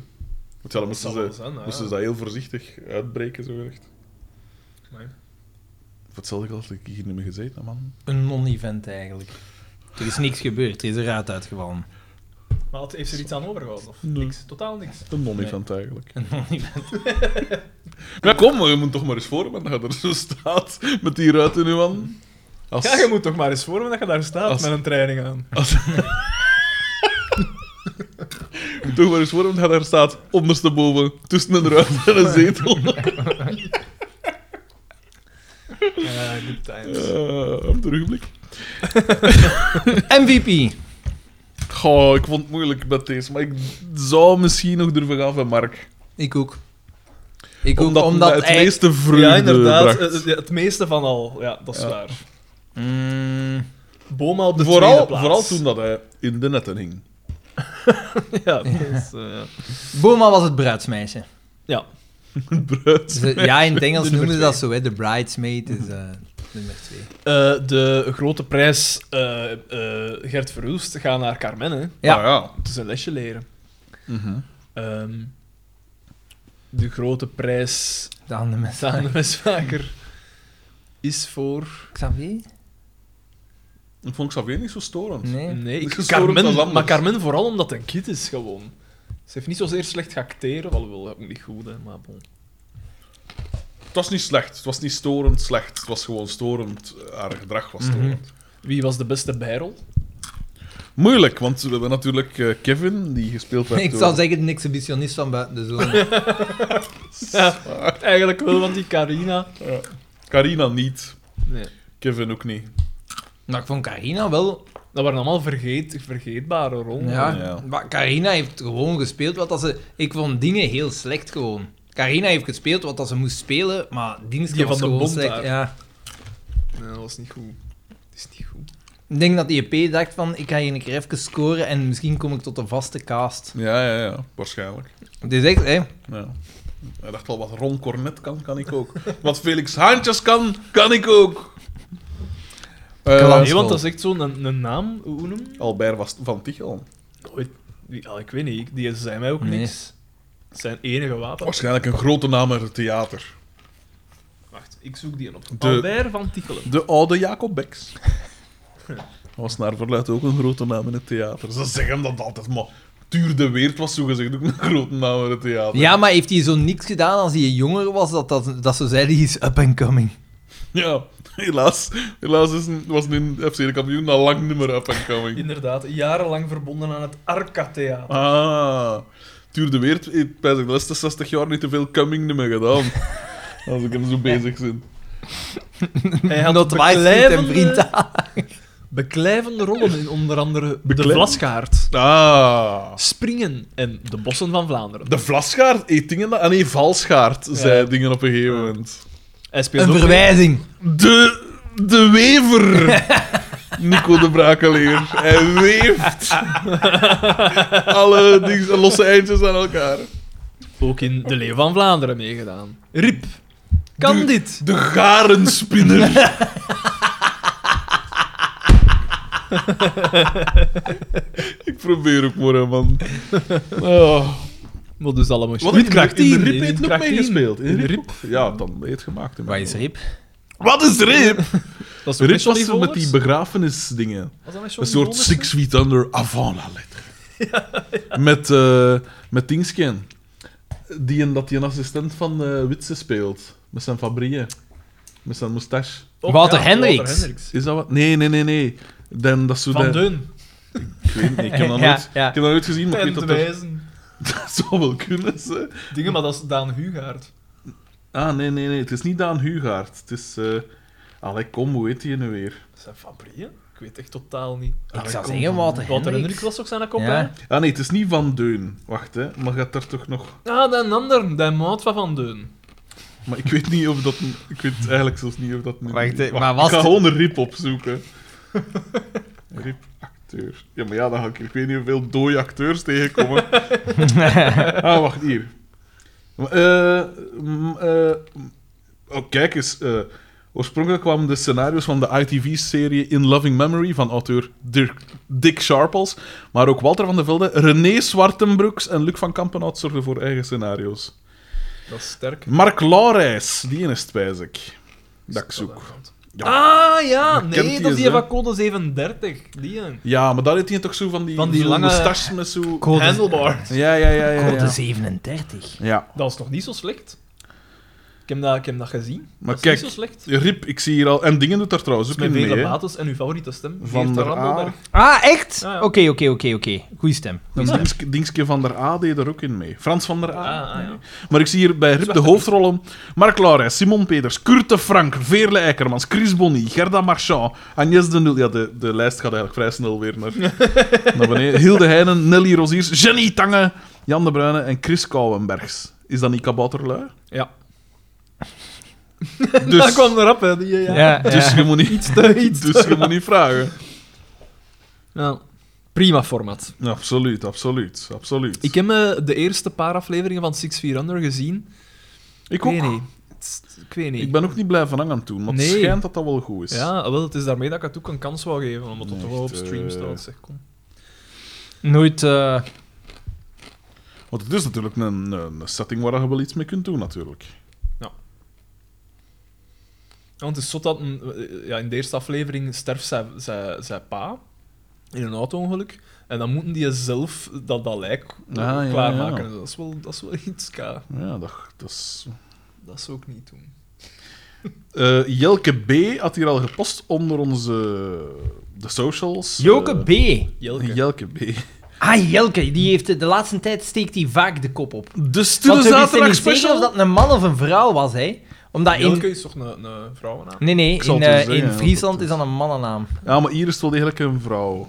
[SPEAKER 3] Want ja, dan moesten,
[SPEAKER 4] zal wel
[SPEAKER 3] ze,
[SPEAKER 4] zijn, ja.
[SPEAKER 3] moesten ze dat heel voorzichtig uitbreken, zo gericht.
[SPEAKER 4] Amai.
[SPEAKER 3] Voor hetzelfde geld had ik hier niet meer gezeten, man.
[SPEAKER 1] Een non-event eigenlijk. Er is niks gebeurd, er is een raad uitgevallen.
[SPEAKER 4] Maar had- heeft ze er iets aan overgehouden? Of
[SPEAKER 3] Nee.
[SPEAKER 4] niks? Totaal niks.
[SPEAKER 3] Een non-event eigenlijk.
[SPEAKER 1] Een non-event.
[SPEAKER 3] Ja, kom, je moet toch maar eens voor dat je er zo staat met die ruit in je hand. Als,
[SPEAKER 4] Ja, je moet toch maar eens voor dat je daar staat
[SPEAKER 3] Als-
[SPEAKER 4] met een training aan.
[SPEAKER 3] als- toch maar eens voor dat je daar staat, ondersteboven, tussen een ruit en een zetel.
[SPEAKER 4] good times.
[SPEAKER 3] Eh, op terugblik.
[SPEAKER 1] MVP.
[SPEAKER 3] Goh, ik vond het moeilijk met deze, maar ik zou misschien nog durven gaan van Mark.
[SPEAKER 1] Ik ook. Ik ook,
[SPEAKER 3] Omdat,
[SPEAKER 1] omdat,
[SPEAKER 3] het
[SPEAKER 1] hij...
[SPEAKER 3] meeste vreugde
[SPEAKER 4] ja, inderdaad. eh, Het,
[SPEAKER 3] bracht.
[SPEAKER 4] het meeste van al. Ja, dat is
[SPEAKER 3] Ja.
[SPEAKER 4] waar.
[SPEAKER 1] Mm,
[SPEAKER 4] Boma op de
[SPEAKER 3] Vooral,
[SPEAKER 4] tweede plaats.
[SPEAKER 3] vooral toen dat hij in de netten hing.
[SPEAKER 4] Ja, dat is, eh, ja.
[SPEAKER 1] Boma was het bruidsmeisje.
[SPEAKER 4] ja.
[SPEAKER 3] Bruid.
[SPEAKER 1] Ze- ja, in het Engels
[SPEAKER 4] De nummer
[SPEAKER 1] noemen ze dat
[SPEAKER 4] twee.
[SPEAKER 1] zo, hè. De bridesmaid is eh, nummer twee.
[SPEAKER 4] Eh, de grote prijs eh, eh, Gert Verhulst gaat naar Carmen. Hè.
[SPEAKER 1] Ja.
[SPEAKER 3] Ah, ja.
[SPEAKER 4] Het is een lesje leren.
[SPEAKER 3] Mhm.
[SPEAKER 4] Ehm, de grote prijs
[SPEAKER 1] Dan de mensen.
[SPEAKER 4] aan de mesvaker is voor...
[SPEAKER 1] Xavier?
[SPEAKER 3] Ik vond Xavier niet zo storend.
[SPEAKER 1] Nee.
[SPEAKER 4] Nee,
[SPEAKER 3] Dat
[SPEAKER 4] ik,
[SPEAKER 3] is gestorven als
[SPEAKER 4] Carmen,
[SPEAKER 3] anders.
[SPEAKER 4] maar Carmen vooral omdat het een kid is, gewoon. Ze heeft niet zozeer slecht geacteerd, alhoewel, dat ook niet goed, hè, maar bon.
[SPEAKER 3] Het was niet slecht. Het was niet storend slecht. Het was gewoon storend. Eh, Haar gedrag
[SPEAKER 4] Mhm.
[SPEAKER 3] was storend.
[SPEAKER 4] Wie was de beste bijrol?
[SPEAKER 3] Moeilijk, want we hebben natuurlijk eh, Kevin, die gespeeld werd
[SPEAKER 1] Ik
[SPEAKER 3] door...
[SPEAKER 1] zou zeggen, een exhibitionist van buiten de zone.
[SPEAKER 4] Ja, eigenlijk wel, want die Carina...
[SPEAKER 3] Carina niet.
[SPEAKER 4] Nee.
[SPEAKER 3] Kevin ook niet.
[SPEAKER 1] nou, ik vond Carina wel...
[SPEAKER 4] Dat waren allemaal vergeet, vergeetbare rollen.
[SPEAKER 1] Ja,
[SPEAKER 3] ja.
[SPEAKER 1] maar Carina heeft gewoon gespeeld wat dat ze... Ik vond dingen heel slecht gewoon. Carina heeft gespeeld wat dat ze moest spelen, maar dienst
[SPEAKER 4] Die
[SPEAKER 1] was
[SPEAKER 4] van de
[SPEAKER 1] gewoon
[SPEAKER 4] Bond
[SPEAKER 1] slecht.
[SPEAKER 4] daar.
[SPEAKER 1] Ja.
[SPEAKER 4] Nee, dat was niet goed. Dat is niet goed.
[SPEAKER 1] Ik denk dat die EP dacht van, ik ga hier een keer even scoren en misschien kom ik tot een vaste cast.
[SPEAKER 3] Ja, ja, ja. Waarschijnlijk.
[SPEAKER 1] Het is echt, hè.
[SPEAKER 4] Eh,
[SPEAKER 3] Ja. Hij dacht al, wat Ron Cornet kan, kan ik ook. Wat Felix Haantjes kan, kan ik ook. Eh,
[SPEAKER 1] Klant.
[SPEAKER 4] Nee, want dat is echt zo'n een, een naam, hoe noem je hem?
[SPEAKER 3] Albert was van Tichelen.
[SPEAKER 4] Nooit- die- ah, Ik weet niet, ik- die zijn mij ook
[SPEAKER 1] Nee.
[SPEAKER 4] niks. Zijn enige wapen.
[SPEAKER 3] Waarschijnlijk een grote naam uit het theater.
[SPEAKER 4] Wacht, ik zoek die op.
[SPEAKER 3] De-
[SPEAKER 4] Albert van Tichelen.
[SPEAKER 3] De oude Jacob Beks. Was naar verluidt ook een grote naam in het theater. Ze zeggen dat altijd, maar Tuur de Weert was zogezegd ook een grote naam in het theater.
[SPEAKER 1] Ja, maar heeft hij zo niks gedaan als hij jonger was, dat, dat, dat ze zeiden, hij is up and coming.
[SPEAKER 3] Ja, helaas. Helaas is een- was een FC de kampioen al lang niet meer up and coming.
[SPEAKER 4] Inderdaad, jarenlang verbonden aan het Arca-theater.
[SPEAKER 3] Ah, Tuur de Weert heeft bij de laatste 60 jaar niet te veel coming meer gedaan. Als ik hem zo bezig ben.
[SPEAKER 4] Hij had
[SPEAKER 1] Not my vriend en vriend.
[SPEAKER 4] beklijvende rollen in onder andere
[SPEAKER 3] Beklijvend?
[SPEAKER 4] De Vlaskaart,
[SPEAKER 3] Ah.
[SPEAKER 4] Springen en De Bossen van Vlaanderen.
[SPEAKER 3] De Vlasgaard eet dingen... dat- Ah nee, Valsgaard zei dingen op een gegeven moment.
[SPEAKER 4] Hij speelt
[SPEAKER 1] Een
[SPEAKER 4] ook
[SPEAKER 1] verwijzing.
[SPEAKER 3] De... De Wever! Nico de Brakeleer. Hij weeft. Alle dings, losse eindjes aan elkaar.
[SPEAKER 4] ook in De Leeuw van Vlaanderen meegedaan. Rip. Kan
[SPEAKER 3] De-
[SPEAKER 4] dit?
[SPEAKER 3] De garenspinner. ik probeer ook maar, hè, man. Oh.
[SPEAKER 4] Maar dus allemaal
[SPEAKER 3] Wat
[SPEAKER 4] shit.
[SPEAKER 3] in de- in de
[SPEAKER 4] In
[SPEAKER 3] Rip heeft nog
[SPEAKER 4] Kracht 10.
[SPEAKER 3] meegespeeld.
[SPEAKER 4] In de
[SPEAKER 3] Rip? Ja, dan ben je het gemaakt. hè, man.
[SPEAKER 1] Wat is Rip?
[SPEAKER 3] Wat is Rip?
[SPEAKER 4] Dat is
[SPEAKER 3] Rip
[SPEAKER 4] was
[SPEAKER 3] was zo met die begrafenisdingen. Een soort Six Feet Under avant la lettre. Met, eh met Dingsken. Die een, dat die een assistent van eh Witse speelt. Met zijn fabrieën. Met zijn moustache.
[SPEAKER 1] Wouter Hendricks.
[SPEAKER 3] Is dat wat? Nee, nee, nee, nee. Dan, dat zo
[SPEAKER 4] Van
[SPEAKER 3] de...
[SPEAKER 4] Deun.
[SPEAKER 3] Ik weet niet, ik heb dat
[SPEAKER 1] Ja,
[SPEAKER 3] nooit,
[SPEAKER 1] ja.
[SPEAKER 3] Ik heb dat nooit gezien, maar ik
[SPEAKER 4] Ten
[SPEAKER 3] weet dat er-
[SPEAKER 4] Wijzen.
[SPEAKER 3] dat zou wel kunnen. Ze.
[SPEAKER 4] Dingen, maar dat is Daan Hugaard.
[SPEAKER 3] Ah, nee, nee, nee. Het is niet Daan Hugaard. Het is... eh Allee, kom, hoe heet hij nu weer?
[SPEAKER 4] Zijn Fabrieën? Ik weet echt totaal niet. Ah,
[SPEAKER 1] Ik
[SPEAKER 3] Allee,
[SPEAKER 1] zou
[SPEAKER 3] kom.
[SPEAKER 1] zeggen Wouter
[SPEAKER 4] Wouter
[SPEAKER 1] Hendricks.
[SPEAKER 4] Hendricks was ook zijn kop,
[SPEAKER 1] Ja.
[SPEAKER 4] hè?
[SPEAKER 3] Ah, nee, het is niet Van Deun. Wacht, hè. Maar gaat er toch nog...
[SPEAKER 4] Ah, dat een ander, dat maat van Van Deun.
[SPEAKER 3] Maar ik weet niet of dat... een- Ik weet eigenlijk zelfs niet of dat... een-
[SPEAKER 1] Wacht, hè, maar was
[SPEAKER 3] Ik ga
[SPEAKER 1] het-
[SPEAKER 3] gewoon een rip opzoeken. rip acteur. Ja, maar ja, dan ga ik... Ik weet niet hoeveel dode acteurs tegenkomen. ah, wacht, hier. Eh, mm, eh, oh, kijk eens. eh, oorspronkelijk kwamen de scenario's van de ITV-serie In Loving Memory van auteur Dirk, Dick Sharples, maar ook Walter van der Velde, René Zwartenbroeks en Luc van Kampenhout zorgden voor eigen scenario's.
[SPEAKER 4] Dat is sterk.
[SPEAKER 3] Mark Laurijs, die is het wijs ik. Dat ik zoek.
[SPEAKER 4] Ah, ja,
[SPEAKER 3] Kent
[SPEAKER 4] nee,
[SPEAKER 3] die
[SPEAKER 4] dat is
[SPEAKER 3] eens,
[SPEAKER 4] die
[SPEAKER 3] hè?
[SPEAKER 4] van code 37. Die, hè.
[SPEAKER 3] Ja, maar daar heeft hij toch zo van die,
[SPEAKER 4] Van die
[SPEAKER 3] zo'n
[SPEAKER 4] lange-
[SPEAKER 3] moustache met zo...
[SPEAKER 1] Code-
[SPEAKER 4] Handlebar.
[SPEAKER 3] Ja, ja, ja, ja.
[SPEAKER 1] Code
[SPEAKER 3] ja.
[SPEAKER 1] 37.
[SPEAKER 3] ja.
[SPEAKER 4] Dat is toch niet zo slecht? Ik heb dat, ik heb dat gezien.
[SPEAKER 3] Maar
[SPEAKER 4] dat
[SPEAKER 3] kijk,
[SPEAKER 4] is niet zo slecht.
[SPEAKER 3] Rip, ik zie hier al... En Dingen doet daar trouwens ook
[SPEAKER 4] Met
[SPEAKER 3] in mee,
[SPEAKER 4] vele
[SPEAKER 3] hè.
[SPEAKER 4] bates en uw favoriete stem.
[SPEAKER 3] Van
[SPEAKER 4] Geert
[SPEAKER 3] der A.
[SPEAKER 4] Randelberg.
[SPEAKER 1] Ah, echt?
[SPEAKER 4] Ja, ja.
[SPEAKER 1] Oké, oké, oké, oké. Goeie stem.
[SPEAKER 3] En Dingske, Dingske van der A deed er ook in mee. Frans van der A.
[SPEAKER 4] Ah, ah, ja.
[SPEAKER 3] Maar ik zie hier bij Rip de hoofdrollen Mark Laurijs, Simon Peters, Kurt de Frank, Veerle Eikermans, Chris Bonny, Gerda Marchand, Agnès de Nul. Ja, de, de lijst gaat eigenlijk vrij snel weer naar, naar beneden. Hilde Heijnen, Nelly Roziers, Jenny Tange, Jan de Bruyne en Chris Kouwenbergs. Is dat niet kabouterlui?
[SPEAKER 4] Ja.
[SPEAKER 3] Dus,
[SPEAKER 4] Dat kwam erop, hè. Die, ja.
[SPEAKER 1] Ja,
[SPEAKER 3] dus je moet niet...
[SPEAKER 4] te- iets te-
[SPEAKER 3] dus je moet niet vragen.
[SPEAKER 4] Ja. Prima format.
[SPEAKER 3] Absoluut, absoluut, absoluut.
[SPEAKER 4] Ik heb eh, de eerste paar afleveringen van Six Feet Under gezien.
[SPEAKER 3] Ik
[SPEAKER 4] Ik
[SPEAKER 3] ook.
[SPEAKER 4] weet niet. Het is- Ik weet niet.
[SPEAKER 3] Ik ben ook niet blijven hangen toen, want het
[SPEAKER 4] Nee.
[SPEAKER 3] schijnt dat dat wel goed is.
[SPEAKER 4] Ja, wel, het is daarmee dat ik het ook een kans wou geven, omdat het
[SPEAKER 3] Nee,
[SPEAKER 4] toch wel op
[SPEAKER 3] echt,
[SPEAKER 4] stream
[SPEAKER 3] eh.
[SPEAKER 4] staat. Zeg, kom.
[SPEAKER 1] Nooit... eh,
[SPEAKER 3] Want het is natuurlijk een, een setting waar je wel iets mee kunt doen, natuurlijk.
[SPEAKER 4] Ja, want het is zot dat een, eh, ja, in de eerste aflevering sterft zijn, zijn, zijn pa in een auto-ongeluk. En dan moeten die zelf dat, dat lijk eh,
[SPEAKER 3] Ah, ja,
[SPEAKER 4] klaarmaken.
[SPEAKER 3] ja.
[SPEAKER 4] Dat, is wel, dat is wel iets ka.
[SPEAKER 3] Ja, dat, dat is...
[SPEAKER 4] Dat zou ik niet doen.
[SPEAKER 3] Eh, Jelke B had hier al gepost onder onze de socials.
[SPEAKER 1] Joke
[SPEAKER 3] Eh,
[SPEAKER 1] B.
[SPEAKER 4] Jelke.
[SPEAKER 3] Jelke B.
[SPEAKER 1] Ah, Jelke, die heeft de laatste tijd steekt hij vaak de kop op.
[SPEAKER 3] De
[SPEAKER 1] Want
[SPEAKER 3] stille
[SPEAKER 1] we wisten
[SPEAKER 3] zaterdag
[SPEAKER 1] niet zeker
[SPEAKER 3] special.
[SPEAKER 1] of dat een man of een vrouw was, hè?
[SPEAKER 3] Ah,
[SPEAKER 1] Omdat in...
[SPEAKER 4] Jelke is toch een, een vrouwennaam?
[SPEAKER 1] Nee, nee,
[SPEAKER 3] Ik zal
[SPEAKER 1] in,
[SPEAKER 3] het wel
[SPEAKER 1] eh,
[SPEAKER 3] zeggen,
[SPEAKER 1] in
[SPEAKER 3] ja,
[SPEAKER 1] Friesland
[SPEAKER 3] dat
[SPEAKER 1] is
[SPEAKER 3] is.
[SPEAKER 1] dat een mannennaam.
[SPEAKER 3] Ja, maar hier is het wel degelijk een vrouw.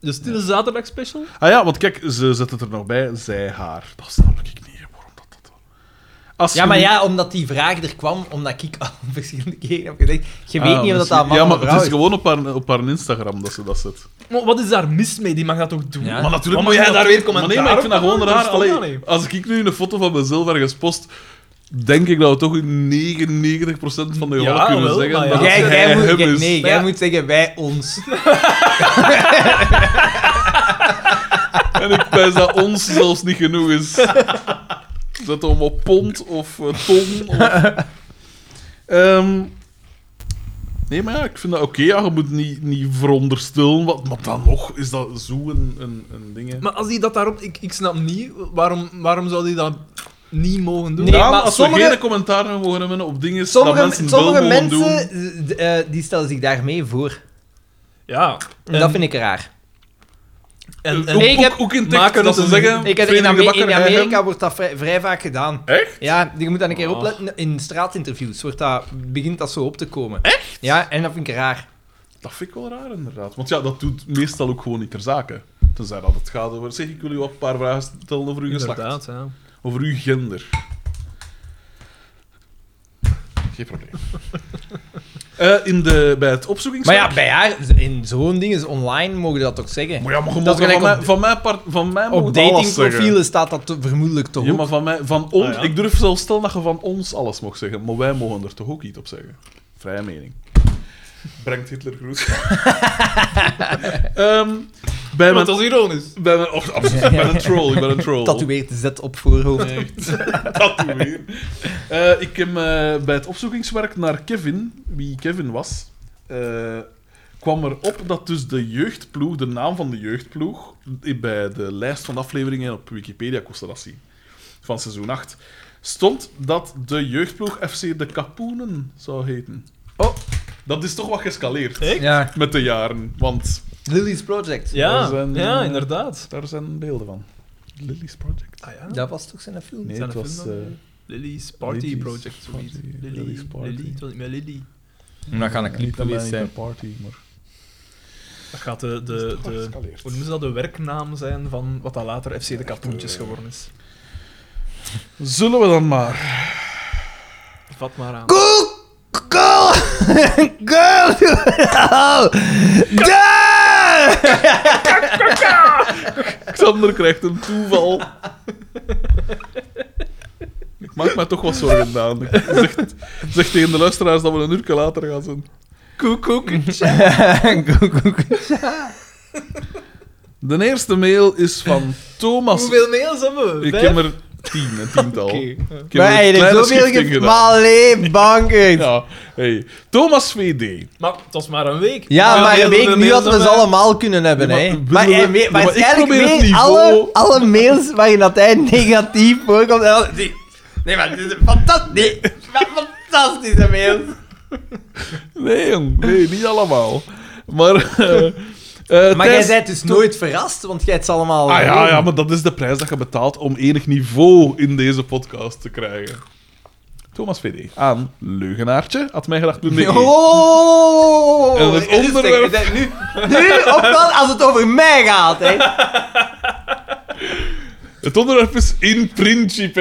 [SPEAKER 4] De Stille Zaterdag Special?
[SPEAKER 3] Ah ja, want kijk, ze zetten er nog bij, zij haar. Dat snap ik niet, waarom dat dat... Als
[SPEAKER 1] Ja,
[SPEAKER 3] je
[SPEAKER 1] maar
[SPEAKER 3] nu-
[SPEAKER 1] ja, omdat die vraag er kwam, omdat ik al verschillende keren heb gezegd, je weet
[SPEAKER 3] Ah,
[SPEAKER 1] niet of dat
[SPEAKER 3] misschien-
[SPEAKER 1] dat man
[SPEAKER 3] Ja,
[SPEAKER 1] of
[SPEAKER 3] maar
[SPEAKER 1] vrouw
[SPEAKER 3] het is
[SPEAKER 1] is.
[SPEAKER 3] gewoon op haar, op haar Instagram dat ze dat zet.
[SPEAKER 4] Maar wat is daar mis mee? Die mag dat toch doen?
[SPEAKER 1] Ja.
[SPEAKER 4] Ja.
[SPEAKER 3] Maar natuurlijk
[SPEAKER 4] Maar
[SPEAKER 3] moet
[SPEAKER 4] Ah, moet jij
[SPEAKER 3] jij
[SPEAKER 4] daar weer commentaar
[SPEAKER 3] Maar nee, maar ik vind dat
[SPEAKER 4] op
[SPEAKER 3] gewoon
[SPEAKER 4] hebben?
[SPEAKER 3] raar.
[SPEAKER 4] Dat verstond
[SPEAKER 3] Allee,
[SPEAKER 4] ik
[SPEAKER 3] als ik nu een foto van mezelf ergens post, denk ik dat we toch in 99% van de
[SPEAKER 4] Ja,
[SPEAKER 3] gevallen kunnen
[SPEAKER 4] wel,
[SPEAKER 3] zeggen
[SPEAKER 4] maar
[SPEAKER 3] dat
[SPEAKER 4] ja.
[SPEAKER 1] Jij,
[SPEAKER 3] het
[SPEAKER 1] jij
[SPEAKER 3] hij
[SPEAKER 1] moet,
[SPEAKER 3] hem
[SPEAKER 1] jij-
[SPEAKER 3] is.
[SPEAKER 1] nee,
[SPEAKER 4] Maar
[SPEAKER 1] jij
[SPEAKER 4] ja.
[SPEAKER 1] moet zeggen wij ons.
[SPEAKER 3] En ik pijs dat ons zelfs niet genoeg is. Zet hem op pond of eh, ton. Of... Ehm, nee, maar ja, ik vind dat oké. ja, je moet niet, niet veronderstellen. Wat, maar dan nog is dat zo een, een, een ding. hè.
[SPEAKER 4] Maar als hij dat daarop... Ik, ik snap niet, waarom, waarom zou hij dat niet mogen doen?
[SPEAKER 1] Nee,
[SPEAKER 3] Daan,
[SPEAKER 1] maar
[SPEAKER 3] als
[SPEAKER 1] sommige-
[SPEAKER 3] we geen commentaar meer mogen hebben op dingen
[SPEAKER 1] Sommige
[SPEAKER 3] dat mensen
[SPEAKER 1] mensen,
[SPEAKER 3] wel
[SPEAKER 1] sommige
[SPEAKER 3] mogen
[SPEAKER 1] mensen
[SPEAKER 3] doen...
[SPEAKER 1] eh, d- eh, die stellen zich daarmee voor.
[SPEAKER 4] Ja.
[SPEAKER 1] En dat vind ik raar.
[SPEAKER 4] En, en,
[SPEAKER 3] ook,
[SPEAKER 1] ik
[SPEAKER 3] ook-
[SPEAKER 1] heb-
[SPEAKER 3] ook in
[SPEAKER 4] maken
[SPEAKER 3] tekst, dat
[SPEAKER 4] het
[SPEAKER 3] ze
[SPEAKER 4] een-
[SPEAKER 3] zeggen...
[SPEAKER 1] Ik heb, in,
[SPEAKER 3] Frederik de
[SPEAKER 1] Ame-
[SPEAKER 3] Bakker,
[SPEAKER 1] in
[SPEAKER 3] hij hem.
[SPEAKER 1] Amerika wordt dat vrij, vrij vaak gedaan.
[SPEAKER 3] Echt?
[SPEAKER 1] Ja, je moet dan een keer
[SPEAKER 4] Ah.
[SPEAKER 1] opletten. In straatinterviews wordt dat, begint dat zo op te komen. Echt? Ja, en dat vind ik raar.
[SPEAKER 3] Dat vind ik wel raar, inderdaad. Want ja, dat doet meestal ook gewoon niet ter zake. Tenzij dat het gaat over... Zeg, ik wil u wat een paar vragen stellen over uw geslacht.
[SPEAKER 4] inderdaad, ja.
[SPEAKER 3] Over uw gender. Geen probleem. Eh, in de, bij het
[SPEAKER 1] Maar
[SPEAKER 3] opzoekingswerk...
[SPEAKER 1] ja, bij haar, in zo'n ding is online, mogen we dat toch zeggen?
[SPEAKER 3] Maar ja, maar je
[SPEAKER 1] Dat
[SPEAKER 3] mag
[SPEAKER 1] gelijk
[SPEAKER 3] van, mij,
[SPEAKER 1] op-
[SPEAKER 3] van mijn part... Van mij
[SPEAKER 1] Op
[SPEAKER 3] mogen we alles zeggen.
[SPEAKER 1] datingprofielen staat dat te- vermoedelijk toch Ah,
[SPEAKER 3] Ja,
[SPEAKER 1] op.
[SPEAKER 3] maar van, mij, van ons...
[SPEAKER 4] ja.
[SPEAKER 3] Ik durf zelfs stel dat je van ons alles mag zeggen, maar wij mogen er toch ook iets op zeggen. Vrije mening. Brengt Hitler groet. Ehm, bij,
[SPEAKER 4] Want
[SPEAKER 3] mijn,
[SPEAKER 4] dat is ironisch.
[SPEAKER 3] bij mijn... of- absoluut, ik ben een troll, ik ben een troll.
[SPEAKER 1] Tatoeëert zet op voorhoofd.
[SPEAKER 3] Echt. Tatoeëer. Eh, ik heb eh, bij het opzoekingswerk naar Kevin, wie Kevin was, eh, kwam er op dat dus de jeugdploeg, de naam van de jeugdploeg, eh, bij de lijst van afleveringen op Wikipedia kost dat zien, van seizoen 8, stond dat de jeugdploeg FC de Kapoenen zou heten.
[SPEAKER 1] Oh.
[SPEAKER 3] Dat is toch wat gescaleerd
[SPEAKER 1] Ja,
[SPEAKER 3] met de jaren, want
[SPEAKER 1] Lily's Project.
[SPEAKER 3] Dat
[SPEAKER 4] Ja,
[SPEAKER 3] is een,
[SPEAKER 4] ja
[SPEAKER 3] eh,
[SPEAKER 4] inderdaad.
[SPEAKER 3] daar zijn beelden van. Lily's Project.
[SPEAKER 4] Ah, ja.
[SPEAKER 1] Dat was toch zijn film?
[SPEAKER 3] Nee,
[SPEAKER 4] Zijn
[SPEAKER 3] het
[SPEAKER 4] er
[SPEAKER 3] was...
[SPEAKER 4] filmen?
[SPEAKER 3] eh,
[SPEAKER 4] Lily's Party
[SPEAKER 3] Lily's
[SPEAKER 4] Project, zoiets.
[SPEAKER 3] Party,
[SPEAKER 4] Lily,
[SPEAKER 3] Lily's
[SPEAKER 4] Lily's
[SPEAKER 3] Party.
[SPEAKER 4] Party. Lily, het was niet meer Lily.
[SPEAKER 3] Nou,
[SPEAKER 1] Dat gaat een
[SPEAKER 3] Niet
[SPEAKER 1] clip
[SPEAKER 3] alleen
[SPEAKER 1] geweest
[SPEAKER 3] zijn
[SPEAKER 1] zijn.
[SPEAKER 3] party, maar...
[SPEAKER 4] Dat gaat de, de, de, hoe noemen ze dat, de werknaam zijn van wat dat later FC de Kapoentjes geworden is.
[SPEAKER 3] Zullen we dan maar.
[SPEAKER 4] Vat maar aan.
[SPEAKER 1] Koek! Girl! Girl! Duh!
[SPEAKER 3] Xander krijgt een toeval. Ik maak me toch wat zorgen, Daan. Ik Zeg, zeg tegen de luisteraars dat we een uur later gaan zijn.
[SPEAKER 4] Koek, koek.
[SPEAKER 1] Koek, koek.
[SPEAKER 3] De eerste mail is van Thomas.
[SPEAKER 4] Hoeveel mails hebben we?
[SPEAKER 3] Ik
[SPEAKER 4] Vijf?
[SPEAKER 3] heb er tien, een tiental.
[SPEAKER 4] Oké. Ja.
[SPEAKER 3] Ik heb
[SPEAKER 1] Maar
[SPEAKER 3] er
[SPEAKER 1] hij
[SPEAKER 3] een
[SPEAKER 1] heeft
[SPEAKER 3] kleine
[SPEAKER 1] zoveel
[SPEAKER 3] schifting
[SPEAKER 1] ge...
[SPEAKER 3] gedaan.
[SPEAKER 1] Maar allee, bankers. Ja,
[SPEAKER 3] Ja, hey. Thomas VD.
[SPEAKER 4] Maar het was maar een week.
[SPEAKER 1] maar
[SPEAKER 4] we
[SPEAKER 1] een week,
[SPEAKER 4] wilden
[SPEAKER 1] nu
[SPEAKER 4] mails
[SPEAKER 1] hadden we ze
[SPEAKER 4] erbij.
[SPEAKER 1] allemaal kunnen hebben,
[SPEAKER 3] Ja, maar
[SPEAKER 1] hè.
[SPEAKER 3] bedoel-
[SPEAKER 1] Maar, eh,
[SPEAKER 3] ja,
[SPEAKER 1] we-
[SPEAKER 3] maar ik
[SPEAKER 1] waarschijnlijk
[SPEAKER 3] probeer het
[SPEAKER 1] weer
[SPEAKER 3] niveau-
[SPEAKER 1] alle, alle mails waarin dat hij negatief voorkomt. en dan- Nee, nee, maar dit is een fantastisch. Nee, maar fantastische mails.
[SPEAKER 3] Nee, jong. Nee, niet allemaal. Maar. eh, eh,
[SPEAKER 1] Maar jij
[SPEAKER 3] Thijs-
[SPEAKER 1] bent dus nooit verrast, want jij hebt ze allemaal...
[SPEAKER 3] Ah ja, ja, maar dat is de prijs dat je betaalt om enig niveau in deze podcast te krijgen. Thomas VD aan leugenaartje, had mij gedacht toen
[SPEAKER 1] Oh!
[SPEAKER 3] En het
[SPEAKER 1] Rustig,
[SPEAKER 3] onderwerp-
[SPEAKER 1] dat- Nu, nu opval als het over mij gaat, hè.
[SPEAKER 3] Het onderwerp is in principe.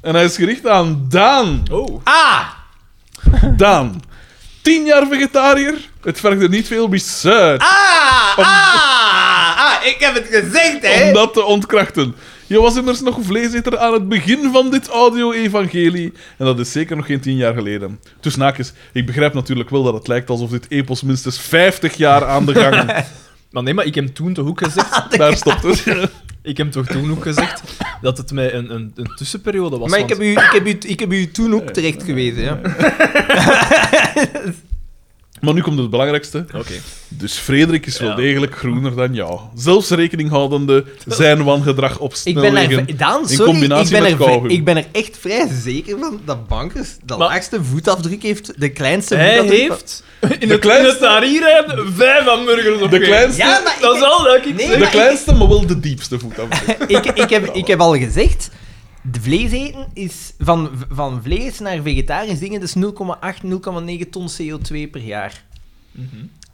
[SPEAKER 3] en hij is gericht aan Daan.
[SPEAKER 4] Oh.
[SPEAKER 1] Ah!
[SPEAKER 3] Daan. Tien jaar vegetariër. Het vergt er niet veel bizar.
[SPEAKER 1] Ah! Ah! Ah! Ik heb het gezegd, hè.
[SPEAKER 3] om dat te ontkrachten. Je was immers nog vleeseter aan het begin van dit audio-evangelie. En dat is zeker nog geen tien jaar geleden. Dus naakjes, ik begrijp natuurlijk wel dat het lijkt alsof dit epos minstens 50 jaar aan de gang.
[SPEAKER 4] Maar nee, maar ik heb toen toch ook gezegd...
[SPEAKER 3] Daar stopt het.
[SPEAKER 4] ik heb toch toen ook gezegd dat het mij een, een, een tussenperiode was.
[SPEAKER 1] Maar ik
[SPEAKER 4] want-
[SPEAKER 1] heb, u, ik, heb u, ik heb u toen ook terecht gewezen, ja.
[SPEAKER 3] Maar nu komt het belangrijkste.
[SPEAKER 4] Oké.
[SPEAKER 3] Dus Frederik is
[SPEAKER 4] Ja.
[SPEAKER 3] wel degelijk groener dan jou. Zelfs rekening houdende zijn wangedrag op
[SPEAKER 1] Ik ben
[SPEAKER 3] snelwegen.
[SPEAKER 1] er, Daan,
[SPEAKER 3] in
[SPEAKER 1] sorry, ik
[SPEAKER 3] combinatie
[SPEAKER 1] ben,
[SPEAKER 3] met
[SPEAKER 1] er, vrij-
[SPEAKER 3] kauwgom.
[SPEAKER 1] ik ben er echt vrij zeker van dat Bankers de
[SPEAKER 4] Maar-
[SPEAKER 1] laagste voetafdruk heeft, de kleinste
[SPEAKER 4] Hij
[SPEAKER 1] voetafdruk.
[SPEAKER 4] heeft in
[SPEAKER 3] De
[SPEAKER 4] het, in
[SPEAKER 3] kleinste-
[SPEAKER 4] het daar hier hebben vijf hamburgers op
[SPEAKER 3] De
[SPEAKER 4] één.
[SPEAKER 3] kleinste-
[SPEAKER 1] Ja, maar ik-
[SPEAKER 4] Dat is al dat ik
[SPEAKER 1] Nee,
[SPEAKER 4] zeg.
[SPEAKER 3] De
[SPEAKER 1] maar-
[SPEAKER 3] kleinste, maar wel de diepste voetafdruk.
[SPEAKER 1] ik, ik, heb, ik heb al gezegd, de vlees eten is van, van vlees naar vegetarisch dingen, dus 0,8, 0,9 ton CO2 per jaar.
[SPEAKER 4] Mhm.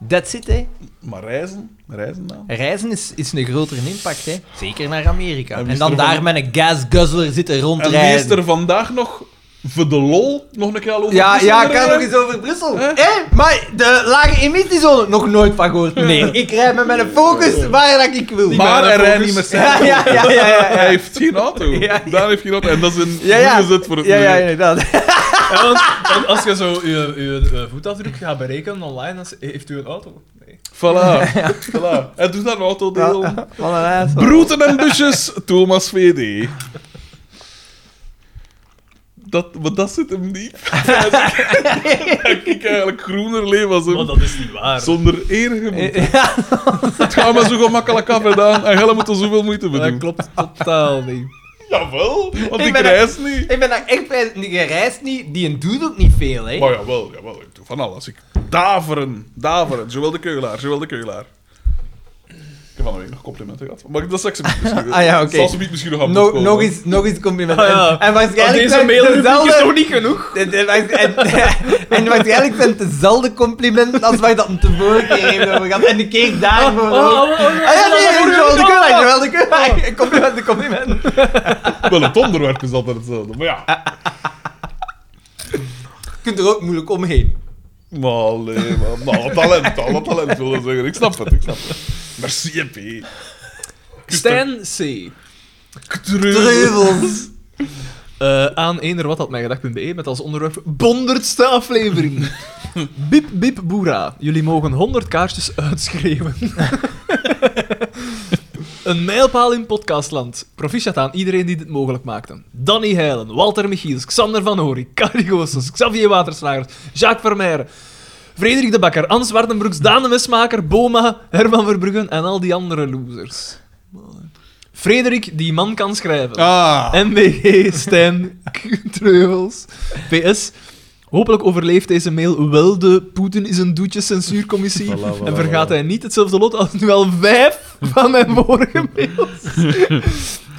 [SPEAKER 1] That's it, hè.
[SPEAKER 3] Maar reizen, reizen dan?
[SPEAKER 1] Reizen is, is een grotere impact, hè. Zeker naar Amerika.
[SPEAKER 3] En
[SPEAKER 1] En,
[SPEAKER 3] wie is
[SPEAKER 1] dan
[SPEAKER 3] er
[SPEAKER 1] daar
[SPEAKER 3] van-
[SPEAKER 1] met een gasguzzler zitten
[SPEAKER 3] En die is
[SPEAKER 1] rondrijden.
[SPEAKER 3] er vandaag nog, voor de lol, nog een keer al over
[SPEAKER 1] Ja,
[SPEAKER 3] Brussel
[SPEAKER 1] ja, ik kan
[SPEAKER 3] gereden?
[SPEAKER 1] nog eens over Brussel.
[SPEAKER 3] Hè?
[SPEAKER 1] Hè? Maar de lage emissiezone, nog nooit van gehoord, meneer. Ik rijd met mijn focus waar dat ik wil.
[SPEAKER 3] Maar
[SPEAKER 4] ben
[SPEAKER 3] hij
[SPEAKER 4] er
[SPEAKER 3] rijdt
[SPEAKER 4] focus.
[SPEAKER 3] niet met zijn
[SPEAKER 1] Ja, ja, ja, ja, ja.
[SPEAKER 3] Hij heeft geen auto.
[SPEAKER 1] Ja, ja.
[SPEAKER 3] Daar heeft geen auto. En dat is een
[SPEAKER 1] Ja, ja.
[SPEAKER 3] goede zet voor het
[SPEAKER 1] Ja, ja,
[SPEAKER 3] milieu.
[SPEAKER 1] inderdaad.
[SPEAKER 4] Ja, want, want als je zo je, je, eh, voetafdruk gaat berekenen online, dan is- heeft u een auto. Nee.
[SPEAKER 3] Voilà. voilà. En doet daar een autodeel.
[SPEAKER 1] Wat een asshole.
[SPEAKER 3] Broeten en busjes, Thomas VD. Dat, maar dat zit hem diep. dat ik eigenlijk groener leef als
[SPEAKER 4] Maar
[SPEAKER 3] hem.
[SPEAKER 4] dat is niet waar.
[SPEAKER 3] Zonder enige moeite.
[SPEAKER 1] Ja,
[SPEAKER 3] Het gaat maar zo gemakkelijk af en aan. En Helle moet er zoveel moeite mee
[SPEAKER 4] dat
[SPEAKER 3] doen.
[SPEAKER 4] klopt totaal niet.
[SPEAKER 3] Jawel, want
[SPEAKER 1] Ik
[SPEAKER 3] ik
[SPEAKER 1] ben-
[SPEAKER 3] reis niet.
[SPEAKER 1] Ik ben daar echt bij. Je reist niet, die doet ook niet veel, hè?
[SPEAKER 3] Maar jawel, jawel, ik doe van alles. Ik daveren, daveren. Zowel de keulaar, zowel de keulaar. Ik heb van de week nog complimenten gehad. Maar dat straks misschien.
[SPEAKER 1] Ah ja, oké.
[SPEAKER 3] Zal ze niet misschien nog aan bod
[SPEAKER 1] Nog,
[SPEAKER 3] komen.
[SPEAKER 1] nog, eens, nog eens compliment.
[SPEAKER 4] Ah, ja.
[SPEAKER 1] en, en waarschijnlijk
[SPEAKER 4] Deze
[SPEAKER 1] zijn het
[SPEAKER 4] mailrubriek is
[SPEAKER 1] dezelfde-
[SPEAKER 4] nog niet genoeg.
[SPEAKER 1] en, en, waars- en, en waarschijnlijk zijn het dezelfde complimenten als wij dat de vorige keer hebben over gehad. En de keer daarvoor
[SPEAKER 4] Oh,
[SPEAKER 1] ook.
[SPEAKER 4] oh, oh, oh,
[SPEAKER 1] ah ja, nee,
[SPEAKER 4] oh, oh, oh,
[SPEAKER 1] geweldig,
[SPEAKER 4] oh, oh.
[SPEAKER 1] geweldig, geweldig. Complimenten, complimenten.
[SPEAKER 3] Wel, het onderwerp is altijd hetzelfde. Maar ja.
[SPEAKER 1] Ah. Je kunt er ook moeilijk omheen.
[SPEAKER 3] Maar allee, man. Nou, wat talent, al wat talent wil dat zeggen. Ik snap het, ik snap het. Merci, EP.
[SPEAKER 4] Stijn C.
[SPEAKER 3] Treuvel.
[SPEAKER 1] Treuvels.
[SPEAKER 4] Eh, aan eender wat had mij gedacht.be met als onderwerp Bonderdste aflevering. Bip bip boera. Jullie mogen 100 kaarsjes uitschreeuwen. Een mijlpaal in podcastland. Proficiat aan iedereen die dit mogelijk maakte. Danny Heilen, Walter Michiels, Xander van Hori, Carrie Goossens, Xavier Watersnagers, Jacques Vermeijeren, Frederik de Bakker, Ans Wartenbroeks, Daan de Mesmaker, Boma, Herman Verbruggen en al die andere losers. Frederik, die man kan schrijven.
[SPEAKER 3] Ah.
[SPEAKER 4] MBG, Stijn, K- Treuvels. PS. Hopelijk overleeft deze mail wel de Poetin is een doetje censuurcommissie.
[SPEAKER 3] Voilà, voilà,
[SPEAKER 4] en vergaat
[SPEAKER 3] voilà.
[SPEAKER 4] hij niet hetzelfde lot als nu al vijf van mijn vorige mails.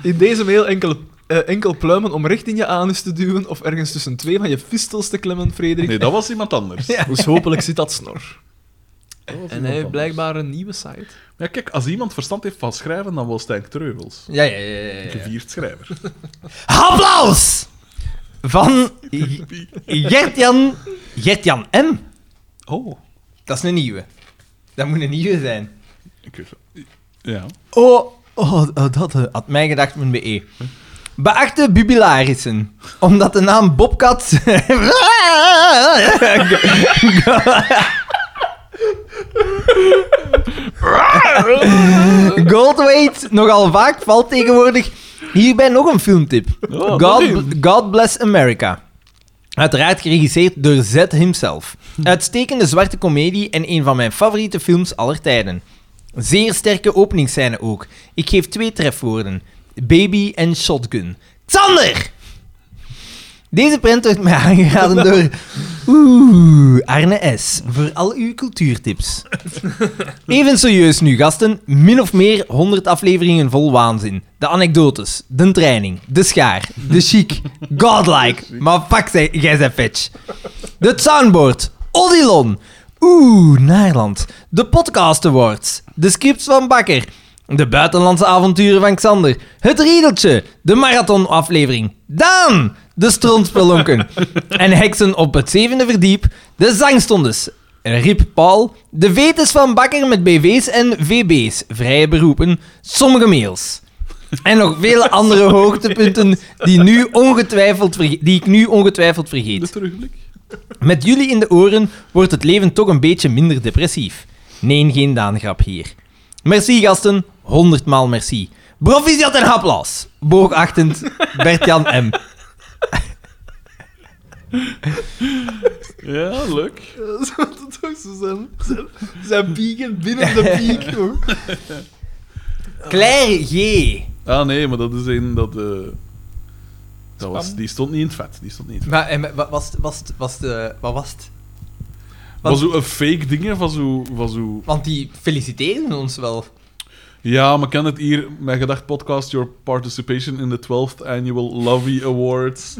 [SPEAKER 4] In deze mail enkele, eh, enkel pluimen om recht in je anus te duwen of ergens tussen twee van je fistels te klemmen, Frederik.
[SPEAKER 3] Nee, dat was iemand anders.
[SPEAKER 4] Dus hopelijk zit dat snor.
[SPEAKER 3] Dat was
[SPEAKER 4] En hij
[SPEAKER 3] iemand
[SPEAKER 4] heeft
[SPEAKER 3] anders.
[SPEAKER 4] blijkbaar een nieuwe site.
[SPEAKER 3] Ja, kijk, als iemand verstand heeft van schrijven, dan wel Stijn Treuvels.
[SPEAKER 1] Ja, ja, ja, ja, ja.
[SPEAKER 3] Gevierd schrijver.
[SPEAKER 1] Applaus! Van Gert-Jan Gert-Jan M.
[SPEAKER 3] Oh.
[SPEAKER 1] Dat is een nieuwe. Dat moet een nieuwe zijn.
[SPEAKER 3] Ik- Ja.
[SPEAKER 1] Oh, oh, oh, dat eh, had mij gedacht mijn BE. Beachte bibularissen, omdat de naam Bobcat... Goldweight nogal vaak valt tegenwoordig. Hierbij nog een filmtip.
[SPEAKER 3] Oh,
[SPEAKER 1] God,
[SPEAKER 3] dat
[SPEAKER 1] God Bless America. Uiteraard geregisseerd door Z himself. Uitstekende zwarte komedie en een van mijn favoriete films aller tijden. Zeer sterke openingsscène ook. Ik geef twee trefwoorden: baby en shotgun. Xander! Deze print wordt mij aangeraden door Oeh, Arne S. voor al uw cultuurtips. Even serieus nu, gasten. Min of meer 100 afleveringen vol waanzin. De anekdotes, de training, de schaar, de chic, godlike. Maar fuck, zij- jij bent fetch. De soundboard, Odilon. Oeh, Naarland. De podcast awards, de scripts van Bakker. De buitenlandse avonturen van Xander. Het riedeltje, de marathonaflevering. Daan, de strontspelonken. en heksen op het zevende verdiep. De zangstondes, Rip Paul, de vetes van Bakker met BV's en VB's, vrije beroepen, sommige mails. En nog vele andere hoogtepunten die, nu ongetwijfeld verge- die ik nu ongetwijfeld vergeet.
[SPEAKER 3] De terugblik.
[SPEAKER 1] Met jullie in de oren wordt het leven toch een beetje minder depressief. Nee, geen daangrap hier. Merci, gasten. Honderdmaal merci. Proficiat en applaus. Boogachtend Bert-Jan M.
[SPEAKER 3] Ja, leuk.
[SPEAKER 1] Zou dat toch zo zijn? Zijn, zijn pieken binnen de piek, hoor. Claire G.
[SPEAKER 3] Ah nee, maar dat is een dat. eh, dat was,
[SPEAKER 2] Spam?
[SPEAKER 3] die stond niet in het vet. Die stond niet in het vet.
[SPEAKER 1] Maar en, wa- was, het- was, het- was, de, wat was het?
[SPEAKER 3] Maar
[SPEAKER 1] Want,
[SPEAKER 3] zo een fake dingen van zo, van zo.
[SPEAKER 1] want die feliciteren ons wel.
[SPEAKER 3] Ja, maar ken het hier, mijn gedacht podcast, your participation in the 12th annual Lovey Awards.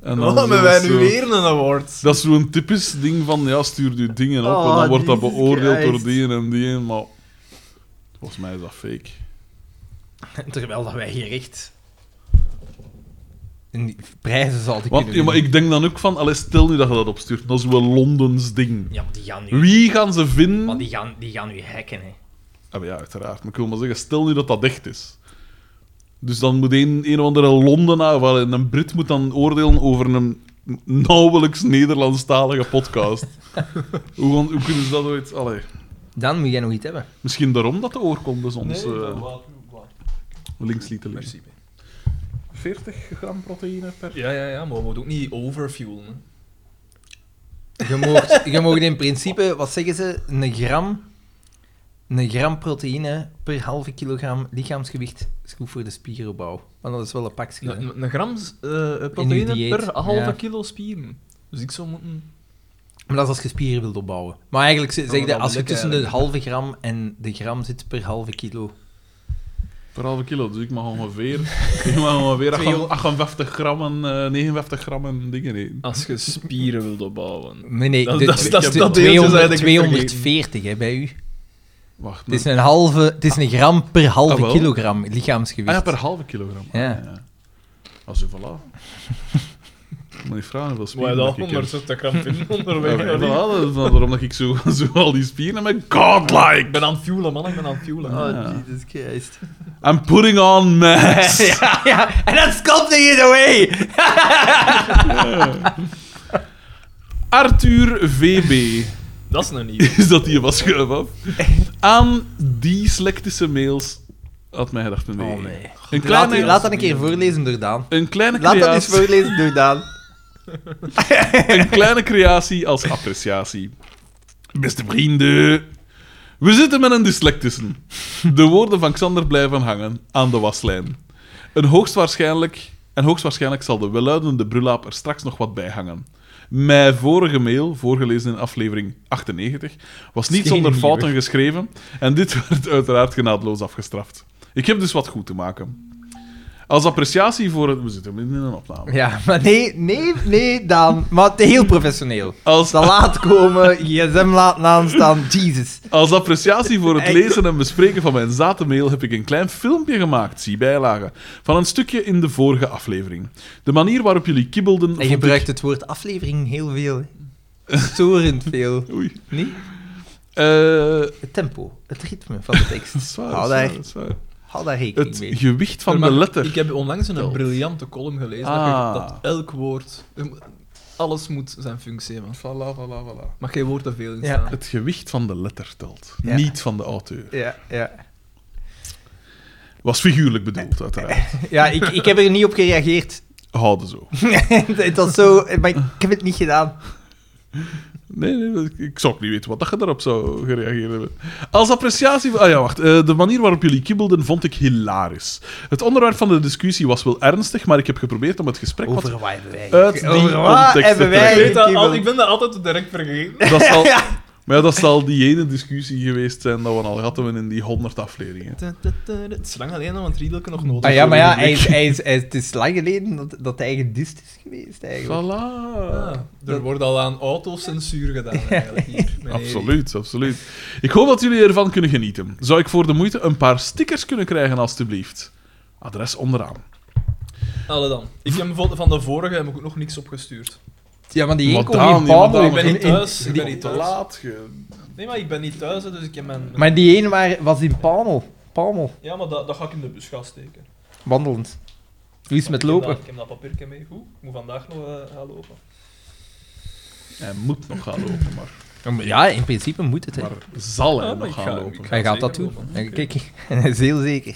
[SPEAKER 3] En
[SPEAKER 1] Oh,
[SPEAKER 3] dan zo- zo-
[SPEAKER 4] een award?
[SPEAKER 3] Dat is zo'n typisch ding van, ja, stuur je dingen op
[SPEAKER 1] Oh,
[SPEAKER 3] en dan wordt dat
[SPEAKER 1] Jesus
[SPEAKER 3] beoordeeld door
[SPEAKER 1] Christ.
[SPEAKER 3] die en die, maar volgens mij is dat fake.
[SPEAKER 1] Terwijl dat wij hier echt... En die prijzen zal die
[SPEAKER 3] Want,
[SPEAKER 1] kunnen
[SPEAKER 3] ja, maar
[SPEAKER 1] winnen.
[SPEAKER 3] ik denk dan ook van, allee, stel nu dat je dat opstuurt, dat is wel Londens ding.
[SPEAKER 1] Ja, maar die gaan nu...
[SPEAKER 3] Wie gaan ze vinden?
[SPEAKER 1] Want die gaan, die gaan nu hacken, hè.
[SPEAKER 3] Ah, maar ja, uiteraard. Maar ik wil maar zeggen, stel nu dat dat echt is. Dus dan moet een, een of andere Londenaar, of wel, een Brit moet dan oordelen over een nauwelijks Nederlandstalige podcast. hoe, gaan- hoe kunnen ze dat ooit... Allee,
[SPEAKER 1] Dan moet jij nog iets hebben.
[SPEAKER 3] misschien daarom dat de oorkondes
[SPEAKER 4] Dus,
[SPEAKER 3] ons
[SPEAKER 2] Nee,
[SPEAKER 3] eh,
[SPEAKER 2] wat- wat-
[SPEAKER 3] links lieten liggen.
[SPEAKER 2] Merci. mee.
[SPEAKER 3] 40 gram proteïne per...
[SPEAKER 4] Ja, ja, ja, maar we moeten ook niet overfuelen. hè.
[SPEAKER 1] Je moogt, je moogt in principe, wat zeggen ze, een gram, een gram proteïne per halve kilogram lichaamsgewicht is goed voor de spieropbouw. Want dat is wel een pakje. hè.
[SPEAKER 4] Een, een gram eh,
[SPEAKER 1] In uw
[SPEAKER 4] proteïne
[SPEAKER 1] dieet,
[SPEAKER 4] per halve
[SPEAKER 1] ja.
[SPEAKER 4] kilo spieren. Dus ik zou moeten...
[SPEAKER 1] Maar dat is als je spieren wilt opbouwen. Maar eigenlijk ze- zeg
[SPEAKER 4] maar
[SPEAKER 1] je,
[SPEAKER 4] dat
[SPEAKER 1] als je
[SPEAKER 4] lukt
[SPEAKER 1] tussen de
[SPEAKER 4] eigenlijk.
[SPEAKER 1] halve gram en de gram zit per halve kilo.
[SPEAKER 3] Per halve kilo, dus ik mag ongeveer, ik mag ongeveer 58 58 gram en eh, 59 gram en dingen eten.
[SPEAKER 1] Ah,
[SPEAKER 4] Als je spieren wilt opbouwen.
[SPEAKER 1] Nee, nee,
[SPEAKER 4] Dat-
[SPEAKER 1] de,
[SPEAKER 4] dat- dat-
[SPEAKER 1] de-
[SPEAKER 4] dat
[SPEAKER 1] de-
[SPEAKER 4] deeltje is
[SPEAKER 1] 200
[SPEAKER 4] eigenlijk
[SPEAKER 1] 240 hè, bij u.
[SPEAKER 3] Wacht,
[SPEAKER 1] Het is een, halve, het is een gram per
[SPEAKER 3] Ah,
[SPEAKER 1] halve
[SPEAKER 3] wel.
[SPEAKER 1] kilogram
[SPEAKER 3] Ah ja,
[SPEAKER 1] lichaamsgewicht.
[SPEAKER 3] per halve kilogram.
[SPEAKER 1] Ja.
[SPEAKER 3] Ah, Als je voilà. Ik moet niet vragen hoeveel
[SPEAKER 4] Moet je
[SPEAKER 3] spieren
[SPEAKER 4] dat
[SPEAKER 3] dat
[SPEAKER 4] 170
[SPEAKER 3] ik heb.
[SPEAKER 4] gram vinden onderweg?
[SPEAKER 3] Ja,
[SPEAKER 4] naar
[SPEAKER 3] voilà,
[SPEAKER 4] die-
[SPEAKER 3] dat is dan daarom dat ik zo, zo al die spieren heb. Godlike!
[SPEAKER 4] Ik ben aan het fuelen, man. Ik ben aan het fuelen.
[SPEAKER 2] Ah.
[SPEAKER 3] ja.
[SPEAKER 1] Oh, Jesus Christ.
[SPEAKER 3] I'm putting on mass!
[SPEAKER 1] ja, ja, en that's sculpting it away!
[SPEAKER 3] Arthur VB.
[SPEAKER 4] Dat is nou niet.
[SPEAKER 3] Is dat die was schuif af? Aan die selectische mails had mij gedacht, nee.
[SPEAKER 1] Oh, nee.
[SPEAKER 3] Een
[SPEAKER 1] Laat,
[SPEAKER 3] kleine,
[SPEAKER 1] laat dat een keer voorlezen door Daan.
[SPEAKER 3] een kleine
[SPEAKER 1] Laat dat eens
[SPEAKER 3] creatie-
[SPEAKER 1] voorlezen door Daan.
[SPEAKER 3] Een kleine creatie als appreciatie. Beste vrienden. We zitten met een dyslectische. De woorden van Xander blijven hangen aan de waslijn. Een hoogstwaarschijnlijk, en hoogstwaarschijnlijk zal de welluidende brulaap er straks nog wat bij hangen. Mijn vorige mail, voorgelezen in aflevering 98, was niet
[SPEAKER 1] Geen
[SPEAKER 3] zonder
[SPEAKER 1] nieuwe.
[SPEAKER 3] fouten geschreven en dit werd uiteraard genadeloos afgestraft. Ik heb dus wat goed te maken. Als appreciatie voor het... We zitten midden in een opname.
[SPEAKER 1] Ja, maar nee, nee, nee, Daan. Maar het is heel professioneel.
[SPEAKER 3] Als
[SPEAKER 1] Ze laat komen, gsm laten aanstaan, Jesus.
[SPEAKER 3] Als appreciatie voor het
[SPEAKER 1] Echt?
[SPEAKER 3] lezen en bespreken van mijn zatenmail heb ik een klein filmpje gemaakt, zie bijlage, van een stukje in de vorige aflevering. De manier waarop jullie kibbelden...
[SPEAKER 1] En je
[SPEAKER 3] vond ik-
[SPEAKER 1] gebruikt het woord aflevering heel veel. hè. Storend veel.
[SPEAKER 3] Oei.
[SPEAKER 1] Nee?
[SPEAKER 3] Eh, dat
[SPEAKER 1] Het tempo, het ritme van de tekst.
[SPEAKER 3] is waar,
[SPEAKER 1] Hou
[SPEAKER 3] dat is
[SPEAKER 1] daar-
[SPEAKER 3] waar, dat is waar.
[SPEAKER 1] Hou daar rekening
[SPEAKER 3] Het
[SPEAKER 1] mee.
[SPEAKER 3] gewicht van
[SPEAKER 4] Maar
[SPEAKER 3] de letter.
[SPEAKER 4] Ik heb onlangs een
[SPEAKER 3] Telt.
[SPEAKER 4] briljante column gelezen
[SPEAKER 3] Ah.
[SPEAKER 4] dat, je- dat elk woord... Alles moet zijn functie hebben.
[SPEAKER 3] Voilà, voilà, voilà.
[SPEAKER 4] Mag geen woord te veel in
[SPEAKER 1] Ja.
[SPEAKER 4] staan.
[SPEAKER 3] Het gewicht van de letter telt,
[SPEAKER 1] Ja.
[SPEAKER 3] niet van de auteur.
[SPEAKER 1] Ja, ja.
[SPEAKER 3] Was figuurlijk bedoeld, uiteraard.
[SPEAKER 1] ja ik, ik heb er niet op gereageerd.
[SPEAKER 3] Houden zo.
[SPEAKER 1] het was zo, maar ik heb het niet gedaan.
[SPEAKER 3] Nee, nee, ik- ik zou ook niet weten wat dat je daarop zou gereageerd hebben. Als appreciatie... Ah ja, wacht. Eh, de manier waarop jullie kibbelden vond ik hilarisch. Het onderwerp van de discussie was wel ernstig, maar ik heb geprobeerd om het gesprek wat...
[SPEAKER 1] Over wat hebben wij?
[SPEAKER 3] Uit die
[SPEAKER 1] Over wat
[SPEAKER 3] context
[SPEAKER 1] hebben
[SPEAKER 3] te
[SPEAKER 1] wij?
[SPEAKER 4] Ik, weet dat al-
[SPEAKER 1] gekibbeld?
[SPEAKER 4] ik ben dat altijd direct vergeten.
[SPEAKER 3] Dat zal... Maar ja, dat zal die ene discussie geweest zijn dat we al hadden in die 100 afleveringen.
[SPEAKER 4] Het is lang alleen nog, want Riedelke nog nodig.
[SPEAKER 1] Ah ja, maar ja, hij is, hij is, hij is- het is lang geleden dat, dat hij gedist is geweest, eigenlijk.
[SPEAKER 3] Voilà.
[SPEAKER 4] Ah, er wordt al aan autocensuur gedaan eigenlijk hier. meneer.
[SPEAKER 3] Absoluut, absoluut. Ik hoop dat jullie ervan kunnen genieten. Zou ik voor de moeite een paar stickers kunnen krijgen, alstublieft? Adres onderaan.
[SPEAKER 4] Alle dan. Ik heb bijvoorbeeld van de vorige heb ik ook nog niks opgestuurd.
[SPEAKER 1] Ja, maar die
[SPEAKER 3] Maar
[SPEAKER 1] één komt
[SPEAKER 3] Daan,
[SPEAKER 1] in
[SPEAKER 3] ja, maar
[SPEAKER 1] Palmo.
[SPEAKER 3] Daan, ik
[SPEAKER 4] ben
[SPEAKER 1] in-
[SPEAKER 4] niet
[SPEAKER 1] in-
[SPEAKER 4] thuis, ik
[SPEAKER 1] die-
[SPEAKER 4] ben niet thuis.
[SPEAKER 3] laat ge...
[SPEAKER 4] Nee, maar ik ben niet thuis, hè, dus ik heb mijn...
[SPEAKER 1] Maar die ene waar- was in Palmo. Palmo,
[SPEAKER 4] Ja, maar dat, dat ga ik in de bus gaan steken.
[SPEAKER 1] wandelend. Hoe is het met
[SPEAKER 4] Ik heb dat-
[SPEAKER 1] lopen?
[SPEAKER 4] Ik heb dat papiertje mee. Goed, ik moet vandaag nog eh, gaan lopen.
[SPEAKER 3] Hij moet nog gaan lopen, maar...
[SPEAKER 1] Ja, in principe moet het, hè.
[SPEAKER 3] Maar zal hij
[SPEAKER 4] Ah, maar
[SPEAKER 3] nog
[SPEAKER 4] ik
[SPEAKER 3] gaan
[SPEAKER 4] ga-
[SPEAKER 3] lopen?
[SPEAKER 4] ik ga
[SPEAKER 1] Hij gaat
[SPEAKER 4] zeker
[SPEAKER 1] dat doen.
[SPEAKER 4] lopen.
[SPEAKER 1] Kijk, en hij is heel zeker.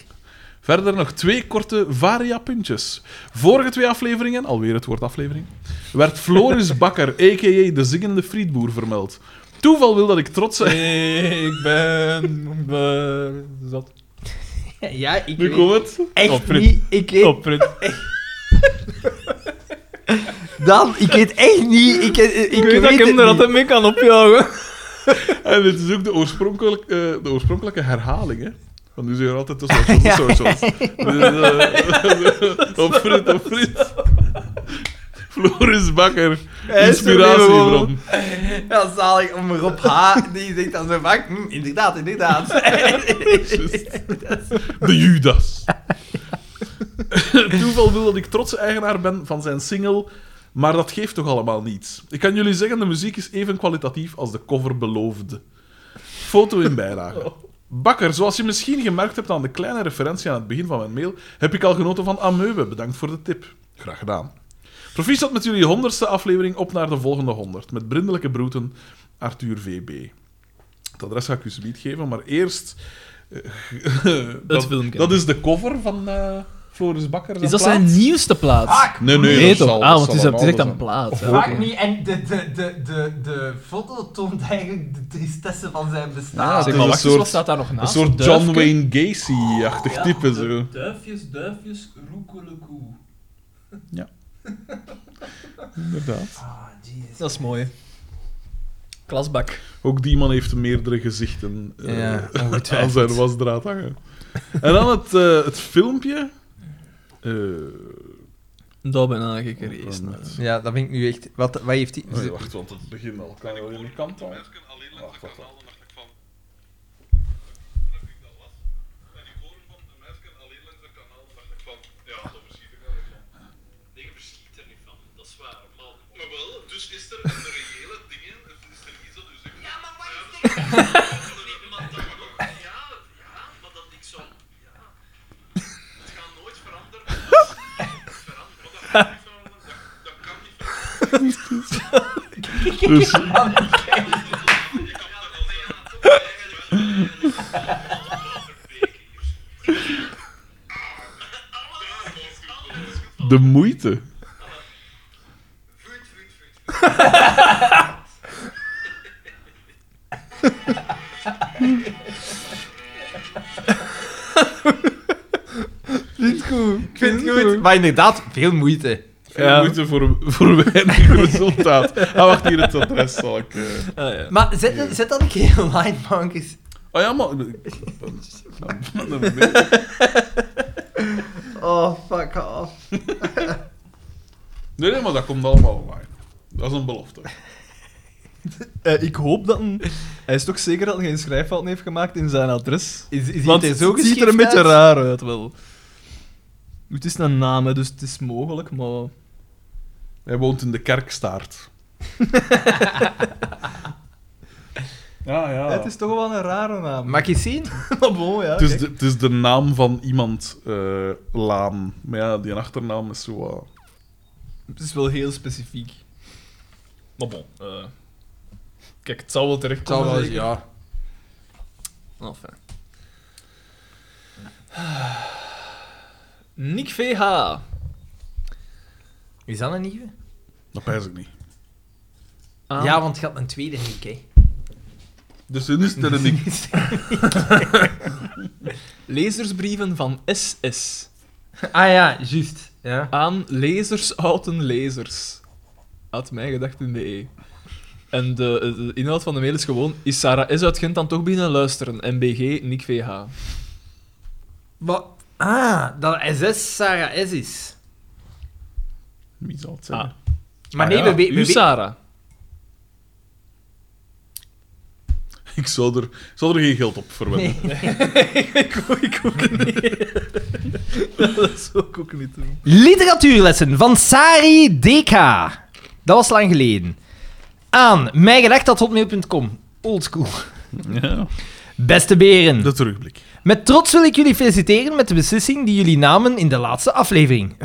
[SPEAKER 3] Verder nog twee korte variapuntjes. Vorige twee afleveringen, alweer het woord aflevering, werd Floris Bakker, a.k.a. de zingende frietboer, vermeld. Toeval wil dat ik trots ben.
[SPEAKER 4] Ik ben zat.
[SPEAKER 1] Ja, ik
[SPEAKER 3] Nu
[SPEAKER 1] weet
[SPEAKER 3] komt het.
[SPEAKER 1] echt
[SPEAKER 4] Op Rut.
[SPEAKER 1] niet... Ik weet,
[SPEAKER 4] Op Rut.
[SPEAKER 1] Dan, ik weet echt niet... Ik, ik, ik
[SPEAKER 4] Ik weet dat ik
[SPEAKER 1] het
[SPEAKER 4] hem er
[SPEAKER 1] niet.
[SPEAKER 4] altijd mee kan opjagen.
[SPEAKER 3] En dit is ook de oorspronkelijke, eh, de oorspronkelijke herhaling, hè. Want nu zie je er altijd tussen soort ja. soort soort. Op fruit, op fruit. Floris Bakker,
[SPEAKER 1] Hij is er weer, hoor.
[SPEAKER 3] inspiratiebron.
[SPEAKER 1] Ja, zalig om Rob H. Die zegt dan zo vaak... "Hm, inderdaad, inderdaad.
[SPEAKER 3] Juist. De Judas. Toeval wil dat ik trots eigenaar ben van zijn single, maar dat geeft toch allemaal niets. Ik kan jullie zeggen, de muziek is even kwalitatief als de cover beloofde. Foto in bijlage. Bakker, zoals je misschien gemerkt hebt aan de kleine referentie aan het begin van mijn mail, heb ik al genoten van Ameuwe. Bedankt voor de tip. Graag gedaan. Proficiat met jullie honderdste aflevering op naar de volgende honderd. Met brindelijke broeten, Arthur VB. Het adres ga ik u zometeen geven, maar eerst... eh, dat,
[SPEAKER 4] filmpje.
[SPEAKER 3] dat is dus de cover van eh, Floris Bakker.
[SPEAKER 4] Is dat
[SPEAKER 3] plaat?
[SPEAKER 4] zijn nieuwste plaats?
[SPEAKER 1] Vaak.
[SPEAKER 3] Nee, nee, dat
[SPEAKER 4] toch?
[SPEAKER 3] zal-
[SPEAKER 4] Ah,
[SPEAKER 3] dat
[SPEAKER 4] want het is,
[SPEAKER 3] zal
[SPEAKER 4] het is echt
[SPEAKER 3] allemaal
[SPEAKER 4] een plaats. hè.
[SPEAKER 1] Vaak niet. En de, de, de, de, de foto toont eigenlijk de tristesse van zijn
[SPEAKER 2] Ah,
[SPEAKER 1] bestaan.
[SPEAKER 3] Ja,
[SPEAKER 2] dus
[SPEAKER 4] Zeg
[SPEAKER 3] het
[SPEAKER 4] maar, wacht
[SPEAKER 3] is een
[SPEAKER 4] eens,
[SPEAKER 3] soort-
[SPEAKER 4] wat staat daar nog
[SPEAKER 3] Een
[SPEAKER 4] naast?
[SPEAKER 3] soort
[SPEAKER 4] Duifke?
[SPEAKER 3] John Wayne Gacy-achtig
[SPEAKER 2] Ja,
[SPEAKER 3] type, zo.
[SPEAKER 2] Duifjes, duifjes, roekelekoe.
[SPEAKER 3] Inderdaad.
[SPEAKER 1] Ah, jezus.
[SPEAKER 4] Dat is mooi. Klasbak.
[SPEAKER 3] Ook die man heeft meerdere gezichten eh,
[SPEAKER 1] Ja,
[SPEAKER 3] aan zijn wasdraad hangen. En dan het, eh, het filmpje. Eh,
[SPEAKER 4] Dat ben ah, ik er eerst.
[SPEAKER 3] dan het-
[SPEAKER 1] Ja, dat vind ik nu echt... Wat, wat heeft hij...
[SPEAKER 3] Oh, ja, wacht, want het begint al. Kan je wel in de kant houden? Wacht, wacht, wacht.
[SPEAKER 4] dus
[SPEAKER 3] Dus, de moeite.
[SPEAKER 1] Ik vind het goed. Maar inderdaad, veel moeite.
[SPEAKER 3] Veel
[SPEAKER 4] Ja.
[SPEAKER 3] moeite voor, voor weinig resultaat. Ah, wacht, hier het adres zal ik... eh.
[SPEAKER 4] Ah, ja.
[SPEAKER 1] Maar zet, zet dat een keer online, bankers.
[SPEAKER 3] Oh ja, maar... Nee.
[SPEAKER 1] Oh, fuck off.
[SPEAKER 3] Nee, nee, maar dat komt allemaal online. Dat is een belofte.
[SPEAKER 4] Eh, ik hoop dat een... Hij is toch zeker dat hij geen schrijffouten heeft gemaakt in zijn adres?
[SPEAKER 1] Is, is
[SPEAKER 4] Want
[SPEAKER 1] het er zo
[SPEAKER 4] het ziet er een
[SPEAKER 1] geschikt
[SPEAKER 4] beetje
[SPEAKER 1] uit?
[SPEAKER 4] raar uit, wel. Het is een naam, hè, dus het is mogelijk,
[SPEAKER 1] Oh.
[SPEAKER 4] maar...
[SPEAKER 3] Hij woont in de Kerkstaart. ja, ja.
[SPEAKER 4] Het is toch wel een rare naam.
[SPEAKER 1] Mag ik eens zien?
[SPEAKER 4] Maar bon, ja.
[SPEAKER 3] Het
[SPEAKER 1] Dus
[SPEAKER 3] is,
[SPEAKER 4] Ah, kijk.
[SPEAKER 3] de, het is de naam van iemand, eh, Laan. Maar ja, die achternaam is zo... eh,
[SPEAKER 4] Het is wel heel specifiek. Maar bon, eh, Kijk, het zal wel terecht komen. zeker.
[SPEAKER 1] ja.
[SPEAKER 4] Enfin. Nick VH.
[SPEAKER 1] Is dat een nieuwe?
[SPEAKER 3] dat pijs ik niet.
[SPEAKER 4] Ah.
[SPEAKER 1] Ja, want het gaat een tweede Nick, hè.
[SPEAKER 3] Dus nu is het er niet.
[SPEAKER 4] Lezersbrieven van SS.
[SPEAKER 1] Ah ja, juist. Ja.
[SPEAKER 4] Aan lezers, outen lezers. Had mij gedacht in de E. En de, de inhoud van de mail is gewoon... Is Sarah S. uit Gent dan toch binnen luisteren? MBG, Nick VH.
[SPEAKER 1] Maar, ah, dat SS Sarah S is.
[SPEAKER 3] Wie zal het zijn?
[SPEAKER 4] Ah.
[SPEAKER 1] Maar
[SPEAKER 3] Ah,
[SPEAKER 1] nee,
[SPEAKER 3] ja.
[SPEAKER 1] we, we,
[SPEAKER 4] U,
[SPEAKER 1] we-
[SPEAKER 4] Sarah.
[SPEAKER 3] Ik zou er, ik zou er geen geld op verwenden.
[SPEAKER 1] Nee.
[SPEAKER 4] ik, ook- ik ook niet. dat zou ik ook niet doen.
[SPEAKER 1] Literatuurlessen van Sari DK. Dat was lang geleden. Aan mijgedacht.hotmail.com. Oldschool.
[SPEAKER 3] Ja.
[SPEAKER 1] Beste beren.
[SPEAKER 3] De terugblik.
[SPEAKER 1] Met trots wil ik jullie feliciteren met de beslissing die jullie namen in de laatste aflevering.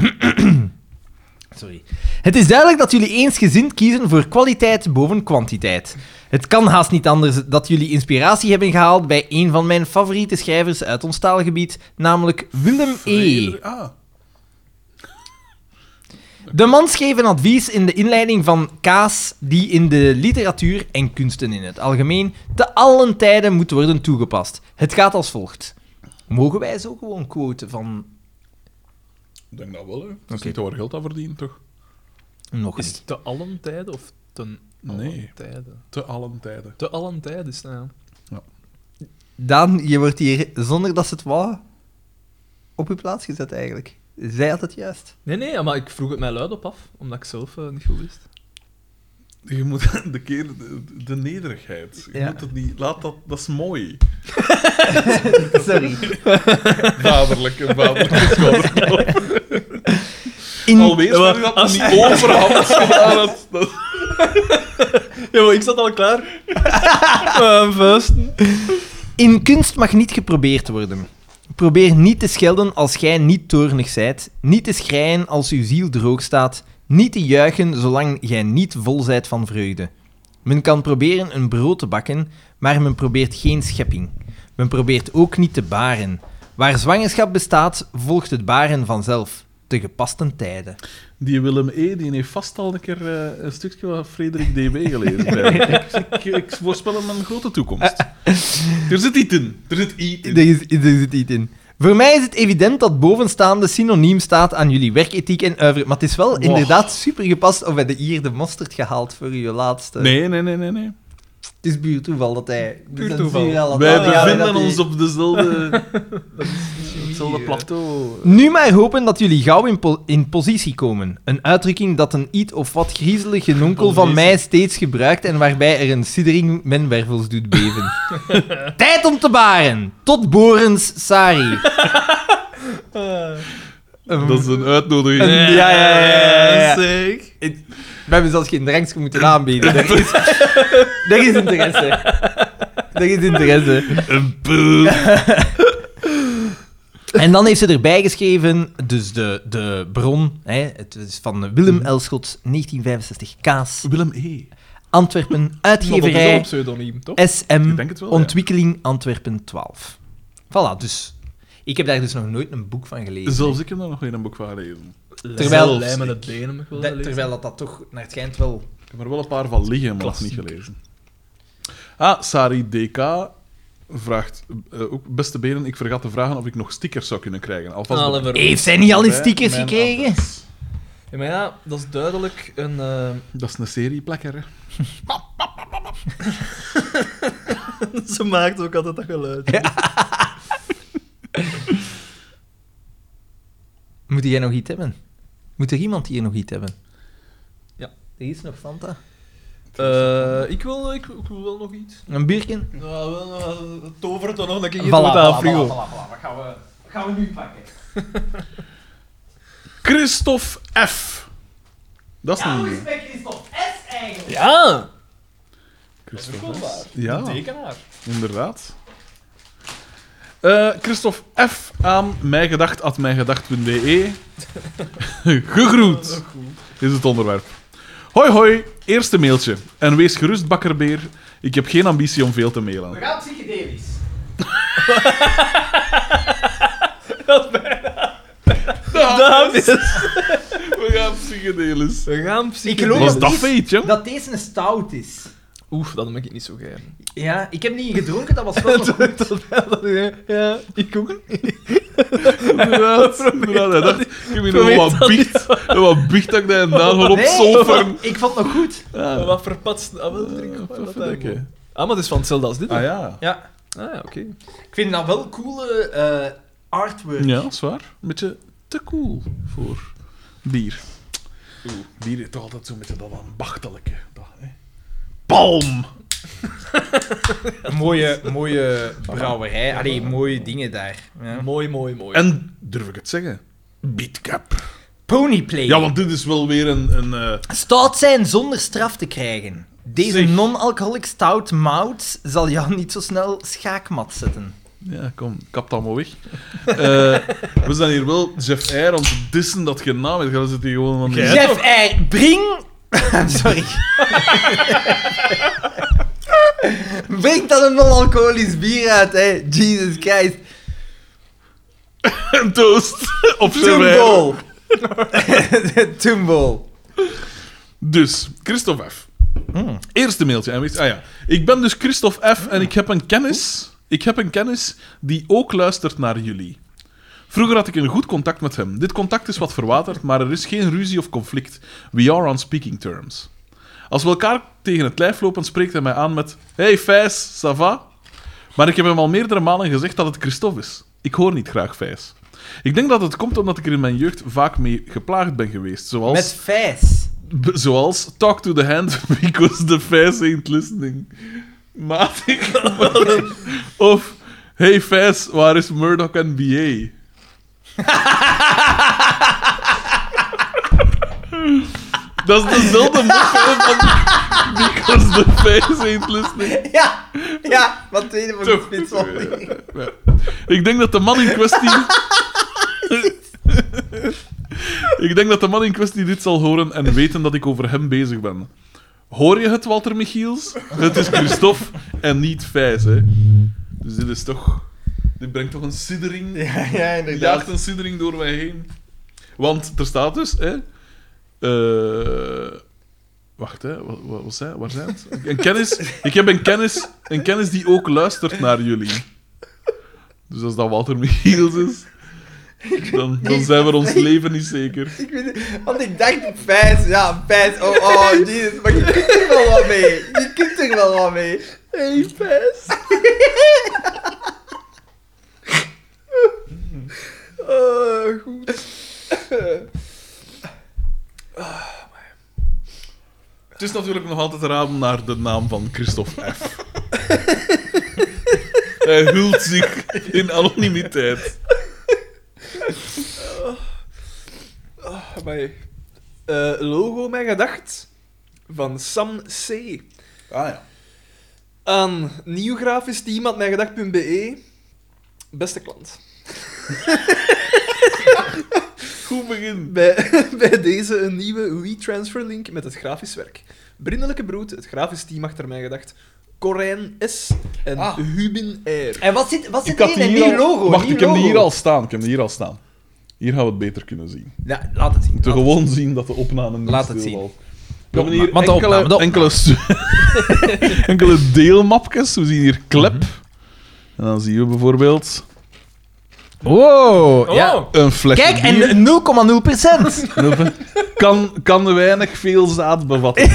[SPEAKER 1] Sorry. Het is duidelijk dat jullie eensgezind kiezen voor kwaliteit boven kwantiteit. Het kan haast niet anders dat jullie inspiratie hebben gehaald bij een van mijn favoriete schrijvers uit ons taalgebied, namelijk Willem E.
[SPEAKER 3] Ah,
[SPEAKER 1] De man schreef een advies in de inleiding van Kaas die in de literatuur en kunsten in het algemeen te allen tijden moet worden toegepast. Het gaat als volgt. Mogen wij zo gewoon quoten van...
[SPEAKER 3] ik denk dat wel, hè. Dat is
[SPEAKER 1] Oké.
[SPEAKER 3] niet waar geld aan verdienen, toch?
[SPEAKER 1] Nog
[SPEAKER 4] Is
[SPEAKER 1] eens.
[SPEAKER 4] het te allen tijden of ten allen
[SPEAKER 3] Nee.
[SPEAKER 4] tijden?
[SPEAKER 3] Te allen tijden.
[SPEAKER 4] Te allen tijden is het, nou ja.
[SPEAKER 1] Daan, je wordt hier zonder dat ze het wou op uw plaats gezet eigenlijk. Zij had het juist.
[SPEAKER 4] Nee, nee, maar ik vroeg het mij luid op af, omdat ik zelf eh, niet goed wist.
[SPEAKER 3] Je moet de keer de, de nederigheid. Je
[SPEAKER 1] Ja.
[SPEAKER 3] moet dat niet... Laat dat... Dat is mooi.
[SPEAKER 1] Sorry.
[SPEAKER 3] Vaderlijke, vaderlijke schouderklop.
[SPEAKER 1] In-
[SPEAKER 3] Alweer
[SPEAKER 4] Ja, maar
[SPEAKER 3] dat je dat
[SPEAKER 4] als-
[SPEAKER 3] niet overhand gedaan had. Dat-
[SPEAKER 4] Ja, maar ik zat al klaar. Mijn vuisten.
[SPEAKER 1] In kunst mag niet geprobeerd worden. Probeer niet te schelden als gij niet toornig zijt, niet te schreien als uw ziel droog staat, niet te juichen zolang gij niet vol zijt van vreugde. Men kan proberen een brood te bakken, maar men probeert geen schepping. Men probeert ook niet te baren. Waar zwangerschap bestaat, volgt het baren vanzelf, te gepaste tijden.
[SPEAKER 3] Die Willem E. die heeft vast al een keer eh, een stukje van Frederik D.B. gelezen. blijkbaar. ik, ik, ik voorspel hem een grote toekomst. Er zit iets in. Er zit iets in.
[SPEAKER 1] Er, is, er zit iets in. Voor mij is het evident dat bovenstaande synoniem staat aan jullie werkethiek en uiver. Maar het is wel
[SPEAKER 3] Wow.
[SPEAKER 1] inderdaad super gepast of we de hier de mosterd gehaald voor je laatste.
[SPEAKER 3] Nee, nee, nee, nee. nee.
[SPEAKER 1] Het is puur toeval dat hij.
[SPEAKER 4] Puur toeval.
[SPEAKER 3] Wij
[SPEAKER 4] Ah, ja,
[SPEAKER 3] bevinden ons op dezelfde, hetzelfde
[SPEAKER 1] plat.
[SPEAKER 3] plateau.
[SPEAKER 1] Nu maar hopen dat jullie gauw in, po- in positie komen. Een uitdrukking dat een iets of wat griezelig genonkel van mij steeds gebruikt en waarbij er een siddering mijn wervels doet beven. Tijd om te baren! Tot borens, Sari.
[SPEAKER 4] Ah.
[SPEAKER 3] Dat is een uitnodiging.
[SPEAKER 1] Ja, ja, ja, ja, ja, ja.
[SPEAKER 4] Zeg.
[SPEAKER 1] Ik- we hebben zelfs geen drankje moeten aanbieden. Er is, er is interesse. Er is interesse.
[SPEAKER 3] Een poep.
[SPEAKER 1] En dan heeft ze erbij geschreven, dus de, de bron, hè, het is van Willem
[SPEAKER 3] Mm.
[SPEAKER 1] Elschot, 1965, Kaas,
[SPEAKER 3] Willem E.
[SPEAKER 1] Antwerpen,
[SPEAKER 4] Maar dat is wel
[SPEAKER 1] uitgeverij
[SPEAKER 4] op pseudoniem, toch?
[SPEAKER 1] SM,
[SPEAKER 3] Ik denk het wel, ja.
[SPEAKER 1] Ontwikkeling Antwerpen 12. Voilà, dus ik heb daar dus nog nooit een boek van gelezen.
[SPEAKER 3] Zelfs ik heb daar nog geen een boek van gelezen.
[SPEAKER 1] Terwijl-
[SPEAKER 4] Lijmen het benen, mag ik wel
[SPEAKER 1] Dat-
[SPEAKER 4] lezen.
[SPEAKER 1] terwijl dat, dat toch naar het schijnt wel...
[SPEAKER 3] Ik heb er wel een paar van liggen, maar nog niet
[SPEAKER 4] Klassieker.
[SPEAKER 3] gelezen. Ah, Sari DK vraagt eh, ook... Beste benen, ik vergat te vragen of ik nog stickers zou kunnen krijgen. Alvast
[SPEAKER 4] Alle
[SPEAKER 3] bedankt
[SPEAKER 4] ver-
[SPEAKER 1] Heeft zij niet al eens
[SPEAKER 3] bij
[SPEAKER 1] stickers
[SPEAKER 3] mijn
[SPEAKER 1] gekregen?
[SPEAKER 3] adres.
[SPEAKER 4] Ja, maar ja, dat is duidelijk een... eh,
[SPEAKER 3] Dat is een serie plekker, hè.
[SPEAKER 4] Ze maakt ook altijd dat geluid.
[SPEAKER 1] Moet jij nog iets hebben? Moet er iemand hier nog iets hebben?
[SPEAKER 4] Ja.
[SPEAKER 1] Er is nog Fanta.
[SPEAKER 4] Eh, ik, wil, ik, ik wil wel nog iets.
[SPEAKER 1] Een bierken?
[SPEAKER 4] Nou, wel, eh, tover het dan nog, dat ik hier
[SPEAKER 1] Voilà,
[SPEAKER 4] dood aan
[SPEAKER 1] voilà,
[SPEAKER 4] frigo.
[SPEAKER 2] Wat gaan we, wat gaan we nu pakken?
[SPEAKER 3] Christophe F. Dat is een...
[SPEAKER 2] bij Christophe S eigenlijk.
[SPEAKER 4] Ja!
[SPEAKER 2] Dat is ook wel waar.
[SPEAKER 3] Ja.
[SPEAKER 2] Een tekenaar.
[SPEAKER 3] Inderdaad. Eh Christophe F. aan mijgedacht.mijgedacht.be E. Gegroet is het onderwerp. Hoi hoi, eerste mailtje. En wees gerust, bakkerbeer. Ik heb geen ambitie om veel te mailen.
[SPEAKER 2] We gaan psychedelisch.
[SPEAKER 3] We gaan psychedelisch.
[SPEAKER 4] dus. We gaan psychedelisch.
[SPEAKER 1] Ik geloof
[SPEAKER 3] Was
[SPEAKER 1] dat
[SPEAKER 3] dat
[SPEAKER 1] is-
[SPEAKER 3] feit, jong?
[SPEAKER 1] Dat deze een stout is.
[SPEAKER 4] Oef, dat maak ik niet zo geheim.
[SPEAKER 1] Ja, ik heb niet gedronken, dat was wel nog goed.
[SPEAKER 4] ja, ik ook.
[SPEAKER 3] Inderdaad. inderdaad. Hij dacht, ik heb hier nog
[SPEAKER 4] Probeer
[SPEAKER 3] wat
[SPEAKER 4] dat
[SPEAKER 3] biecht. En wat biecht dat ik daar inderdaad gewoon op
[SPEAKER 1] Nee, ik
[SPEAKER 3] zolveren.
[SPEAKER 1] vond, ik vond het nog goed.
[SPEAKER 3] Ah,
[SPEAKER 4] Wat verpatst. Ah, wel, drink ik
[SPEAKER 3] wat
[SPEAKER 4] dat
[SPEAKER 3] vind ik, hè?
[SPEAKER 4] eigenlijk. Ah, maar het is van hetzelfde als dit.
[SPEAKER 3] Ah
[SPEAKER 4] hè?
[SPEAKER 3] ja.
[SPEAKER 1] Ja.
[SPEAKER 4] Ah, ja, oké.
[SPEAKER 1] Ik vind dat wel coole eh, artwork.
[SPEAKER 3] Ja, zwaar. Een beetje te cool voor bier. Bier is toch altijd zo'n beetje dat ambachtelijke. Dat, hè? Palm!
[SPEAKER 1] Een Mooie, mooie brouwerij. Allee, mooie dingen daar. Ja.
[SPEAKER 4] Mooi, mooi, mooi.
[SPEAKER 3] En, durf ik het zeggen, beatcap.
[SPEAKER 1] Ponyplay.
[SPEAKER 3] Ja, want dit is wel weer een... een eh,
[SPEAKER 1] Stout zijn zonder straf te krijgen. Deze
[SPEAKER 3] Zeg.
[SPEAKER 1] non-alcoholic stout mout zal jou niet zo snel schaakmat zetten.
[SPEAKER 3] Ja, kom, kap dat maar weg. Eh, we zijn hier wel Jeff Eyre aan het dissen dat geen naam heeft. Dan zit hij gewoon aan de-
[SPEAKER 2] Oké. Ja,
[SPEAKER 1] Jeff
[SPEAKER 2] toch?
[SPEAKER 1] R. Bring... Sorry. Breng dan een non-alcoholisch bier uit, hè. Jesus Christ.
[SPEAKER 3] Een toast op Jeff Eyre.
[SPEAKER 1] Toembol. Toembol.
[SPEAKER 3] Dus, Christophe F. Eerste mailtje. En wist, ah ja. Ik ben dus Christophe F. en ik heb een kennis. Ik heb een kennis die ook luistert naar jullie. Vroeger had ik een goed contact met hem. Dit contact is wat verwaterd, maar er is geen ruzie of conflict. We are on speaking terms. Als we elkaar tegen het lijf lopen, spreekt hij mij aan met: Hey Fijs, ça va? Maar ik heb hem al meerdere malen gezegd dat het Christophe is. Ik hoor niet graag Fijs. Ik denk dat het komt omdat ik er in mijn jeugd vaak mee geplaagd ben geweest. Zoals...
[SPEAKER 1] Met vijs.
[SPEAKER 3] B- Zoals Talk to the Hand because the face ain't listening. Maat, ik kan wel een- Of Hey Fes, waar is Murdoch NBA? Dat is dezelfde moffe van Because the Face ain't listening.
[SPEAKER 1] Ja, ja. Wat tweede voor de
[SPEAKER 3] Toch.
[SPEAKER 1] spitsopmerking.
[SPEAKER 3] Ja. Ik denk dat de man in kwestie. ik denk dat de man in kwestie dit zal horen en weten dat ik over hem bezig ben. Hoor je het, Walter Michiels? Het is Christophe en niet Vijs, hè? Dus dit is toch. Dit brengt toch een siddering.
[SPEAKER 1] Ja, ja, inderdaad.
[SPEAKER 3] jaagt een siddering door mij heen. Want er staat dus, hè? eh, wacht, hè? Wat, wat, wat zei, waar zijn het? Een kennis, ik heb een kennis, een kennis die ook luistert naar jullie. Dus als dat Walter Michiels is, dan, dan zijn we ons leven niet zeker.
[SPEAKER 1] Ik weet het, want ik dacht, vijs, ja, vijs, oh, oh, jezus, maar je kunt er wel wat mee. Je kunt er wel wat mee. hey, vijs. oh, goed.
[SPEAKER 3] Het is natuurlijk nog altijd te raden naar de naam van Christophe F. Hij hult zich in anonimiteit.
[SPEAKER 4] Amai. Eh, logo mijn gedacht van Sam C.
[SPEAKER 3] Ah ja.
[SPEAKER 4] Aan nieuwgrafisch team at mijngedacht.be. E. Beste klant.
[SPEAKER 3] Goed begin.
[SPEAKER 4] Bij, bij deze een nieuwe WeTransfer link met het grafisch werk. Brindelijke broed, het grafisch team achter mijn gedacht. Corijn S. en
[SPEAKER 1] Ah.
[SPEAKER 4] Hubin R.
[SPEAKER 1] En eh, wat zit, wat zit
[SPEAKER 3] Ik had
[SPEAKER 1] erin?
[SPEAKER 3] die
[SPEAKER 1] Een
[SPEAKER 3] hier
[SPEAKER 1] nieuw
[SPEAKER 3] al...
[SPEAKER 1] logo,
[SPEAKER 3] Wacht,
[SPEAKER 1] nieuw
[SPEAKER 3] ik heb die
[SPEAKER 1] logo.
[SPEAKER 3] hier al staan. Ik heb die hier al staan. Hier gaan we het beter kunnen zien.
[SPEAKER 1] Ja, laat het zien.
[SPEAKER 3] Te
[SPEAKER 1] laat het
[SPEAKER 3] gewoon zien dat de opname niet
[SPEAKER 1] Laat het
[SPEAKER 3] stil
[SPEAKER 1] zien.
[SPEAKER 3] loopt. We hebben hier
[SPEAKER 1] Want de
[SPEAKER 3] enkele,
[SPEAKER 1] opname, de opname.
[SPEAKER 3] enkele, stu- enkele deelmapjes. We zien hier klep.
[SPEAKER 1] Mhm.
[SPEAKER 3] En dan zien we bijvoorbeeld
[SPEAKER 1] zien. Wow,
[SPEAKER 2] Oh,
[SPEAKER 1] ja.
[SPEAKER 3] een flesje
[SPEAKER 1] Kijk,
[SPEAKER 3] bier.
[SPEAKER 1] en 0,0 procent.
[SPEAKER 3] Kan, kan weinig veel zaad bevatten.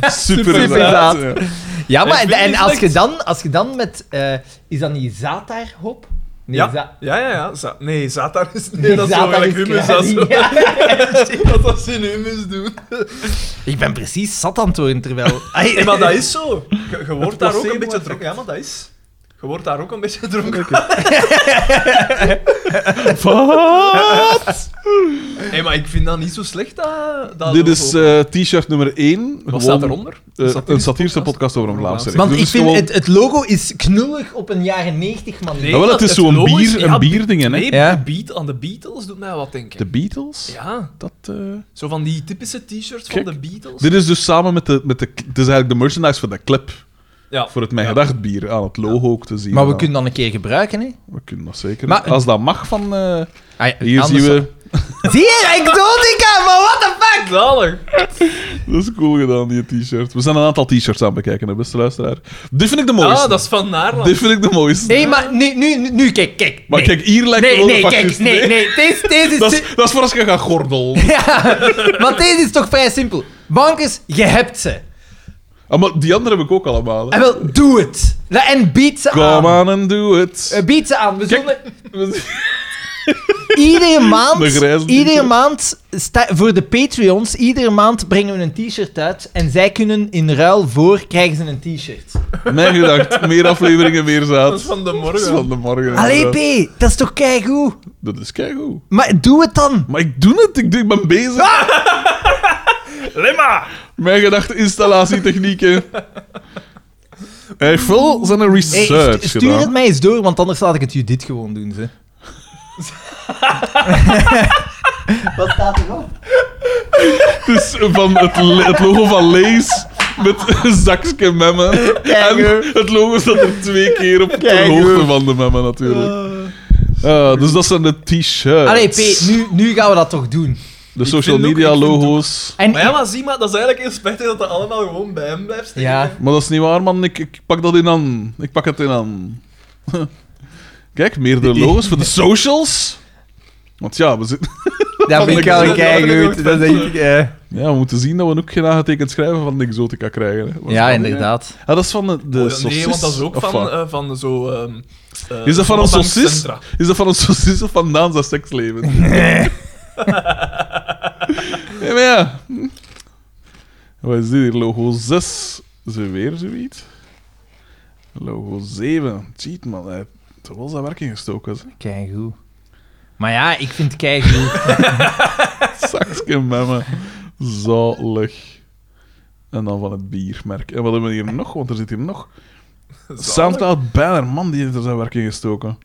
[SPEAKER 3] Super,
[SPEAKER 1] Superzaad.
[SPEAKER 3] zaad. ja.
[SPEAKER 1] Ja, maar en,
[SPEAKER 4] Ik vind
[SPEAKER 1] en
[SPEAKER 4] niet
[SPEAKER 1] als,
[SPEAKER 4] slecht.
[SPEAKER 1] je dan, als je dan met... eh, is dat niet Zatarhop? Nee,
[SPEAKER 4] ja.
[SPEAKER 1] za-
[SPEAKER 4] ja, ja, ja. Za- nee, Zatar is... Nee,
[SPEAKER 1] nee,
[SPEAKER 4] dat is zo
[SPEAKER 1] Zatar
[SPEAKER 4] eigenlijk hummus. Dat
[SPEAKER 1] kruiding.
[SPEAKER 4] zo,
[SPEAKER 1] Ja.
[SPEAKER 4] dat dat ze in hummus doen.
[SPEAKER 1] Ik ben precies zat aan het worden, terwijl... Ai,
[SPEAKER 4] Nee, maar dat is zo. Je, je wordt daar ook
[SPEAKER 3] placebo
[SPEAKER 4] een beetje
[SPEAKER 3] effect.
[SPEAKER 4] dronken. Ja, maar dat is... Je wordt daar ook een beetje dronken.
[SPEAKER 3] Wat?
[SPEAKER 4] Nee, maar ik vind dat niet zo slecht, dat... dat
[SPEAKER 3] Dit
[SPEAKER 4] logo.
[SPEAKER 3] is eh, t-shirt nummer 1.
[SPEAKER 4] Wat staat eronder?
[SPEAKER 3] Eh, een satirische podcast over een Vlaamse
[SPEAKER 1] Want
[SPEAKER 3] recht.
[SPEAKER 1] ik
[SPEAKER 3] Dus
[SPEAKER 1] vind,
[SPEAKER 3] gewoon-
[SPEAKER 1] het, het logo is knullig op een jaren 90 manier.
[SPEAKER 4] Nee,
[SPEAKER 3] Nou, wel, het
[SPEAKER 4] dat-
[SPEAKER 3] is zo'n
[SPEAKER 4] logo
[SPEAKER 3] bier- een bierdingen, hè?
[SPEAKER 4] Nee,
[SPEAKER 1] Ja.
[SPEAKER 4] de beat, aan de Beatles doet mij wat denken.
[SPEAKER 3] De Beatles?
[SPEAKER 4] Ja,
[SPEAKER 3] Dat, eh,
[SPEAKER 4] zo van die typische t-shirts van
[SPEAKER 3] Kijk,
[SPEAKER 4] de Beatles.
[SPEAKER 3] Dit is dus samen met de, met de... Het is eigenlijk de merchandise van de clip.
[SPEAKER 4] ja.
[SPEAKER 3] Voor het Mijn Gedacht bier aan het logo ook te zien.
[SPEAKER 1] Maar we
[SPEAKER 3] Ja,
[SPEAKER 1] kunnen dan een keer gebruiken, hè?
[SPEAKER 3] we kunnen dat zeker.
[SPEAKER 1] Maar-
[SPEAKER 3] Als dat mag van... eh,
[SPEAKER 1] Ah, ja,
[SPEAKER 3] hier
[SPEAKER 1] anders-
[SPEAKER 3] zien we...
[SPEAKER 1] Zie je, Exotica, maar what the fuck?
[SPEAKER 4] Zalig.
[SPEAKER 3] Dat is cool gedaan, die t-shirt. We zijn een aantal t-shirts aan het bekijken, hè, beste luisteraar. Dit vind ik de mooiste.
[SPEAKER 4] Ah, dat is van Naarland.
[SPEAKER 3] Dit vind ik de mooiste.
[SPEAKER 1] Nee, maar nu, nu, nu, nu, kijk, kijk.
[SPEAKER 3] Maar
[SPEAKER 1] nee.
[SPEAKER 3] kijk, hier lijkt
[SPEAKER 1] Nee,
[SPEAKER 3] wel
[SPEAKER 1] nee,
[SPEAKER 3] een
[SPEAKER 1] kijk,
[SPEAKER 3] fascist,
[SPEAKER 1] nee,
[SPEAKER 3] hè?
[SPEAKER 1] nee. Deze, deze is...
[SPEAKER 3] Dat is, dat is voor als je gaat gordelen.
[SPEAKER 1] Ja, want deze is toch vrij simpel. Bankers, je hebt ze.
[SPEAKER 3] Ah, maar die andere heb ik ook allemaal.
[SPEAKER 1] En
[SPEAKER 4] Ah.
[SPEAKER 3] Hè.
[SPEAKER 1] wel, doe het. En bied ze aan.
[SPEAKER 3] Come on and do
[SPEAKER 1] Eh,
[SPEAKER 3] it.
[SPEAKER 1] bied ze aan. We
[SPEAKER 3] Kijk.
[SPEAKER 1] zullen iedere maand,
[SPEAKER 3] De grijze
[SPEAKER 1] iedere
[SPEAKER 3] t-shirt.
[SPEAKER 1] maand sta- voor de Patreons, iedere maand brengen we een t-shirt uit. En zij kunnen in ruil voor, krijgen ze een t-shirt.
[SPEAKER 3] Mijn gedacht, meer afleveringen, meer zaad.
[SPEAKER 4] Ah. Dat is van de
[SPEAKER 3] Dat is
[SPEAKER 4] morgen.
[SPEAKER 3] van de morgen.
[SPEAKER 1] Allee,
[SPEAKER 3] inderdaad.
[SPEAKER 1] P, dat is toch keigoed?
[SPEAKER 3] Dat is keigoed.
[SPEAKER 1] Maar doe het dan.
[SPEAKER 3] Maar ik doe het, ik, doe, ik ben bezig.
[SPEAKER 1] Ah!
[SPEAKER 4] Lemma!
[SPEAKER 3] Mijn gedachte installatietechnieken. Hij heeft wel zijn
[SPEAKER 1] Hey,
[SPEAKER 3] research
[SPEAKER 1] stu- stuur
[SPEAKER 3] gedaan.
[SPEAKER 1] het mij eens door, want anders laat ik het Judith gewoon doen. Ze. Wat staat erop?
[SPEAKER 3] Het is van het, le- het logo van Lees met een zakje memmen. En
[SPEAKER 1] hoor.
[SPEAKER 3] het logo staat er twee keer op de
[SPEAKER 1] Kijk,
[SPEAKER 3] hoogte
[SPEAKER 1] hoor.
[SPEAKER 3] van de memmen, natuurlijk. Ah, dus dat zijn de t-shirts.
[SPEAKER 1] Allee, P, nu, nu gaan we dat toch doen.
[SPEAKER 3] De social
[SPEAKER 4] vind ook-
[SPEAKER 3] media
[SPEAKER 4] ik vind
[SPEAKER 3] logo's.
[SPEAKER 1] En
[SPEAKER 4] Maar ja, maar zie maar, dat is eigenlijk heel spijtig dat dat allemaal gewoon bij hem blijft steken.
[SPEAKER 1] Ja.
[SPEAKER 3] Maar dat is niet waar, man. Ik, ik pak dat in aan. Ik pak het in aan. Kijk, meerdere logo's voor de socials. Want ja, we, zitten,
[SPEAKER 1] dat vind ik al
[SPEAKER 4] Dat had ik ook
[SPEAKER 1] keigoed. Dat is echt, eh,
[SPEAKER 3] ja, we moeten zien dat we ook geen aangetekend schrijven van de exotica krijgen. hè. Wat is dat
[SPEAKER 1] Ja,
[SPEAKER 3] nu,
[SPEAKER 1] inderdaad.
[SPEAKER 3] hè? Ah, dat is van de, de
[SPEAKER 4] Oh, ja,
[SPEAKER 3] saucis,
[SPEAKER 4] nee, want dat is ook
[SPEAKER 3] of
[SPEAKER 4] van,
[SPEAKER 3] wat?
[SPEAKER 4] eh, van zo... ehm, eh,
[SPEAKER 3] Is dat van een
[SPEAKER 4] Opvang
[SPEAKER 3] saucis?
[SPEAKER 4] Centra.
[SPEAKER 3] Is dat van een saucis of van Daan's seksleven? ja, maar ja. Wat is dit hier? Logo 6. Is er weer zoiets? Logo 7. Cheat, man. Hij heeft er wel zijn werk in gestoken. zeg.
[SPEAKER 1] Keigoed. Maar ja, ik vind het keigoed.
[SPEAKER 3] Zakske memme. Zalig. En dan van het biermerk. En wat hebben we hier nog? Want er zit hier nog. Soundcloud Banner. Man, die heeft er zijn werk in gestoken.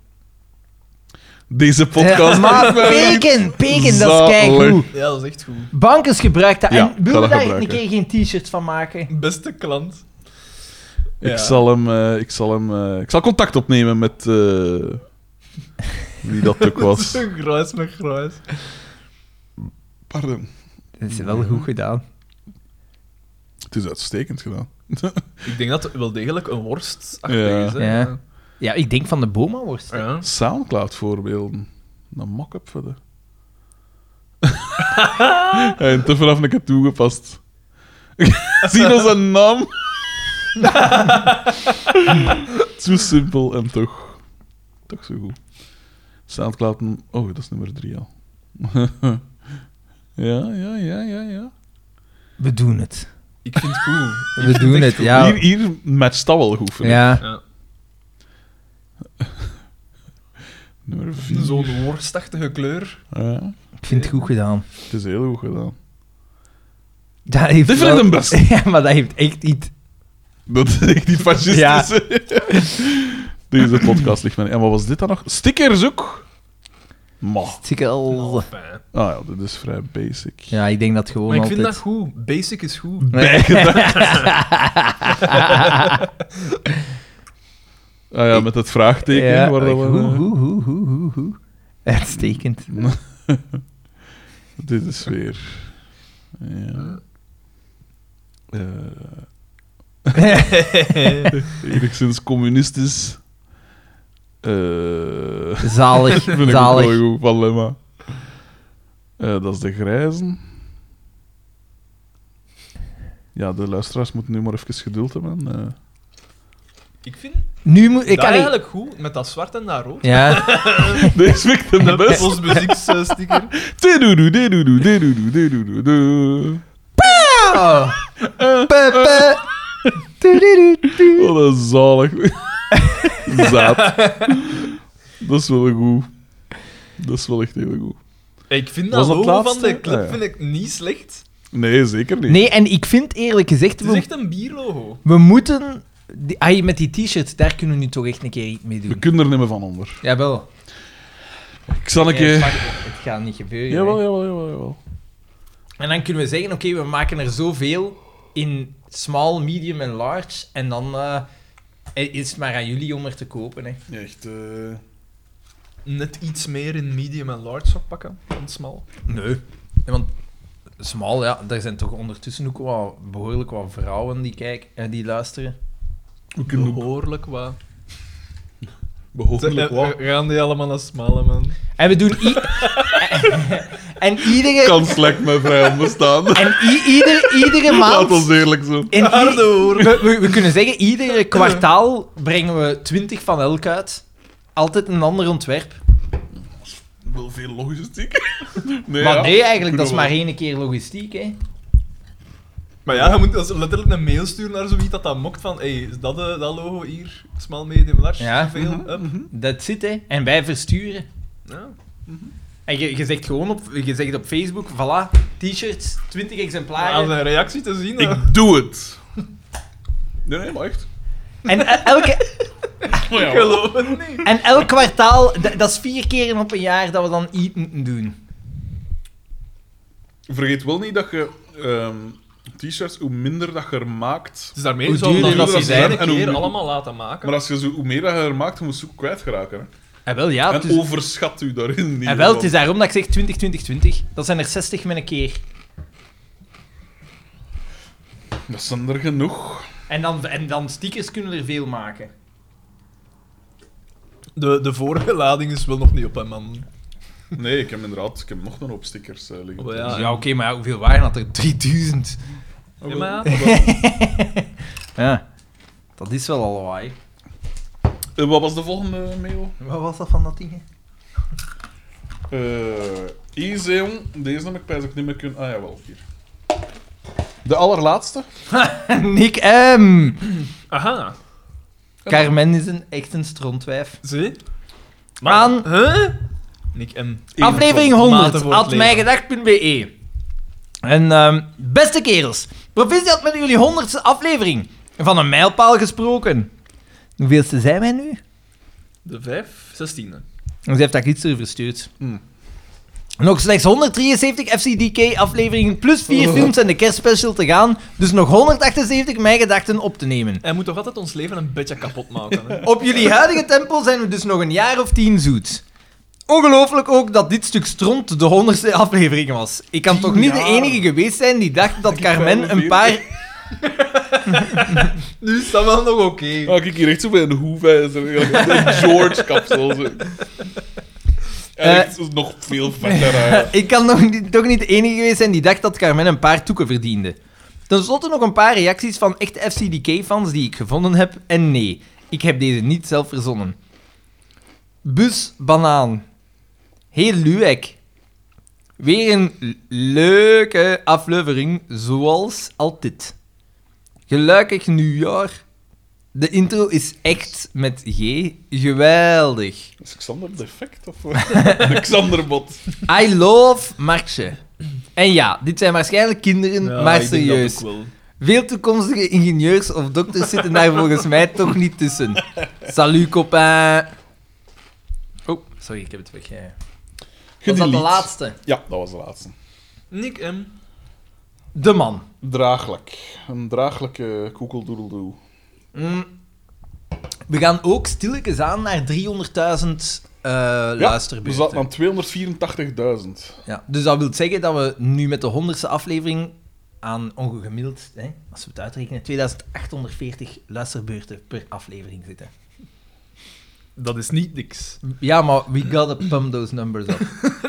[SPEAKER 3] Deze podcast.
[SPEAKER 1] Ja, maar peken, peken, dat
[SPEAKER 3] Zalig.
[SPEAKER 1] is keigoed.
[SPEAKER 4] Ja, dat is echt goed.
[SPEAKER 1] Bankers gebruikt dat.
[SPEAKER 3] Ja,
[SPEAKER 1] en wil je
[SPEAKER 3] dat
[SPEAKER 1] daar een
[SPEAKER 3] gebruiken.
[SPEAKER 1] keer geen t-shirt van maken?
[SPEAKER 4] Beste klant.
[SPEAKER 3] Ik
[SPEAKER 4] Ja.
[SPEAKER 3] zal hem, eh, ik zal hem, eh, ik zal contact opnemen met eh, wie dat ook was.
[SPEAKER 4] Een gruis met gruis.
[SPEAKER 3] Pardon.
[SPEAKER 1] Dat is wel goed gedaan.
[SPEAKER 3] Het is uitstekend gedaan.
[SPEAKER 4] Ik denk dat het wel degelijk een worst
[SPEAKER 3] Ja.
[SPEAKER 4] is. Hè?
[SPEAKER 1] Ja. Ja, ik denk van de Boma-worst.
[SPEAKER 4] Ja.
[SPEAKER 3] Soundcloud voorbeelden. Een mock-up voor de. en te vanaf een keer toegepast. Zie ons een naam. Zo simpel en toch, toch zo goed. Soundcloud, oh, dat is nummer drie al. ja, ja, ja, ja, ja.
[SPEAKER 1] We doen het.
[SPEAKER 4] Ik vind het goed.
[SPEAKER 1] We doen het, ja.
[SPEAKER 3] Hier, hier matcht dat wel goed, vind ik.
[SPEAKER 1] Ja.
[SPEAKER 4] Ja.
[SPEAKER 3] Nummer 4.
[SPEAKER 4] Zo'n worstachtige kleur.
[SPEAKER 3] Ja,
[SPEAKER 1] Ik vind het goed gedaan.
[SPEAKER 3] het is heel goed gedaan.
[SPEAKER 1] Dat heeft
[SPEAKER 3] Dit vind ik
[SPEAKER 1] wel-
[SPEAKER 3] hem best.
[SPEAKER 1] Ja, maar dat heeft echt iets...
[SPEAKER 3] Dat is echt niet fascistisch.
[SPEAKER 1] Ja.
[SPEAKER 3] Deze podcast ligt mij niet. En wat was dit dan nog? Stickers ook? Maar.
[SPEAKER 1] Tikkel.
[SPEAKER 4] Fijn.
[SPEAKER 3] Ah ja, dit is vrij basic.
[SPEAKER 1] Ja, ik denk dat gewoon
[SPEAKER 4] Maar ik
[SPEAKER 1] altijd...
[SPEAKER 4] vind dat goed. Basic is goed.
[SPEAKER 3] Bijgedacht. ah ja, met het vraagteken.
[SPEAKER 1] Ja,
[SPEAKER 3] waar dat we,
[SPEAKER 1] hoe, hoe, hoe, hoe, hoe, hoe. Uitstekend.
[SPEAKER 3] Dit is weer. Ja. Eh, enigszins communistisch. Eh
[SPEAKER 1] Zalig,
[SPEAKER 3] vind ik ook wel
[SPEAKER 1] zalig.
[SPEAKER 3] een goed van Lemma. Eh, dat is de grijzen. Ja, de luisteraars moeten nu maar even geduld hebben. eh.
[SPEAKER 4] Ik vind
[SPEAKER 1] Nu moet ik...
[SPEAKER 4] dat
[SPEAKER 1] allee-
[SPEAKER 4] eigenlijk goed, met dat zwart en dat rood. eh,
[SPEAKER 1] Ja,
[SPEAKER 3] Deze vind ik de
[SPEAKER 4] Dat is
[SPEAKER 3] best.
[SPEAKER 4] ons muzieksticker.
[SPEAKER 3] Didoedoe, didoedoe, didoedoe, didoedoe, doe.
[SPEAKER 1] Pepe. Tudududu.
[SPEAKER 3] Wat een zalig. Zaad. Dat is wel goed. Dat is wel echt heel goed.
[SPEAKER 4] Ik vind dat
[SPEAKER 3] Was dat het
[SPEAKER 4] logo van
[SPEAKER 3] laatste?
[SPEAKER 4] de club
[SPEAKER 3] Ah, ja.
[SPEAKER 4] vind ik niet slecht.
[SPEAKER 3] Nee, zeker niet.
[SPEAKER 1] Nee, en ik vind eerlijk gezegd,
[SPEAKER 4] Het is
[SPEAKER 1] we,
[SPEAKER 4] echt een bierlogo.
[SPEAKER 1] we moeten... Die, ah, met die t-shirt, daar kunnen we nu toch echt een keer iets mee
[SPEAKER 3] We
[SPEAKER 1] doen.
[SPEAKER 3] kunnen er niet meer van onder.
[SPEAKER 1] Jawel.
[SPEAKER 3] Ik zal een
[SPEAKER 1] Ja,
[SPEAKER 3] keer...
[SPEAKER 1] fuck it, het gaat niet gebeuren.
[SPEAKER 3] Jawel,
[SPEAKER 1] hè.
[SPEAKER 3] jawel, jawel. jawel.
[SPEAKER 1] En dan kunnen we zeggen, oké, we maken er zoveel in small, medium en large. En dan eh, is het maar aan jullie om er te kopen. Hè.
[SPEAKER 3] Echt... eh,
[SPEAKER 4] Net iets meer in medium en large zou ik pakken dan smal.
[SPEAKER 1] Nee. Want small, ja, daar zijn toch ondertussen ook wel behoorlijk wat vrouwen die, kijken, en die luisteren.
[SPEAKER 3] We kunnen ook
[SPEAKER 4] Behoorlijk wat.
[SPEAKER 3] behoorlijk wat.
[SPEAKER 4] Eh, eh, Gaan die allemaal naar smalle man?
[SPEAKER 1] En we doen... i- en iedere...
[SPEAKER 3] kans lijkt mij vrij onbestaan.
[SPEAKER 1] En i- ieder- iedere
[SPEAKER 3] Laat ons
[SPEAKER 1] maand...
[SPEAKER 3] eerlijk zijn.
[SPEAKER 1] In ieder-
[SPEAKER 4] Harde hoor.
[SPEAKER 1] we, we, we kunnen zeggen, iedere kwartaal brengen we 20 van elk uit. Altijd een ander ontwerp.
[SPEAKER 3] Wel veel logistiek. Nee,
[SPEAKER 1] maar
[SPEAKER 3] ja.
[SPEAKER 1] nee, eigenlijk, dat is
[SPEAKER 3] Kunnen
[SPEAKER 1] maar
[SPEAKER 3] we
[SPEAKER 1] één keer logistiek, hè.
[SPEAKER 4] Maar ja, je moet als- letterlijk een mail sturen naar zoiets dat dat mokt van hey, is dat, de, dat logo hier? Smal, medium, large?
[SPEAKER 1] Ja.
[SPEAKER 4] te Veel? Up?
[SPEAKER 1] Dat zit, hè. En wij versturen.
[SPEAKER 4] Ja.
[SPEAKER 1] En je, je zegt gewoon op, je zegt op Facebook, voilà, t-shirts, 20
[SPEAKER 4] Maar aan
[SPEAKER 1] exemplaren.
[SPEAKER 4] zijn reactie te zien... eh,
[SPEAKER 3] Ik doe het. Nee, nee, maar echt.
[SPEAKER 1] En e- elke,
[SPEAKER 3] Maar ja,
[SPEAKER 4] geloof het niet.
[SPEAKER 1] en elk kwartaal, d- dat is vier keer op een jaar dat we dan iets moeten doen.
[SPEAKER 3] vergeet wel niet dat je ehm, t-shirts, hoe minder dat je er maakt...
[SPEAKER 4] Dus daarmee
[SPEAKER 1] Hoe
[SPEAKER 4] zou
[SPEAKER 1] duurder
[SPEAKER 4] je
[SPEAKER 3] dat
[SPEAKER 4] dat
[SPEAKER 3] ze zijn
[SPEAKER 4] een
[SPEAKER 3] en hoe
[SPEAKER 4] keer
[SPEAKER 3] meer-
[SPEAKER 4] allemaal laten maken.
[SPEAKER 3] Maar als je zo, hoe meer dat je er maakt, hoe moet je ook kwijt geraken. Hè?
[SPEAKER 1] En wel, ja.
[SPEAKER 3] en
[SPEAKER 1] Het is,
[SPEAKER 3] overschat u daarin niet.
[SPEAKER 1] en wel, het is daarom dat ik zeg 20, 20, 20. Dat zijn er 60 met een keer.
[SPEAKER 3] Dat zijn er genoeg.
[SPEAKER 1] En dan, en dan stickers kunnen er veel maken.
[SPEAKER 4] De, de vorige lading is wel nog niet op, hè, man.
[SPEAKER 3] Nee, ik heb inderdaad ik heb nog een hoop stickers eh, liggen.
[SPEAKER 4] Oh, ja.
[SPEAKER 1] Dus Ja, oké, maar ja, hoeveel waren dat er? 3000.
[SPEAKER 3] Oh,
[SPEAKER 4] Ja,
[SPEAKER 3] wel.
[SPEAKER 4] maar-
[SPEAKER 1] Ja. Dat is wel al lawaai.
[SPEAKER 3] Eh, wat was de volgende mail?
[SPEAKER 1] Wat was dat van dat ding?
[SPEAKER 3] Eh easy, jong. Deze heb ik pijs ook niet meer kunnen... Ah, jawel, hier. De allerlaatste.
[SPEAKER 1] Nick M.
[SPEAKER 4] Aha,
[SPEAKER 1] Carmen is een, echt een strontwijf.
[SPEAKER 4] zie?
[SPEAKER 1] Aan
[SPEAKER 4] Huh? Nick M.
[SPEAKER 1] aflevering
[SPEAKER 4] Eén tot
[SPEAKER 1] 100,
[SPEAKER 4] mate voor
[SPEAKER 1] at
[SPEAKER 4] het leven.
[SPEAKER 1] mijgedacht.be. E. En ehm, beste kerels, proficiat met jullie 100ste aflevering. Van een mijlpaal gesproken. Hoeveelste zijn wij nu?
[SPEAKER 4] De 5, 16.
[SPEAKER 1] Ze heeft daar iets over verstuurd.
[SPEAKER 3] Hmm.
[SPEAKER 1] Nog slechts 173 FCDK afleveringen plus 4 films en de kerstspecial te gaan. Dus nog 178 mijn gedachten op te nemen.
[SPEAKER 4] Hij moet toch altijd ons leven een beetje kapot maken. Hè?
[SPEAKER 1] Op jullie huidige tempo zijn we dus nog een jaar of tien zoet. Ongelooflijk ook dat dit stuk stront de honderdste aflevering was. Ik kan toch niet de
[SPEAKER 3] jaar.
[SPEAKER 1] enige geweest zijn die dacht dat Carmen een paar...
[SPEAKER 4] nu is dat wel nog oké.
[SPEAKER 3] Ah, kijk hier echt zo bij een hoefijzer. Een George-kapsel. zo.
[SPEAKER 1] Eh.
[SPEAKER 3] En echt zo nog veel vetter uit.
[SPEAKER 1] Ik kan nog niet, toch niet de enige geweest zijn die dacht dat Carmen een paar toeken verdiende. Ten slotte nog een paar reacties van echte FCDK-fans die ik gevonden heb. En nee, ik heb deze niet zelf verzonnen. Bus Banaan. Heel Luwek. Weer een l- leuke aflevering, zoals altijd. Gelukkig nieuwjaar. De intro is echt met G. Geweldig.
[SPEAKER 3] Is Xander defect of wat? De Xanderbot.
[SPEAKER 1] I love Marxje. En ja, dit zijn waarschijnlijk kinderen, maar serieus. Veel toekomstige ingenieurs of dokters zitten daar volgens mij toch niet tussen. Salut, copain. Oh, sorry, ik heb het weg. Was dat de
[SPEAKER 3] Gedelete.
[SPEAKER 1] laatste?
[SPEAKER 3] Ja, dat was de laatste.
[SPEAKER 4] Nick M.
[SPEAKER 1] De man.
[SPEAKER 3] Draaglijk. Een draaglijke koekeldoedeldoe.
[SPEAKER 1] Mm. We gaan ook stilletjes aan naar 300.000 eh
[SPEAKER 3] we
[SPEAKER 1] luisterbeurten.
[SPEAKER 3] zaten aan 284.000.
[SPEAKER 1] Ja, dus dat wil zeggen dat we nu met de honderdste aflevering aan ongegemiddeld, hè, als we het uitrekenen, 2840 luisterbeurten per aflevering zitten.
[SPEAKER 4] Dat is niet niks.
[SPEAKER 1] Ja, maar we gotta pump those numbers up.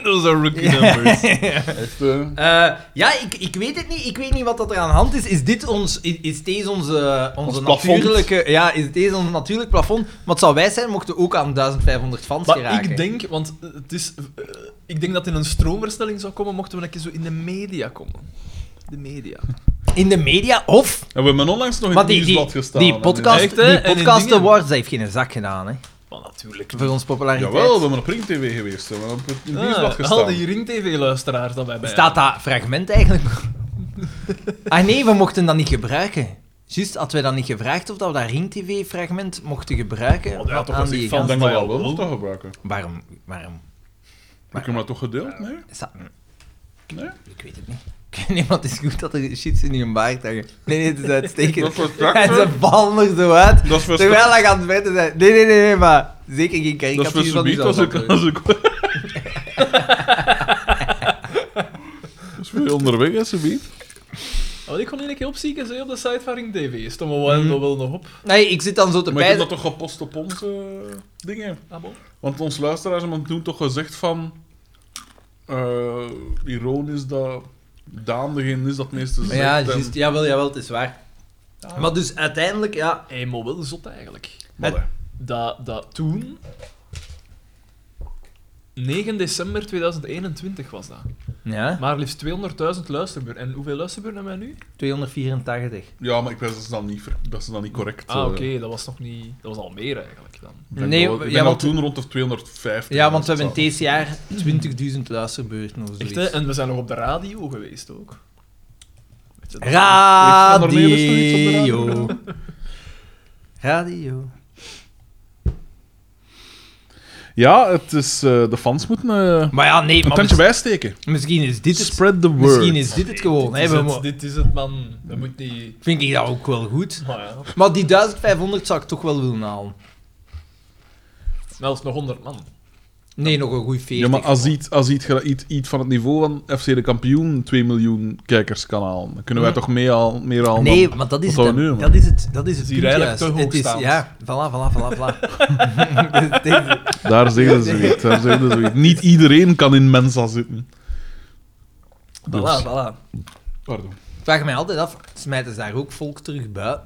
[SPEAKER 4] Those are rookie numbers.
[SPEAKER 3] Echt, eh,
[SPEAKER 1] Eh, ja, ik, ik weet het niet. Ik weet niet wat dat er aan de hand is. Is dit ons, is, is deze onze, onze
[SPEAKER 3] Ons plafond.
[SPEAKER 1] natuurlijke... Ja, is deze ons natuurlijk plafond? Maar het zou wij zijn mochten we ook aan 1500 fans
[SPEAKER 4] maar
[SPEAKER 1] geraken.
[SPEAKER 4] ik denk, want eh, het is, eh, ik denk dat het in een stroomversnelling zou komen mochten we een keer zo in de media komen. De media.
[SPEAKER 1] In de media of...
[SPEAKER 3] En we hebben onlangs nog in
[SPEAKER 1] Want
[SPEAKER 3] het
[SPEAKER 1] die, die,
[SPEAKER 3] nieuwsblad gestaan.
[SPEAKER 1] die
[SPEAKER 3] en-
[SPEAKER 1] podcast,
[SPEAKER 4] Echt, hè?
[SPEAKER 1] die
[SPEAKER 4] En in
[SPEAKER 1] podcast
[SPEAKER 4] dingen.
[SPEAKER 1] awards, dat heeft geen zak gedaan, hè.
[SPEAKER 4] Maar natuurlijk.
[SPEAKER 1] Voor ons populariteit.
[SPEAKER 3] Jawel, we hebben op Ring TV geweest. hè. We hebben op het nieuwsblad
[SPEAKER 4] Ah, al
[SPEAKER 3] gestaan.
[SPEAKER 4] die ring-tv-luisteraars dat wij bij
[SPEAKER 1] Staat dat fragment eigenlijk nog? ah nee, we mochten dat niet gebruiken. Juist, hadden wij dan niet gevraagd of dat we dat Ring TV-fragment mochten gebruiken?
[SPEAKER 4] Oh, ja, toch
[SPEAKER 1] aan
[SPEAKER 4] als ik
[SPEAKER 1] die
[SPEAKER 4] van
[SPEAKER 3] Ik
[SPEAKER 1] gast-
[SPEAKER 3] denk
[SPEAKER 4] Maar
[SPEAKER 3] dat
[SPEAKER 4] ja,
[SPEAKER 3] wel
[SPEAKER 4] wel.
[SPEAKER 3] wel dat gebruiken.
[SPEAKER 1] Waarom? Waarom?
[SPEAKER 3] Heb je hem dat toch gedeeld? Nee?
[SPEAKER 1] Is dat...
[SPEAKER 3] Nee?
[SPEAKER 1] Ik weet het niet. Nee, want het is goed dat er shit in je baard hangen. Nee, nee, het is
[SPEAKER 3] Dat
[SPEAKER 1] uitstekend.
[SPEAKER 3] was
[SPEAKER 1] En ze
[SPEAKER 3] straks.
[SPEAKER 1] vallen er zo uit.
[SPEAKER 3] Dat is voor
[SPEAKER 1] Terwijl hij aan het wedden zijn. Nee, nee, nee, nee, maar zeker geen
[SPEAKER 3] Dat
[SPEAKER 1] karikatuur
[SPEAKER 3] is voor
[SPEAKER 1] van die
[SPEAKER 3] subiet als ik...
[SPEAKER 1] zal
[SPEAKER 3] Als ik... Dat is voor je onderweg, hè, subiet.
[SPEAKER 4] Oh, ik kon een keer opzieken zo, op de site van Ring TV. Stond me wel,
[SPEAKER 1] Mhm.
[SPEAKER 4] wel nog op.
[SPEAKER 1] Nee, ik zit dan zo te
[SPEAKER 3] Maar ik heb dat
[SPEAKER 1] pijzen.
[SPEAKER 3] toch gepost op onze dingen?
[SPEAKER 4] Ah, bon.
[SPEAKER 3] Want ons luisteraars hebben toen toch gezegd van... eh, ironisch dat Daan degene is dat het meeste zegt.
[SPEAKER 1] Ja,
[SPEAKER 3] en-
[SPEAKER 1] juist. Jawel, jawel, het is waar.
[SPEAKER 4] Ah.
[SPEAKER 1] Maar dus uiteindelijk, ja...
[SPEAKER 4] Hey, maar Ah, wel zot eigenlijk.
[SPEAKER 3] Maar, hè.
[SPEAKER 4] Dat, dat toen... 9 december 2021 was dat.
[SPEAKER 1] Ja?
[SPEAKER 4] Maar liefst 200.000 luisterburen. En hoeveel luisterburen hebben wij nu?
[SPEAKER 1] 284.
[SPEAKER 3] Ja, maar ik weet dat ze dat niet, ver- dat ze dat niet correct...
[SPEAKER 4] Ah,
[SPEAKER 3] eh,
[SPEAKER 4] oké, dat was nog niet... Dat was al meer eigenlijk dan.
[SPEAKER 3] Ik denk
[SPEAKER 1] Nee,
[SPEAKER 3] wel- ik denk
[SPEAKER 1] ja,
[SPEAKER 3] dat
[SPEAKER 1] want-
[SPEAKER 3] toen rond de 250.
[SPEAKER 1] Ja, want we hebben
[SPEAKER 3] zaten.
[SPEAKER 1] deze jaar 20.000 luisterbeurten of
[SPEAKER 4] Echt, hè?
[SPEAKER 1] zoiets.
[SPEAKER 4] En we zijn nog op de radio geweest ook. Weet je dat?
[SPEAKER 3] Heeft Van der Meulen zoiets op de radio
[SPEAKER 1] Radio.
[SPEAKER 3] gedaan?
[SPEAKER 1] Radio.
[SPEAKER 3] Ja, het is, eh, de fans moeten eh
[SPEAKER 1] Maar ja, nee,
[SPEAKER 3] een
[SPEAKER 1] maar
[SPEAKER 3] tandje bijsteken.
[SPEAKER 1] misschien is dit het.
[SPEAKER 3] Spread the word.
[SPEAKER 1] Misschien is dit het gewoon.
[SPEAKER 4] Dit is
[SPEAKER 1] Hè, we
[SPEAKER 4] het,
[SPEAKER 1] mo-
[SPEAKER 4] dit is het, man. Dat moet niet...
[SPEAKER 1] Vind ik dat ook wel goed.
[SPEAKER 4] Maar ja,
[SPEAKER 1] Maar die 1500 zou ik toch wel willen halen.
[SPEAKER 4] wel is nog 100 man.
[SPEAKER 1] Nee, nog een goede 40.
[SPEAKER 3] Ja, maar als iets, als iets, gra- iets, iets van het niveau van FC de kampioen 2 miljoen kijkers kan halen, dan kunnen wij
[SPEAKER 1] Hm.
[SPEAKER 3] toch meer, al, meer halen dan-
[SPEAKER 1] Nee, maar dat is
[SPEAKER 3] wat
[SPEAKER 1] het.
[SPEAKER 3] dan nu,
[SPEAKER 1] hè.
[SPEAKER 3] man?
[SPEAKER 1] dat is het. Dat is het.
[SPEAKER 4] is hier
[SPEAKER 1] punt
[SPEAKER 4] eigenlijk
[SPEAKER 1] juist.
[SPEAKER 4] te
[SPEAKER 1] Het is-
[SPEAKER 4] hoogstaand.
[SPEAKER 1] Ja, voilà, voilà, voilà, voilà. Deze-
[SPEAKER 3] Daar zeggen ze zoiets. Daar zeggen ze zoiets. Niet iedereen kan in Mensa zitten.
[SPEAKER 1] voilà,
[SPEAKER 3] Dus-
[SPEAKER 1] voilà.
[SPEAKER 3] Pardon.
[SPEAKER 1] Ik vraag mij altijd af, smijten ze daar ook volk terug buiten?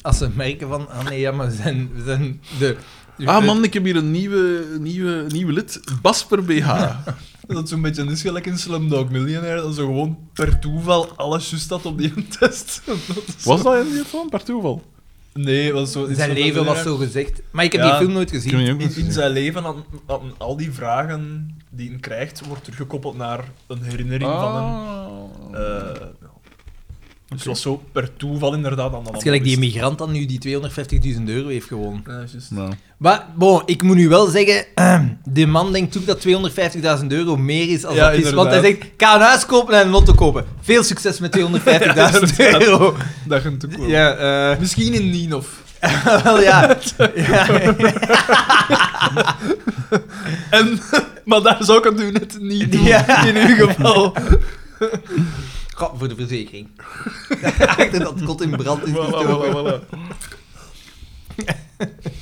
[SPEAKER 1] Als ze merken van, ah nee, ja, maar we zijn, we zijn de...
[SPEAKER 3] Ah
[SPEAKER 1] de-
[SPEAKER 3] man, ik heb hier een nieuwe, nieuwe, nieuwe lid. Basper BH.
[SPEAKER 4] Dat zo'n beetje is gelijk in Slumdog Millionaire, dat ze gewoon per toeval alles juist had op die test.
[SPEAKER 3] Was dat in ieder geval per toeval?
[SPEAKER 4] Nee, was zo... in
[SPEAKER 1] Zijn
[SPEAKER 4] Slumdog
[SPEAKER 1] leven was
[SPEAKER 4] Millionaire-
[SPEAKER 1] zo gezegd. Maar ik heb
[SPEAKER 4] Ja.
[SPEAKER 1] die film nooit
[SPEAKER 3] Ik heb
[SPEAKER 1] gezien.
[SPEAKER 3] die ook niet
[SPEAKER 4] In, in
[SPEAKER 3] gezien.
[SPEAKER 4] zijn leven, aan, aan al die vragen die hij krijgt, wordt teruggekoppeld naar een herinnering van hem.
[SPEAKER 3] Ah.
[SPEAKER 4] Eh, ja. Dus het was zo per toeval inderdaad aan de
[SPEAKER 1] Het is gelijk die immigrant dan nu die 250.000 euro heeft gewonnen.
[SPEAKER 4] Ja, juist.
[SPEAKER 3] Nou.
[SPEAKER 1] Maar, bon, ik moet nu wel zeggen, die man denkt ook dat 250.000 euro meer is dan
[SPEAKER 4] Ja,
[SPEAKER 1] dat is. Want hij
[SPEAKER 4] inderdaad.
[SPEAKER 1] zegt, ik ga een huis kopen en een lotto kopen. Veel succes met 250.000
[SPEAKER 4] Ja, inderdaad.
[SPEAKER 1] euro.
[SPEAKER 4] Dat ging te cool.
[SPEAKER 1] Ja, eh...
[SPEAKER 4] Misschien in Ninov.
[SPEAKER 1] wel ja. ja.
[SPEAKER 4] En, maar daar zou ik het nu net niet doen,
[SPEAKER 1] Ja.
[SPEAKER 4] in uw geval.
[SPEAKER 1] Goh, voor de verzekering. Achter dat kot in brand is
[SPEAKER 3] Voilà,
[SPEAKER 1] gestoken.
[SPEAKER 3] voilà, voilà.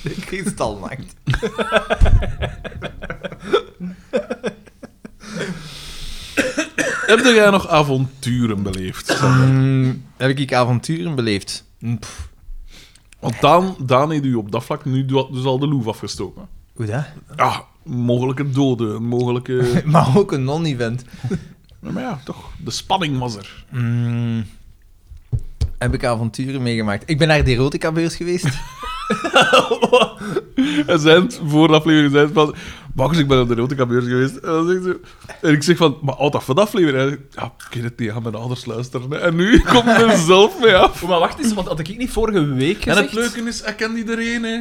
[SPEAKER 1] De kristalmarkt.
[SPEAKER 3] Heb jij nog avonturen beleefd?
[SPEAKER 1] Ehm, heb ik avonturen beleefd? Pff,
[SPEAKER 3] Want Daan, Daan heeft u op dat vlak nu do- dus al de loef afgestoken.
[SPEAKER 1] hoe dat?
[SPEAKER 3] Ah, mogelijke doden, een mogelijke...
[SPEAKER 1] Maar ook een non-event.
[SPEAKER 3] Ja, maar ja, toch. De spanning was er.
[SPEAKER 1] Mm, heb ik avonturen meegemaakt? Ik ben naar de erotica-beurs geweest.
[SPEAKER 3] En zijn voor de aflevering zei het van... Marcus, ik ben op de Rotekabeurs geweest. En, dan zegt ze, en ik zeg van, maar altijd dat van de aflevering? En hij zegt, ja, ik weet het niet, aan mijn ouders luisteren. hè. En nu komt er zelf mee af.
[SPEAKER 4] Oh, maar wacht eens, want had ik niet vorige week gezegd...
[SPEAKER 3] En het leuke is, ik ken iedereen, hè.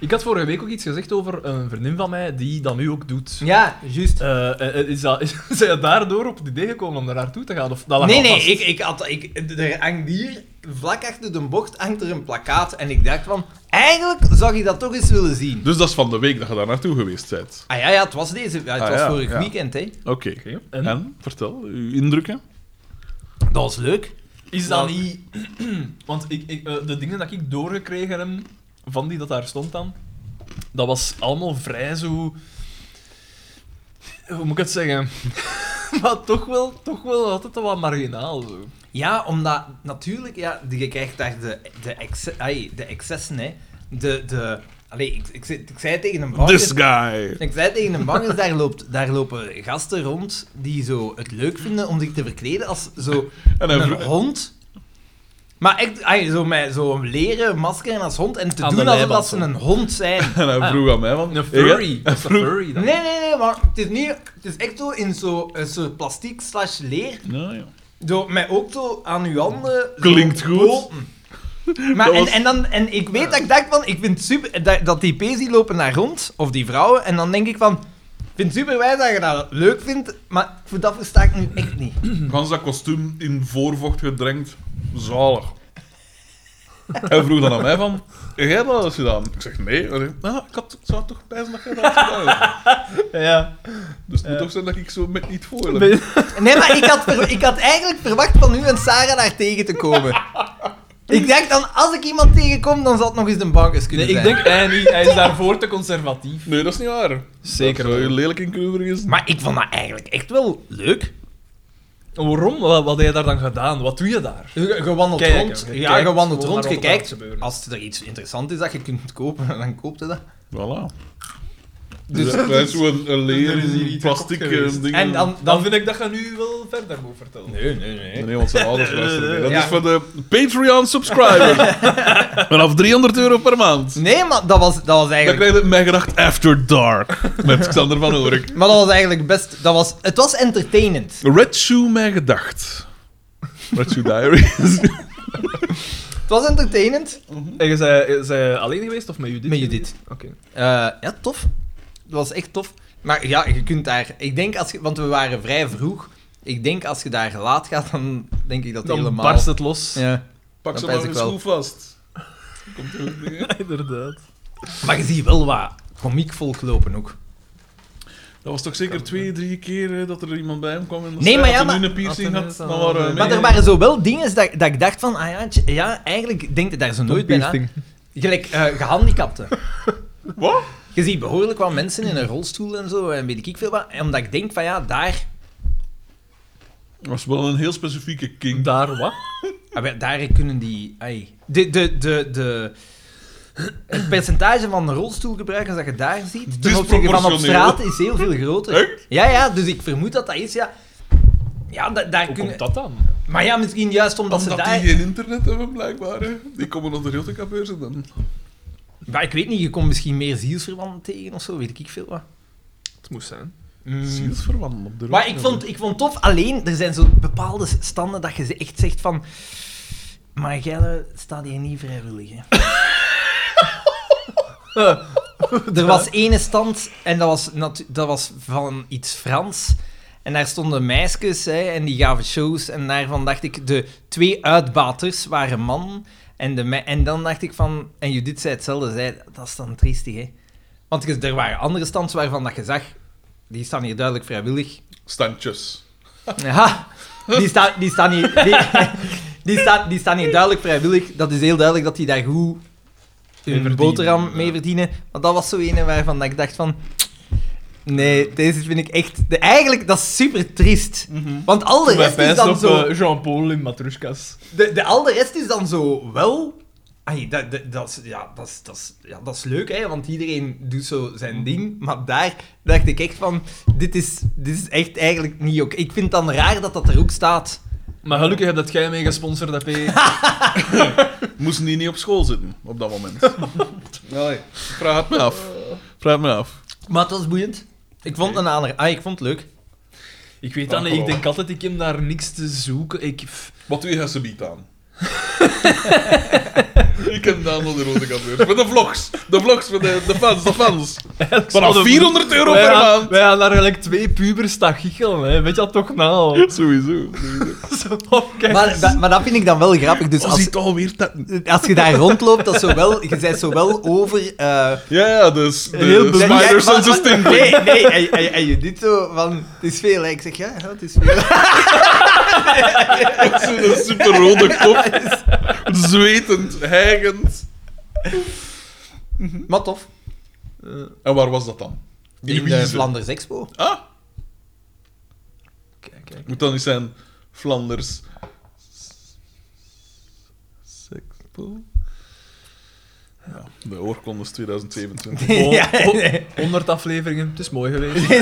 [SPEAKER 4] Ik had vorige week ook iets gezegd over een vriendin van mij die dat nu ook doet.
[SPEAKER 1] Ja, juist.
[SPEAKER 4] Eh, eh, eh, is dat, zijn je daardoor op het idee gekomen om daar naartoe te gaan? Of dat lag
[SPEAKER 1] Nee,
[SPEAKER 4] al
[SPEAKER 1] nee,
[SPEAKER 4] vast?
[SPEAKER 1] ik, ik had, ik, er hangt hier, vlak achter de bocht, hangt er een plakkaat. En ik dacht van, eigenlijk zou ik dat toch eens willen zien.
[SPEAKER 3] Dus dat is van de week dat je daar naartoe geweest bent.
[SPEAKER 1] Ah ja, ja het was deze, ja, het
[SPEAKER 3] Ah
[SPEAKER 1] was
[SPEAKER 3] ja,
[SPEAKER 1] vorig
[SPEAKER 3] ja.
[SPEAKER 1] weekend, hè.
[SPEAKER 3] Oké.
[SPEAKER 4] En?
[SPEAKER 3] En? Vertel, uw indrukken?
[SPEAKER 1] Dat was leuk.
[SPEAKER 4] Is dat
[SPEAKER 1] Nou.
[SPEAKER 4] niet... Want ik, ik, eh, de dingen dat ik doorgekregen heb van die dat daar stond dan, dat was allemaal vrij zo... Hoe moet ik het zeggen? maar toch wel, toch wel altijd wel wat marginaal. Zo.
[SPEAKER 1] Ja, omdat natuurlijk, ja, je krijgt daar de, de, exce- ai, de excessen, hè. De, de, allee, ik, ik, zei- ik zei tegen een bangens,
[SPEAKER 3] This guy!
[SPEAKER 1] Oh, ik zei tegen een bangens, daar, loopt, daar lopen gasten rond die zo het leuk vinden om zich te verkleden als zo
[SPEAKER 3] En hij
[SPEAKER 1] een
[SPEAKER 3] vroeg-
[SPEAKER 1] hond. Maar echt, ai, zo met zo'n leren masker en als hond en te
[SPEAKER 4] Aan de
[SPEAKER 1] doen alsof
[SPEAKER 4] lijband,
[SPEAKER 1] dat ze
[SPEAKER 4] zo.
[SPEAKER 1] een hond zijn.
[SPEAKER 3] En hij vroeg aan mij, want...
[SPEAKER 4] Een furry.
[SPEAKER 3] Hij
[SPEAKER 4] Dat is een
[SPEAKER 3] vroeg...
[SPEAKER 4] furry dan.
[SPEAKER 1] Nee, nee, nee, maar het is, niet, het is echt zo in zo'n soort plastic slash leer
[SPEAKER 3] Ja, ja.
[SPEAKER 1] Zo, met ook zo aan uw handen. zo
[SPEAKER 3] Klinkt goed.
[SPEAKER 1] boten. Maar
[SPEAKER 3] Dat
[SPEAKER 1] en,
[SPEAKER 3] was-
[SPEAKER 1] en, dan, en ik weet dat ik dacht van, ik vind het super dat, dat die P's die lopen daar rond, of die vrouwen, en dan denk ik van, ik vind het super wijs dat je dat leuk vindt, maar voor dat versta ik nu echt niet.
[SPEAKER 3] Gans dat kostuum in voorvocht gedrenkt. Zalig. Hij vroeg dan aan mij van, heb jij dat eens gedaan? Ik zeg, nee. Hij zegt, nou, ik had, zou toch bij zijn dat jij dat had gedaan
[SPEAKER 4] Ja.
[SPEAKER 3] Dus het moet
[SPEAKER 4] Ja.
[SPEAKER 3] toch zijn dat ik zo met niet voor heb.
[SPEAKER 4] Ben-
[SPEAKER 1] Nee, maar ik had, ver- ik had eigenlijk verwacht van u en Sarah daar tegen te komen. Ik dacht dan, als ik iemand tegenkom, dan zal het nog eens een bankers kunnen
[SPEAKER 4] Nee, ik
[SPEAKER 1] zijn.
[SPEAKER 4] denk hij niet. Hij is daarvoor te conservatief.
[SPEAKER 3] Nee, dat is niet waar.
[SPEAKER 4] Zeker
[SPEAKER 3] Daar zou je
[SPEAKER 4] wel.
[SPEAKER 3] lelijk in kunnen vergissen.
[SPEAKER 1] Maar ik vond dat eigenlijk echt wel leuk.
[SPEAKER 4] Waarom? Wat, wat heb je daar dan gedaan? Wat doe je daar?
[SPEAKER 1] Gewandeld
[SPEAKER 4] Kijken,
[SPEAKER 1] rond.
[SPEAKER 4] je
[SPEAKER 1] Ja,
[SPEAKER 4] kijkt
[SPEAKER 1] gewandeld
[SPEAKER 4] gewoon
[SPEAKER 1] rond.
[SPEAKER 4] naar
[SPEAKER 1] Je
[SPEAKER 4] wat er
[SPEAKER 1] kijkt.
[SPEAKER 4] gebeurt.
[SPEAKER 1] Als er iets interessants is dat je kunt kopen, dan koopt je dat.
[SPEAKER 3] Voilà.
[SPEAKER 1] Dus-
[SPEAKER 3] Dus dat is zo'n een
[SPEAKER 4] Er is hier
[SPEAKER 3] leren,
[SPEAKER 4] iets
[SPEAKER 3] plastic
[SPEAKER 4] kapot geweest.
[SPEAKER 3] eh, ding.
[SPEAKER 1] En dan,
[SPEAKER 4] Dan
[SPEAKER 1] dan...
[SPEAKER 4] vind ik dat je nu wel verder moet vertellen.
[SPEAKER 1] Nee, nee, nee.
[SPEAKER 3] Nee, want zijn ouders luisteren mee. Dat
[SPEAKER 1] Ja.
[SPEAKER 3] is voor de Patreon-subscriber. Vanaf 300 euro per maand.
[SPEAKER 1] Nee, maar dat was, dat was
[SPEAKER 3] Dan
[SPEAKER 1] eigenlijk...
[SPEAKER 3] krijg je mijn gedacht After Dark. Met Xander van Orik.
[SPEAKER 1] Maar dat was eigenlijk best... Dat was, het was entertainend.
[SPEAKER 3] Red Shoe, mijn gedacht. Red Shoe Diaries.
[SPEAKER 4] Het
[SPEAKER 1] was entertainend.
[SPEAKER 4] En je zij, zij alleen geweest of met Judith?
[SPEAKER 1] Met Judith.
[SPEAKER 4] Oké.
[SPEAKER 1] Eh, ja, tof. Dat was echt tof. Maar ja, je kunt daar... Ik denk als je... Want we waren vrij vroeg. Ik denk als je daar laat gaat, dan denk ik dat
[SPEAKER 4] Dan
[SPEAKER 1] helemaal...
[SPEAKER 4] barst het los.
[SPEAKER 1] Ja.
[SPEAKER 3] Pak
[SPEAKER 1] Dat
[SPEAKER 3] ze
[SPEAKER 1] pijs
[SPEAKER 3] maar
[SPEAKER 1] ik
[SPEAKER 3] eens
[SPEAKER 1] wel.
[SPEAKER 3] goed vast. Komt er ook dingen.
[SPEAKER 4] Inderdaad.
[SPEAKER 1] Maar je ziet wel wat komiek volk lopen ook.
[SPEAKER 3] Dat was toch zeker twee, drie keer hè, dat er iemand bij hem kwam en dat
[SPEAKER 1] Nee, maar ja, maar-
[SPEAKER 3] nu een piercing
[SPEAKER 4] Als er
[SPEAKER 3] had,
[SPEAKER 4] mensen
[SPEAKER 3] dan waren we
[SPEAKER 4] al-
[SPEAKER 1] Maar
[SPEAKER 3] mee.
[SPEAKER 1] er waren zo wel dingen dat, dat ik dacht van... Ah ja, tj- ja, eigenlijk denk je daar zo nooit bij na. Gelijk eh, gehandicapten.
[SPEAKER 3] Wat?
[SPEAKER 1] Je ziet behoorlijk wat mensen in een rolstoel en zo, en weet ik veel wat. En Omdat ik denk van ja, daar,
[SPEAKER 3] Dat was wel een heel specifieke king.
[SPEAKER 4] Daar wat?
[SPEAKER 1] ah, wel, daar kunnen die... ai. de, de, de, de, het percentage van rolstoelgebruikers dat je daar ziet, ten opzichte van op
[SPEAKER 3] Disproportioneel.
[SPEAKER 1] straat, is heel veel groter.
[SPEAKER 3] Echt?
[SPEAKER 1] Ja, ja, dus ik vermoed dat dat is, ja. Ja, da- daar
[SPEAKER 4] Hoe
[SPEAKER 1] kunnen...
[SPEAKER 4] komt dat dan?
[SPEAKER 1] Maar ja, misschien juist omdat,
[SPEAKER 3] Omdat
[SPEAKER 1] ze daar...
[SPEAKER 3] die geen internet hebben, blijkbaar. Hè. Die komen onder heel te kabeurzen dan.
[SPEAKER 4] eh,
[SPEAKER 1] Maar ik weet niet, je komt misschien meer zielsverwanten tegen of zo, weet ik veel wat.
[SPEAKER 4] Het moest zijn.
[SPEAKER 1] Mm.
[SPEAKER 3] Zielsverwant op de
[SPEAKER 1] Maar
[SPEAKER 3] rook,
[SPEAKER 1] ik
[SPEAKER 3] hè.
[SPEAKER 1] vond, ik vond tof, alleen er zijn zo bepaalde standen dat je ze echt zegt van. Maar Gelle staat hier niet vrijwillig. Hè. er was ene stand en dat was, natu- dat was van iets Frans. En daar stonden meisjes hè, en die gaven shows. En daarvan dacht ik, de twee uitbaters waren man. En, de me- en dan dacht ik van, en Judith zei hetzelfde, zei, dat is dan triestig hè. Want je- er waren andere stands waarvan dat je zag, die staan hier duidelijk vrijwillig.
[SPEAKER 3] Standjes.
[SPEAKER 1] Ja, die, staan die, staan hier, die, die, staan, die staan hier duidelijk vrijwillig. Dat is heel duidelijk dat die daar goed
[SPEAKER 3] Mee
[SPEAKER 1] hun
[SPEAKER 3] verdienen,
[SPEAKER 1] boterham
[SPEAKER 3] ja.
[SPEAKER 1] mee verdienen. Maar dat was zo ene waarvan dat ik dacht van... Nee, deze vind ik echt... de- eigenlijk, dat is super triest.
[SPEAKER 3] Mhm.
[SPEAKER 1] Want al de rest is dan
[SPEAKER 4] op
[SPEAKER 1] zo...
[SPEAKER 4] eh, Jean-Paul in Matruskas.
[SPEAKER 1] De, de, al de rest is dan zo wel... Ai, dat, dat, dat, is, ja, dat, is, dat, is, ja, dat is leuk, hè, want iedereen doet zo
[SPEAKER 3] Mhm.
[SPEAKER 1] zijn ding. Maar daar dacht ik echt van, dit is, dit is echt eigenlijk niet oké. Ik vind het dan raar dat dat er ook staat.
[SPEAKER 4] Maar gelukkig heb dat jij mee gesponsord, AP.
[SPEAKER 3] Moesten die niet op school zitten op dat moment?
[SPEAKER 2] Nee.
[SPEAKER 3] Vraag het me af. Vraag het me af.
[SPEAKER 1] Maar het was boeiend. Ik vond het een aanrader. Ah, ik vond het leuk.
[SPEAKER 4] ik weet dat niet, ik denk altijd, ik heb daar niks te zoeken. Ik, pff,
[SPEAKER 3] Wat doe je ze biedt aan? ik heb daar nog de rode kampeur. Met de vlogs. De vlogs van de, de fans, de fans. Vanaf 400 euro
[SPEAKER 4] wij
[SPEAKER 3] per
[SPEAKER 4] gaan-
[SPEAKER 3] maand.
[SPEAKER 4] Wij gaan daar gelijk twee pubers staan giechelen, hè. weet je dat toch nou?
[SPEAKER 3] Sowieso.
[SPEAKER 4] Zo, oh, kijk
[SPEAKER 1] Maar,
[SPEAKER 4] eens.
[SPEAKER 1] da- maar dat vind ik dan wel grappig. Dus
[SPEAKER 3] Als
[SPEAKER 1] als,
[SPEAKER 3] ziet alweer dat...
[SPEAKER 1] als je daar rondloopt, dat is zowel, je bent zowel over... eh
[SPEAKER 3] Ja, ja, dus de
[SPEAKER 4] Heel
[SPEAKER 1] Ja, ja,
[SPEAKER 3] Spider
[SPEAKER 1] maar-
[SPEAKER 3] Sense
[SPEAKER 1] maar- Nee, nee, en, en, en je dit zo van... Het is veel, hè. Ik zeg, ja, ja, het is veel.
[SPEAKER 3] Een super rode kop. Zwetend, hijgend.
[SPEAKER 1] Maar tof.
[SPEAKER 3] En waar was dat dan?
[SPEAKER 1] In de
[SPEAKER 3] Louise.
[SPEAKER 1] Flanders Expo.
[SPEAKER 3] Ah,
[SPEAKER 4] Kijk, kijk.
[SPEAKER 3] moet dan niet zijn Flanders. Sexpo? Ja, de oorkondes 2027.
[SPEAKER 4] Bon,
[SPEAKER 1] Ja,
[SPEAKER 4] ho-
[SPEAKER 1] nee.
[SPEAKER 4] 100 afleveringen, het is mooi geweest.
[SPEAKER 1] Dit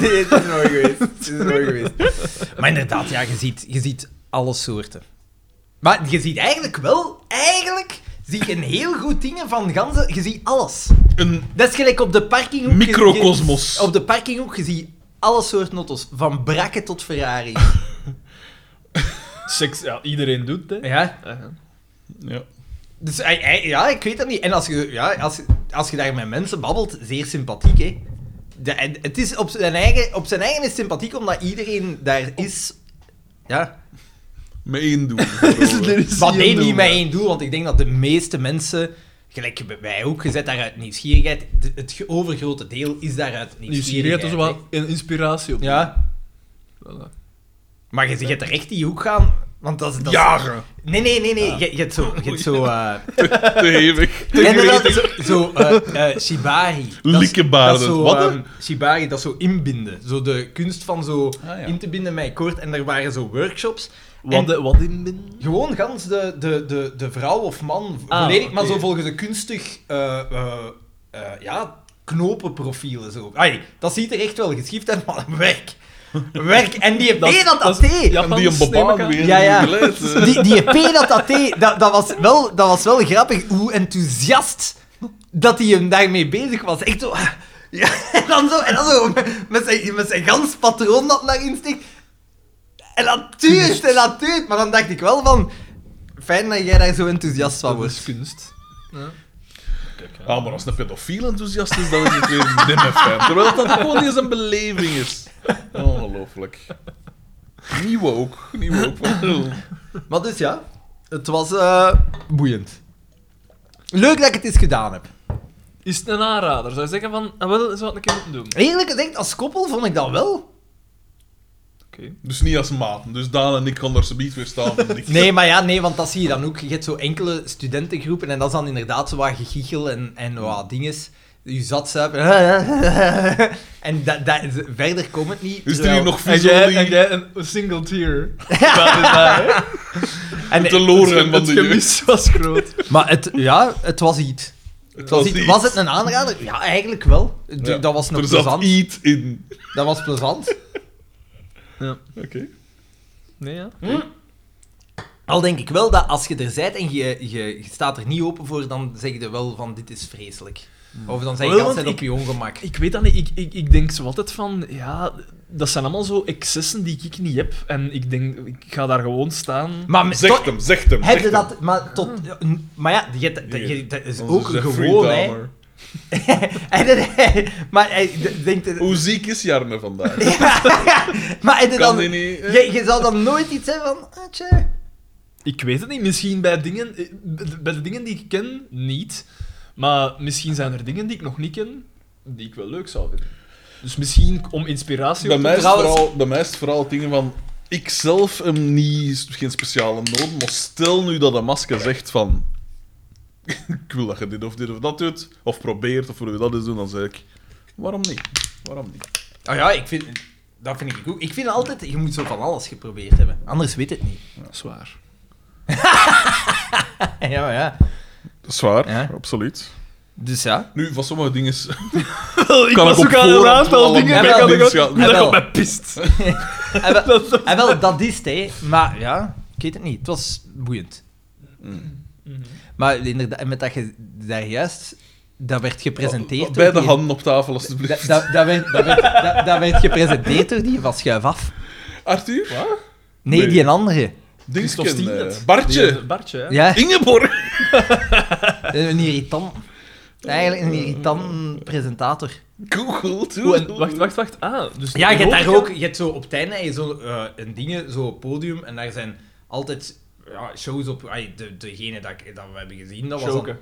[SPEAKER 1] is dit is mooi geweest. Dit is mooi geweest. Maar inderdaad, ja, je ziet, je ziet alle soorten. Maar je ziet eigenlijk wel... Eigenlijk zie je een heel goed dingen van ganzen... Je ziet alles.
[SPEAKER 3] Een
[SPEAKER 1] Dat is gelijk op de parkinghoek.
[SPEAKER 3] Microcosmos.
[SPEAKER 1] Je- je- Op de parkinghoek, je ziet alle soorten auto's. Van brakken tot Ferrari.
[SPEAKER 4] Seks, ja, iedereen doet hè.
[SPEAKER 1] Ja.
[SPEAKER 4] Aha.
[SPEAKER 3] ja.
[SPEAKER 1] Dus hij- hij- ja, ik weet dat niet. En als je, ja, als, je- als je daar met mensen babbelt, zeer sympathiek, hè. De- en het is op zijn, eigen, op zijn eigen is het sympathiek, omdat iedereen daar is... Ja.
[SPEAKER 3] met één doel.
[SPEAKER 1] Maar nee,
[SPEAKER 4] één doel,
[SPEAKER 1] niet met
[SPEAKER 4] hè.
[SPEAKER 1] één doel, want ik denk dat de meeste mensen... Gelijk bij wij ook, gezet daar uit nieuwsgierigheid. de- het ge- overgrote deel is daaruit nieuwsgierigheid.
[SPEAKER 4] Nieuwsgierigheid is wel een inspiratie op.
[SPEAKER 1] hè. Ja.
[SPEAKER 4] Voilà.
[SPEAKER 1] Maar je gaat er echt die hoek gaan, want dat is... Dat is-
[SPEAKER 3] Jagen.
[SPEAKER 1] Nee, nee, nee, nee. Je, je hebt zo... Je hebt zo eh,
[SPEAKER 3] Te hevig.
[SPEAKER 1] Ja, inderdaad, zo, zo eh, eh, shibari. Dat is-
[SPEAKER 3] Likkebaarden.
[SPEAKER 1] dat is zo,
[SPEAKER 3] Wat, hè?
[SPEAKER 1] ehm, shibari, dat is zo inbinden. Zo de kunst van zo
[SPEAKER 4] Ah,
[SPEAKER 3] ja.
[SPEAKER 1] in te binden met koord. En er waren zo workshops. En
[SPEAKER 4] Wat, de- wat in min?
[SPEAKER 1] gewoon gans de, de, de, de vrouw of man,
[SPEAKER 4] Ah,
[SPEAKER 1] volledig, maar
[SPEAKER 4] oké.
[SPEAKER 1] zo volgens een kunstig eh, eh, eh, ja, knopenprofielen. Zo. Ai, dat ziet er echt wel geschift uit, maar werk. Werk. En die
[SPEAKER 4] Dat-
[SPEAKER 1] EP dat
[SPEAKER 4] dat
[SPEAKER 1] dat
[SPEAKER 4] is-
[SPEAKER 1] deed.
[SPEAKER 4] ja.
[SPEAKER 3] En die een bobaan weer.
[SPEAKER 1] Ja, ja.
[SPEAKER 3] geleid, eh.
[SPEAKER 1] Die, die EP dat dat deed, dat, dat, was wel, dat was wel grappig hoe enthousiast dat hij hem daarmee bezig was. Echt zo... ah, Ja, en dan zo, en dan zo met, zijn, met zijn gans patroon dat naar insteekt. En dat tuurt, en dat tuurt. Maar dan dacht ik wel van... Fijn dat jij daar zo enthousiast van
[SPEAKER 4] Dat is
[SPEAKER 1] wordt.
[SPEAKER 4] kunst. Ja.
[SPEAKER 2] Kijk, ja.
[SPEAKER 3] Ah, maar als het een pedofiel enthousiast is, dan is het weer een dimme fan. Terwijl dat gewoon eens een beleving is. Ongelooflijk. Nieuw ook. Nieuw ook.
[SPEAKER 1] Maar dus ja, het was eh, boeiend. Leuk dat ik het eens gedaan heb.
[SPEAKER 4] Is het een aanrader? Zou je zeggen van, ah, wel, zou ik een keer moeten doen?
[SPEAKER 1] Eerlijk gezegd, als koppel vond ik dat wel.
[SPEAKER 4] Oké.
[SPEAKER 3] Dus niet als maten. Dus Daan en ik gaan daar subiet weer staan. Ik-
[SPEAKER 1] Nee, maar ja, nee, want dat zie je dan ook. Je hebt zo enkele studentengroepen en dat is dan inderdaad zo wat gegichel en, en wat dinges. Je zat zuipen. En dat dat verder komt het niet.
[SPEAKER 3] Is er
[SPEAKER 1] terwijl-
[SPEAKER 3] hier nog
[SPEAKER 4] En
[SPEAKER 3] veel
[SPEAKER 4] jij, en
[SPEAKER 3] die-
[SPEAKER 4] jij een single tear. Wat is dat, hè?
[SPEAKER 1] en,
[SPEAKER 3] te loren van
[SPEAKER 4] Het
[SPEAKER 3] de jeugd?
[SPEAKER 4] gemis was groot.
[SPEAKER 1] Maar het, ja, het was iets.
[SPEAKER 3] Het
[SPEAKER 1] Was, iets.
[SPEAKER 3] iets.
[SPEAKER 1] was het een aanrader? Ja, eigenlijk wel. D-
[SPEAKER 3] Ja.
[SPEAKER 1] Dat was nog
[SPEAKER 3] Er zat
[SPEAKER 1] plezant.
[SPEAKER 3] iets in.
[SPEAKER 1] Dat was plezant.
[SPEAKER 3] Oké.
[SPEAKER 4] Nee, ja.
[SPEAKER 1] Al denk ik wel dat als je er bent en je, je, je staat er niet open voor, dan zeg je wel van dit is vreselijk.
[SPEAKER 3] Hmm.
[SPEAKER 1] Of dan zeg je
[SPEAKER 4] Wel,
[SPEAKER 1] altijd
[SPEAKER 4] want
[SPEAKER 1] op je ongemak.
[SPEAKER 4] Ik weet dat niet. Ik, ik, ik denk zo altijd van, ja, dat zijn allemaal zo excessen die ik niet heb. En ik denk, ik ga daar gewoon staan.
[SPEAKER 1] Maar met-
[SPEAKER 3] Zegt
[SPEAKER 1] tot,
[SPEAKER 3] hem, zegt hem.
[SPEAKER 1] heb
[SPEAKER 3] zegt
[SPEAKER 1] je
[SPEAKER 3] hem.
[SPEAKER 1] dat... Maar, tot, maar ja, je, dat-
[SPEAKER 3] Hier.
[SPEAKER 1] je- dat is
[SPEAKER 3] Onze
[SPEAKER 1] ook een
[SPEAKER 3] Jeffrey
[SPEAKER 1] gewoon, hè.
[SPEAKER 3] Dahmer.
[SPEAKER 1] En dan- maar hij d- denkt... er-
[SPEAKER 3] Hoe ziek is Jarme vandaag? Kan
[SPEAKER 1] Maar hij dan...
[SPEAKER 3] die niet... eh?
[SPEAKER 1] Je, je zou dan nooit iets hebben van... Ah, tja.
[SPEAKER 4] Ik weet het niet. Misschien bij dingen, eh, bij de dingen die ik ken, niet. Maar misschien zijn er dingen die ik nog niet ken, die ik wel leuk zou vinden. Dus misschien om inspiratie
[SPEAKER 3] Bij
[SPEAKER 4] op
[SPEAKER 3] mij,
[SPEAKER 4] te
[SPEAKER 3] is het
[SPEAKER 1] trouwens-
[SPEAKER 3] vooral, bij mij is het vooral het ding van... Ik zelf heb niet, geen speciale nood, maar stel nu dat een masker zegt van... ik wil dat je dit of dit of dat doet, of probeert, of hoe we dat eens doen, dan zeg ik... Waarom niet? Waarom niet?
[SPEAKER 1] Oh ja, ik vind... Dat vind ik goed. Ik vind altijd... Je moet zo van alles geprobeerd hebben. Anders weet het niet.
[SPEAKER 4] Zwaar.
[SPEAKER 1] Ja, maar ja.
[SPEAKER 3] Dat is waar,
[SPEAKER 1] Ja.
[SPEAKER 3] absoluut.
[SPEAKER 1] Dus ja.
[SPEAKER 3] Nu, van sommige dingen
[SPEAKER 4] ik
[SPEAKER 3] Kan
[SPEAKER 4] was
[SPEAKER 3] ik
[SPEAKER 4] ook
[SPEAKER 3] op
[SPEAKER 4] aan een
[SPEAKER 3] voorhand wel
[SPEAKER 4] aantal dingen
[SPEAKER 1] een
[SPEAKER 4] en ik had
[SPEAKER 1] mening
[SPEAKER 4] ook-
[SPEAKER 3] schatten.
[SPEAKER 4] en dat
[SPEAKER 1] Jawel.
[SPEAKER 4] op mij pist.
[SPEAKER 1] En wel, en wel, dat is het, hè. Maar ja, ik weet het niet. Het was boeiend.
[SPEAKER 3] Mm.
[SPEAKER 4] Mhm.
[SPEAKER 1] Maar inderdaad, en met dat je daar juist... Dat werd gepresenteerd
[SPEAKER 3] Bij de
[SPEAKER 1] hand.
[SPEAKER 3] Oh, handen op tafel,
[SPEAKER 1] Dat,
[SPEAKER 3] alstublieft.
[SPEAKER 1] dat, dat, werd, dat, werd, dat, dat werd gepresenteerd door die van Schuif af.
[SPEAKER 3] Arthur?
[SPEAKER 1] Nee,
[SPEAKER 3] Nee.
[SPEAKER 1] die een andere.
[SPEAKER 4] Christophe
[SPEAKER 3] Dingsken,
[SPEAKER 4] Stienert.
[SPEAKER 3] eh, Bartje!
[SPEAKER 4] Die- Bartje, hè?
[SPEAKER 1] Ja,
[SPEAKER 3] Ingeborg!
[SPEAKER 1] Eh, een irritant. Eigenlijk een irritant presentator.
[SPEAKER 3] Google, toe.
[SPEAKER 4] Oeh, en wacht, wacht, wacht. Ah, dus
[SPEAKER 1] Ja, je hebt daar
[SPEAKER 4] horeca-
[SPEAKER 1] ook, je hebt zo op het einde heb je zo, eh, een dingen, zo op podium, en daar zijn altijd ja, shows op. Ay, de, degene dat, ik- dat we hebben gezien, dat was. dan-
[SPEAKER 4] Choken.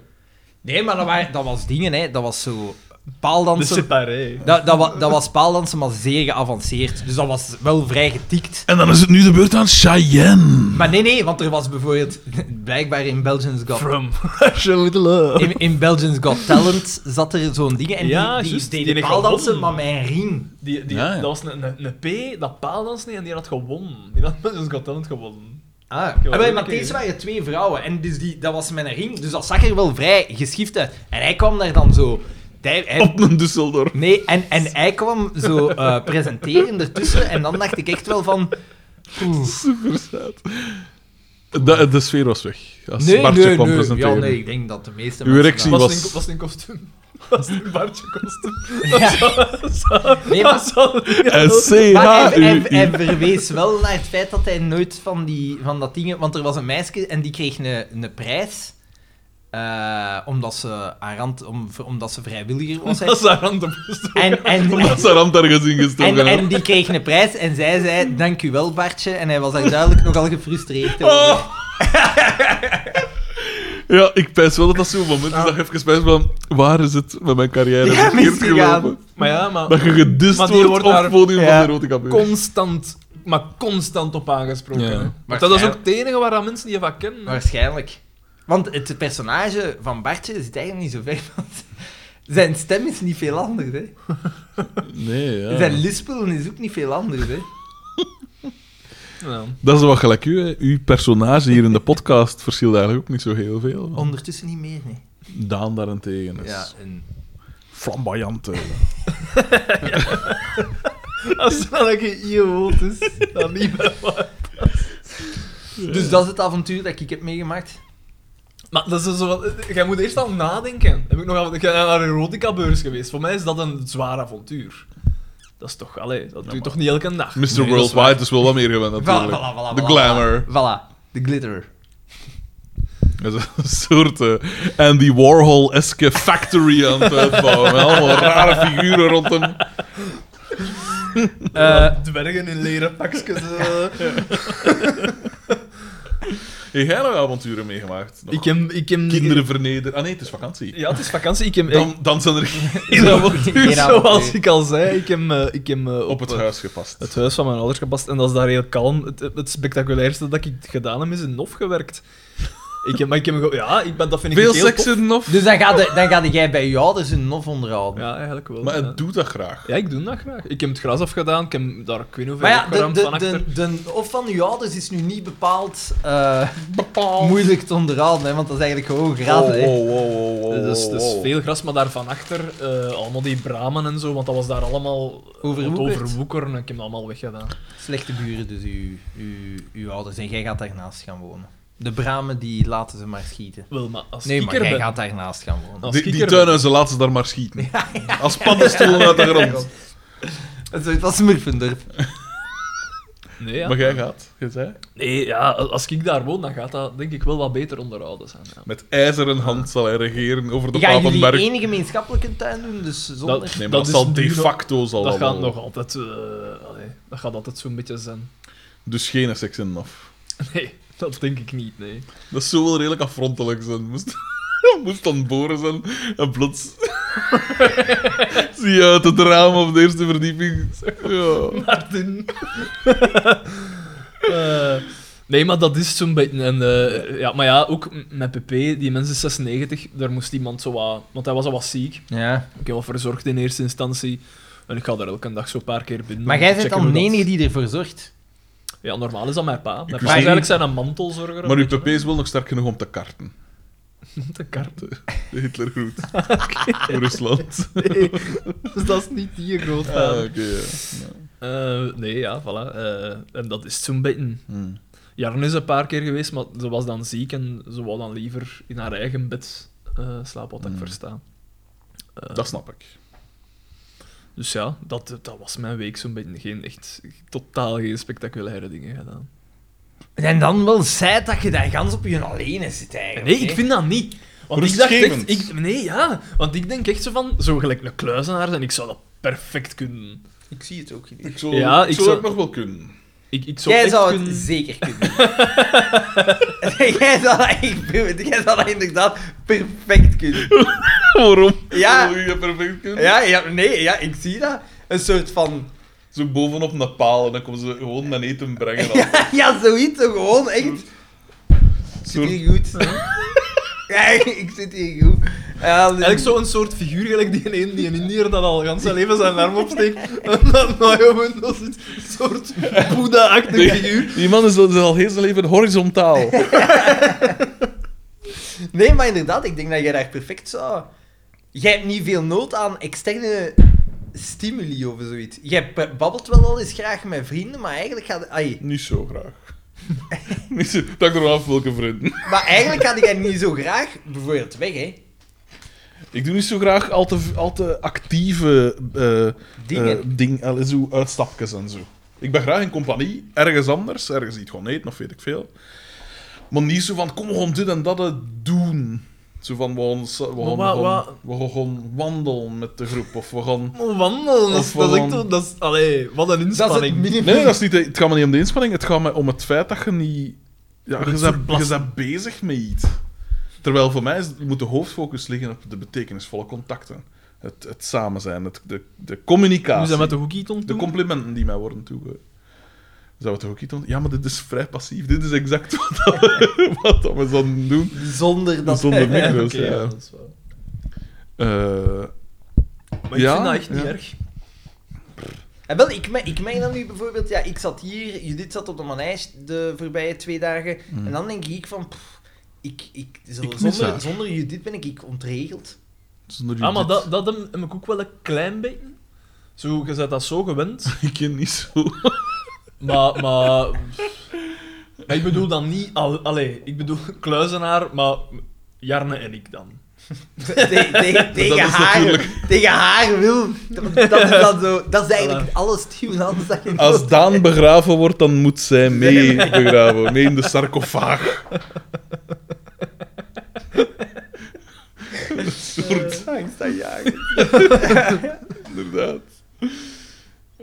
[SPEAKER 1] nee, maar dat, waren, dat was dingen, hè. dat was zo
[SPEAKER 4] De
[SPEAKER 1] paaldansen.
[SPEAKER 4] separé.
[SPEAKER 1] Dat, dat, wa- dat was paaldansen, maar zeer geavanceerd. Dus dat was wel vrij getikt.
[SPEAKER 3] En dan is het nu de beurt aan Cheyenne.
[SPEAKER 1] Maar nee, nee, want er was bijvoorbeeld blijkbaar in Belgians Got
[SPEAKER 4] From Show the Love.
[SPEAKER 1] In, in Belgians Got Talent zat er zo'n ding en
[SPEAKER 4] Ja,
[SPEAKER 1] die, die
[SPEAKER 4] juist, die
[SPEAKER 1] deden
[SPEAKER 4] heeft
[SPEAKER 1] paaldansen, maar
[SPEAKER 4] gewonnen.
[SPEAKER 1] met een ring.
[SPEAKER 4] Die, die,
[SPEAKER 3] Ja, ja.
[SPEAKER 4] Dat was een, een, een P, dat paaldans niet, en die had gewonnen. Die had dus Got Talent gewonnen.
[SPEAKER 1] Ah,
[SPEAKER 4] wel
[SPEAKER 1] maar,
[SPEAKER 4] leuk,
[SPEAKER 1] deze
[SPEAKER 4] hè.
[SPEAKER 1] waren twee vrouwen en dus die, dat was met een ring, dus dat zag er wel vrij geschift uit. En hij kwam daar dan zo... Hij, hij-
[SPEAKER 3] Op een Düsseldorf.
[SPEAKER 1] nee, en, en hij kwam zo eh, presenteren ertussen en dan dacht ik echt wel van... oeh,
[SPEAKER 3] Super sad. De, de sfeer was weg. Als
[SPEAKER 1] nee,
[SPEAKER 3] Bartje
[SPEAKER 1] nee,
[SPEAKER 3] kwam
[SPEAKER 1] nee.
[SPEAKER 3] presenteren.
[SPEAKER 1] Ja, nee, ik denk dat de meeste
[SPEAKER 3] Uw erectie. Die
[SPEAKER 1] daar-
[SPEAKER 4] was, het in,
[SPEAKER 3] was-
[SPEAKER 4] was het in kostuum? Was het in Bartje kostuum?
[SPEAKER 1] Ja. Nee, maar... Maar hij, hij, hij
[SPEAKER 3] S-C-H-U-I.
[SPEAKER 1] verwees wel naar het feit dat hij nooit van, die, van dat ding... Want er was een meisje en die kreeg een, een prijs. eh, omdat, ze aan rand, om, omdat ze vrijwilliger was. hè.
[SPEAKER 4] Dat is haar hand op gestoken.
[SPEAKER 1] En, en,
[SPEAKER 3] Omdat ze rand ergens in gestoken
[SPEAKER 1] en, en
[SPEAKER 3] hebben.
[SPEAKER 1] die kreeg een prijs en zij zei, dank u wel Bartje. En hij was daar duidelijk nogal gefrustreerd over.
[SPEAKER 3] Oh. Ja, ik pijs wel dat dat zo'n moment is dat je even pijs van... Waar is het met mijn carrière
[SPEAKER 1] Ja,
[SPEAKER 3] verkeerd
[SPEAKER 1] misgegaan.
[SPEAKER 3] gelopen?
[SPEAKER 4] Maar ja, maar...
[SPEAKER 3] Dat je gedist
[SPEAKER 4] Maar die
[SPEAKER 3] wordt,
[SPEAKER 4] wordt
[SPEAKER 3] op
[SPEAKER 4] daar-
[SPEAKER 3] het podium
[SPEAKER 1] Ja.
[SPEAKER 3] van de rode kampioen.
[SPEAKER 4] constant, maar constant op aangesproken.
[SPEAKER 3] Ja.
[SPEAKER 4] hè. Want
[SPEAKER 1] Maar
[SPEAKER 4] dat is
[SPEAKER 1] jij-
[SPEAKER 4] ook het enige waar aan mensen die je van kennen.
[SPEAKER 1] Waarschijnlijk. Want het personage van Bartje zit eigenlijk niet zo ver van... Zijn stem is niet veel anders, hè.
[SPEAKER 3] Nee, ja.
[SPEAKER 1] Zijn lispelen is ook niet veel anders, hè.
[SPEAKER 4] Ja.
[SPEAKER 3] Dat is wel gelijk u, hè. Uw personage hier in de podcast verschilt eigenlijk ook niet zo heel veel. want
[SPEAKER 1] Ondertussen niet meer, Dus- nee.
[SPEAKER 3] Daan daarentegen is
[SPEAKER 1] Ja,
[SPEAKER 3] ja.
[SPEAKER 1] en...
[SPEAKER 3] flamboyante.
[SPEAKER 4] Als dat een idioot is, dan niet meer.
[SPEAKER 1] Dus dat is het avontuur dat ik heb meegemaakt.
[SPEAKER 4] Maar dat is zo wat... Jij moet eerst al nadenken. Heb ik nog al... Ik ben naar een erotica-beurs geweest. Voor mij is dat een zwaar avontuur. Dat is toch... Allee, dat doe je toch niet elke dag?
[SPEAKER 3] Mr.
[SPEAKER 1] dat is
[SPEAKER 3] Worldwide is wel wat meer gewend natuurlijk.
[SPEAKER 1] Voilà, voilà, voilà,
[SPEAKER 3] de
[SPEAKER 1] voilà,
[SPEAKER 3] glamour.
[SPEAKER 1] Voilà, de glitter.
[SPEAKER 3] Dat is een soort eh, Andy Warhol-eske factory aan het uitbouwen. Met allemaal rare figuren rond hem.
[SPEAKER 4] Eh,
[SPEAKER 2] Dwergen in leren pakjes. eh.
[SPEAKER 3] Heb jij nog avonturen meegemaakt? Nog
[SPEAKER 4] ik heb... Ik heb
[SPEAKER 3] Kinderen vernederen. Ah nee, het is vakantie.
[SPEAKER 4] Ja, het is vakantie. Ik heb...
[SPEAKER 3] Dan, dan zijn er geen
[SPEAKER 4] Geen avontuur,
[SPEAKER 1] Geen avontuur.
[SPEAKER 4] zoals ik al zei. Ik heb, eh, ik heb eh,
[SPEAKER 3] op het
[SPEAKER 4] eh,
[SPEAKER 3] huis gepast.
[SPEAKER 4] het huis van mijn ouders gepast en dat is daar heel kalm. Het, eh, het spectaculairste dat ik gedaan heb, is in Nof gewerkt. Ik heb, maar ik heb, ge- ja, ik ben, dat vind ik
[SPEAKER 3] Veel
[SPEAKER 4] heel
[SPEAKER 3] seks
[SPEAKER 4] tof.
[SPEAKER 3] in de of?
[SPEAKER 1] Dus dan ga, de- dan ga jij bij je ouders een nof onderhouden.
[SPEAKER 4] Ja, eigenlijk wel.
[SPEAKER 3] Maar
[SPEAKER 4] ja.
[SPEAKER 3] het doet dat graag.
[SPEAKER 4] Ja, ik doe dat graag. Ik heb het gras afgedaan, ik heb daar ik weet niet
[SPEAKER 1] Maar
[SPEAKER 4] hoeveel
[SPEAKER 1] ja, de,
[SPEAKER 4] opgeruimd van
[SPEAKER 1] de,
[SPEAKER 4] achter.
[SPEAKER 1] de, de of van je ouders is nu niet bepaald, eh, moeilijk te onderhouden, hè, want dat is eigenlijk gewoon gras.
[SPEAKER 3] oh,
[SPEAKER 1] hè.
[SPEAKER 3] oh, oh, oh, oh,
[SPEAKER 4] Dus,
[SPEAKER 3] oh,
[SPEAKER 4] dus
[SPEAKER 3] oh.
[SPEAKER 4] veel gras, maar daar van achter, eh, allemaal die bramen en zo, want dat was daar allemaal
[SPEAKER 1] Overwoekerd.
[SPEAKER 4] overwoekeren en ik heb dat allemaal weggedaan.
[SPEAKER 1] Slechte buren, dus uw, uw, uw ouders. En jij gaat daarnaast gaan wonen. De bramen, die laten ze maar schieten.
[SPEAKER 4] Wel, maar als
[SPEAKER 1] Nee,
[SPEAKER 4] ik
[SPEAKER 1] maar
[SPEAKER 4] er
[SPEAKER 1] jij
[SPEAKER 4] ben-
[SPEAKER 1] gaat daarnaast gaan wonen.
[SPEAKER 4] Als
[SPEAKER 3] Die,
[SPEAKER 4] ik
[SPEAKER 3] die
[SPEAKER 4] er ben-
[SPEAKER 3] tuinhuizen laten ze daar maar schieten. Als paddenstoelen uit de grond.
[SPEAKER 1] Het was Smurfendorp.
[SPEAKER 4] Nee, ja.
[SPEAKER 3] Maar jij gaat, je zei.
[SPEAKER 4] nee ja, als ik daar woon, dan gaat dat denk ik wel wat beter onderhouden zijn. Ja.
[SPEAKER 3] Met ijzeren hand zal hij regeren over de
[SPEAKER 1] Gaan jullie
[SPEAKER 3] Papenberg.
[SPEAKER 1] één gemeenschappelijke tuin doen, dus zonder...
[SPEAKER 4] Dat-
[SPEAKER 3] Nee, maar
[SPEAKER 4] Dat
[SPEAKER 3] dat,
[SPEAKER 4] is
[SPEAKER 3] zal de
[SPEAKER 4] nu nog-
[SPEAKER 3] facto zal
[SPEAKER 4] Dat
[SPEAKER 3] dat
[SPEAKER 4] gaat
[SPEAKER 1] Oh.
[SPEAKER 3] wel.
[SPEAKER 4] nog altijd, eh, allee, dat gaat altijd zo'n beetje zijn.
[SPEAKER 3] Dus geen seks in af.
[SPEAKER 4] Nee, dat denk ik niet, nee.
[SPEAKER 3] Dat zou wel redelijk afrontelijk zijn. Moest, dat moest dan boren zijn en plots... Zie je uit het raam op de eerste verdieping. Ja.
[SPEAKER 4] Martin. Eh, nee, maar dat is zo'n beetje. En, eh, ja, maar ja, ook m- met PP, die mensen 96, daar moest iemand zo wat. Want hij was al wat ziek. Ik
[SPEAKER 1] Ja.
[SPEAKER 4] heb wel verzorgd in eerste instantie. En ik ga daar elke dag zo'n paar keer binnen.
[SPEAKER 1] Maar
[SPEAKER 4] om
[SPEAKER 1] jij
[SPEAKER 4] te
[SPEAKER 1] bent
[SPEAKER 4] checken
[SPEAKER 1] dan de
[SPEAKER 4] hoe dat-
[SPEAKER 1] enige die ervoor zorgt.
[SPEAKER 4] Ja, normaal is dat mijn pa. Mijn pa is
[SPEAKER 3] wist
[SPEAKER 4] eigenlijk
[SPEAKER 3] niet-
[SPEAKER 4] zijn een mantelzorger.
[SPEAKER 3] Maar uw
[SPEAKER 4] een
[SPEAKER 3] pp
[SPEAKER 4] beetje,
[SPEAKER 3] is wel nog sterk genoeg om te karten.
[SPEAKER 4] hè. De kaart.
[SPEAKER 3] De Hitler groet. Rusland.
[SPEAKER 4] Nee, dus dat is niet die grootvader.
[SPEAKER 3] Ah, oké. ja.
[SPEAKER 4] Eh, nee, ja, voilà. Eh, en dat is zo'n beetje.
[SPEAKER 3] Hmm.
[SPEAKER 4] Jarn is een paar keer geweest, maar ze was dan ziek en ze wou dan liever in haar eigen bed eh, slapen, wat ik
[SPEAKER 3] Mm.
[SPEAKER 4] versta. Eh,
[SPEAKER 3] Dat snap ik.
[SPEAKER 4] Dus ja, dat, dat was mijn week zo'n beetje. Geen echt, totaal geen spectaculaire dingen gedaan.
[SPEAKER 1] En dan wel zij dat je daar gans op je alleen zit eigenlijk.
[SPEAKER 4] Nee, ik
[SPEAKER 1] hè.
[SPEAKER 4] vind dat niet. Want ik dacht echt,
[SPEAKER 3] Rustgevend.
[SPEAKER 4] ik, nee, ja, want ik denk echt zo van, zo gelijk een kluizenaar en ik zou dat perfect kunnen.
[SPEAKER 1] Ik zie het ook niet.
[SPEAKER 3] Ik zou,
[SPEAKER 4] Ja,
[SPEAKER 3] ik
[SPEAKER 4] ik
[SPEAKER 3] zou
[SPEAKER 4] zou-
[SPEAKER 3] het nog wel kunnen.
[SPEAKER 4] Ik, ik zou
[SPEAKER 1] Jij
[SPEAKER 4] echt
[SPEAKER 1] zou het
[SPEAKER 4] kunnen...
[SPEAKER 1] zeker kunnen. jij zou dat echt doen. Jij zou dat inderdaad perfect kunnen.
[SPEAKER 3] Waarom?
[SPEAKER 1] Ja.
[SPEAKER 3] Zou je dat perfect kunnen?
[SPEAKER 1] Ja, ja, nee, ja, ik zie dat. Een soort van...
[SPEAKER 3] Zo bovenop een paal en dan komen ze gewoon mijn eten brengen. al.
[SPEAKER 1] Ja, ja zoiets, zo gewoon echt.
[SPEAKER 3] Mm.
[SPEAKER 1] Ik zit
[SPEAKER 3] Soort-
[SPEAKER 1] hier goed.
[SPEAKER 3] Mm.
[SPEAKER 1] Ja, ik zit hier goed. Ja, dus-
[SPEAKER 4] Eigenlijk zo'n soort figuur, gelijk die een, die een Indiër dat al gans zijn leven zijn arm opsteekt en dan nou op Windows zit. Een soort Boeddha-achtig figuur.
[SPEAKER 3] Die man is al, is al heel zijn leven horizontaal.
[SPEAKER 1] Nee, maar inderdaad, ik denk dat jij daar perfect zou. Jij hebt niet veel nood aan externe stimuli of zoiets. Jij b- babbelt wel al eens graag met vrienden, maar eigenlijk gaat. Ai,
[SPEAKER 3] Niet zo graag. Niet zo, dank er wel af welke vrienden.
[SPEAKER 1] maar eigenlijk had jij niet zo graag bijvoorbeeld weg, hè?
[SPEAKER 3] Ik doe niet zo graag al te, al te actieve eh,
[SPEAKER 1] Dingen.
[SPEAKER 3] eh, ding, al- zo, uitstapjes en zo. Ik ben graag in compagnie, ergens anders, ergens iets gewoon eten of weet ik veel. Maar niet zo van, kom we gaan dit en dat eh, doen. Zo van, we gaan, sa- we gaan,
[SPEAKER 4] Maar
[SPEAKER 3] we
[SPEAKER 4] wa-
[SPEAKER 3] gaan- we gaan wandelen met de groep. Of we gaan...
[SPEAKER 4] Oh, Wandelen, dat is,
[SPEAKER 3] Of
[SPEAKER 4] dat is echt
[SPEAKER 3] gewoon-
[SPEAKER 4] zo- dat is, allee, wat een
[SPEAKER 1] Dat is het
[SPEAKER 4] inspanning.
[SPEAKER 1] minimum.
[SPEAKER 3] Nee, nee, dat is niet, de- het gaat me niet om de inspanning. Het gaat me om het feit dat je niet... Ja, je bent, je
[SPEAKER 4] verplassen.
[SPEAKER 3] bent bezig met iets. Terwijl voor mij is, moet de hoofdfocus liggen op de betekenisvolle contacten. Het, het samen zijn, het, de, de communicatie.
[SPEAKER 4] Nu zijn we met de hoekie ton
[SPEAKER 3] De
[SPEAKER 4] toe.
[SPEAKER 3] complimenten die mij worden toege... Zou het ook iets doen? Ja, maar dit is vrij passief. Dit is exact wat, we- wat dat we zouden doen.
[SPEAKER 1] Zonder dat.
[SPEAKER 3] Zonder
[SPEAKER 4] Oké,
[SPEAKER 3] micro's,
[SPEAKER 4] ja,
[SPEAKER 3] ja.
[SPEAKER 4] dat is wel.
[SPEAKER 3] Eh,
[SPEAKER 4] Maar ik
[SPEAKER 3] Ja,
[SPEAKER 4] vind dat echt niet
[SPEAKER 3] ja.
[SPEAKER 4] erg.
[SPEAKER 1] En Eh, wel, ik, me- ik merk dan nu bijvoorbeeld, ja, ik zat hier, Judith zat op de manijs de voorbije twee dagen,
[SPEAKER 3] Mm.
[SPEAKER 1] en dan denk ik van, pff, ik, ik, zo-
[SPEAKER 3] Ik mis
[SPEAKER 1] zonder,
[SPEAKER 3] haar.
[SPEAKER 1] zonder Judith ben ik, ik ontregeld.
[SPEAKER 3] zonder
[SPEAKER 4] Ah, maar
[SPEAKER 3] Judith.
[SPEAKER 4] dat, dat heb heb ik ook wel een klein beetje. Zo, je bent dat zo gewend,
[SPEAKER 3] Ik ken niet zo...
[SPEAKER 4] maar... maar maar ik bedoel dan niet... Al, allee, ik bedoel kluizenaar, maar Jarne en ik dan.
[SPEAKER 1] Te- te- tegen,
[SPEAKER 3] is
[SPEAKER 1] haar,
[SPEAKER 3] natuurlijk-
[SPEAKER 1] tegen haar wil. Dat, dat is dan zo, dat is eigenlijk
[SPEAKER 4] Voilà.
[SPEAKER 1] alle stimulans dat je
[SPEAKER 3] Als Daan begraven wordt, dan moet zij mee begraven. Mee in de sarcofaag.
[SPEAKER 2] jagen.
[SPEAKER 3] Inderdaad.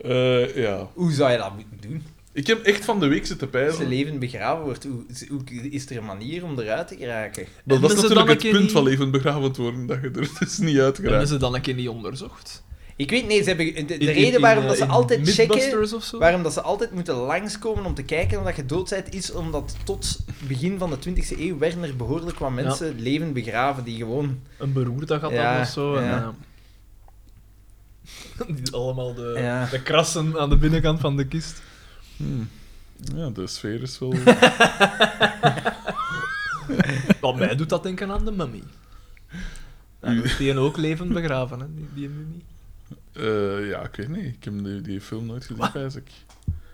[SPEAKER 3] Eh, ja.
[SPEAKER 2] Hoe zou je dat moeten doen?
[SPEAKER 3] Ik heb echt van de week zitten
[SPEAKER 2] Als je
[SPEAKER 3] pijzen.
[SPEAKER 2] leven begraven wordt, hoe, hoe- is er een manier om eruit te geraken?
[SPEAKER 3] Maar dat
[SPEAKER 4] Hebben
[SPEAKER 3] is
[SPEAKER 4] ze
[SPEAKER 3] natuurlijk
[SPEAKER 4] dan
[SPEAKER 3] het
[SPEAKER 4] een keer
[SPEAKER 3] punt
[SPEAKER 4] niet-
[SPEAKER 3] van levend begraven te worden, dat je er dus niet uit
[SPEAKER 4] Hebben
[SPEAKER 3] geraakt.
[SPEAKER 4] ze dan een keer niet onderzocht?
[SPEAKER 2] Ik weet niet, ze hebben, de, de
[SPEAKER 4] In- in-
[SPEAKER 2] reden
[SPEAKER 4] in,
[SPEAKER 2] waarom
[SPEAKER 4] eh,
[SPEAKER 2] dat ze
[SPEAKER 4] in
[SPEAKER 2] altijd checken,
[SPEAKER 4] Mythbusters of zo?
[SPEAKER 2] waarom dat ze altijd moeten langskomen om te kijken of dat je dood bent, is omdat tot begin van de 20e eeuw werden er behoorlijk wat mensen levend begraven die gewoon...
[SPEAKER 4] Een beroerte gehad
[SPEAKER 2] Ja,
[SPEAKER 4] hadden of zo. En,
[SPEAKER 2] ja.
[SPEAKER 4] eh, die allemaal de,
[SPEAKER 2] Ja.
[SPEAKER 4] de krassen aan de binnenkant van de kist.
[SPEAKER 3] Hmm. Ja, de sfeer is wel...
[SPEAKER 4] Wat mij doet dat denken aan de mummy. Ja, dat is die een ook levend begraven, hè, die, die mummy.
[SPEAKER 3] Eh, ja, ik weet niet. Ik heb die, die film nooit gezien, pijs ik.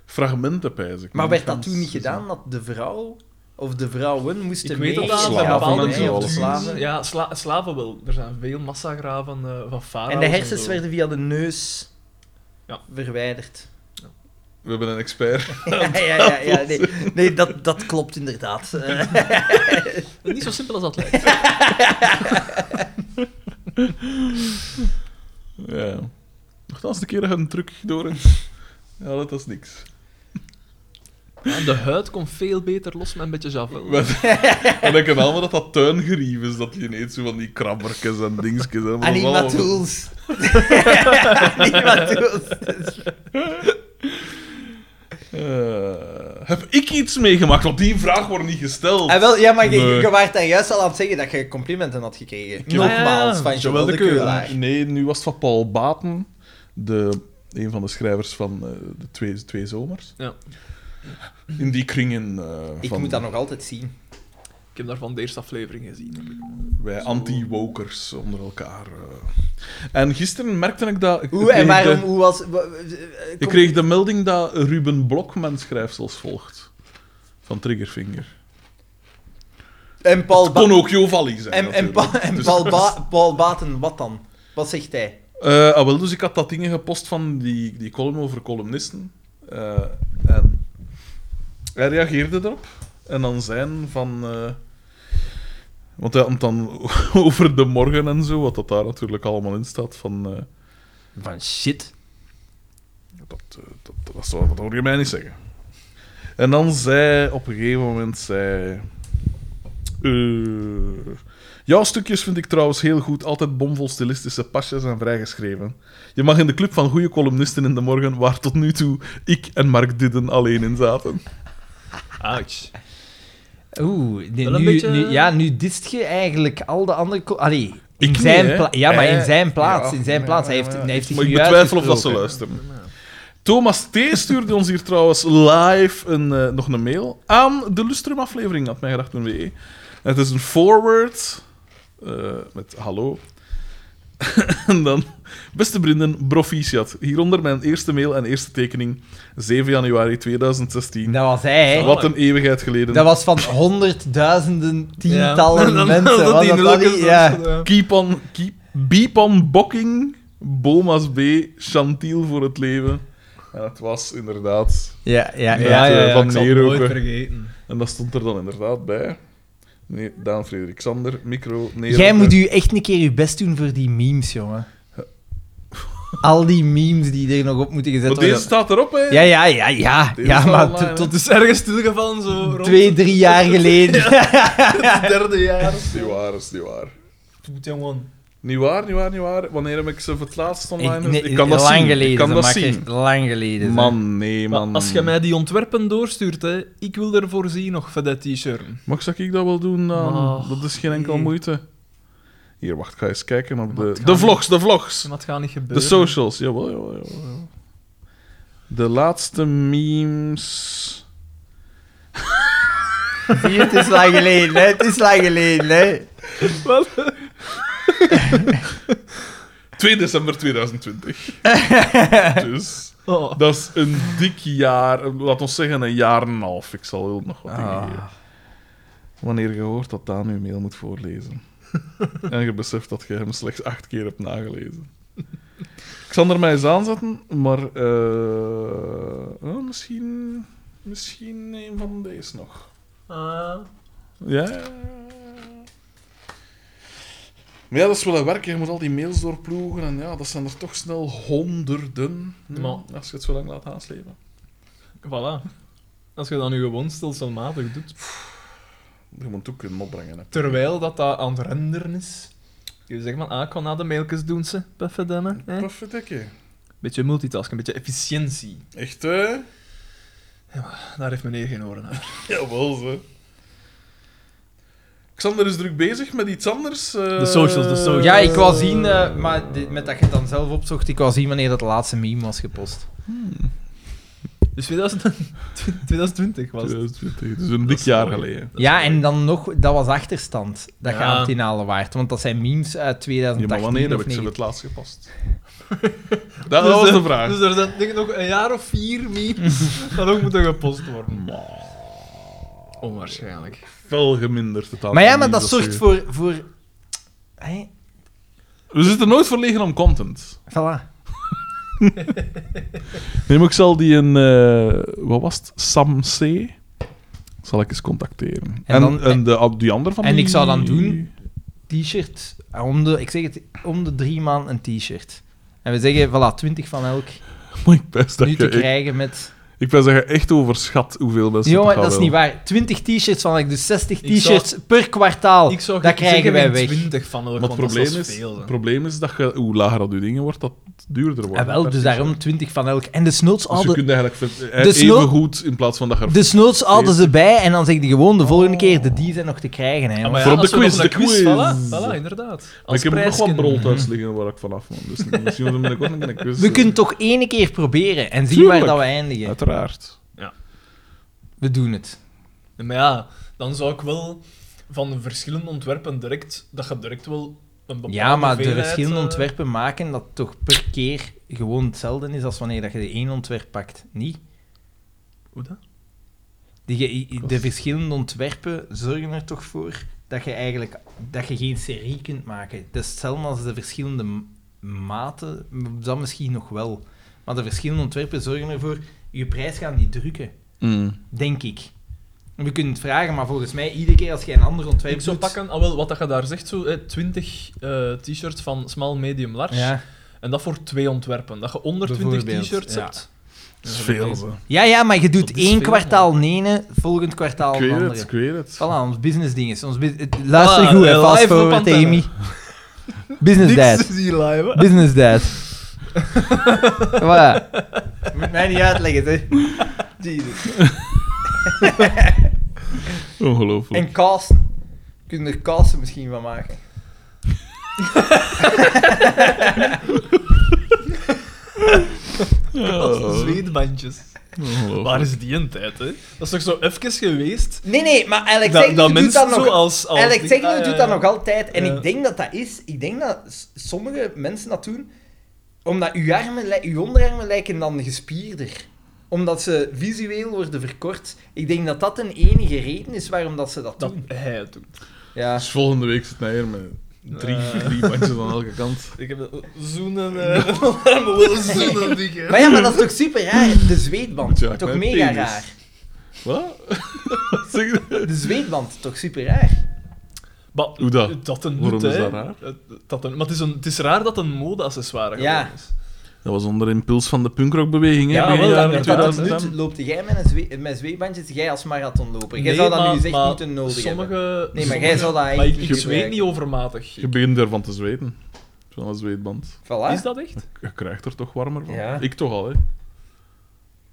[SPEAKER 3] Fragmenten, pijs ik.
[SPEAKER 2] Maar
[SPEAKER 3] Niet
[SPEAKER 2] werd dat
[SPEAKER 3] gans
[SPEAKER 2] toen niet
[SPEAKER 3] gezien.
[SPEAKER 2] gedaan, dat de vrouw of de vrouwen moesten
[SPEAKER 4] Ik
[SPEAKER 2] mee
[SPEAKER 4] weet dat
[SPEAKER 2] of
[SPEAKER 4] dat
[SPEAKER 3] slaven,
[SPEAKER 4] bij bepaalde
[SPEAKER 3] nee,
[SPEAKER 2] of de
[SPEAKER 3] of
[SPEAKER 2] slaven.
[SPEAKER 4] culturen... Ja, sla- slaven wel. Er zijn veel massagraven eh, van farao's
[SPEAKER 2] En de hersens
[SPEAKER 4] zo.
[SPEAKER 2] werden via de neus
[SPEAKER 4] Ja.
[SPEAKER 2] verwijderd.
[SPEAKER 3] We hebben een expert.
[SPEAKER 2] Ja, ja, ja, ja, nee, nee dat, dat klopt inderdaad. Eh,
[SPEAKER 4] Niet zo simpel als dat lijkt.
[SPEAKER 3] Ja. Nogthans, de keer dat je een truc door Ja, dat is niks.
[SPEAKER 4] En de huid komt veel beter los met een beetje javel.
[SPEAKER 3] nou, Maar, en ik ken allemaal dat dat tuingerief is, dat je ineens zo van die krabbertjes en dingetjes... En
[SPEAKER 2] Anima Tools. Anima Tools.
[SPEAKER 3] Eh, heb ik iets meegemaakt? Want die vraag wordt niet gesteld.
[SPEAKER 2] Ah, wel, ja, maar je,
[SPEAKER 3] Nee.
[SPEAKER 2] je waart daar juist al aan het zeggen dat je complimenten had gekregen.
[SPEAKER 4] heb-
[SPEAKER 2] Nogmaals,
[SPEAKER 4] Ja,
[SPEAKER 2] van Joël de Keulaar.
[SPEAKER 3] Nee, nu was het van Paul Baten, de, een van de schrijvers van eh, de twee, twee Zomers.
[SPEAKER 4] Ja.
[SPEAKER 3] In die kringen eh,
[SPEAKER 2] Ik
[SPEAKER 3] van
[SPEAKER 2] moet dat nog altijd zien.
[SPEAKER 4] Ik heb daarvan de eerste aflevering gezien.
[SPEAKER 3] wij anti-wokers onder elkaar. eh. En gisteren merkte ik dat... ik
[SPEAKER 2] Hoe en
[SPEAKER 3] kreeg
[SPEAKER 2] waarom,
[SPEAKER 3] de-
[SPEAKER 2] hoe was... wa- wa- eh,
[SPEAKER 3] Ik
[SPEAKER 2] kom-
[SPEAKER 3] kreeg de melding dat Ruben Blokman schrijft zoals volgt. Van Triggerfinger.
[SPEAKER 2] En Paul,
[SPEAKER 3] Het kon
[SPEAKER 2] ba
[SPEAKER 3] ook Jovalli zijn.
[SPEAKER 2] en, en,
[SPEAKER 3] natuurlijk.
[SPEAKER 2] Pa- en
[SPEAKER 3] Dus-
[SPEAKER 2] Paul, Ba- Paul Baten, wat dan? Wat zegt hij?
[SPEAKER 3] Eh, ah, wel, dus ik had dat dingen gepost van die, die column over columnisten. Eh, en hij reageerde erop. En dan zijn van... eh, want hij had het dan over de morgen en zo, wat dat daar natuurlijk allemaal in staat, van... eh,
[SPEAKER 2] Van shit.
[SPEAKER 3] dat, eh, dat, dat, dat, zou- dat hoor je mij niet zeggen. En dan zei op een gegeven moment zei. eh, jouw stukjes vind ik trouwens heel goed, altijd bomvol stilistische pasjes en vrijgeschreven. Je mag in de club van goede columnisten in de morgen, waar tot nu toe ik en Mark Didden alleen in zaten.
[SPEAKER 4] Ouch.
[SPEAKER 2] Oeh, nee,
[SPEAKER 4] Wel een nu- beetje- nu- ja,
[SPEAKER 2] nu dist je eigenlijk al de andere... Allee,
[SPEAKER 3] in niet, zijn hè. pla- ja, maar in Hij-
[SPEAKER 2] zijn
[SPEAKER 3] plaats, ja, in zijn ja, plaats. Hij ja, heeft- ja. hij heeft Maar ik betwijfel of dat ze luisteren. Thomas T. stuurde ons hier trouwens live een, eh, nog een mail aan de Lustrum-aflevering, had mij gedacht toen we. Het is een forward eh, met hallo. en dan, beste vrienden, proficiat. Hieronder mijn eerste mail en eerste tekening, 7 januari 2016.
[SPEAKER 2] Dat was hij, hè.
[SPEAKER 3] Wat een eeuwigheid geleden.
[SPEAKER 2] Dat was van honderdduizenden, tientallen
[SPEAKER 4] Ja.
[SPEAKER 2] mensen.
[SPEAKER 4] Dat
[SPEAKER 2] Was
[SPEAKER 4] die
[SPEAKER 2] dat dan
[SPEAKER 4] nulletjes
[SPEAKER 2] niet?
[SPEAKER 4] langs
[SPEAKER 2] Ja.
[SPEAKER 4] gedaan.
[SPEAKER 3] Keep on, keep, beep on bokking, Bomas B, Chantiel voor het leven. En het was inderdaad
[SPEAKER 2] Ja, ja,
[SPEAKER 3] Ja, ja,
[SPEAKER 2] ja.
[SPEAKER 3] ja, ik zal het nooit
[SPEAKER 4] vergeten.
[SPEAKER 3] En dat stond er dan inderdaad bij. Nee, Daan Frederik Sander, micro, nee.
[SPEAKER 2] Jij
[SPEAKER 3] dat-
[SPEAKER 2] moet u echt een keer uw best doen voor die memes, jongen. Al die memes die er nog op moeten gezet
[SPEAKER 3] Maar deze
[SPEAKER 2] worden.
[SPEAKER 3] staat erop, hè?
[SPEAKER 2] Ja, ja, ja, ja.
[SPEAKER 3] Deze
[SPEAKER 2] Ja,
[SPEAKER 3] is
[SPEAKER 2] maar
[SPEAKER 3] online,
[SPEAKER 4] Dat
[SPEAKER 2] t- tot
[SPEAKER 4] is ergens stilgevallen zo rond
[SPEAKER 2] twee, drie jaar geleden.
[SPEAKER 4] het derde jaar.
[SPEAKER 3] Is niet waar, is niet waar.
[SPEAKER 4] Goed, jongen.
[SPEAKER 3] Niet waar, niet waar, niet waar. Wanneer heb ik ze voor het laatst online?
[SPEAKER 2] Ik-
[SPEAKER 3] gezien?
[SPEAKER 2] nee,
[SPEAKER 3] Oh, Ik, kan dat
[SPEAKER 2] lang
[SPEAKER 3] zien.
[SPEAKER 2] Geleden,
[SPEAKER 3] ik kan
[SPEAKER 2] ze
[SPEAKER 3] dat
[SPEAKER 2] maken echt
[SPEAKER 3] zien.
[SPEAKER 2] Lang geleden. ze.
[SPEAKER 3] Man, nee, man.
[SPEAKER 4] Als je mij die ontwerpen doorstuurt, hè, ik wil ervoor zien nog voor dat t-shirt.
[SPEAKER 3] Mag zou ik dat wel doen dan?
[SPEAKER 4] Maar-
[SPEAKER 3] dat is geen enkel
[SPEAKER 4] nee.
[SPEAKER 3] moeite. Hier, wacht, ga eens kijken op
[SPEAKER 4] Maar het
[SPEAKER 3] de...
[SPEAKER 4] gaat
[SPEAKER 3] De
[SPEAKER 4] niet-
[SPEAKER 3] vlogs, de vlogs!
[SPEAKER 4] Dat gaat niet
[SPEAKER 3] De
[SPEAKER 4] gebeuren.
[SPEAKER 3] socials, jawel, jawel, jawel. jawel. De laatste memes...
[SPEAKER 2] Zie je, het is lang geleden, hè. Het is lang geleden, hè.
[SPEAKER 3] 2 december 2020. dus
[SPEAKER 4] Oh.
[SPEAKER 3] dat is een dik jaar, laat ons zeggen een jaar en een half. Ik zal heel nog wat ingeven.
[SPEAKER 2] Ah.
[SPEAKER 3] Wanneer je hoort dat Daan uw mail moet voorlezen. en je beseft dat je hem slechts acht keer hebt nagelezen. Ik zal er mij eens aanzetten, maar eh, oh, misschien, misschien een van deze nog.
[SPEAKER 4] Ah.
[SPEAKER 3] Ja. Maar ja, dat is wel een werk. Je moet al die mails doorploegen. En ja, dat zijn er toch snel honderden. Hm,
[SPEAKER 4] Maar-
[SPEAKER 3] Als je het zo lang laat aanslepen.
[SPEAKER 4] Voilà. Als je dat nu gewoon stelselmatig doet.
[SPEAKER 3] Je moet het ook kunnen opbrengen. Hè.
[SPEAKER 4] Terwijl dat, dat aan het renderen is. Je zegt maar, ah, ik ga na de mailtjes doen ze. Puffedemme. Eh?
[SPEAKER 3] Pufferdikke.
[SPEAKER 4] Beetje multitasken, een beetje efficiëntie.
[SPEAKER 3] Echt, hè?
[SPEAKER 4] Daar heeft meneer geen oren aan.
[SPEAKER 3] Jawel, ze. Xander is druk bezig met iets anders. eh.
[SPEAKER 4] De socials, de socials.
[SPEAKER 1] Ja, ik wou zien, eh, maar dit- met dat je het dan zelf opzocht, ik wou zien wanneer dat laatste meme was gepost.
[SPEAKER 4] Dus 2020 was het.
[SPEAKER 3] 2020, dus een dik jaar
[SPEAKER 4] mooi.
[SPEAKER 3] geleden.
[SPEAKER 1] Ja, en dan nog, dat was achterstand. Dat
[SPEAKER 4] Ja.
[SPEAKER 1] gaat in alle waard, want dat zijn memes uit
[SPEAKER 3] Ja,
[SPEAKER 1] 2018
[SPEAKER 3] maar wanneer heb
[SPEAKER 1] of
[SPEAKER 3] ik ze
[SPEAKER 1] niet. eh,
[SPEAKER 3] het laatst gepast? dat, dat was de vraag.
[SPEAKER 4] Dus er zijn denk ik nog een jaar of vier memes dat ook moeten gepost worden. Onwaarschijnlijk.
[SPEAKER 3] Fel geminderd het aantal
[SPEAKER 1] Maar ja, maar dat
[SPEAKER 3] memes
[SPEAKER 1] zorgt
[SPEAKER 3] ze-
[SPEAKER 1] voor... voor... Hé,
[SPEAKER 3] We zitten nooit verlegen om content.
[SPEAKER 1] voilà.
[SPEAKER 3] Nee, maar ik zal die een... eh, wat was het? Sam C? Zal ik eens contacteren. En,
[SPEAKER 1] dan-
[SPEAKER 3] en de, die ander van
[SPEAKER 1] En
[SPEAKER 3] die-
[SPEAKER 1] ik zou dan doen- T-shirt, eh, om de, ik zeg het, om de drie maanden een t-shirt. En we zeggen, voilà, 20 van elk,
[SPEAKER 3] Maar ik pijs dat
[SPEAKER 1] nu
[SPEAKER 3] je
[SPEAKER 1] te
[SPEAKER 3] ik,
[SPEAKER 1] krijgen met...
[SPEAKER 3] ik pijs dat je echt overschat hoeveel mensen
[SPEAKER 1] Jongen,
[SPEAKER 3] het
[SPEAKER 1] dat is
[SPEAKER 3] gaan
[SPEAKER 1] niet
[SPEAKER 3] willen.
[SPEAKER 1] waar. 20 t-shirts van elk, dus 60
[SPEAKER 4] Ik
[SPEAKER 1] t-shirts per kwartaal.
[SPEAKER 4] Ik zou
[SPEAKER 1] Oh, dat krijgen wij weg.
[SPEAKER 4] 20 van elk,
[SPEAKER 3] Maar het
[SPEAKER 4] want dat
[SPEAKER 3] probleem
[SPEAKER 4] is dus
[SPEAKER 3] is,
[SPEAKER 4] veel.
[SPEAKER 3] het
[SPEAKER 4] hè.
[SPEAKER 3] probleem is dat je, hoe lager dat je dingen wordt, dat het duurder wordt.
[SPEAKER 1] Ah, wel, dus daarom 20 van elk. En desnoods
[SPEAKER 3] Dus je
[SPEAKER 1] hadden,
[SPEAKER 3] kunt eigenlijk ver- eh,
[SPEAKER 1] Dus
[SPEAKER 3] even
[SPEAKER 1] no-
[SPEAKER 3] goed in plaats van dat je... er-
[SPEAKER 1] desnoods hadden ze bij en dan zeg je gewoon de
[SPEAKER 3] Oh.
[SPEAKER 1] volgende keer, de die zijn nog te krijgen. Hè,
[SPEAKER 4] Ah,
[SPEAKER 1] jongens.
[SPEAKER 4] maar ja,
[SPEAKER 3] Voor op
[SPEAKER 4] als
[SPEAKER 3] de
[SPEAKER 4] we nog
[SPEAKER 3] quiz,
[SPEAKER 4] een
[SPEAKER 3] de
[SPEAKER 4] quiz.
[SPEAKER 3] quiz.
[SPEAKER 4] Voilà, voilà, inderdaad.
[SPEAKER 3] Maar
[SPEAKER 4] Als
[SPEAKER 3] ik heb ook nog wat
[SPEAKER 4] prijsken.
[SPEAKER 3] brood thuis liggen waar ik vanaf man. Dus misschien moeten we binnenkort nog een quiz eh,
[SPEAKER 1] We
[SPEAKER 3] doen.
[SPEAKER 1] kunnen toch ene keer proberen en zien
[SPEAKER 3] Tuurlijk.
[SPEAKER 1] waar dat we eindigen.
[SPEAKER 3] Uiteraard.
[SPEAKER 1] We doen het.
[SPEAKER 4] Nee, Maar ja, dan zou ik wel van verschillende ontwerpen direct... Dat gaat direct wel een bepaalde
[SPEAKER 1] Ja, maar de
[SPEAKER 4] hoeveelheid,
[SPEAKER 1] verschillende
[SPEAKER 4] eh,
[SPEAKER 1] ontwerpen maken dat toch per keer gewoon hetzelfde is als wanneer dat je de één ontwerp pakt. Niet?
[SPEAKER 4] Hoe dat?
[SPEAKER 1] Die, je-
[SPEAKER 3] Klopt.
[SPEAKER 1] de verschillende ontwerpen zorgen er toch voor dat je eigenlijk dat je geen serie kunt maken. Dat is hetzelfde als de verschillende m- maten, m- dat misschien nog wel. Maar de verschillende ontwerpen zorgen ervoor, je prijs gaan die drukken,
[SPEAKER 3] Mm.
[SPEAKER 1] denk ik. We kunnen het vragen, maar volgens mij iedere keer als je een ander ontwerp
[SPEAKER 4] Ik zou
[SPEAKER 1] doet-
[SPEAKER 4] pakken, ah, wel, wat dat je daar zegt, zo, hè, 20 eh, t-shirts van small, medium, large.
[SPEAKER 1] Ja.
[SPEAKER 4] En dat voor twee ontwerpen. Dat je onder 20
[SPEAKER 1] Bijvoorbeeld,
[SPEAKER 4] t-shirts
[SPEAKER 1] ja.
[SPEAKER 4] hebt.
[SPEAKER 3] Dat is veel, zo.
[SPEAKER 1] ja, ja, maar je doet
[SPEAKER 4] Dat is
[SPEAKER 1] één
[SPEAKER 4] veel,
[SPEAKER 1] kwartaal de ene, volgend kwartaal
[SPEAKER 3] Ik
[SPEAKER 1] een
[SPEAKER 3] weet
[SPEAKER 1] andere.
[SPEAKER 3] het, ik weet het.
[SPEAKER 1] Voilà, ons business ding is. Ons bus- het- luister
[SPEAKER 4] Voilà,
[SPEAKER 1] goed, hè,
[SPEAKER 4] eh,
[SPEAKER 1] fast
[SPEAKER 4] live op
[SPEAKER 1] forward,
[SPEAKER 4] antenne.
[SPEAKER 1] Amy. business dad.
[SPEAKER 4] is hier live. hè.
[SPEAKER 1] Business dad. voilà. Moet mij niet uitleggen, hè. Jesus.
[SPEAKER 3] Ongelooflijk.
[SPEAKER 1] En Carsten. Kunnen er Carsten misschien van maken?
[SPEAKER 4] Als Zweetbandjes.
[SPEAKER 3] Ongelooflijk.
[SPEAKER 4] Waar is die een tijd, hè? Dat is toch zo even geweest?
[SPEAKER 1] Nee, nee, maar Alex
[SPEAKER 4] dat
[SPEAKER 1] Zegno
[SPEAKER 4] dat
[SPEAKER 1] doet
[SPEAKER 4] mensen
[SPEAKER 1] dat
[SPEAKER 4] zo
[SPEAKER 1] nog...
[SPEAKER 4] als... als
[SPEAKER 1] Alex
[SPEAKER 4] die-
[SPEAKER 1] Zegno
[SPEAKER 4] ah, ja,
[SPEAKER 1] doet dat
[SPEAKER 4] ja.
[SPEAKER 1] nog altijd. En
[SPEAKER 4] Ja.
[SPEAKER 1] ik denk dat dat is... Ik denk dat s- sommige mensen dat doen... Omdat uw, armen, lij- uw onderarmen lijken dan gespierder. Omdat ze visueel worden verkort. Ik denk dat dat een enige reden is waarom dat ze dat
[SPEAKER 4] Dat
[SPEAKER 1] doen.
[SPEAKER 4] hij het doet.
[SPEAKER 1] Ja.
[SPEAKER 3] Dus volgende week zit hij hier met drie,
[SPEAKER 4] Eh.
[SPEAKER 3] drie bandjes aan elke kant.
[SPEAKER 4] Ik heb dat zoenen... eh, wel zoenen die ge-
[SPEAKER 1] Maar ja, maar dat is toch super raar? De zweetband.
[SPEAKER 3] Ja, ik
[SPEAKER 1] toch
[SPEAKER 3] ben
[SPEAKER 1] mega
[SPEAKER 3] penis.
[SPEAKER 1] raar.
[SPEAKER 3] Wat? Zeg je?
[SPEAKER 1] De zweetband. Toch super raar.
[SPEAKER 4] Maar
[SPEAKER 3] Hoe dat?
[SPEAKER 4] Dat een
[SPEAKER 3] Waarom
[SPEAKER 4] nut,
[SPEAKER 3] is
[SPEAKER 4] hè.
[SPEAKER 3] dat raar?
[SPEAKER 4] Het- Dat een, maar het is, een, het is raar dat een mode-accessoire
[SPEAKER 1] Ja.
[SPEAKER 4] geworden is.
[SPEAKER 3] Dat was onder impuls van de punkrockbeweging, hè?
[SPEAKER 4] Ja,
[SPEAKER 3] begin
[SPEAKER 4] wel,
[SPEAKER 3] jaren
[SPEAKER 1] dat
[SPEAKER 4] dat-
[SPEAKER 3] 2000.
[SPEAKER 1] absoluut. Loopt jij met, een zwee- met zweetbandjes, jij als marathonloper? Jij
[SPEAKER 4] Nee,
[SPEAKER 1] zou dat
[SPEAKER 4] maar-
[SPEAKER 1] nu eens echt
[SPEAKER 4] maar
[SPEAKER 1] niet te nodig hebben.
[SPEAKER 4] sommige,
[SPEAKER 1] Nee, maar
[SPEAKER 4] sommige-
[SPEAKER 1] jij zou dat
[SPEAKER 4] Maar ik,
[SPEAKER 1] eigenlijk
[SPEAKER 4] ik
[SPEAKER 1] niet
[SPEAKER 4] zweet
[SPEAKER 1] gebruiken.
[SPEAKER 4] niet overmatig.
[SPEAKER 3] Je begint ervan te zweten. Van een zweetband.
[SPEAKER 1] Voilà.
[SPEAKER 4] Is dat echt?
[SPEAKER 3] Je krijgt er toch warmer van.
[SPEAKER 1] Ja.
[SPEAKER 3] Ik toch al, hè?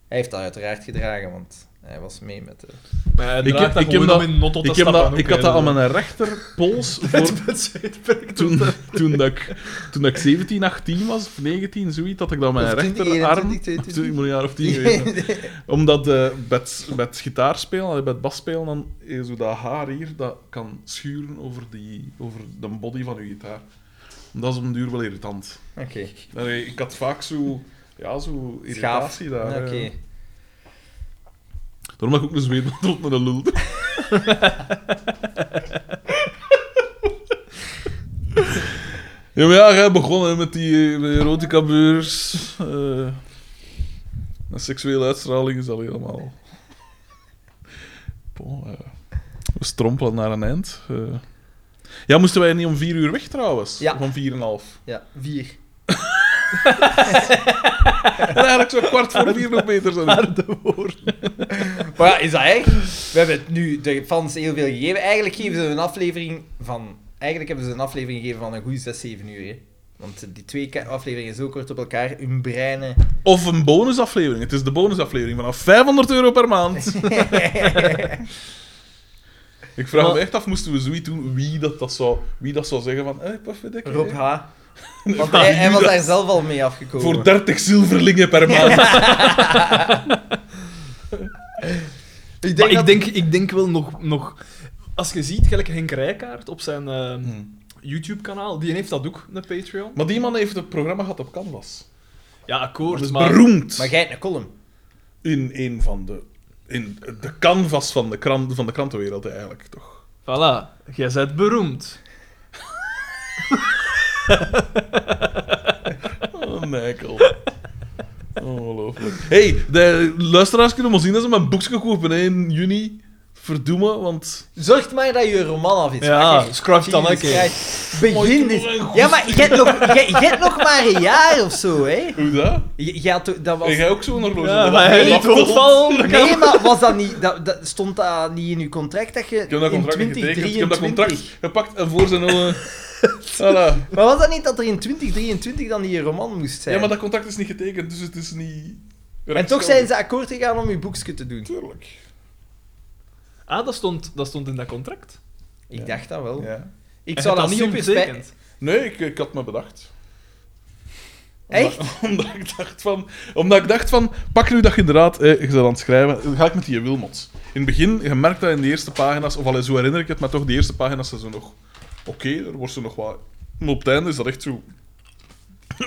[SPEAKER 1] Hij heeft dat uiteraard gedragen, want hij was mee met de...
[SPEAKER 4] ik,
[SPEAKER 3] Ik heb-
[SPEAKER 4] ik,
[SPEAKER 3] ik heb
[SPEAKER 4] dat,
[SPEAKER 3] dat-
[SPEAKER 4] om in notto te
[SPEAKER 3] Ik, heb
[SPEAKER 4] stappen
[SPEAKER 3] dat,
[SPEAKER 4] ook,
[SPEAKER 3] ik had
[SPEAKER 4] hè,
[SPEAKER 3] dat aan
[SPEAKER 4] dus-
[SPEAKER 3] mijn rechterpols voor
[SPEAKER 4] Het zweetperk.
[SPEAKER 3] toen, toen, dat ik, toen dat ik 17, 18 was, of 19, zoiets, dat ik dan mijn
[SPEAKER 1] Of 20,
[SPEAKER 3] rechterarm...
[SPEAKER 1] 21, 22.
[SPEAKER 3] Toen, ik moet een jaar of 10 geweest zijn. Omdat eh, bij, het, bij het gitaarspelen, allee, bij het basspelen, dan is zo dat haar hier, dat kan schuren over, die, over de body van je gitaar. Dat is op den duur wel irritant.
[SPEAKER 1] Oké.
[SPEAKER 3] Allee, ik had vaak zo... Ja, zo
[SPEAKER 1] Schaaf.
[SPEAKER 3] irritatie daar. eh.
[SPEAKER 1] Oké.
[SPEAKER 3] ja. Daarom heb ik ook een zweetband rond met een lul. ja, maar ja, jij begon hè, met die eh, met die erotica-beurs. eh, en seksuele uitstraling is al helemaal... Bon, eh, we strompelen naar een eind. eh. Ja, moesten wij niet om vier uur weg trouwens?
[SPEAKER 2] Ja.
[SPEAKER 3] Of om vier en een half?
[SPEAKER 2] Ja, vier.
[SPEAKER 3] En eigenlijk zou kwart voor vier nog beter zijn.
[SPEAKER 2] Maar ja, is dat echt? We hebben het nu de fans heel veel gegeven. Eigenlijk geven ze een aflevering van... Eigenlijk hebben ze een aflevering gegeven van een goede 6, 7 uur. Hè. Want die twee ka- afleveringen zo kort op elkaar, hun breinen...
[SPEAKER 3] Of een bonusaflevering. Het is de bonusaflevering vanaf 500 euro per maand. Ik vraag
[SPEAKER 4] Maar-
[SPEAKER 3] me echt af, moesten we zoiets doen, wie dat, dat, zou, wie dat zou zeggen van... "Eh, Hé, Puffy
[SPEAKER 2] Rob H. Want hij, hij was daar zelf al mee afgekomen.
[SPEAKER 3] Voor 30 zilverlingen per maand.
[SPEAKER 4] Maar ik,
[SPEAKER 2] Ik denk dat-
[SPEAKER 4] denk, ik denk wel nog, nog... Als je ziet, gelijk Henk Rijkaard op zijn eh,
[SPEAKER 3] Hm.
[SPEAKER 4] YouTube-kanaal, die heeft dat ook, een Patreon.
[SPEAKER 3] Maar die man heeft het programma gehad op Canvas.
[SPEAKER 4] Ja, akkoord,
[SPEAKER 3] Dat is
[SPEAKER 4] maar...
[SPEAKER 3] beroemd.
[SPEAKER 2] Maar jij hebt een column.
[SPEAKER 3] In een van de... In de canvas van de, kran, van de krantenwereld eigenlijk, toch?
[SPEAKER 4] Voilà, jij bent beroemd.
[SPEAKER 3] Oh, Michael. Ongelooflijk. hey, de luisteraars kunnen wel zien dat ze mijn boekje kopen hè, in juni. Verdoemen, want...
[SPEAKER 2] Zorg maar dat je een roman af is.
[SPEAKER 4] Ja,
[SPEAKER 2] makker.
[SPEAKER 4] schrijf dan
[SPEAKER 2] Jezus
[SPEAKER 4] ook, hè.
[SPEAKER 2] Christ.
[SPEAKER 3] Mooi,
[SPEAKER 2] Begin
[SPEAKER 3] ik
[SPEAKER 2] dit.
[SPEAKER 3] heb nog een
[SPEAKER 2] Ja, maar jij hebt nog, jij, jij hebt nog maar een jaar of zo, hè?
[SPEAKER 3] Hoe dat?
[SPEAKER 2] Je, je had toch- dat was...
[SPEAKER 3] En jij ook zo'n horloge?
[SPEAKER 4] Ja, maar
[SPEAKER 3] Dat was
[SPEAKER 4] hij
[SPEAKER 3] heel
[SPEAKER 4] liet
[SPEAKER 3] afgerond.
[SPEAKER 4] rondvallen.
[SPEAKER 2] Nee, maar was dat niet, dat, dat, stond dat niet in uw contract dat je
[SPEAKER 3] Ik heb dat
[SPEAKER 2] in
[SPEAKER 3] contract niet getekend. Ik heb dat
[SPEAKER 2] 2023...
[SPEAKER 3] contract gepakt en voor zijn ogen... Voilà.
[SPEAKER 2] Maar was dat niet dat er in 2023 dan die roman moest zijn?
[SPEAKER 3] Ja, maar dat contract is niet getekend, dus het is niet...
[SPEAKER 2] En toch zijn ze akkoord gegaan om uw boekje te doen.
[SPEAKER 3] Tuurlijk.
[SPEAKER 4] Ah, dat stond, dat stond in dat contract.
[SPEAKER 2] Ik
[SPEAKER 3] Ja.
[SPEAKER 2] dacht dat wel.
[SPEAKER 3] Ja.
[SPEAKER 2] Ik
[SPEAKER 4] Hij
[SPEAKER 2] zou
[SPEAKER 4] had
[SPEAKER 2] dat
[SPEAKER 4] niet
[SPEAKER 2] super spijt...
[SPEAKER 4] ondertekend.
[SPEAKER 3] Nee, ik, ik had me bedacht.
[SPEAKER 2] Echt?
[SPEAKER 3] Omdat, omdat ik dacht van... Omdat ik dacht van... Pak nu dat je inderdaad... Eh, je bent aan het schrijven. Dan ga ik met die Wilmot. In het begin, je merkt dat in de eerste pagina's... Of al zo herinner ik het, maar toch, de eerste pagina's zijn zo nog... Oké, er wordt ze nog wat... Maar op het einde is dat echt zo...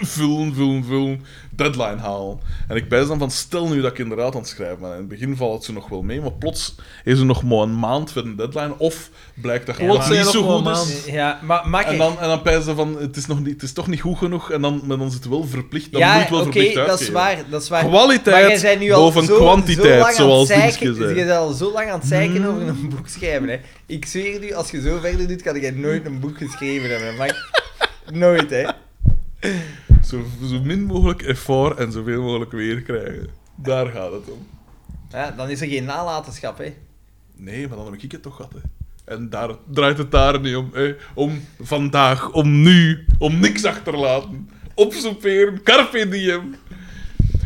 [SPEAKER 3] Vullen, vullen, vullen. Deadline halen. En ik bijs dan van... Stel nu dat ik inderdaad aan het schrijven ben. In het begin valt het ze nog wel mee, maar plots is er nog maar een maand voor een deadline. Of blijkt dat
[SPEAKER 2] Ja,
[SPEAKER 3] het
[SPEAKER 2] maar-
[SPEAKER 3] niet
[SPEAKER 4] Nog
[SPEAKER 3] zo
[SPEAKER 4] maar een
[SPEAKER 3] goed dus- is.
[SPEAKER 4] maand.
[SPEAKER 2] Ja, maar maak
[SPEAKER 3] En dan, en dan pijzen ze van, het is, nog niet, het is toch niet goed genoeg, en dan, maar dan is het wel verplicht, dan moet
[SPEAKER 2] Ja,
[SPEAKER 3] het wel
[SPEAKER 2] oké,
[SPEAKER 3] verplicht
[SPEAKER 2] dat is
[SPEAKER 3] uitgeven.
[SPEAKER 2] waar, dat is waar. maar jij
[SPEAKER 3] Kwaliteit
[SPEAKER 2] bent nu al
[SPEAKER 3] boven
[SPEAKER 2] zo, zo lang
[SPEAKER 3] kwantiteit,
[SPEAKER 2] aan
[SPEAKER 3] zoals
[SPEAKER 2] het zeiken-
[SPEAKER 3] Dienske
[SPEAKER 2] Je
[SPEAKER 3] zei. Mm.
[SPEAKER 2] bent al zo lang aan het zeiken over een boek schrijven. Hè. Ik zweer nu, als je zo verder doet, kan jij nooit een boek geschreven hebben. Maar nooit, hè.
[SPEAKER 3] Zo, zo min mogelijk effort en zoveel mogelijk weer krijgen. Daar gaat het om.
[SPEAKER 2] Ja, dan is er geen nalatenschap, hè.
[SPEAKER 3] Nee, maar dan heb ik het toch gehad, hè. En daar draait het daar niet om, hè. Om vandaag, om nu, om niks achterlaten. Opsoeperen, carpe diem.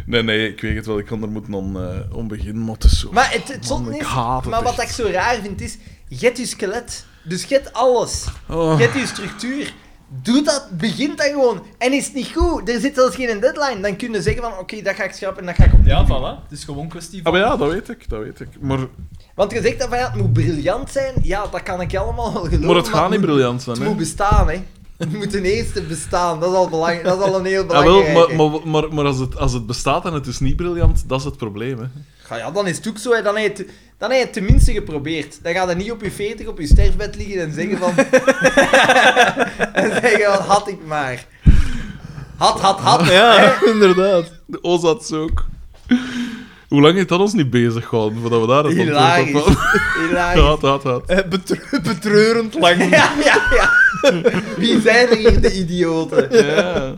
[SPEAKER 3] Nee, nee, ik weet het wel, ik kan er moeten om, eh, om beginnen, maar het is zo...
[SPEAKER 2] Maar het, het zot
[SPEAKER 3] Man, ik
[SPEAKER 2] is,
[SPEAKER 3] haat het
[SPEAKER 2] maar wat
[SPEAKER 3] echt.
[SPEAKER 2] ik zo raar vind is, je hebt je skelet. Dus je hebt alles.
[SPEAKER 3] Oh.
[SPEAKER 2] Je hebt je structuur. Doe dat, begint dan gewoon. En is het niet goed, er zit zelfs geen deadline, dan kun je zeggen van, oké, dat ga ik schrappen en dat ga ik opnieuw
[SPEAKER 4] Ja,
[SPEAKER 2] doen.
[SPEAKER 4] voilà. Het is gewoon kwestie
[SPEAKER 3] Ah,
[SPEAKER 4] van...
[SPEAKER 3] maar ja, dat weet ik, dat weet ik. Maar
[SPEAKER 2] Want je zegt dat van, ja, het moet briljant zijn. Ja, dat kan ik allemaal wel geloven.
[SPEAKER 3] Maar het gaat niet
[SPEAKER 2] moet-
[SPEAKER 3] briljant zijn,
[SPEAKER 2] Het
[SPEAKER 3] hè?
[SPEAKER 2] moet bestaan, hè. Het moet ten eerste bestaan, dat is al, belang, dat is al een heel
[SPEAKER 3] Ja, Ah, wel,
[SPEAKER 2] belangrijk.
[SPEAKER 3] maar, maar, maar, maar als, het, als het bestaat en het is niet briljant, dat is het probleem, hè?
[SPEAKER 2] Ja, ja, dan is het ook zo, hè. Dan heb je het, dan heb je het tenminste geprobeerd. Dan ga je niet op je 40 op je sterfbed liggen en zeggen van... en zeggen van, had ik maar. Had, had, had.
[SPEAKER 3] Ah,
[SPEAKER 4] Ja, inderdaad.
[SPEAKER 3] De Ozats ook. Hoe lang heeft dat ons niet bezig gehouden voordat we daar het
[SPEAKER 2] Hilarisch.
[SPEAKER 3] antwoord op hadden?
[SPEAKER 2] Hilarisch.
[SPEAKER 3] Haat, haat, haat.
[SPEAKER 4] betreurend lang.
[SPEAKER 2] Ja, ja, ja. Wie zijn er hier de idioten?
[SPEAKER 3] Ja.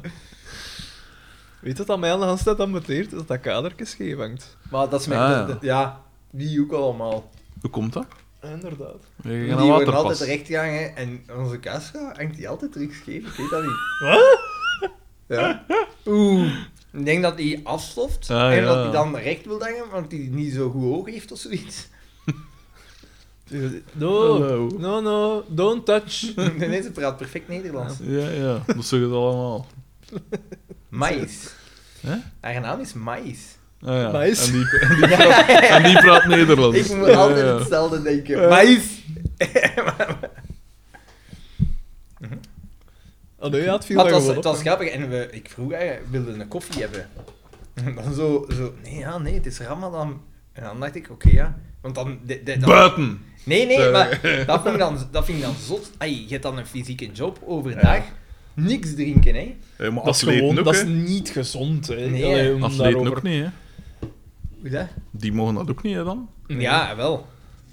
[SPEAKER 4] Weet dat dat mij aan de hand staat ambeteert? Dat dat kadertje scheef hangt.
[SPEAKER 2] Maar dat is mijn...
[SPEAKER 3] Ah,
[SPEAKER 2] ja.
[SPEAKER 3] ja.
[SPEAKER 2] wie ook allemaal.
[SPEAKER 3] Hoe komt dat?
[SPEAKER 4] Inderdaad.
[SPEAKER 3] We gaan
[SPEAKER 2] Die
[SPEAKER 3] naar
[SPEAKER 2] worden
[SPEAKER 3] waterpas.
[SPEAKER 2] altijd terecht gehangen en onze Casca hangt die altijd terug scheef. Ik weet dat niet.
[SPEAKER 4] Wat?
[SPEAKER 2] Ja. Oeh. Ik denk dat hij afstoft
[SPEAKER 3] Ah,
[SPEAKER 2] en
[SPEAKER 3] ja.
[SPEAKER 2] dat hij dan recht wil hangen, want hij niet zo goed oog heeft of zoiets. Oh.
[SPEAKER 4] No,
[SPEAKER 3] Hallo.
[SPEAKER 4] no, no, don't touch.
[SPEAKER 2] Nee, nee, ze praat perfect Nederlands.
[SPEAKER 3] Ja, ja, dat zeggen ze allemaal.
[SPEAKER 2] Mais.
[SPEAKER 3] Hè?
[SPEAKER 2] Haar naam is Mais.
[SPEAKER 3] Ah, ja.
[SPEAKER 4] Mais.
[SPEAKER 3] En, die, en, die praat, en die praat Nederlands.
[SPEAKER 2] Ik moet
[SPEAKER 3] Ja,
[SPEAKER 2] altijd
[SPEAKER 3] ja.
[SPEAKER 2] hetzelfde denken.
[SPEAKER 3] Ja.
[SPEAKER 2] Mais.
[SPEAKER 4] Oh nee, ja, het viel
[SPEAKER 2] Maar het
[SPEAKER 4] mij gewoon
[SPEAKER 2] was, het
[SPEAKER 4] op,
[SPEAKER 2] was
[SPEAKER 4] hè.
[SPEAKER 2] grappig en we, ik vroeg haar, wilde een koffie hebben? En dan zo, zo, nee, ja, nee, het is Ramadan. En dan dacht ik, oké, ja. Want dan... de- de- dan-
[SPEAKER 3] Buiten!
[SPEAKER 2] Nee, nee,
[SPEAKER 3] Sorry.
[SPEAKER 2] maar dat vind ik dan, dat vind ik dan zot. Ai, je hebt dan een fysieke job overdag. Niks drinken, hè.
[SPEAKER 3] Hey, maar
[SPEAKER 4] Dat is gewoon,
[SPEAKER 3] ook,
[SPEAKER 4] dat is
[SPEAKER 3] hè.
[SPEAKER 4] niet gezond, hè.
[SPEAKER 2] Nee.
[SPEAKER 4] Allee, om
[SPEAKER 3] Atleten
[SPEAKER 4] daarover-
[SPEAKER 3] ook niet, hè.
[SPEAKER 2] Hoe dat?
[SPEAKER 3] Die mogen dat ook niet, hè, dan?
[SPEAKER 4] Nee.
[SPEAKER 2] Ja, wel.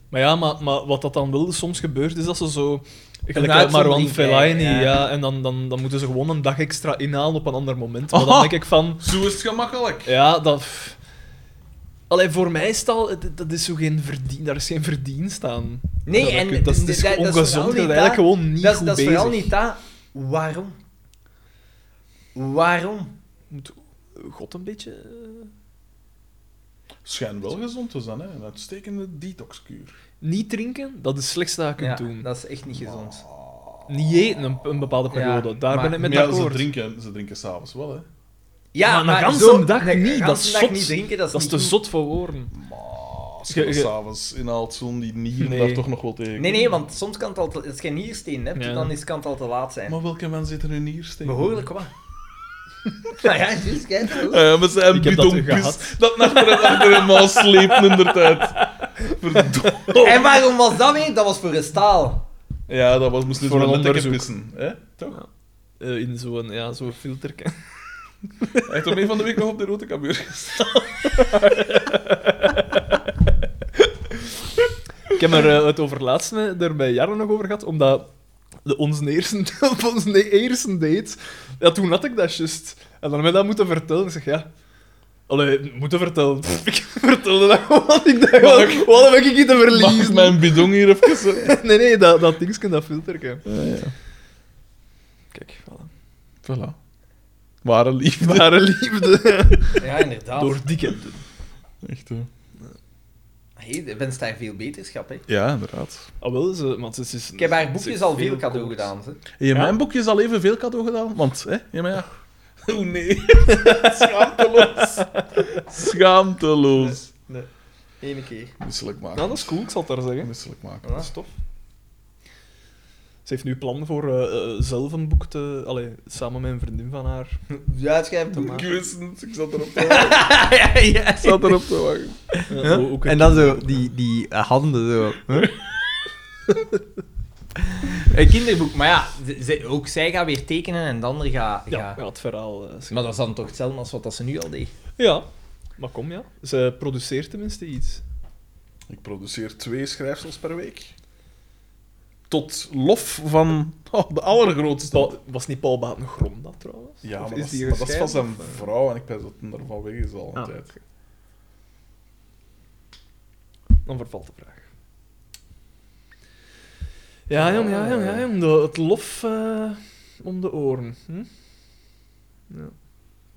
[SPEAKER 4] Maar ja, maar, maar wat dat dan wel soms gebeurt, is dat ze zo Gelijk
[SPEAKER 1] Geluid
[SPEAKER 4] uit Marwan
[SPEAKER 1] zonder
[SPEAKER 4] Fellaini,
[SPEAKER 1] idee,
[SPEAKER 4] ja.
[SPEAKER 1] ja.
[SPEAKER 4] En dan, dan, dan moeten ze gewoon een dag extra inhalen op een ander moment. Maar dan denk ik van...
[SPEAKER 3] Zo is het gemakkelijk.
[SPEAKER 4] Ja, dat... pff. Allee, voor mij is het al... het- Dat is zo geen verdien, daar is geen verdienst aan.
[SPEAKER 1] Nee,
[SPEAKER 4] dat,
[SPEAKER 1] en
[SPEAKER 4] dat, dat is, dat is
[SPEAKER 1] dat- dat is
[SPEAKER 4] ongezond.
[SPEAKER 1] vooral
[SPEAKER 4] Dat is
[SPEAKER 1] niet
[SPEAKER 4] eigenlijk
[SPEAKER 1] dat-
[SPEAKER 4] gewoon niet
[SPEAKER 1] dat, is-
[SPEAKER 4] goed
[SPEAKER 1] dat is
[SPEAKER 4] bezig.
[SPEAKER 1] vooral niet dat. Waarom? Waarom?
[SPEAKER 4] Moet God een beetje... eh,
[SPEAKER 3] Schijn wel gezond te zijn, hè? Een uitstekende detoxkuur.
[SPEAKER 4] Niet drinken, dat is het slechtste dat je kunt
[SPEAKER 1] Ja,
[SPEAKER 4] doen.
[SPEAKER 1] dat is echt niet gezond.
[SPEAKER 4] Niet eten een, een bepaalde
[SPEAKER 1] Ja,
[SPEAKER 4] periode. Daar
[SPEAKER 1] maar-
[SPEAKER 4] ben ik
[SPEAKER 3] Maar
[SPEAKER 4] met
[SPEAKER 3] ja, ze
[SPEAKER 4] akkoord.
[SPEAKER 3] drinken, ze drinken s'avonds wel, hè?
[SPEAKER 4] Ja, maar een ganse
[SPEAKER 1] zo-
[SPEAKER 4] dag
[SPEAKER 1] een
[SPEAKER 4] niet, dat
[SPEAKER 1] ganse
[SPEAKER 4] is
[SPEAKER 1] dag
[SPEAKER 4] zot.
[SPEAKER 1] niet drinken, dat is,
[SPEAKER 4] Dat is
[SPEAKER 1] niet
[SPEAKER 4] te
[SPEAKER 1] goed.
[SPEAKER 4] zot voor woorden.
[SPEAKER 3] Maar als
[SPEAKER 4] Ge-
[SPEAKER 3] je
[SPEAKER 4] ge-
[SPEAKER 3] s'avonds inhaalt, zullen die nieren
[SPEAKER 4] Nee.
[SPEAKER 3] daar toch nog wel tegen.
[SPEAKER 1] Nee, nee, want soms kan het al te, als je een niersteen hebt,
[SPEAKER 4] Ja.
[SPEAKER 1] dan is, kan het al te laat zijn.
[SPEAKER 3] Maar welke man zit er nu hier steeds?
[SPEAKER 1] Behoorlijk wat. nou ja, juist, kijk zo.
[SPEAKER 3] Ja, maar Eh, zijn
[SPEAKER 4] Ik heb dat
[SPEAKER 3] bidonpis.
[SPEAKER 4] gehad.
[SPEAKER 3] Dat achter en achter hem al slepen in de tijd. Verdomme.
[SPEAKER 1] Oh. En waarom was dat weer? Dat was voor een staal.
[SPEAKER 3] Ja, dat was, moest dus
[SPEAKER 4] Voor
[SPEAKER 3] met
[SPEAKER 4] een
[SPEAKER 3] een
[SPEAKER 4] onderzoek.
[SPEAKER 3] pissen. Hè? Toch?
[SPEAKER 4] Eh, in zo'n ja, zo'n filter.
[SPEAKER 3] Hij heeft om een van de week nog op de rode kamer gestaan.
[SPEAKER 4] Ik heb er eh, het overlaatste er bij Jarren nog over gehad, omdat de, onze, eerste, op onze ne- eerste date, ja, toen had ik dat juist. En dan heb ik dat moeten vertellen. Ik zeg, ja... Allee, moeten vertellen. Pff, ik vertelde dat gewoon. Ik dacht, wat, wat heb ik hier te
[SPEAKER 3] Mag
[SPEAKER 4] verliezen?
[SPEAKER 3] ik mijn bidon hier even... zo-
[SPEAKER 4] Nee, nee, dat, dat dingetje, dat filterke. Kijk, voilà.
[SPEAKER 3] Voilà. Ware liefde.
[SPEAKER 4] Ware liefde.
[SPEAKER 1] Ja,
[SPEAKER 2] Ah,
[SPEAKER 1] inderdaad.
[SPEAKER 4] Door dikke.
[SPEAKER 3] Echt, hè.
[SPEAKER 1] Hey, de wens daar veel beterschap, hè.
[SPEAKER 3] Ja, inderdaad.
[SPEAKER 4] Ah, wel, ze, maar ze, ze is,
[SPEAKER 1] Ik heb haar
[SPEAKER 4] ze
[SPEAKER 1] boekjes
[SPEAKER 4] is
[SPEAKER 1] al veel
[SPEAKER 4] kort.
[SPEAKER 1] cadeau gedaan, ze.
[SPEAKER 3] En je
[SPEAKER 4] Ja.
[SPEAKER 3] mijn boekjes al evenveel cadeau gedaan? Want, hè? Ja, maar ja. Oh nee. Schaamteloos. Schaamteloos.
[SPEAKER 1] Eén keer.
[SPEAKER 3] Misselijk maken.
[SPEAKER 4] Nou, dat is cool, ik zal het daar zeggen.
[SPEAKER 3] Misselijk maken.
[SPEAKER 4] Dat is tof. Ze heeft nu plan voor eh, eh, zelf een boek te... Allee, samen met een vriendin van haar.
[SPEAKER 1] Ja, het schijnt
[SPEAKER 3] Ik
[SPEAKER 1] maar.
[SPEAKER 3] wist het. Ik zat erop te wachten. Ik zat erop te wachten.
[SPEAKER 4] Hoe- hoe kun
[SPEAKER 1] En
[SPEAKER 4] je-
[SPEAKER 1] dan zo, die, die eh, handen zo. hè? Een kinderboek, maar ja, ze- ze- ook zij gaat weer tekenen en de ander gaat...
[SPEAKER 4] Ja,
[SPEAKER 1] gaat-
[SPEAKER 4] ja, het verhaal... eh, is-
[SPEAKER 1] Maar dat is dan toch hetzelfde als wat dat ze nu al deed?
[SPEAKER 4] Ja. Maar kom, ja. Ze produceert tenminste iets.
[SPEAKER 3] Ik produceer twee schrijfsels per week. Tot lof van oh, de allergrootste.
[SPEAKER 4] Paul- was niet Paul Baat nog grom dat, trouwens?
[SPEAKER 3] ja,
[SPEAKER 4] Of
[SPEAKER 3] maar,
[SPEAKER 4] is
[SPEAKER 3] dat, is-
[SPEAKER 4] die
[SPEAKER 3] maar dat is van
[SPEAKER 4] gescheiden?
[SPEAKER 3] zijn vrouw en ik ben dat hij ervan weg is al een
[SPEAKER 4] Ah.
[SPEAKER 3] tijd.
[SPEAKER 4] Dan vervalt de vraag. Ja, jong, ja, jong, ja, jong. De- het lof eh, om de oren. Hm? Ja.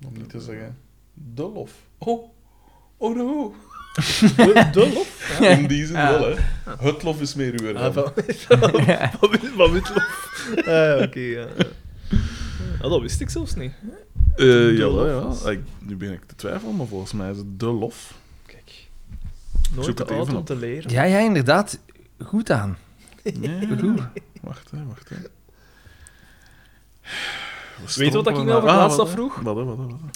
[SPEAKER 3] Om niet te zeggen, de lof. Oh, oh no.
[SPEAKER 4] De, de lof?
[SPEAKER 3] In die zin
[SPEAKER 1] Ah.
[SPEAKER 3] wel, hè. Het lof is meer uw
[SPEAKER 4] Ah,
[SPEAKER 3] dan.
[SPEAKER 4] van, van, wit- van witlof. Ah, oké, ja. Ah, dat wist ik zelfs niet.
[SPEAKER 3] Eh,
[SPEAKER 4] De
[SPEAKER 3] jawel,
[SPEAKER 4] lof.
[SPEAKER 3] ja. Ik, nu ben ik te twijfelen, maar volgens mij is het de lof.
[SPEAKER 4] Kijk.
[SPEAKER 3] Zoek
[SPEAKER 4] Nooit te
[SPEAKER 3] het
[SPEAKER 4] oud
[SPEAKER 3] even
[SPEAKER 4] om
[SPEAKER 3] op.
[SPEAKER 4] te leren.
[SPEAKER 1] Ja, ja, inderdaad. Goed aan.
[SPEAKER 3] Nee,
[SPEAKER 1] Oeh.
[SPEAKER 3] wacht, hè, wacht. Hè.
[SPEAKER 4] Weet je wat ik me over
[SPEAKER 3] Ah,
[SPEAKER 4] laatst
[SPEAKER 3] wat, hè?
[SPEAKER 4] afvroeg?
[SPEAKER 3] Wat, hè, wat, hè, wat, hè?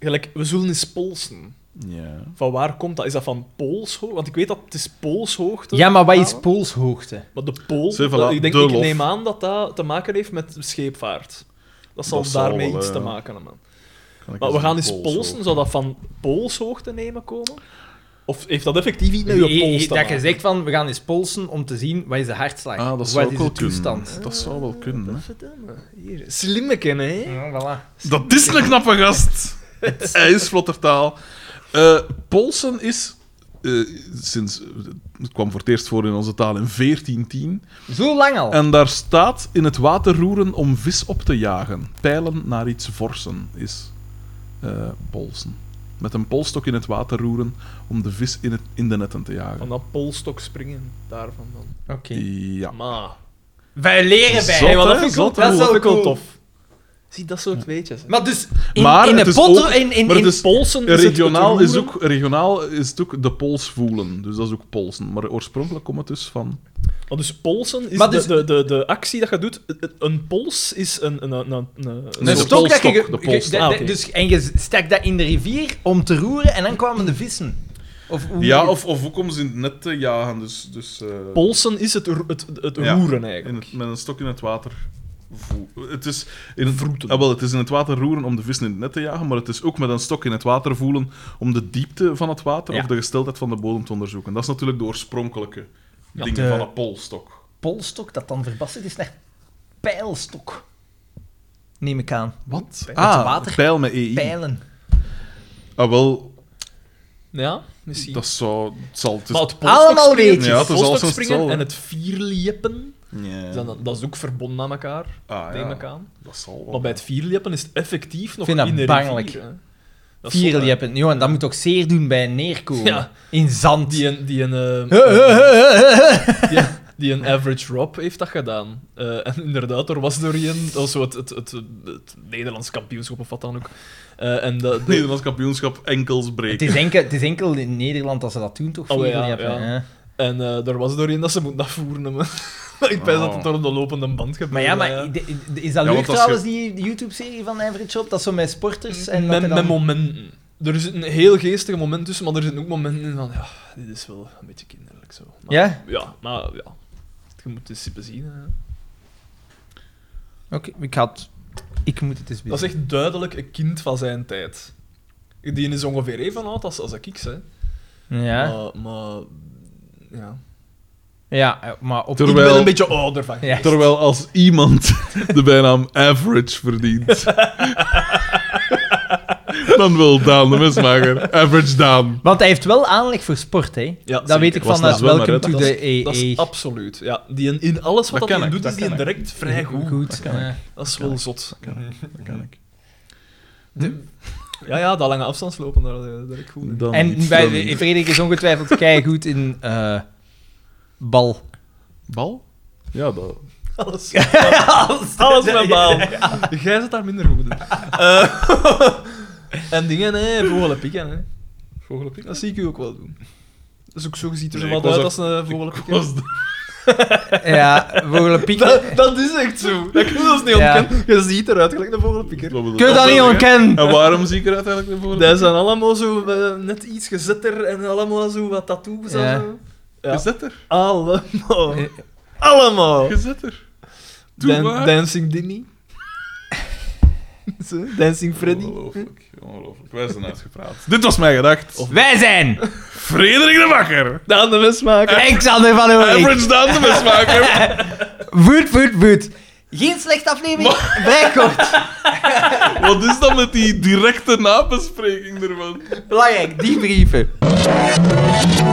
[SPEAKER 4] Gelijk, we zullen eens polsen.
[SPEAKER 3] Ja.
[SPEAKER 4] Van waar komt dat? Is dat van poolshoogte? Want ik weet dat het is poolshoogte.
[SPEAKER 1] Ja, maar wat is poolshoogte?
[SPEAKER 4] Maar de pool...
[SPEAKER 3] Zeg, voilà,
[SPEAKER 4] dat- ik denk,
[SPEAKER 3] de
[SPEAKER 4] ik
[SPEAKER 3] lof.
[SPEAKER 4] neem aan dat dat te maken heeft met scheepvaart. Dat zal
[SPEAKER 3] Dat zal
[SPEAKER 4] daarmee
[SPEAKER 3] wel,
[SPEAKER 4] iets
[SPEAKER 3] ja.
[SPEAKER 4] te maken hebben.
[SPEAKER 3] Kan ik
[SPEAKER 4] Maar we gaan
[SPEAKER 3] een
[SPEAKER 4] eens
[SPEAKER 3] pols
[SPEAKER 4] polsen.
[SPEAKER 3] ook.
[SPEAKER 4] Zou dat van poolshoogte nemen komen? Of heeft dat effectief iets met
[SPEAKER 1] Nee,
[SPEAKER 4] je pols te
[SPEAKER 1] dat je
[SPEAKER 4] maken?
[SPEAKER 1] zegt van, we gaan eens polsen om te zien wat is de hartslag.
[SPEAKER 3] Ah, dat
[SPEAKER 1] Of wat
[SPEAKER 3] zou ook
[SPEAKER 1] is
[SPEAKER 3] wel
[SPEAKER 1] de
[SPEAKER 3] kunnen.
[SPEAKER 1] toestand.
[SPEAKER 3] Dat zou wel kunnen. Hè.
[SPEAKER 4] Verdomme. Hier. Slimme kennen, hè?
[SPEAKER 1] Ja, voilà.
[SPEAKER 3] Dat is een knappe gast. Hij is vlottertaal. Eh polsen is, eh, sinds, het kwam voor het eerst voor in onze taal in 1410.
[SPEAKER 1] Zo lang al.
[SPEAKER 3] En daar staat in het water roeren om vis op te jagen. Pijlen naar iets vorsen is eh, polsen. Met een polstok in het water roeren om de vis in, het, in de netten te
[SPEAKER 4] Van
[SPEAKER 3] jagen.
[SPEAKER 4] dat polstok springen, daarvan dan.
[SPEAKER 1] Oké.
[SPEAKER 3] Ja.
[SPEAKER 4] Maar...
[SPEAKER 1] Wij leren bij.
[SPEAKER 3] Zot,
[SPEAKER 4] Hey, maar dat
[SPEAKER 3] hè?
[SPEAKER 4] vind ik
[SPEAKER 3] Zot,
[SPEAKER 4] wel- dat
[SPEAKER 1] hè?
[SPEAKER 4] is wel
[SPEAKER 1] Zot,
[SPEAKER 4] cool.
[SPEAKER 1] cool.
[SPEAKER 4] tof. Zie, dat soort weetjes.
[SPEAKER 1] Maar dus, in,
[SPEAKER 3] Maar
[SPEAKER 1] in
[SPEAKER 3] het
[SPEAKER 1] een
[SPEAKER 3] is
[SPEAKER 1] pot,
[SPEAKER 3] ook-
[SPEAKER 1] in, in,
[SPEAKER 3] maar het
[SPEAKER 1] in-
[SPEAKER 3] is-
[SPEAKER 4] polsen is het-
[SPEAKER 3] Regionaal
[SPEAKER 4] het
[SPEAKER 3] is,
[SPEAKER 4] roeren.
[SPEAKER 3] ook, regionaal is het ook de pols voelen. Dus dat is ook polsen. Maar oorspronkelijk komt het dus van...
[SPEAKER 4] Maar dus polsen is
[SPEAKER 1] Maar dus-
[SPEAKER 4] de, de, de, de actie dat je doet. Een pols is een... een, een, een, een-
[SPEAKER 3] Nee,
[SPEAKER 1] een
[SPEAKER 3] de
[SPEAKER 4] soort-
[SPEAKER 1] stok dat je...
[SPEAKER 3] polstok, de
[SPEAKER 1] ge-
[SPEAKER 3] polstok.
[SPEAKER 1] ge-
[SPEAKER 4] Ah,
[SPEAKER 1] de-
[SPEAKER 4] oké.
[SPEAKER 1] dus, en je stak dat in de rivier om te roeren en dan kwamen de vissen. Of, hoe-
[SPEAKER 3] Ja, of, of ook om ze in het net te jagen. Dus, dus, eh,
[SPEAKER 4] polsen is het, ro- het, het
[SPEAKER 3] Ja,
[SPEAKER 4] roeren
[SPEAKER 3] in
[SPEAKER 4] eigenlijk.
[SPEAKER 3] het- met een stok in het water voelen. Het is in het, ah, wel, het is in het water roeren om de vissen in het net te jagen, maar het is ook met een stok in het water voelen om de diepte van het water
[SPEAKER 4] Ja.
[SPEAKER 3] of de gesteldheid van de bodem te onderzoeken. Dat is natuurlijk de oorspronkelijke dingen
[SPEAKER 1] de-
[SPEAKER 3] van een polstok.
[SPEAKER 1] polstok, dat dan verbasterd is naar pijlstok. Neem ik aan.
[SPEAKER 3] Wat?
[SPEAKER 1] Met
[SPEAKER 3] ah,
[SPEAKER 1] water.
[SPEAKER 3] pijl met EI.
[SPEAKER 1] Pijlen.
[SPEAKER 3] Ah, wel,
[SPEAKER 4] Ja, misschien.
[SPEAKER 3] dat zou... Het zal... Het is-
[SPEAKER 4] maar het
[SPEAKER 1] Allemaal
[SPEAKER 4] polstokspringen-
[SPEAKER 1] weetjes.
[SPEAKER 3] Ja, het is
[SPEAKER 4] polstokspringen
[SPEAKER 3] alles een stel, hè.
[SPEAKER 4] en het vierliepen,
[SPEAKER 3] Ja.
[SPEAKER 4] zijn dat, dat is ook verbonden aan elkaar,
[SPEAKER 3] Ah,
[SPEAKER 4] neem
[SPEAKER 3] ja.
[SPEAKER 4] ik aan.
[SPEAKER 3] Dat zal wel.
[SPEAKER 4] Maar bij het vierliepen is het effectief nog
[SPEAKER 1] Ik vind dat
[SPEAKER 4] in de
[SPEAKER 1] bangelijk.
[SPEAKER 4] rivier, hè. Dat is zot, hè.
[SPEAKER 1] Vierleppen. Johan, dat moet ook zeer doen bij een neerkomen.
[SPEAKER 4] Ja.
[SPEAKER 1] In zand.
[SPEAKER 4] Die een, die, een, eh,
[SPEAKER 1] Huh, huh, huh, huh, huh.
[SPEAKER 4] die, die een average Rob heeft dat gedaan. Eh, en inderdaad, er was door een, dat was zo het, het, het, het Nederlands kampioenschap of wat dan ook. Eh, en dat,
[SPEAKER 3] Het Nederlands kampioenschap enkels
[SPEAKER 1] Het
[SPEAKER 3] breken.
[SPEAKER 1] is, enkel, het is enkel in Nederland dat ze dat doen, toch?
[SPEAKER 4] Oh, ja,
[SPEAKER 1] Vierleppen,
[SPEAKER 4] ja.
[SPEAKER 1] hè?
[SPEAKER 4] En eh er was door een dat ze moet afvoeren. hè, man. ik pijs dat het door de lopende band gebeurde.
[SPEAKER 1] Maar ja, maar
[SPEAKER 4] ja.
[SPEAKER 1] de- de- is dat
[SPEAKER 3] Ja,
[SPEAKER 1] leuk
[SPEAKER 3] want als
[SPEAKER 1] trouwens, die YouTube-serie van Average Shop? Dat zo met sporters en dat
[SPEAKER 4] met,
[SPEAKER 1] er
[SPEAKER 4] met
[SPEAKER 1] dan...
[SPEAKER 4] momenten. Er zit een heel geestige moment tussen, maar er zitten ook momenten in van... Ja, dit is wel een beetje kinderlijk zo. Maar-
[SPEAKER 1] Ja?
[SPEAKER 4] Ja, maar ja. Je moet het eens bezien. Hè.
[SPEAKER 1] Oké, ik had... Ik moet het eens
[SPEAKER 4] Dat is echt duidelijk een kind van zijn tijd. Die is ongeveer even oud als, als ik, hè.
[SPEAKER 1] Ja,
[SPEAKER 4] Maar, maar... Ja.
[SPEAKER 1] ja eh, maar op...
[SPEAKER 3] Terwijl-
[SPEAKER 4] Ik ben een beetje ouder van
[SPEAKER 1] Ja.
[SPEAKER 3] Terwijl als iemand de bijnaam average verdient... dan wil Daan de mesmaker. Average Daan.
[SPEAKER 1] Want hij heeft wel aanleg voor sport, hè?
[SPEAKER 4] Ja,
[SPEAKER 1] dat
[SPEAKER 4] zeker.
[SPEAKER 1] weet ik
[SPEAKER 3] Was
[SPEAKER 1] van
[SPEAKER 3] dat
[SPEAKER 1] eh,
[SPEAKER 3] zo, maar,
[SPEAKER 1] Welcome
[SPEAKER 3] hè?
[SPEAKER 1] to
[SPEAKER 4] Dat
[SPEAKER 1] the
[SPEAKER 4] is,
[SPEAKER 1] EE.
[SPEAKER 4] dat is absoluut. Ja, die in, in alles wat
[SPEAKER 3] Dat
[SPEAKER 4] dat,
[SPEAKER 3] ken
[SPEAKER 4] hij doet,
[SPEAKER 3] ik, dat
[SPEAKER 4] is die
[SPEAKER 3] ken ik.
[SPEAKER 4] direct vrij goed.
[SPEAKER 1] Goed, eh.
[SPEAKER 4] Dat is wel zot.
[SPEAKER 3] Dat kan ik.
[SPEAKER 4] Ja, ja, dat lange afstandslopen, daar daar ben ik goed in.
[SPEAKER 3] Dan
[SPEAKER 1] En
[SPEAKER 3] niet,
[SPEAKER 1] bij
[SPEAKER 3] dan
[SPEAKER 1] de,
[SPEAKER 3] niet.
[SPEAKER 1] Frederik is ongetwijfeld keigoed in eh, bal.
[SPEAKER 3] Bal? Ja, dat...
[SPEAKER 4] Alles, alles met baal. Jij zit daar minder goed in. Eh, en dingen, hè, vogelpikken. Hè.
[SPEAKER 3] Vogelpik?
[SPEAKER 4] Dat zie ik u ook wel doen. Dat is ook zo, je ziet er
[SPEAKER 3] Nee,
[SPEAKER 4] zo
[SPEAKER 3] ik
[SPEAKER 4] wat
[SPEAKER 3] was
[SPEAKER 4] uit als
[SPEAKER 3] er-
[SPEAKER 4] een
[SPEAKER 3] Ik
[SPEAKER 4] vogelpikken.
[SPEAKER 3] was de-
[SPEAKER 1] Ja, vogelpieken.
[SPEAKER 4] Dat, dat is echt zo. Dat kun je zelfs niet
[SPEAKER 1] Ja.
[SPEAKER 4] ontkennen. Je ziet eruit gelijk een vogelpikker.
[SPEAKER 3] wat bedoel-
[SPEAKER 1] Kun je dat niet ontkennen?
[SPEAKER 3] En waarom zie ik er uiteindelijk naar voren?
[SPEAKER 4] Die zijn allemaal zo eh, net iets gezetter en allemaal zo wat tattoos en
[SPEAKER 1] Ja.
[SPEAKER 4] zo. Ja.
[SPEAKER 3] Gezetter.
[SPEAKER 4] Allemaal. Allemaal.
[SPEAKER 3] Gezetter. Doe
[SPEAKER 4] Dan-
[SPEAKER 3] maar.
[SPEAKER 4] Dancing Dimmy. Zo, Dancing Freddy.
[SPEAKER 3] Oh. Ongelooflijk. Ongelooflijk. Wij zijn uitgepraat. Dit was mijn gedacht.
[SPEAKER 1] Wij zijn
[SPEAKER 3] Frederik de Bakker.
[SPEAKER 4] Daan de Westmaker.
[SPEAKER 1] Alexander van Oerik.
[SPEAKER 3] Average Daan de mesmaker.
[SPEAKER 1] Voet, voet, voet. Geen slechte aflevering, vrij kort.
[SPEAKER 3] Wat is dan met die directe nabespreking ervan?
[SPEAKER 1] Belangrijk, die brieven.